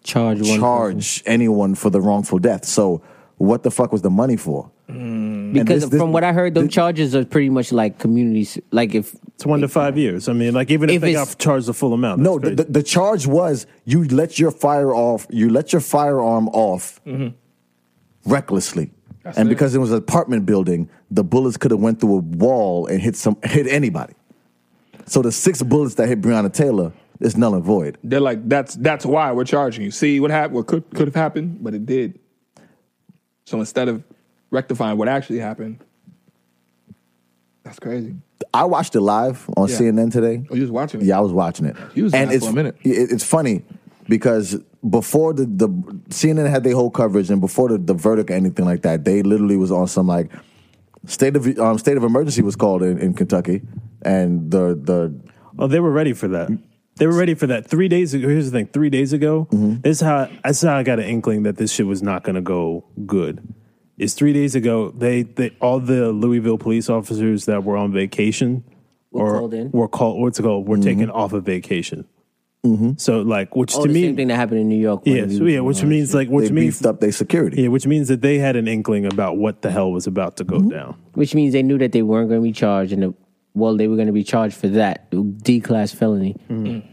Speaker 4: Charge one.
Speaker 6: charge anyone for the wrongful death. So what the fuck was the money for?
Speaker 4: person. because
Speaker 6: this- this-
Speaker 4: from what I heard, those charges are pretty much like communities. Like if
Speaker 5: It's one to five years. I mean, like even if,
Speaker 4: If
Speaker 5: they
Speaker 4: it's-
Speaker 5: got charged the full amount.
Speaker 6: No, the,
Speaker 5: that's crazy.
Speaker 6: the, the charge was you let your fire off. You let your firearm off recklessly, and
Speaker 1: it.
Speaker 6: because it was an apartment building, the bullets could have went through a wall and hit some hit anybody. So the six bullets that hit Breonna Taylor is null and void.
Speaker 1: They're like, that's that's why we're charging you. See what happened? What could could have happened, but it did. So instead of rectifying what actually happened, that's crazy.
Speaker 6: I watched it live on
Speaker 1: Yeah.
Speaker 6: CNN today.
Speaker 1: Oh, you was watching it?
Speaker 6: Yeah, I was watching it.
Speaker 1: You was
Speaker 6: and
Speaker 1: there
Speaker 6: it's
Speaker 1: for a minute.
Speaker 6: it- it's funny because before the, the CNN had their whole coverage and before the, the verdict or anything like that, they literally was on some like state of um, state of emergency was called in, in Kentucky, and the the
Speaker 5: Oh, they were ready for that. They were ready for that. Three days ago. Here's the thing. Three days ago,
Speaker 6: Mm-hmm.
Speaker 5: this is how that's how I got an inkling that this shit was not going to go good. Is three days ago they, they all the Louisville police officers that were on vacation
Speaker 4: Were
Speaker 5: or
Speaker 4: called in.
Speaker 5: were called what's it called were
Speaker 6: Mm-hmm.
Speaker 5: taken off of vacation. So like, which
Speaker 4: oh,
Speaker 5: to
Speaker 4: the
Speaker 5: me,
Speaker 4: same thing that happened in New York. when
Speaker 5: yeah,
Speaker 4: we-
Speaker 5: so, yeah, which means like, which
Speaker 6: Oh, they
Speaker 5: means
Speaker 6: beefed up their security.
Speaker 5: yeah, which means that they had an inkling about what the hell was about to go
Speaker 6: Mm-hmm.
Speaker 5: down.
Speaker 4: which means they knew that they weren't going to be charged, and the, well, they were going to be charged for that D class felony.
Speaker 5: Mm-hmm.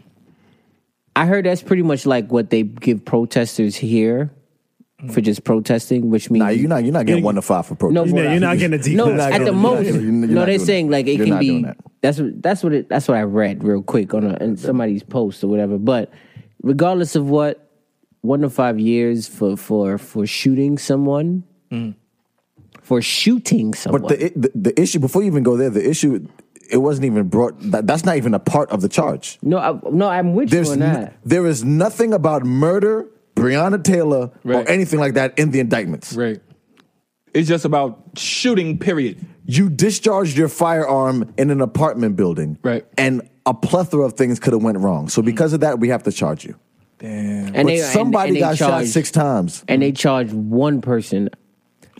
Speaker 4: I heard that's pretty much like what they give protesters here for just protesting, which means
Speaker 6: Nah, you're not you're not getting
Speaker 5: You're-
Speaker 6: one to five for protest.
Speaker 4: No,
Speaker 5: You know, you're not getting a D
Speaker 4: no,
Speaker 5: class.
Speaker 4: at the
Speaker 5: felony.
Speaker 4: most,
Speaker 6: doing that. You're not
Speaker 4: no, they're
Speaker 6: doing
Speaker 4: saying
Speaker 6: that.
Speaker 4: like it
Speaker 6: You're
Speaker 4: can
Speaker 6: not doing
Speaker 4: be.
Speaker 6: that.
Speaker 4: That's what that's what it, that's what I read real quick on a, in somebody's post or whatever. But regardless of what, one to five years for for for shooting someone,
Speaker 5: Mm.
Speaker 4: for shooting someone.
Speaker 6: But the, i- the the issue before you even go there, the issue it wasn't even brought. That, that's not even a part of the charge.
Speaker 4: no, I, no, I'm with
Speaker 6: There's
Speaker 4: you on
Speaker 6: n-
Speaker 4: that.
Speaker 6: there is nothing about murder, Breonna Taylor,
Speaker 1: Right.
Speaker 6: or anything like that in the indictments.
Speaker 1: Right. It's just about shooting. Period.
Speaker 6: You discharged your firearm in an apartment building,
Speaker 1: Right.
Speaker 6: And a plethora of things could have went wrong. So because of that, we have to charge you.
Speaker 1: Damn.
Speaker 4: and
Speaker 6: but somebody
Speaker 4: and they
Speaker 6: got shot
Speaker 4: charged-
Speaker 6: six times.
Speaker 4: and they charged one person.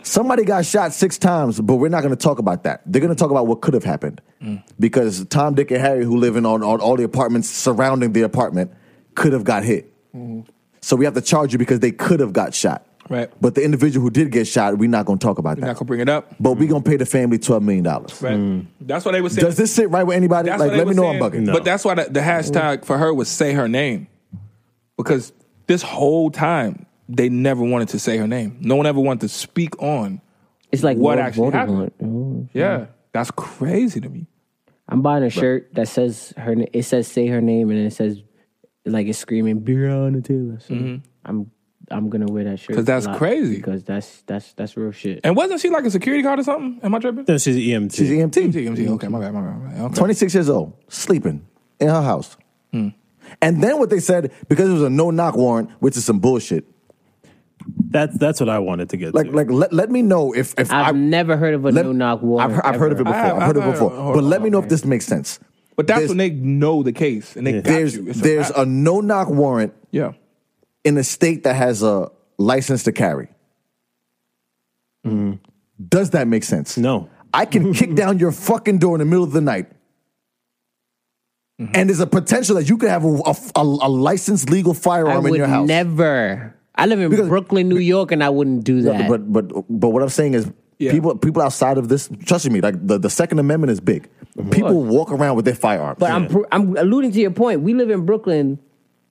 Speaker 6: Somebody got shot six times, but we're not going to talk about that. They're going to talk about what could have happened
Speaker 1: Mm.
Speaker 6: because Tom, Dick, and Harry, who live in on, on all the apartments surrounding the apartment, could have got hit. So we have to charge you because they could have got shot.
Speaker 1: Mm-hmm. Right.
Speaker 6: But the individual who did get shot, we're not going to talk about
Speaker 1: You're not
Speaker 6: that.
Speaker 1: gonna bring it up.
Speaker 6: but we're going to pay the family twelve million dollars.
Speaker 1: Right. That's what they were saying.
Speaker 6: Does this sit right with anybody?
Speaker 1: That's
Speaker 6: like,
Speaker 1: what they
Speaker 6: let me
Speaker 1: were
Speaker 6: know
Speaker 1: saying.
Speaker 6: I'm bugging.
Speaker 5: No.
Speaker 1: But that's why the, the hashtag for her was say her name. Because this whole time, they never wanted to say her name. No one ever wanted to speak on
Speaker 4: It's like
Speaker 1: What
Speaker 4: Lord
Speaker 1: actually
Speaker 4: Voldemort.
Speaker 1: happened?
Speaker 4: Oh.
Speaker 1: Yeah. That's crazy to me.
Speaker 4: I'm buying a shirt that says her. na- It says say her name, and it says like it's screaming Breonna Taylor. So
Speaker 6: Mm-hmm.
Speaker 4: I'm I'm gonna wear that shirt
Speaker 1: 'Cause that's
Speaker 4: a lot
Speaker 1: crazy.
Speaker 4: Because that's that's that's real shit.
Speaker 1: And wasn't she like a security guard or something? Am I tripping?
Speaker 5: No, she's E EMT.
Speaker 6: She's E EMT.
Speaker 1: MT, MT. Okay, my bad, my bad. my bad. Okay.
Speaker 6: 26 years old, sleeping in her house.
Speaker 1: Hmm.
Speaker 6: And then what they said, because it was a no knock warrant, which is some bullshit.
Speaker 5: that's that's what I wanted to get.
Speaker 6: Like,
Speaker 5: to.
Speaker 6: like let, let me know if, if
Speaker 4: I've
Speaker 6: I-
Speaker 4: never heard of a
Speaker 6: let-
Speaker 4: no knock warrant.
Speaker 6: I've, he- I've heard of it
Speaker 4: ever.
Speaker 6: before.
Speaker 1: I-
Speaker 6: I've, heard of
Speaker 1: I've
Speaker 6: it before.
Speaker 1: heard- hold
Speaker 6: but
Speaker 1: on,
Speaker 6: let me know if
Speaker 1: okay.
Speaker 6: this makes sense.
Speaker 1: But that's
Speaker 6: There's-
Speaker 1: when they know the case and they got
Speaker 6: There's
Speaker 1: you. It's a
Speaker 6: there's
Speaker 1: wrap.
Speaker 6: a no knock warrant
Speaker 1: yeah.
Speaker 6: in a state that has a license to carry. Mm. Does that make sense?
Speaker 5: No.
Speaker 6: I can [laughs] kick down your fucking door in the middle of the night. And there's a potential that you could have a, a, a- a licensed legal
Speaker 4: I
Speaker 6: firearm
Speaker 4: would
Speaker 6: in your house.
Speaker 4: never. I live in
Speaker 6: Because-
Speaker 4: Brooklyn, New York, and I wouldn't do
Speaker 6: No,
Speaker 4: that.
Speaker 6: But but but what I'm saying is
Speaker 1: Yeah.
Speaker 6: people people outside of this, trust me, like the, the Second Amendment is big. People walk around with their firearms.
Speaker 4: But I'm pr- I'm alluding to your point. We live in Brooklyn,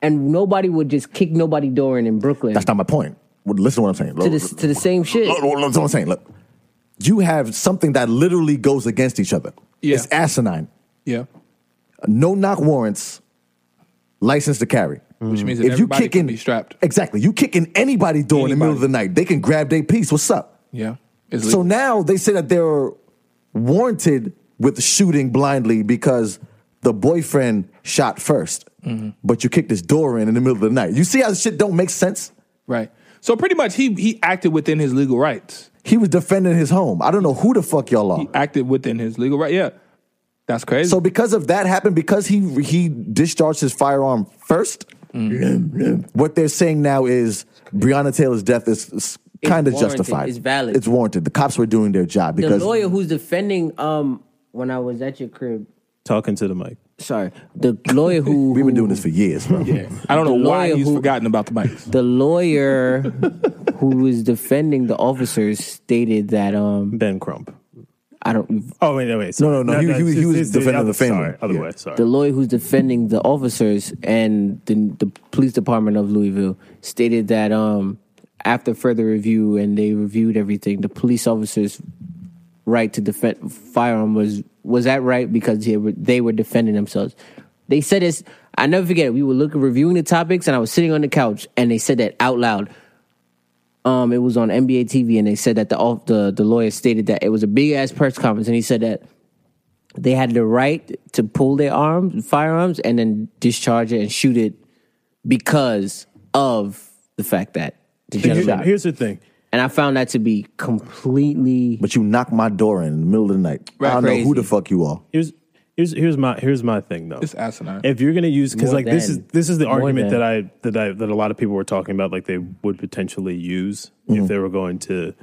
Speaker 4: and nobody would just kick nobody door in in Brooklyn.
Speaker 6: That's not my point. Well, Listen to what I'm saying.
Speaker 4: to the to the same shit.
Speaker 6: Look, look, look, that's what I'm saying. Look, you have something that literally goes against each other.
Speaker 1: Yeah.
Speaker 6: It's asinine.
Speaker 1: Yeah.
Speaker 6: No knock warrants, license to carry.
Speaker 1: Which means that everybody can be strapped.
Speaker 6: exactly, you kicking anybody door in the middle of the night, they can grab their piece. What's up?
Speaker 1: Yeah. It's
Speaker 6: So
Speaker 1: legal.
Speaker 6: now they say that they're warranted with shooting blindly because the boyfriend shot 1st but you kicked his door in in the middle of the night. You see how this shit don't make sense?
Speaker 1: right. So pretty much he he acted within his legal rights.
Speaker 6: He was defending his home. I don't know who the fuck y'all are.
Speaker 1: He acted within his legal right. Yeah. That's crazy.
Speaker 6: So because of that happened, because he he discharged his firearm first, what they're saying now is Breonna Taylor's death is, kind of
Speaker 4: warranted.
Speaker 6: justified.
Speaker 4: It's valid.
Speaker 6: It's warranted. The cops were doing their job
Speaker 4: the
Speaker 6: because
Speaker 4: lawyer who's defending um when I was at your crib.
Speaker 5: talking to the mic.
Speaker 4: Sorry, the lawyer who
Speaker 6: [laughs] we've been doing this for years, bro.
Speaker 1: yeah. I don't know
Speaker 4: The
Speaker 1: why
Speaker 4: lawyer
Speaker 1: he's
Speaker 4: who-
Speaker 1: forgotten about the [laughs] mics.
Speaker 4: The lawyer who was defending the officers stated that um
Speaker 5: Ben Crump.
Speaker 4: I don't
Speaker 5: Oh wait, no, wait.
Speaker 6: no,
Speaker 5: sorry.
Speaker 6: no, he- he-
Speaker 5: it's-
Speaker 6: he was
Speaker 5: it's
Speaker 6: defending
Speaker 5: other-
Speaker 6: the family.
Speaker 5: Sorry, other
Speaker 6: Yeah.
Speaker 5: way. Sorry.
Speaker 4: the lawyer who's defending the officers and the, the police department of Louisville stated that um, after further review and they reviewed everything, the police officers' right to defend firearm was was that right because they were, they were defending themselves. They said this. I never forget. it. We were looking reviewing the topics, and I was sitting on the couch, and they said that out loud. Um, it was on NBA TV, and they said that the off- the the lawyer stated that it was a big ass press conference, and he said that they had the right to pull their arms, firearms, and then discharge it and shoot it because of the fact that the
Speaker 5: Here-
Speaker 4: general shot.
Speaker 5: here's the thing.
Speaker 4: and I found that to be completely
Speaker 6: But you knock my door in, in the middle of the night. I don't know who
Speaker 4: Crazy.
Speaker 6: the fuck you are.
Speaker 5: Here's here's here's my here's my thing though.
Speaker 1: It's asinine.
Speaker 5: If you're gonna use because
Speaker 4: More
Speaker 5: like this is
Speaker 4: than.
Speaker 5: this is the
Speaker 4: More
Speaker 5: argument
Speaker 4: than.
Speaker 5: that I that I that a lot of people were talking about like they would potentially use
Speaker 6: Mm-hmm.
Speaker 5: if they were going to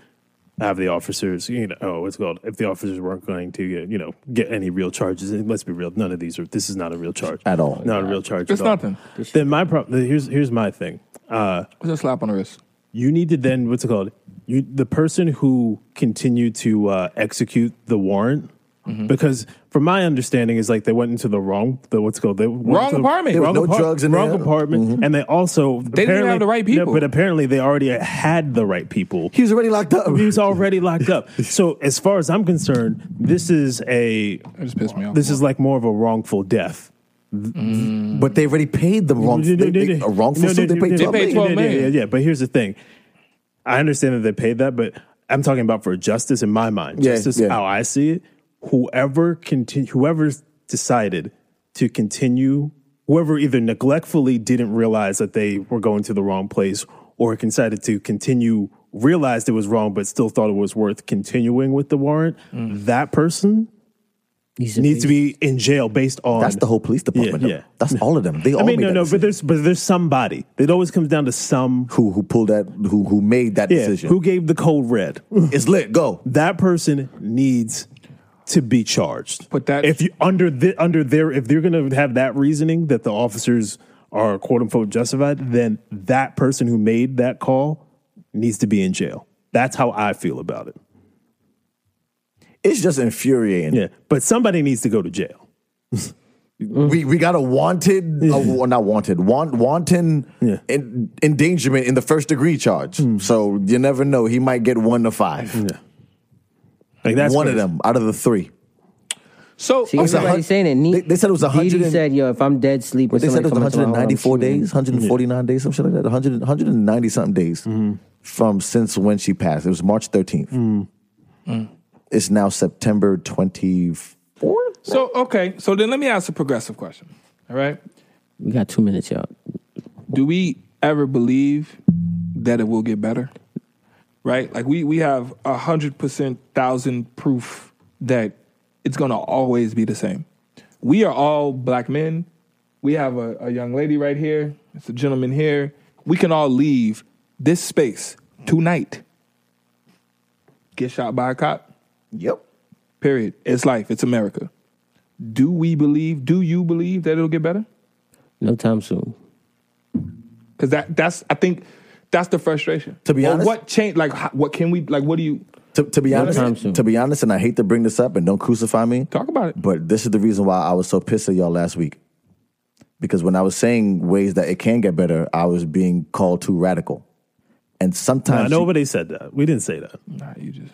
Speaker 5: have the officers you know oh it's called if the officers weren't going to get you know get any real charges and let's be real none of these are this is not a real charge
Speaker 6: At all.
Speaker 5: not a real charge
Speaker 1: It's
Speaker 5: at all.
Speaker 1: nothing.
Speaker 5: then my problem here's here's my thing
Speaker 1: It's a slap on the wrist.
Speaker 5: you need to then what's it called you the person who continued to uh, execute the warrant
Speaker 1: Mm-hmm.
Speaker 5: because from my understanding is like they went into the wrong the what's it called the
Speaker 1: Wrong apartment. There
Speaker 6: was no drugs in
Speaker 5: wrong
Speaker 6: there. Mm-hmm.
Speaker 5: apartment and they also they
Speaker 1: didn't even have the right people.
Speaker 5: but apparently they already had the right people
Speaker 6: He was already locked up.
Speaker 5: he was already locked
Speaker 6: [laughs]
Speaker 5: up so as far as i'm concerned this is a
Speaker 1: It just pissed me off.
Speaker 5: this is like more of a wrongful death
Speaker 6: But they already paid the wrong. They, they, a wrongful
Speaker 5: No,
Speaker 6: suit. They paid
Speaker 1: they
Speaker 6: twelve million.
Speaker 1: paid 12
Speaker 5: yeah,
Speaker 1: million.
Speaker 5: Yeah, yeah, but here's the thing. I understand that they paid that, but I'm talking about for justice in my mind.
Speaker 6: Yeah,
Speaker 5: Justice,
Speaker 6: yeah.
Speaker 5: how I see it. Whoever continue, whoever decided to continue, whoever either neglectfully didn't realize that they were going to the wrong place, or decided to continue, realized it was wrong, but still thought it was worth continuing with the warrant. That person needs to be in jail based on
Speaker 6: That's the whole police department.
Speaker 5: Yeah, yeah.
Speaker 6: That's all of them. They all
Speaker 5: I mean,
Speaker 6: made
Speaker 5: no,
Speaker 6: that
Speaker 5: no, but
Speaker 6: decision.
Speaker 5: there's but there's somebody. It always comes down to some
Speaker 6: who who pulled that? Who who made that
Speaker 5: yeah,
Speaker 6: decision?
Speaker 5: who gave the
Speaker 6: [laughs]
Speaker 5: code red.
Speaker 6: it's lit. Go.
Speaker 5: that person needs to be charged.
Speaker 1: But that-
Speaker 5: if you under the, under their if they're going to have that reasoning that the officers are quote unquote justified, then that person who made that call needs to be in jail. That's how I feel about it.
Speaker 6: It's just infuriating.
Speaker 5: Yeah, but somebody needs to go to jail.
Speaker 6: we we got a wanted, a, well, not wanted, want, wanton
Speaker 5: Yeah. Hmm.
Speaker 6: en- endangerment in the first degree charge. So you never know; he might get one to five.
Speaker 5: Like that's
Speaker 6: one
Speaker 5: crazy.
Speaker 6: of them out of the three.
Speaker 1: So
Speaker 4: See,
Speaker 6: was a
Speaker 4: everybody's
Speaker 6: hun-
Speaker 4: saying it.
Speaker 6: they- they said it was a hundred
Speaker 4: Didi
Speaker 6: and-
Speaker 4: said, "Yo, if I'm dead, sleep."
Speaker 6: But they said it was 194 days,
Speaker 4: Huh?
Speaker 6: 149 days, some shit like that, 100, 190 something days
Speaker 5: Mm-hmm.
Speaker 6: from since when she passed. It was March 13th.
Speaker 5: Mm.
Speaker 6: Mm. It's now September 24th.
Speaker 1: so okay. So then let me ask a progressive question. All right.
Speaker 4: We got two minutes, y'all.
Speaker 1: do we ever believe that it will get better? Right? Like we we have a hundred percent thousand proof that it's gonna always be the same. We are all black men. We have a, a young lady right here, it's a gentleman here. We can all leave this space tonight. Get shot by a cop.
Speaker 6: Yep.
Speaker 1: Period. It's life. It's America. Do we believe, do you believe that it'll get better?
Speaker 4: No time soon.
Speaker 1: Because that that's I think that's the frustration.
Speaker 6: To be
Speaker 1: Or
Speaker 6: honest-
Speaker 1: what change? Like how, what can we? Like what do you
Speaker 6: To, to be
Speaker 4: No time
Speaker 6: honest,
Speaker 4: soon.
Speaker 6: to be honest, and I hate to bring this up and don't crucify me,
Speaker 1: talk about it?
Speaker 6: but this is the reason why I was so pissed at y'all last week. Because when I was saying ways that it can get better, I was being called too radical. And sometimes
Speaker 5: Nah,
Speaker 6: you-
Speaker 5: nobody said that. We didn't say that.
Speaker 1: Nah, you just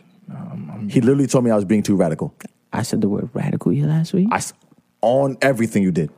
Speaker 6: he literally told me I was being too radical.
Speaker 4: I said the word radical here last week.
Speaker 6: I s- on everything you did.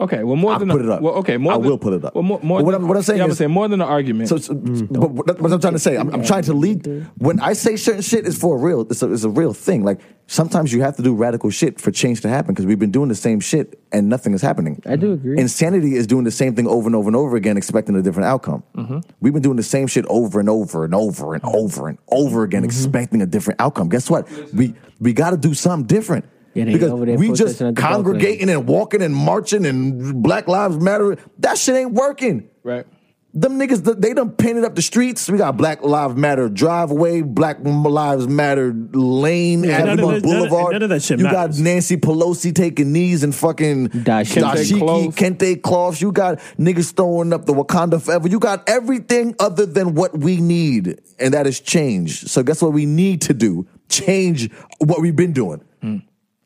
Speaker 1: okay. Well, more
Speaker 6: I'll
Speaker 1: than
Speaker 6: put
Speaker 1: a-
Speaker 6: it up.
Speaker 1: Well, okay. More
Speaker 6: I
Speaker 1: than-
Speaker 6: will put it up.
Speaker 1: Well, more, more
Speaker 6: But what
Speaker 1: than-
Speaker 6: I'm- what I'm saying
Speaker 1: yeah, I would
Speaker 6: is-
Speaker 1: say more than an argument.
Speaker 6: So, so but what- that's what I'm trying to say. I'm, I'm trying to lead. When I say certain shit is for real, it's a, it's a real thing. Like sometimes you have to do radical shit for change to happen because we've been doing the same shit and nothing is happening.
Speaker 4: I do agree.
Speaker 6: Insanity is doing the same thing over and over and over again, expecting a different outcome.
Speaker 1: Mm-hmm.
Speaker 6: We've been doing the same shit over and over and over and over and over
Speaker 1: Mm-hmm.
Speaker 6: again, expecting a different outcome. Guess what? We we got to do something different.
Speaker 4: Yeah, they
Speaker 6: because
Speaker 4: over there
Speaker 6: we just
Speaker 4: protesting at the Parkland.
Speaker 6: congregating and walking and marching and Black Lives Matter. That shit ain't working.
Speaker 1: right.
Speaker 6: Them niggas, th- they done painted up the streets. We got Black Lives Matter driveway, Black Lives Matter lane,
Speaker 5: Yeah, none
Speaker 6: Avenue
Speaker 5: of that- none of-
Speaker 6: Boulevard.
Speaker 5: none of that shit
Speaker 6: You
Speaker 5: matters.
Speaker 6: got Nancy Pelosi taking knees and fucking
Speaker 4: Dashiki.
Speaker 1: Kente
Speaker 6: dashiki,
Speaker 1: cloth.
Speaker 6: kente cloths. You got niggas throwing up the Wakanda forever. You got everything other than what we need, and that is change. So guess what we need to do? Change what we've been doing.
Speaker 5: Hmm.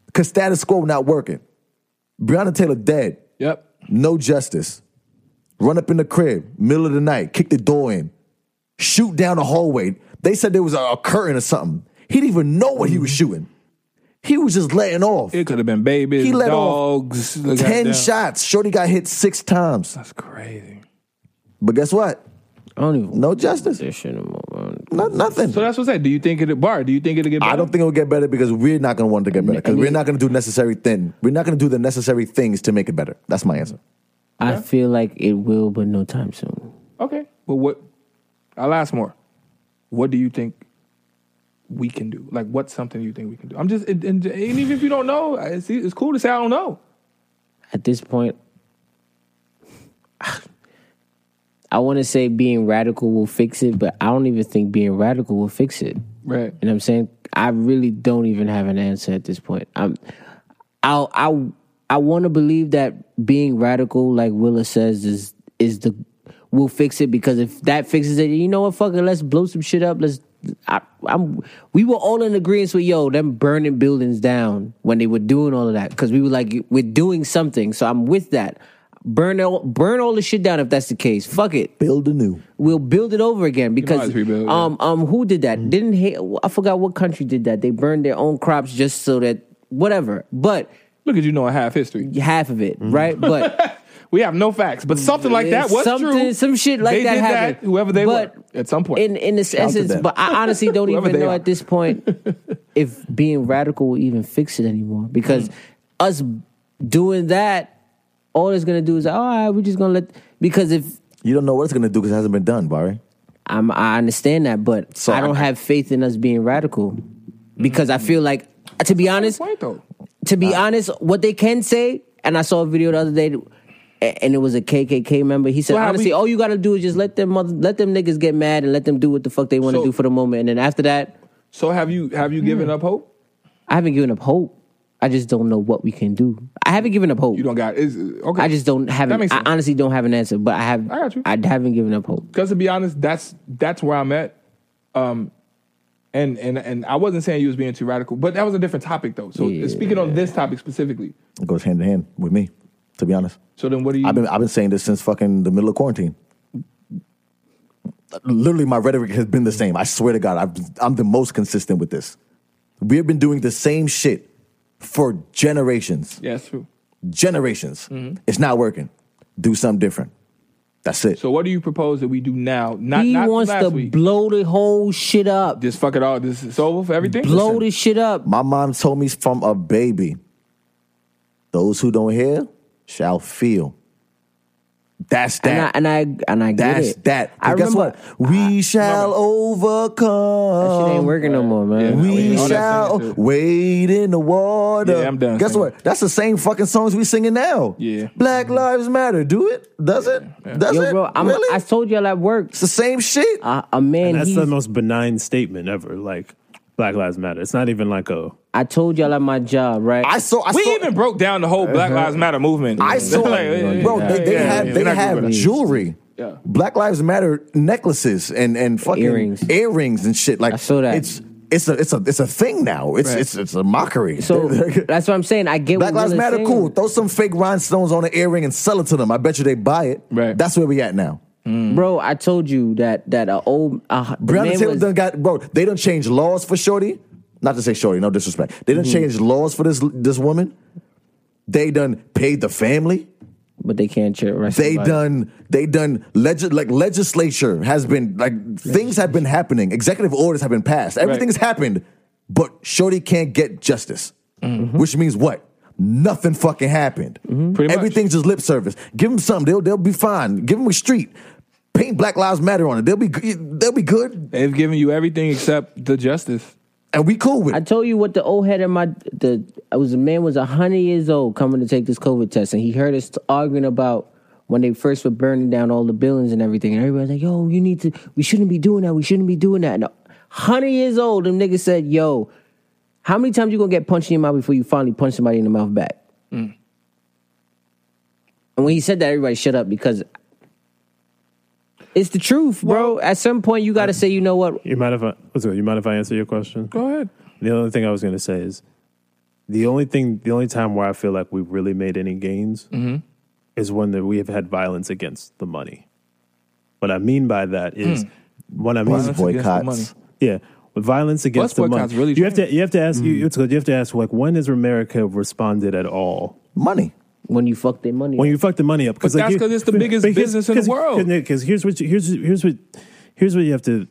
Speaker 6: Because status quo not working. Breonna Taylor dead
Speaker 1: Yep.
Speaker 6: no justice. Run up in the crib, middle of the night, kick the door in, shoot down the hallway. They said there was a, a curtain or something. He didn't even know what he was shooting. He was just letting off.
Speaker 1: Mm-hmm. It could have been babies,
Speaker 6: He let off
Speaker 1: dogs, the
Speaker 6: Ten
Speaker 1: goddamn-
Speaker 6: shots. Shorty got hit six times.
Speaker 1: That's crazy.
Speaker 6: But guess what?
Speaker 4: I don't even
Speaker 6: No justice.
Speaker 4: This shit no more.
Speaker 6: No, nothing.
Speaker 1: So that's what I said. Do you think it? Bar? Do you think it'll get? Better?
Speaker 6: I don't think it'll get better because we're not going to want it to get better because we're not going to do necessary thing. We're not going to do the necessary things to make it better. That's my answer.
Speaker 4: I feel like it will, but no time soon.
Speaker 1: Okay. But what? I'll ask more. What do you think we can do? Like, what's something you think we can do? I'm just, and, and even if you don't know, it's, it's cool to say I don't know.
Speaker 4: At this point, I want to say being radical will fix it, but I don't even think being radical will fix it.
Speaker 1: Right.
Speaker 4: You know what I'm saying? I really don't even have an answer at this point. I'm I I I want to believe that being radical like Willa says is is the will fix it because if that fixes it, you know what fuck it, let's blow some shit up. Let's I, I'm we were all in agreement with yo them burning buildings down when they were doing all of that cuz we were like we're doing something. So I'm with that. Burn all, burn all the shit down if that's the case. Fuck it
Speaker 6: Build anew.
Speaker 4: we'll build it over again because
Speaker 1: always rebuild, yeah.
Speaker 4: um um who
Speaker 6: Mm.
Speaker 4: did that? Didn't hate, I forgot what country did that? They burned their own crops just so that whatever. But
Speaker 1: Look at you knowing half history.
Speaker 4: half of
Speaker 6: Mm.
Speaker 4: it,
Speaker 6: [laughs]
Speaker 4: right? But
Speaker 1: We have no facts, but something like that was
Speaker 4: something,
Speaker 1: true.
Speaker 4: Some shit like
Speaker 1: They
Speaker 4: that
Speaker 1: did
Speaker 4: happened.
Speaker 1: That, whoever they
Speaker 4: but
Speaker 1: were at some point.
Speaker 4: In in this
Speaker 6: out to
Speaker 4: essence,
Speaker 6: them.
Speaker 4: but I honestly
Speaker 1: [laughs]
Speaker 4: don't
Speaker 1: Whoever
Speaker 4: even
Speaker 1: they
Speaker 4: know
Speaker 1: are.
Speaker 4: at
Speaker 1: [laughs]
Speaker 4: this point if being radical will even fix it anymore because us doing that, all it's gonna do is "Oh, all right. We're just gonna let because if
Speaker 6: You don't know what it's going to do because it hasn't been done, Barry.
Speaker 4: I'm, I understand that, but
Speaker 6: So
Speaker 4: I don't
Speaker 6: I-
Speaker 4: have faith in us being radical because I feel like, to be honest,
Speaker 1: point though.
Speaker 4: to be honest, what they can say, and I saw a video the other day, a- and it was a KKK member. He said,
Speaker 1: So how
Speaker 4: honestly,
Speaker 1: we-
Speaker 4: all you got to do is just let them mother, let them niggas get mad and let them do what the fuck they want to
Speaker 1: So-
Speaker 4: do for the moment, and then after that,
Speaker 1: So have you have you given
Speaker 4: Mm-hmm.
Speaker 1: up hope?
Speaker 4: I haven't given up hope. I just don't know what we can do. I haven't given up hope.
Speaker 1: You don't got is okay.
Speaker 4: I just don't have.
Speaker 1: That makes
Speaker 4: I
Speaker 1: sense.
Speaker 4: honestly don't have an answer, but I have.
Speaker 1: I got you.
Speaker 4: I haven't given up hope.
Speaker 1: because to be honest, that's that's where I'm at. Um, and and and I wasn't saying you was being too radical, but that was a different topic though. So
Speaker 4: Yeah.
Speaker 1: speaking on this topic specifically.
Speaker 6: It goes hand in hand with me, to be honest.
Speaker 1: So then, what do you?
Speaker 6: I've been I've been saying this since fucking the middle of quarantine. Literally, my rhetoric has been the same. I swear to God, I've, I'm the most consistent with this. We've been doing the same shit for generations.
Speaker 1: Yeah, that's true.
Speaker 6: Generations.
Speaker 4: Mm-hmm.
Speaker 6: It's not working. Do something different. That's it.
Speaker 1: So what do you propose that we do now? Not
Speaker 4: he
Speaker 1: not
Speaker 4: wants
Speaker 1: last
Speaker 4: to
Speaker 1: week.
Speaker 4: blow the whole shit up.
Speaker 1: just fuck it all. This is over for everything.
Speaker 4: blow this shit up.
Speaker 6: My mom told me from a baby, those who don't hear shall feel. That's that.
Speaker 4: And I and I and I get
Speaker 6: That's
Speaker 4: it.
Speaker 6: that.
Speaker 4: I
Speaker 6: But guess
Speaker 4: remember
Speaker 6: what? We shall
Speaker 4: that
Speaker 6: overcome.
Speaker 4: shit ain't working no more, man.
Speaker 1: Yeah.
Speaker 6: Um, We
Speaker 1: All that
Speaker 6: shall
Speaker 1: singing too.
Speaker 6: wade in the water.
Speaker 1: Yeah, I'm done
Speaker 6: Guess
Speaker 1: singing.
Speaker 6: what? That's the same fucking songs we singing now.
Speaker 1: Yeah. Mm-hmm.
Speaker 6: Black Lives Matter. Do it? Does it? Does
Speaker 4: Yo,
Speaker 6: it?
Speaker 4: bro, I'm,
Speaker 6: really?
Speaker 4: I told y'all at work.
Speaker 6: it's the same shit.
Speaker 4: Uh, a man.
Speaker 5: And that's
Speaker 4: he's-
Speaker 5: the most benign statement ever. Like Black Lives Matter. It's not even like a
Speaker 4: I told y'all at my job, right?
Speaker 6: I saw. I
Speaker 1: we
Speaker 6: saw,
Speaker 1: even broke down the whole Black Lives Matter movement.
Speaker 6: I saw.
Speaker 1: [laughs] Like, yeah, yeah,
Speaker 6: bro,
Speaker 1: yeah,
Speaker 6: they, they
Speaker 1: yeah,
Speaker 6: have
Speaker 1: yeah,
Speaker 6: they
Speaker 1: we're not
Speaker 6: have
Speaker 1: gonna-
Speaker 6: jewelry.
Speaker 1: Yeah.
Speaker 6: Black Lives Matter necklaces and and fucking
Speaker 4: Earrings.
Speaker 6: earrings and shit. Like
Speaker 4: I saw that.
Speaker 6: It's it's a it's a it's a thing now. It's
Speaker 1: Right.
Speaker 6: it's it's a mockery. [laughs]
Speaker 4: so that's what I'm saying. I get
Speaker 6: Black
Speaker 4: what
Speaker 6: Lives
Speaker 4: Will is
Speaker 6: Matter,
Speaker 4: saying.
Speaker 6: cool. Throw some fake rhinestones on an earring and sell it to them. I bet you they buy it.
Speaker 1: Right.
Speaker 6: That's where we at now.
Speaker 4: bro. I told you that that a old uh, the
Speaker 6: Breonna
Speaker 4: man
Speaker 6: Taylor
Speaker 4: was-
Speaker 6: done got bro. They don't change laws for Shorty. Not to say Shorty, no disrespect. They done not change laws for this this woman. They done paid the family.
Speaker 4: but they can't cheer. Right?
Speaker 6: They done. They done. Legis- like legislature has been like things have been happening. Executive orders have been passed. Everything's happened, but Shorty can't get justice, which means what? Nothing fucking happened.
Speaker 1: Pretty much.
Speaker 6: Everything's just lip service. Give them something. They'll they'll be fine. Give them a street. Paint Black Lives Matter on it. They'll be g- they'll be good,
Speaker 1: They've given you everything except the justice.
Speaker 6: and we cool with.
Speaker 4: I
Speaker 6: it.
Speaker 4: told you what the old head in my the I was a man was hundred years old coming to take this COVID test, and he heard us arguing about when they first were burning down all the buildings and everything, and everybody's like, "Yo, you need to. We shouldn't be doing that. We shouldn't be doing that." And hundred years old, them niggas said, "Yo, how many times you gonna get punched in your mouth before you finally punch somebody in the mouth back?"
Speaker 5: Mm.
Speaker 4: And when he said that, everybody shut up because. It's the truth, bro. At some point, you got to say, you know what?
Speaker 5: You mind if I what's it, you mind if I answer your question?
Speaker 1: Go ahead.
Speaker 5: The only thing I was gonna say is the only thing the only time where I feel like we've really made any gains
Speaker 1: Mm-hmm.
Speaker 5: is when that we have had violence against the money. What I mean by that is
Speaker 1: Hmm.
Speaker 5: what I mean
Speaker 6: These
Speaker 1: Violence against the money.
Speaker 6: boycotts.
Speaker 5: Yeah. With violence against the
Speaker 1: boycotts
Speaker 5: money.
Speaker 1: really
Speaker 5: you have to
Speaker 1: changed.
Speaker 5: you have to ask
Speaker 1: Hmm.
Speaker 5: you, it's good, you have to ask like when has America responded at all
Speaker 6: Money.
Speaker 4: When you fuck their money,
Speaker 5: when you fuck the money up.
Speaker 1: But that's 'cause it's the biggest business in the world.
Speaker 5: Because here's what you, here's here's what here's what you have to.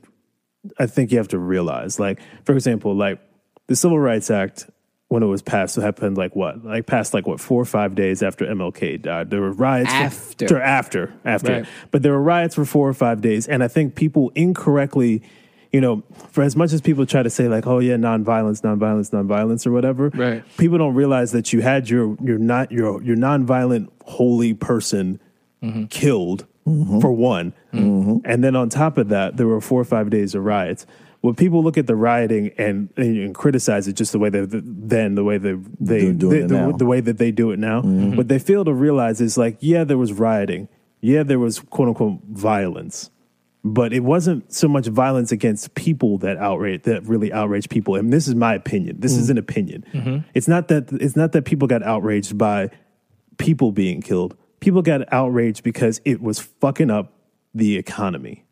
Speaker 5: I think you have to realize, like for example, like the Civil Rights Act when it was passed, it happened like what, like passed like what four or five days after MLK died. There were riots for-
Speaker 4: After.
Speaker 5: to- after after,
Speaker 1: Right.
Speaker 5: but there were riots for four or five days, and I think people incorrectly. You know, for as much as people try to say like, "Oh yeah, nonviolence, nonviolence, nonviolence," or whatever,
Speaker 1: Right.
Speaker 5: people don't realize that you had your your not your your nonviolent holy person
Speaker 1: Mm-hmm.
Speaker 5: killed
Speaker 6: Mm-hmm.
Speaker 5: for one, and then on top of that, there were four or five days of riots. When people look at the rioting and, and, criticize it just the way that then the way that they
Speaker 6: They're doing it
Speaker 5: the,
Speaker 6: now.
Speaker 5: the way that they do it now, what they fail to realize is like, yeah, there was rioting, yeah, there was quote unquote violence, but it wasn't so much violence against people that outrage that really outraged people and this is my opinion this is an opinion it's not that it's not that people got outraged by people being killed people got outraged because it was fucking up the economy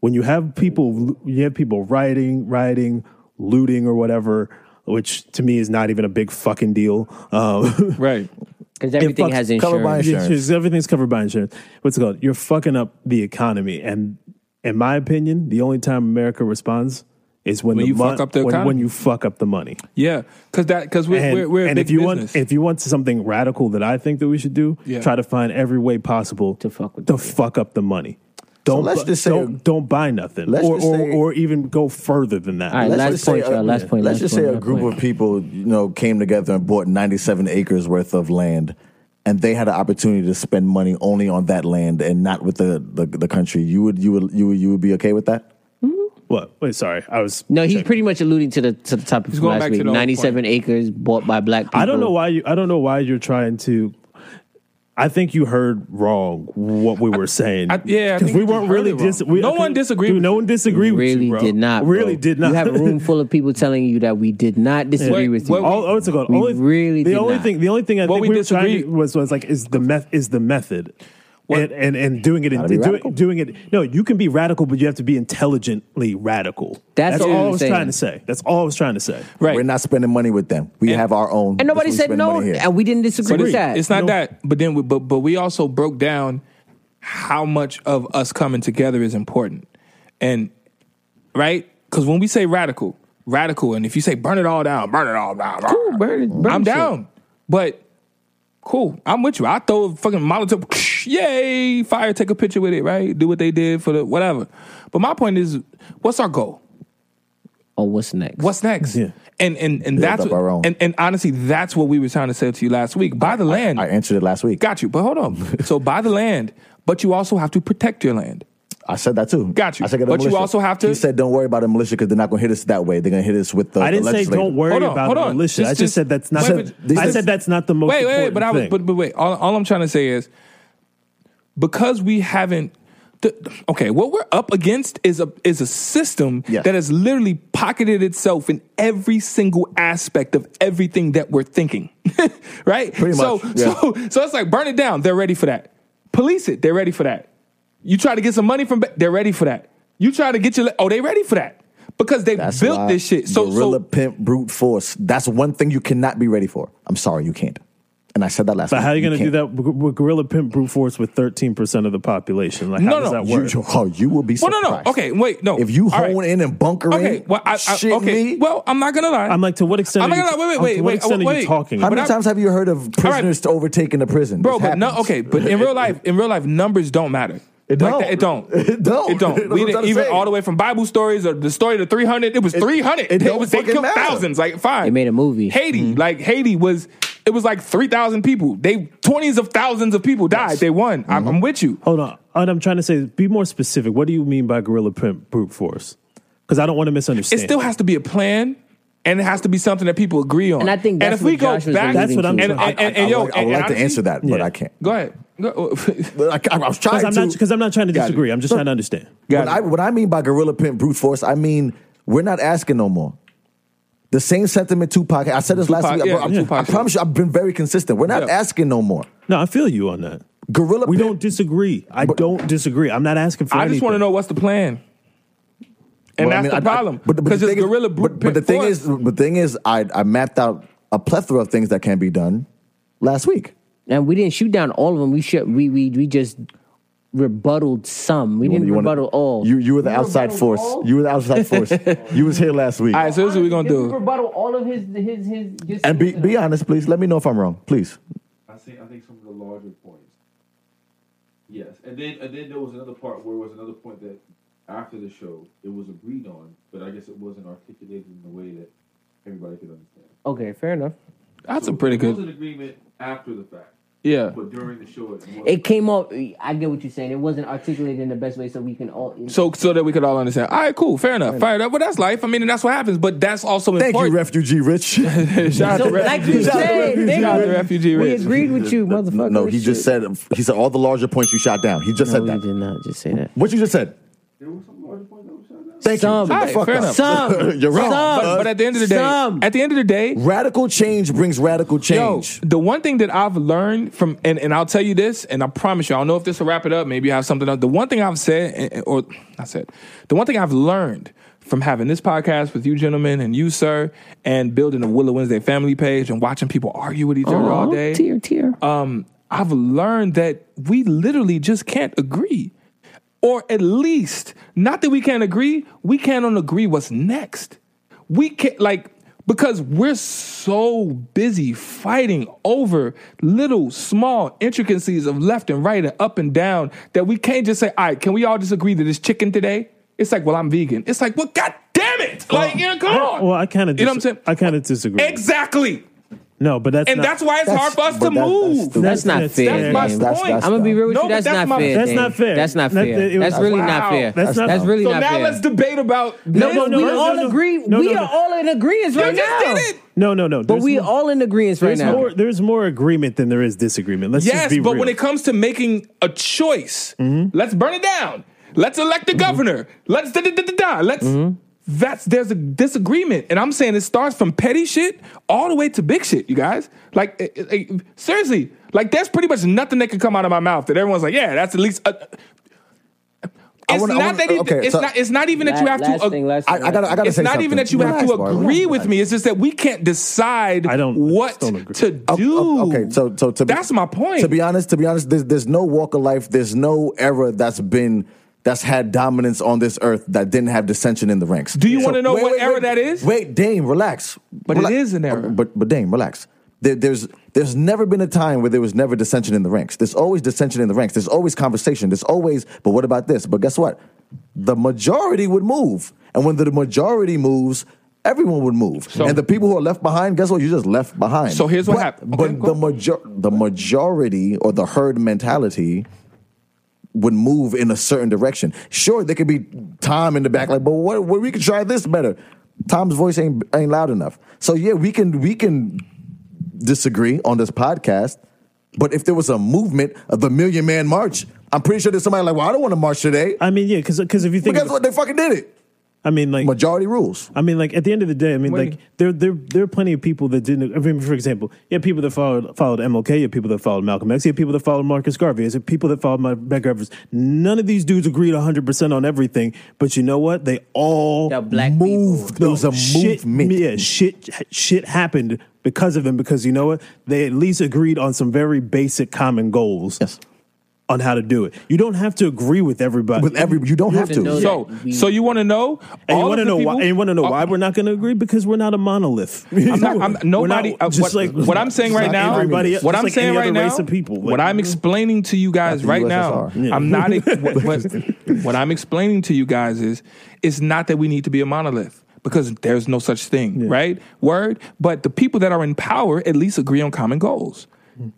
Speaker 5: when you have people you have people rioting rioting looting or whatever which to me is not even a big fucking deal um, [laughs]
Speaker 1: Right.
Speaker 4: because everything
Speaker 5: fucks
Speaker 4: has
Speaker 6: color by
Speaker 4: insurance.
Speaker 5: Yeah,
Speaker 6: insurance.
Speaker 5: insurance. Everything's covered by insurance. What's it called? You're fucking up the economy. And in my opinion, the only time America responds is when,
Speaker 1: When
Speaker 5: the
Speaker 1: you fuck up the
Speaker 5: when,
Speaker 1: economy.
Speaker 5: when you fuck up the money.
Speaker 1: Yeah. Because that because we're,
Speaker 5: And,
Speaker 1: we're we're a
Speaker 5: and
Speaker 1: big
Speaker 5: if you
Speaker 1: business.
Speaker 5: want if you want something radical that I think that we should do,
Speaker 1: Yeah.
Speaker 5: try to find every way possible
Speaker 4: To fuck with
Speaker 5: to
Speaker 4: the-
Speaker 5: fuck up the money. Don't
Speaker 6: let's
Speaker 5: bu-
Speaker 6: just say-
Speaker 5: don't, don't buy nothing,
Speaker 6: Let's
Speaker 5: or,
Speaker 6: just
Speaker 5: or,
Speaker 6: say-
Speaker 5: or even go further than that.
Speaker 4: All right,
Speaker 6: Let's
Speaker 4: last
Speaker 6: just
Speaker 4: point,
Speaker 6: say a-
Speaker 4: y'all, last point.
Speaker 6: Let's
Speaker 4: last
Speaker 6: just
Speaker 4: point,
Speaker 6: say a
Speaker 4: last
Speaker 6: group
Speaker 4: point.
Speaker 6: of people, you know, came together and bought 97 acres worth of land, and they had an opportunity to spend money only on that land and not with the the, the country. You would you would you would, you would be okay with that?
Speaker 5: What? Wait, sorry, I was.
Speaker 4: No, he's pretty much alluding to the to the topic from
Speaker 1: going
Speaker 4: last
Speaker 1: back to
Speaker 4: week.
Speaker 1: the old
Speaker 4: Ninety-seven
Speaker 1: point.
Speaker 4: acres bought by black people.
Speaker 5: I don't know why you. I don't know why you're trying to. I think you heard wrong what we were saying.
Speaker 1: I- yeah, I
Speaker 5: because
Speaker 1: think
Speaker 5: we
Speaker 1: you
Speaker 5: weren't
Speaker 1: heard
Speaker 5: really.
Speaker 1: it wrong.
Speaker 5: Dis- we,
Speaker 1: No
Speaker 5: I
Speaker 1: one
Speaker 5: think-
Speaker 1: disagreed
Speaker 5: dude,
Speaker 1: with
Speaker 5: no
Speaker 1: you.
Speaker 5: one disagreed with
Speaker 4: Really
Speaker 5: you, bro.
Speaker 4: did not. bro.
Speaker 5: Really did not.
Speaker 4: You have a
Speaker 5: [laughs]
Speaker 4: room full of people telling you that we did not
Speaker 1: Wait,
Speaker 4: disagree with
Speaker 1: what
Speaker 4: you.
Speaker 1: we-
Speaker 5: All, oh, it's a good.
Speaker 4: We
Speaker 5: only,
Speaker 4: really
Speaker 5: the
Speaker 4: did
Speaker 5: only
Speaker 4: not.
Speaker 5: thing. The only thing I
Speaker 1: What
Speaker 5: think
Speaker 1: we
Speaker 5: we, were trying to,
Speaker 1: disagreed-
Speaker 5: was was like is the meth is the method. and, and and doing it in
Speaker 6: Gotta be
Speaker 5: doing,
Speaker 6: radical.
Speaker 5: doing it. No, you can be radical, but you have to be intelligently radical.
Speaker 4: That's what
Speaker 5: all
Speaker 4: I'm
Speaker 5: I was
Speaker 4: saying.
Speaker 5: trying to say. That's all I was trying to say.
Speaker 1: Right.
Speaker 6: We're not spending money with them. We have our own.
Speaker 4: And nobody
Speaker 6: That's what
Speaker 4: said
Speaker 6: we spend
Speaker 4: no,
Speaker 6: money here.
Speaker 4: and we didn't disagree
Speaker 1: But
Speaker 4: with
Speaker 1: it's,
Speaker 4: that.
Speaker 1: it's not that. But then, we, but but we also broke down how much of us coming together is important, and right because when we say radical, radical, and if you say burn it all down, burn it all down, burn
Speaker 4: Cool, burn it- burn
Speaker 1: I'm
Speaker 4: shit.
Speaker 1: down. But cool, I'm with you. I throw a fucking Molotov, yay, fire, take a picture with it, right? Do what they did for the whatever. But my point is, what's our goal?
Speaker 4: Or Oh, what's next?
Speaker 1: What's next?
Speaker 5: Yeah.
Speaker 1: And and and that's
Speaker 6: up our own.
Speaker 1: and and honestly, that's what we were trying to say to you last week. Buy the land.
Speaker 6: I answered it last week.
Speaker 1: Got you. But hold
Speaker 6: [laughs]
Speaker 1: on. so buy the land, but you also have to protect your land.
Speaker 6: I said that too.
Speaker 1: Got you.
Speaker 6: I said, get a
Speaker 1: But you
Speaker 6: militia.
Speaker 1: also have to-
Speaker 6: He said, don't worry about the militia because they're not going to hit us that way. They're going to hit us with the.
Speaker 5: I didn't
Speaker 6: the
Speaker 5: say
Speaker 6: legislature.
Speaker 5: don't worry
Speaker 1: Hold on,
Speaker 5: about
Speaker 1: hold on.
Speaker 5: the militia. I
Speaker 1: Just-
Speaker 5: just said
Speaker 1: just-
Speaker 5: that's not.
Speaker 1: wait, but-
Speaker 5: I said that's not the most.
Speaker 1: wait, wait, wait. But I
Speaker 5: important
Speaker 1: was, but,
Speaker 5: thing.
Speaker 1: but wait. All, all I'm trying to say is because we haven't. The, okay, what we're up against is a is a system
Speaker 6: Yeah.
Speaker 1: that has literally pocketed itself in every single aspect of everything that we're thinking, [laughs] right?
Speaker 6: Pretty
Speaker 1: so,
Speaker 6: much, yeah.
Speaker 1: so so it's like burn it down. They're ready for that. Police it. They're ready for that. You try to get some money from. ba- They're ready for that. You try to get your. Oh, they ready for that because they
Speaker 6: That's
Speaker 1: built
Speaker 6: why
Speaker 1: this shit. So
Speaker 6: guerrilla
Speaker 1: so
Speaker 6: pimp brute force. That's one thing you cannot be ready for. I'm sorry, you can't. And I said that last.
Speaker 5: But how are you going to do
Speaker 6: can't.
Speaker 5: that with with guerrilla pimp brute force with thirteen percent of the population? Like, how
Speaker 1: No,
Speaker 5: does
Speaker 1: no,
Speaker 5: that
Speaker 6: You,
Speaker 5: work?
Speaker 6: you- oh, you will be
Speaker 1: Well,
Speaker 6: surprised.
Speaker 1: no, no. Okay, wait, no.
Speaker 6: If you
Speaker 1: All right.
Speaker 6: hone in and bunker
Speaker 1: Okay,
Speaker 6: in,
Speaker 1: well, I, I,
Speaker 6: shit
Speaker 1: okay.
Speaker 6: me.
Speaker 1: Well, I'm not gonna lie.
Speaker 5: I'm like, to what extent?
Speaker 1: I'm
Speaker 5: are
Speaker 1: not
Speaker 5: you,
Speaker 1: gonna lie. Wait,
Speaker 5: to
Speaker 1: wait,
Speaker 5: what
Speaker 1: wait,
Speaker 5: extent
Speaker 1: wait.
Speaker 5: are you talking?
Speaker 6: how
Speaker 1: but
Speaker 5: about?
Speaker 6: many
Speaker 1: I-
Speaker 6: times have you heard of
Speaker 1: right.
Speaker 6: prisoners to overtaking the prison?
Speaker 1: bro,
Speaker 6: This
Speaker 1: but no.
Speaker 6: happens. [laughs]
Speaker 1: Okay, but in real life, in real life, numbers don't matter.
Speaker 6: It
Speaker 1: Like
Speaker 6: don't.
Speaker 1: that, it don't.
Speaker 6: [laughs] It don't.
Speaker 1: It
Speaker 6: That's
Speaker 1: don't.
Speaker 6: what
Speaker 1: We
Speaker 6: I'm
Speaker 1: didn't
Speaker 6: trying to
Speaker 1: even
Speaker 6: say.
Speaker 1: all the way from Bible stories or the story to 300. It was 300.
Speaker 6: it
Speaker 1: They
Speaker 6: don't
Speaker 1: was- they
Speaker 6: fucking
Speaker 1: killed
Speaker 6: matter. Mm-hmm.
Speaker 1: thousands. Like fine.
Speaker 4: They made a movie.
Speaker 1: Haiti, like Haiti was. It was like 3,000 people. They twenties of thousands of people died. They won.
Speaker 6: Mm-hmm.
Speaker 1: I'm, I'm with you.
Speaker 5: Hold on. What I'm trying to say is be more specific. What do you mean by guerrilla pimp brute force? Because I don't want to
Speaker 1: It
Speaker 5: misunderstand.
Speaker 1: still has to be a plan. And it has to be something that people agree on.
Speaker 4: And I think
Speaker 1: and
Speaker 4: that's
Speaker 1: if we
Speaker 4: what
Speaker 1: go
Speaker 4: Joshua's
Speaker 1: back,
Speaker 5: alluding That's what I'm to.
Speaker 1: and,
Speaker 5: trying-
Speaker 1: and, and, and
Speaker 6: I,
Speaker 1: yo,
Speaker 6: would like, I
Speaker 1: and
Speaker 6: would like to
Speaker 1: honestly-
Speaker 6: answer that, but
Speaker 5: Yeah.
Speaker 6: I can't.
Speaker 1: Go ahead.
Speaker 6: [laughs]
Speaker 1: Go- [laughs]
Speaker 6: But I, I was trying
Speaker 5: Because I'm
Speaker 6: to.
Speaker 5: not because I'm not trying to
Speaker 1: Got it.
Speaker 5: disagree. I'm just trying to understand.
Speaker 1: Got
Speaker 6: When I,
Speaker 1: it.
Speaker 6: what I mean by gorilla pimp brute force, I mean we're not asking no more. The same sentiment Tupac. I said this last
Speaker 1: Tupac,
Speaker 6: week.
Speaker 1: yeah,
Speaker 6: I,
Speaker 1: yeah.
Speaker 6: I promise you, I've been very consistent. We're not
Speaker 1: Yeah.
Speaker 6: asking no more.
Speaker 5: No, I feel you on that.
Speaker 6: Gorilla.
Speaker 5: We
Speaker 6: pimp,
Speaker 5: don't disagree. I don't disagree. I'm not asking for.
Speaker 1: I just want to
Speaker 5: anything.
Speaker 1: know what's the plan. And
Speaker 6: Well, I
Speaker 1: that's
Speaker 6: mean,
Speaker 1: the
Speaker 6: I- I-
Speaker 1: problem.
Speaker 6: but the- but
Speaker 1: Because
Speaker 6: the
Speaker 1: it's
Speaker 6: thing is-
Speaker 1: gorilla brute
Speaker 6: But, but the
Speaker 1: pimp
Speaker 6: thing
Speaker 1: force.
Speaker 6: is, the thing is, I, I mapped out a plethora of things that can be done last week.
Speaker 4: And we didn't shoot down all of them. We should. We we we just rebutted some. We didn't
Speaker 6: You wanna-
Speaker 4: rebuttal all.
Speaker 6: You you were the outside
Speaker 4: rebuttal
Speaker 6: force.
Speaker 4: all?
Speaker 6: You were the
Speaker 1: [laughs]
Speaker 6: outside force. you was here last week.
Speaker 1: All right, so this is what we're going to do.
Speaker 4: rebuttal all of his his his. Just
Speaker 6: and be be honest, please. Let me know if I'm wrong, please.
Speaker 7: I think I think some of the larger points. Yes, and then and then there was another part where it was another point that after the show it was agreed on, but I guess it wasn't articulated in a way that everybody could understand.
Speaker 4: Okay, fair enough.
Speaker 1: That's
Speaker 7: So
Speaker 1: a pretty
Speaker 7: there was
Speaker 1: good.
Speaker 7: an agreement after the fact,
Speaker 1: Yeah.
Speaker 7: but during the show it wasn't.
Speaker 4: It came up. I get what you're saying. It wasn't articulated in the best way, so we can all.
Speaker 1: So so that we could all understand. All right, cool. Fair enough. Fired up. Well, that's life. I mean, and that's what happens. But that's also
Speaker 6: Thank
Speaker 1: important.
Speaker 6: you, refugee Rich.
Speaker 1: Shout out
Speaker 4: So,
Speaker 1: to
Speaker 4: like you
Speaker 1: refugees. Shout out to
Speaker 4: said,
Speaker 1: refugees. Shout out to
Speaker 4: nigga,
Speaker 1: refugee
Speaker 4: we
Speaker 1: rich.
Speaker 4: agreed with you, motherfucker.
Speaker 6: no, he just said he said all the larger points you shot down. He just
Speaker 4: No,
Speaker 6: said
Speaker 4: we
Speaker 6: that.
Speaker 4: did not just say that.
Speaker 6: What you just said.
Speaker 7: there was some larger point that was shot down.
Speaker 6: Thank
Speaker 4: Some.
Speaker 6: you. Shut the
Speaker 1: Alright,
Speaker 6: fuck
Speaker 1: fair
Speaker 6: up.
Speaker 1: enough.
Speaker 6: [laughs]
Speaker 4: Some.
Speaker 6: You're wrong.
Speaker 4: Some.
Speaker 1: But, but at the end of the day,
Speaker 4: Some.
Speaker 1: at the end of the day,
Speaker 6: Radical change brings radical
Speaker 1: yo,
Speaker 6: change.
Speaker 1: the one thing that I've learned from, and, and I'll tell you this, and I promise you, I don't know if this will wrap it up. Maybe you have something else. The one thing I've said, and- and- or I said, the one thing I've learned from having this podcast with you gentlemen and you, sir, and building a Willow Wednesday family page and watching people argue with each other all day.
Speaker 4: Tear, tear.
Speaker 1: um, I've learned that we literally just can't agree. Or at least, not that we can't agree, we can't agree what's next. We can't, like, because we're so busy fighting over little, small intricacies of left and right and up and down that we can't just say, all right, can we all just agree that it's chicken today? It's like, well, I'm vegan. It's like, well, god damn it. Like, you know, come on.
Speaker 5: Well, I kind of.
Speaker 1: You know what I'm saying?
Speaker 5: I kind of disagree.
Speaker 1: Exactly.
Speaker 5: No, but that's
Speaker 1: And
Speaker 5: not-
Speaker 1: that's why it's
Speaker 6: That's-
Speaker 1: hard for us to
Speaker 6: but that- that's
Speaker 1: move.
Speaker 6: stupid.
Speaker 4: That's not
Speaker 1: That's
Speaker 4: fair,
Speaker 1: my
Speaker 6: That's- that's-
Speaker 1: point.
Speaker 6: that's
Speaker 4: I'm gonna be real with
Speaker 1: No, but
Speaker 4: you. That's,
Speaker 1: that's
Speaker 4: not
Speaker 1: my-
Speaker 4: fair.
Speaker 5: That's
Speaker 4: Dave.
Speaker 5: not fair.
Speaker 4: That's not
Speaker 5: That-
Speaker 4: fair.
Speaker 5: it was-
Speaker 4: that's really
Speaker 1: Wow.
Speaker 4: not fair.
Speaker 5: That's not-
Speaker 4: That's really
Speaker 1: So
Speaker 4: not
Speaker 1: now
Speaker 4: fair.
Speaker 1: let's debate about
Speaker 4: no,
Speaker 1: this.
Speaker 4: but we
Speaker 5: no, no,
Speaker 4: all
Speaker 5: no, no.
Speaker 4: agree.
Speaker 5: No,
Speaker 4: we
Speaker 5: no, no.
Speaker 4: are all in agreement right
Speaker 1: You just
Speaker 4: now.
Speaker 1: did it.
Speaker 5: No, no, no.
Speaker 4: But
Speaker 5: There's
Speaker 4: we
Speaker 5: no-
Speaker 4: all in agreement right
Speaker 5: There's
Speaker 4: now.
Speaker 5: more. There's more agreement than there is disagreement. Let's just
Speaker 1: Yes,
Speaker 5: be
Speaker 1: but
Speaker 5: real. Mm-hmm.
Speaker 1: when it comes to making a
Speaker 5: Mm-hmm.
Speaker 1: choice, let's burn it down. Let's elect a governor. Let's da da da da da. Let's that's there's a disagreement, and I'm saying it starts from petty shit all the way to big shit, you guys. Like, eh, eh, eh, seriously, like there's pretty much nothing that can come out of my mouth that everyone's like, yeah, that's at least. A, it's
Speaker 9: wanna- I
Speaker 1: not
Speaker 9: wanna-
Speaker 1: that it-
Speaker 9: okay,
Speaker 1: it's
Speaker 9: so-
Speaker 1: not. It's not even that you have
Speaker 4: last
Speaker 1: to. ag-
Speaker 4: thing, last
Speaker 9: I,
Speaker 4: thing,
Speaker 9: I
Speaker 4: last
Speaker 9: gotta, I
Speaker 4: thing.
Speaker 9: gotta
Speaker 1: it's
Speaker 9: say
Speaker 1: not even
Speaker 9: something.
Speaker 1: that you have to
Speaker 9: Relax, Mark,
Speaker 1: agree
Speaker 9: relax.
Speaker 1: with me. It's just that we can't decide
Speaker 5: I don't- I
Speaker 1: what
Speaker 5: still agree.
Speaker 1: to
Speaker 9: Up-
Speaker 1: do.
Speaker 9: up- Oh, okay, so so to be-
Speaker 1: that's my point.
Speaker 9: To be honest, to be honest, there's there's no walk of life, there's no era that's been that's had dominance on this earth that didn't have dissension in the ranks.
Speaker 1: Do you
Speaker 9: So-
Speaker 1: wanna know
Speaker 9: Wait,
Speaker 1: what
Speaker 9: wait,
Speaker 1: era
Speaker 9: wait.
Speaker 1: that is?
Speaker 9: Wait, Dame, relax.
Speaker 1: But it is an era.
Speaker 9: Uh, But but Dame, relax. There, there's there's never been a time where there was never dissension in the ranks. There's always dissension in the ranks. There's always conversation. There's always. But what about this? But guess what? The majority would move, and when the majority moves. Everyone would move,
Speaker 1: So-
Speaker 9: and the people who are left behind, guess what? You just left behind.
Speaker 1: So here's what
Speaker 9: But-
Speaker 1: happened. Okay,
Speaker 9: But
Speaker 1: go.
Speaker 9: the major- the majority or the herd mentality would move in a certain direction. Sure, there could be Tom in the back, like, but what, what we could try this better. Tom's voice ain't ain't loud enough. So yeah, we can we can disagree on this podcast. But if there was a movement of the Million Man March, I'm pretty sure there's somebody like, well, I don't want to march today.
Speaker 5: I mean, yeah, because if you think,
Speaker 9: Because
Speaker 5: of,
Speaker 9: what they fucking did it.
Speaker 5: I mean, like
Speaker 9: Majority rules.
Speaker 5: I mean, like at the end of the day, I mean,
Speaker 1: Wait.
Speaker 5: like there, there, there are plenty of people that didn't. I mean, for example, you have people that followed followed MLK, you have people that followed Malcolm X, you have people that followed Marcus Garvey, you have people that followed my Medgar Evers. None of these dudes agreed 100 percent on everything, but you know what? They all
Speaker 4: The black
Speaker 5: moved.
Speaker 9: people. There was a
Speaker 5: shit,
Speaker 9: movement.
Speaker 5: Yeah, shit, shit happened because of them. Because you know what? They at least agreed on some very basic common goals
Speaker 9: Yes.
Speaker 5: on how to do it. You don't have to agree with everybody.
Speaker 9: With every you don't have
Speaker 4: have to know
Speaker 9: to.
Speaker 4: that.
Speaker 1: so, so you want to know?
Speaker 5: And you
Speaker 1: all
Speaker 5: want to
Speaker 1: of the
Speaker 5: know why?
Speaker 1: people-
Speaker 5: And you want to know
Speaker 1: Oh,
Speaker 5: why we're not going to agree because we're not a monolith.
Speaker 1: I'm
Speaker 5: [laughs]
Speaker 1: not- I'm- nobody. uh, what, what I'm saying
Speaker 9: just
Speaker 1: right
Speaker 9: like
Speaker 1: now.
Speaker 9: everybody
Speaker 5: else,
Speaker 1: what
Speaker 5: just
Speaker 1: I'm
Speaker 5: like
Speaker 1: saying
Speaker 5: any
Speaker 1: right
Speaker 5: other
Speaker 1: now.
Speaker 5: race of people,
Speaker 1: what
Speaker 5: like-
Speaker 1: I'm explaining to you guys
Speaker 9: the
Speaker 1: right now.
Speaker 9: USSR.
Speaker 1: I'm not. what,
Speaker 5: [laughs]
Speaker 1: what, what I'm explaining to you guys is, it's not that we need to be a monolith because there's no such thing, right? Word. But the people that are in power at least agree on common goals.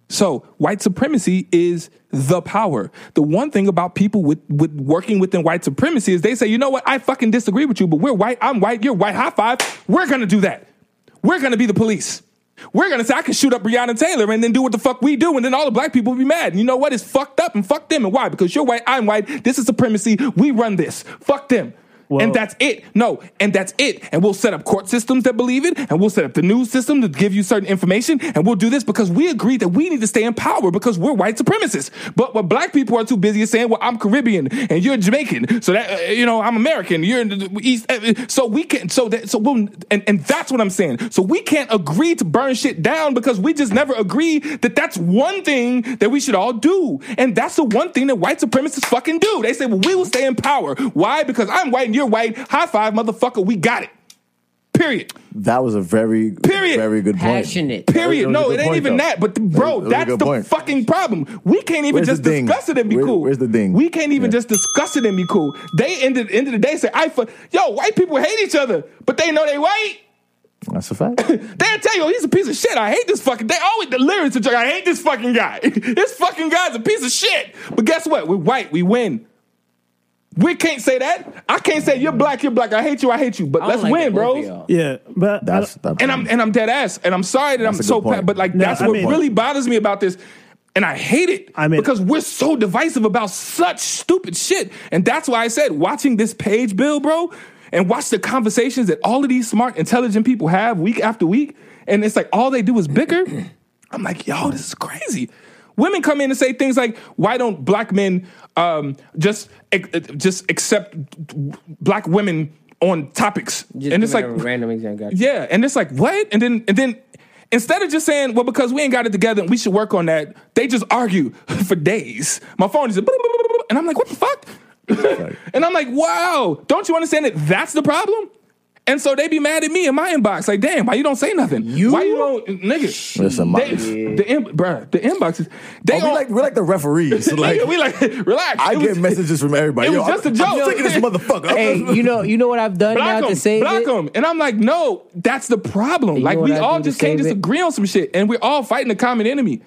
Speaker 1: So white supremacy is the power. The one thing about people with, with working within white supremacy is they say, you know what, I fucking disagree with you, but we're white, I'm white, you're white, high five. We're gonna do that. We're gonna be the police. We're gonna say I can shoot up Breonna Taylor and then do what the fuck we do, and then all the black people will be mad. And you know what? It's fucked up and fuck them. And why? Because you're white, I'm white, this is supremacy, we run this. Fuck them.
Speaker 5: Well-
Speaker 1: and that's it. No, and that's it. And we'll set up court systems that believe it, and we'll set up the news system to give you certain information, and we'll do this because we agree that we need to stay in power because we're white supremacists. But what black people are too busy is saying, "Well, I'm Caribbean and you're Jamaican, so that uh, you know I'm American, you're in the East." uh, uh, So we can, so that, so we'll, and and that's what I'm saying. So we can't agree to burn shit down because we just never agree that that's one thing that we should all do, and that's the one thing that white supremacists fucking do. They say, "Well, we will stay in power." Why? Because I'm white and you're white. High five, motherfucker. We got it. Period.
Speaker 9: That was a very
Speaker 1: Period.
Speaker 9: very good point.
Speaker 4: Passionate.
Speaker 1: Period.
Speaker 9: That was a
Speaker 1: No,
Speaker 9: good
Speaker 1: it ain't
Speaker 9: point,
Speaker 1: even
Speaker 9: though.
Speaker 1: that. But th-
Speaker 9: That was-
Speaker 1: bro,
Speaker 9: that was a
Speaker 1: that's
Speaker 9: good
Speaker 1: the
Speaker 9: point.
Speaker 1: fucking problem. We can't even
Speaker 9: Where's
Speaker 1: just
Speaker 9: the ding?
Speaker 1: discuss it and be
Speaker 9: Where-
Speaker 1: cool.
Speaker 9: where's the ding?
Speaker 1: We can't even
Speaker 9: Yeah.
Speaker 1: just discuss it and be cool. They end of, end of the day say, "I fu- yo, white people hate each other, but they know they white."
Speaker 9: That's a fact.
Speaker 1: They'll tell you, oh, he's a piece of shit. I hate this fucking. They always the lyrics are like, I hate this fucking guy. [laughs] this fucking guy's a piece of shit. But guess what? We're white. We win. We can't say that. I can't say you're black. You're black. I hate you. I hate you. But
Speaker 4: I don't
Speaker 1: let's
Speaker 4: like
Speaker 1: win,
Speaker 4: the both of
Speaker 1: bros.
Speaker 4: y'all.
Speaker 5: yeah, but
Speaker 9: That's
Speaker 5: I,
Speaker 9: that's
Speaker 1: And I'm and I'm dead ass. And I'm sorry that
Speaker 9: That's
Speaker 1: I'm
Speaker 9: a
Speaker 1: so.
Speaker 9: good point.
Speaker 1: pa- But like
Speaker 5: No,
Speaker 1: that's
Speaker 5: I
Speaker 1: what
Speaker 5: mean-
Speaker 1: really bothers me about this. And I hate it
Speaker 5: I mean-
Speaker 1: because we're so divisive about such stupid shit. And that's why I said watching this page bill, bro, and watch the conversations that all of these smart, intelligent people have week after week. And it's like all they do is bicker. [clears throat] I'm like, yo, this is crazy. Women come in and say things like, "Why don't black men um, just ac- just accept black women on topics?"
Speaker 4: Just
Speaker 1: and it's like,
Speaker 4: a random example. Gotcha.
Speaker 1: yeah, and it's like what? And then and then instead of just saying, well, because we ain't got it together and we should work on that, they just argue [laughs] for days. My phone is just, [laughs] boop, boop, boop, boop, boop, and I'm like, what the fuck? [laughs] and I'm like, wow, don't you understand that that's the problem? And so they be mad at me in my inbox, like, damn, why you don't say nothing?
Speaker 4: You-
Speaker 1: why you don't, nigga?
Speaker 9: Listen, my-
Speaker 1: they, the in, bruh, the inboxes, they
Speaker 9: Oh, we
Speaker 1: on-
Speaker 9: like we're like the referees. Like
Speaker 1: nigga, [laughs] we [laughs] like relax.
Speaker 9: I
Speaker 1: It
Speaker 9: get
Speaker 1: was-
Speaker 9: messages from everybody.
Speaker 1: it
Speaker 9: Yo,
Speaker 1: was just
Speaker 9: I'm,
Speaker 1: a
Speaker 9: I'm
Speaker 1: joke.
Speaker 9: sick of this
Speaker 1: [laughs]
Speaker 9: motherfucker.
Speaker 4: Hey, you know, you know what I've done
Speaker 1: block
Speaker 4: now
Speaker 1: him,
Speaker 4: to save
Speaker 1: block
Speaker 4: it.
Speaker 1: him. And I'm like, no, that's the problem.
Speaker 4: You
Speaker 1: like
Speaker 4: know
Speaker 1: we
Speaker 4: what I
Speaker 1: all
Speaker 4: do to
Speaker 1: just can't
Speaker 4: save
Speaker 1: just
Speaker 4: it?
Speaker 1: agree on some shit, and we're all fighting a common enemy.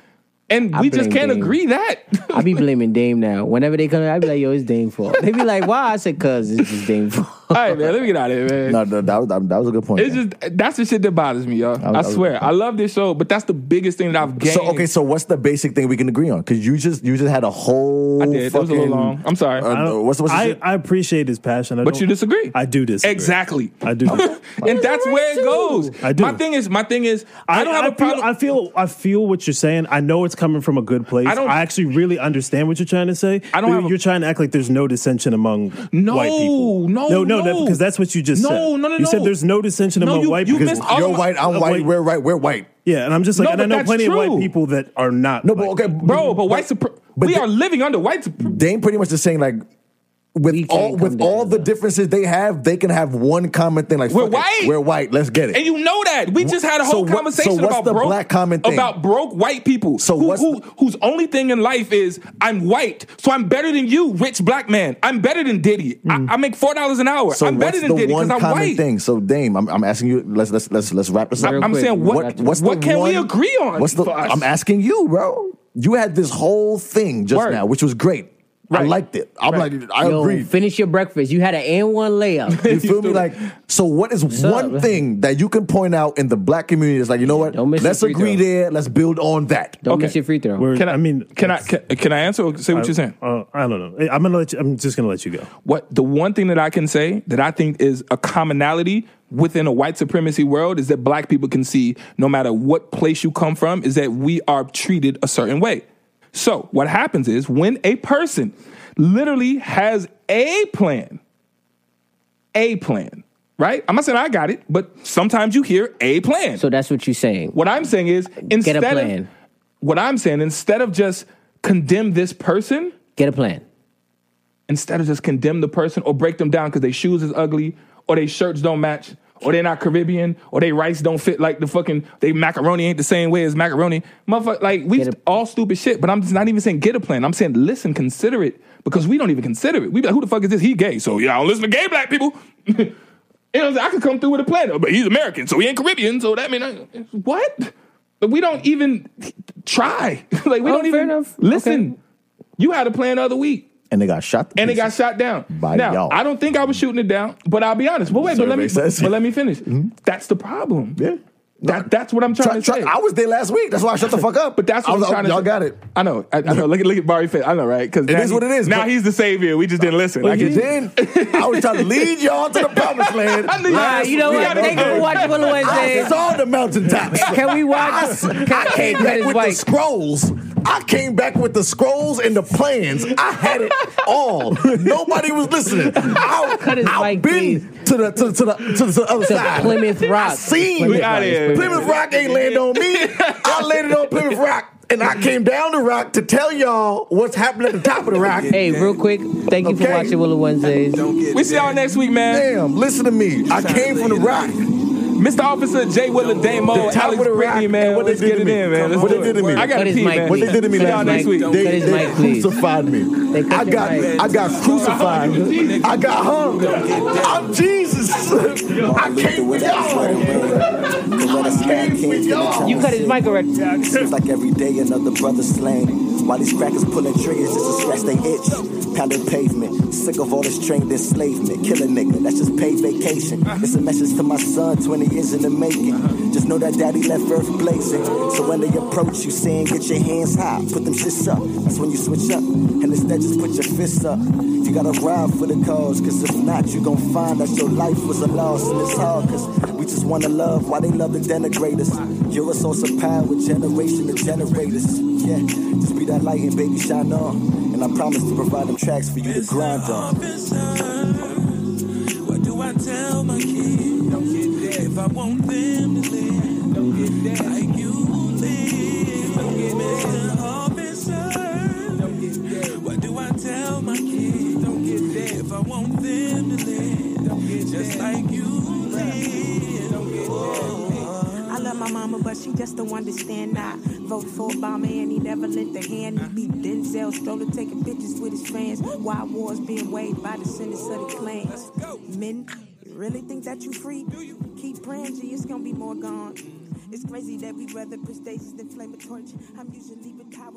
Speaker 1: and
Speaker 4: I
Speaker 1: we just
Speaker 4: blame
Speaker 1: can't
Speaker 4: Dame.
Speaker 1: agree that. [laughs]
Speaker 4: I be blaming Dame now. Whenever they come, in, I be like, "Yo, it's Dame fault." They be like, "Why?" I said, "Cause it's just Dame fault."
Speaker 1: All right, man, let me get out of here, man.
Speaker 6: No, no, that was, that was a good point.
Speaker 1: It's
Speaker 6: man.
Speaker 1: just that's the shit that bothers me, y'all. I,
Speaker 6: was- I was-
Speaker 1: swear, I love this show, but that's the biggest thing that I've gained.
Speaker 6: so okay, so what's the basic thing we can agree on? Because you just you just had a whole.
Speaker 1: I did. That was a little
Speaker 6: fucking-
Speaker 1: long. I'm sorry.
Speaker 6: Uh,
Speaker 5: I don't-
Speaker 6: what's what's the
Speaker 5: I,
Speaker 6: shit?
Speaker 5: I appreciate his passion. I
Speaker 1: But
Speaker 5: don't-
Speaker 1: you disagree.
Speaker 5: I do disagree.
Speaker 1: Exactly.
Speaker 5: I do.
Speaker 1: [laughs] and that's where it goes.
Speaker 5: I do.
Speaker 1: My thing is, my thing is, I, don't have a
Speaker 5: feel,
Speaker 1: problem.
Speaker 5: I feel I feel what you're saying. I know it's coming from a good place.
Speaker 1: I
Speaker 5: I,
Speaker 1: don't-
Speaker 5: actually really understand what you're trying to say.
Speaker 1: I don't
Speaker 5: You're,
Speaker 1: have a-
Speaker 5: you're trying to act like there's no dissension among
Speaker 1: no,
Speaker 5: white people.
Speaker 1: no,
Speaker 5: no,
Speaker 1: no,
Speaker 5: that- because that's what you just
Speaker 1: no,
Speaker 5: said.
Speaker 1: No, no, no.
Speaker 5: You said there's no dissension
Speaker 1: No,
Speaker 5: among
Speaker 1: you-
Speaker 5: white
Speaker 1: you
Speaker 5: people.
Speaker 1: missed all
Speaker 6: You're
Speaker 1: of my-
Speaker 6: white. I'm
Speaker 5: uh,
Speaker 6: white.
Speaker 5: wait.
Speaker 6: We're right. We're white.
Speaker 5: yeah, and I'm just like,
Speaker 1: No,
Speaker 5: and I
Speaker 1: but
Speaker 5: know
Speaker 1: that's
Speaker 5: plenty of
Speaker 1: true.
Speaker 5: white people that are not.
Speaker 6: No, but
Speaker 5: like
Speaker 6: okay,
Speaker 1: bro. But white, supre-
Speaker 6: but
Speaker 1: we
Speaker 6: the-
Speaker 1: are living under white. Supre-
Speaker 6: Dame pretty much is saying like with
Speaker 4: We can't
Speaker 6: all
Speaker 4: come
Speaker 6: with all the
Speaker 4: together.
Speaker 6: differences they have, they can have one common thing. Like
Speaker 1: We're
Speaker 6: fuck it,
Speaker 1: white.
Speaker 6: We're white. Let's get it.
Speaker 1: and you know that we just had a
Speaker 6: So
Speaker 1: whole
Speaker 6: what- so
Speaker 1: conversation
Speaker 6: what's
Speaker 1: about
Speaker 6: the
Speaker 1: broke
Speaker 6: black common thing?
Speaker 1: about broke white people.
Speaker 6: So
Speaker 1: who,
Speaker 6: what's
Speaker 1: who-
Speaker 6: the-
Speaker 1: whose only thing in life is I'm white, so I'm better than you, rich black man. I'm better than Diddy. I, I make four dollars an hour.
Speaker 6: Mm. so
Speaker 1: I'm
Speaker 6: what's
Speaker 1: better than
Speaker 6: the
Speaker 1: Diddy
Speaker 6: one
Speaker 1: because I'm
Speaker 6: common
Speaker 1: white.
Speaker 6: thing? So Dame, I'm, I'm asking you. Let's let's let's let's wrap this up.
Speaker 4: Real
Speaker 1: I'm
Speaker 4: quick,
Speaker 1: saying
Speaker 4: we
Speaker 1: what
Speaker 4: got to-
Speaker 1: what's
Speaker 6: the
Speaker 1: what can we
Speaker 6: one-
Speaker 1: agree on?
Speaker 6: What's the?
Speaker 1: for us?
Speaker 6: I'm asking you, bro. You had this whole thing just
Speaker 1: Word.
Speaker 6: now, which was great. I
Speaker 1: Right.
Speaker 6: liked it. I'm
Speaker 1: Right.
Speaker 6: like, I
Speaker 4: Yo,
Speaker 6: agree.
Speaker 4: finish your breakfast. You had an and one layup.
Speaker 6: You feel me? Like, so what is one
Speaker 4: up?
Speaker 6: thing that you can point out in the black community? It's like, you know what?
Speaker 4: Don't miss
Speaker 6: Let's
Speaker 4: your free
Speaker 6: agree
Speaker 4: throw.
Speaker 6: there. Let's build on that.
Speaker 4: Don't
Speaker 1: Okay.
Speaker 4: miss your free throw.
Speaker 5: we're-
Speaker 1: Can I,
Speaker 5: I mean,
Speaker 1: can I can, can I answer or say what you're saying?
Speaker 5: Uh, I don't know. I'm gonna let you, I'm just gonna let you go.
Speaker 1: What the one thing that I can say that I think is a commonality within a white supremacy world is that black people can see no matter what place you come from is that we are treated a certain way. So, what happens is when a person literally has a plan a plan, right? I'm not saying I got it, but sometimes you hear a plan.
Speaker 4: so that's what you're saying.
Speaker 1: What I'm saying is instead
Speaker 4: plan.
Speaker 1: of what I'm saying instead of just condemn this person,
Speaker 4: Get a plan.
Speaker 1: instead of just condemn the person or break them down because their shoes is ugly or their shirts don't match or they're not Caribbean or they rice don't fit like the fucking they macaroni ain't the same way as macaroni. Motherfucker, like we
Speaker 4: Get a-
Speaker 1: all stupid shit, but I'm just not even saying get a plan. I'm saying listen, consider it because we don't even consider it. We be like, who the fuck is this? He gay, so yeah, I don't listen to gay black people. [laughs] you know, what I'm saying? I could come through with a plan, but he's American, so he ain't Caribbean, so that mean I, what? But we don't even try. [laughs] like we
Speaker 4: Oh,
Speaker 1: don't even
Speaker 4: fair enough.
Speaker 1: listen. You had a plan the other week
Speaker 6: And they got shot. to
Speaker 1: and it got
Speaker 6: pieces.
Speaker 1: shot down.
Speaker 6: By
Speaker 1: now,
Speaker 6: y'all.
Speaker 1: I don't think I was shooting it down, but I'll be honest. But wait, but let me,
Speaker 6: Survey says- Mm-hmm.
Speaker 1: but let
Speaker 6: [laughs]
Speaker 1: me finish. That's the problem.
Speaker 6: Yeah.
Speaker 1: That, that's what I'm
Speaker 6: Try-
Speaker 1: trying
Speaker 6: try-
Speaker 1: to say.
Speaker 6: I was there last week. That's why I shut the fuck up.
Speaker 1: [laughs] but that's
Speaker 6: I
Speaker 1: what
Speaker 6: was
Speaker 1: I'm trying
Speaker 6: like, oh,
Speaker 1: to
Speaker 6: Y'all
Speaker 1: say.
Speaker 6: got it.
Speaker 1: I know. I, I know. Look at look at Barry face. I know, right? Because
Speaker 6: It is what it is,
Speaker 1: Now
Speaker 6: but-
Speaker 1: he's the savior. We just didn't listen.
Speaker 6: Like
Speaker 1: Like,
Speaker 6: you [laughs]
Speaker 1: he- [laughs]
Speaker 6: did. I was trying to lead y'all to the promised land.
Speaker 1: I knew y'all-
Speaker 6: last
Speaker 4: you know
Speaker 1: we
Speaker 6: week,
Speaker 4: what?
Speaker 1: gotta
Speaker 4: Thank you
Speaker 6: bro.
Speaker 1: go.
Speaker 4: for watching Willow
Speaker 6: I
Speaker 4: Wednesday.
Speaker 6: saw the mountaintops.
Speaker 4: Can we watch-
Speaker 6: I, s-
Speaker 4: can-
Speaker 6: I came
Speaker 4: That
Speaker 6: back
Speaker 4: is
Speaker 6: with the
Speaker 4: white.
Speaker 6: scrolls. I came back with the scrolls and the plans. I had it all. Nobody was listening. I,
Speaker 4: Cut his
Speaker 6: I've
Speaker 4: mic,
Speaker 6: been to the to, to the to the other
Speaker 9: [laughs]
Speaker 4: To
Speaker 6: side.
Speaker 4: Plymouth Rock.
Speaker 6: I seen
Speaker 1: We outta here.
Speaker 6: Plymouth Rock ain't land on me. I landed on Plymouth Rock, and I came down the rock to tell y'all what's happening at the top of the rock.
Speaker 4: Hey, real quick. Thank you for
Speaker 6: Okay.
Speaker 4: watching Willow Wednesdays.
Speaker 1: we see y'all next week, man.
Speaker 6: Damn, listen to me. I came from the rock.
Speaker 1: Mr. Officer J. Willa Damo,
Speaker 6: The top
Speaker 1: Alex
Speaker 6: of the
Speaker 1: Brittany,
Speaker 6: rock
Speaker 1: man.
Speaker 6: and what they
Speaker 1: Let's
Speaker 6: did
Speaker 1: get
Speaker 6: to
Speaker 1: it
Speaker 6: me.
Speaker 1: in, man.
Speaker 6: Come
Speaker 1: Let's
Speaker 6: on.
Speaker 1: do
Speaker 6: What they
Speaker 1: it.
Speaker 6: did to me.
Speaker 1: I got
Speaker 4: Cut
Speaker 1: to
Speaker 4: his
Speaker 1: pee,
Speaker 4: mic,
Speaker 1: man.
Speaker 6: What they did to me
Speaker 4: Cut his
Speaker 6: last
Speaker 4: mic.
Speaker 6: night,
Speaker 4: Cut
Speaker 6: they,
Speaker 4: his
Speaker 6: they
Speaker 4: mic, please.
Speaker 6: crucified me.
Speaker 4: They cut
Speaker 6: I
Speaker 4: his
Speaker 6: got
Speaker 4: mic.
Speaker 6: I got crucified. I got hung. I'm Jesus. I came with y'all. I came with y'all.
Speaker 4: You cut his mic already.
Speaker 9: Seems like every day another brother slain. While these crackers pulling triggers just to scratch they itch. Pounding pavement, sick of all this trained enslavement. Kill a nigga, that's just paid vacation. It's a message to my son, 20 years in the making. Just know that daddy left earth blazing. So when they approach you, saying get your hands high, put them shits up. That's when you switch up. And instead, just put your fists up. You gotta ride for the cause, cause if not, you gon' find that your life was a loss. And it's hard, cause we just wanna love why they love to denigrate us. You're a source of power, generation to generators. Yeah, just be that light and baby shine on. And I promise to provide them tracks for you to grind on.
Speaker 10: What do I tell my kids? If I want them to live, like you live, Mr. Officer. What do I tell my kids? If I want them to live, just like you live.
Speaker 11: I love my mama, but she just don't understand. I vote for Obama and he never lent a hand. He be Denzel Stroller taking pictures with his fans. Why wars being waged by the sentence of the clans. Men, you really think that you free? Keep praying, G, it's gonna be more gone.
Speaker 9: It's crazy that we rather prestigious than flame a torch. I'm usually retired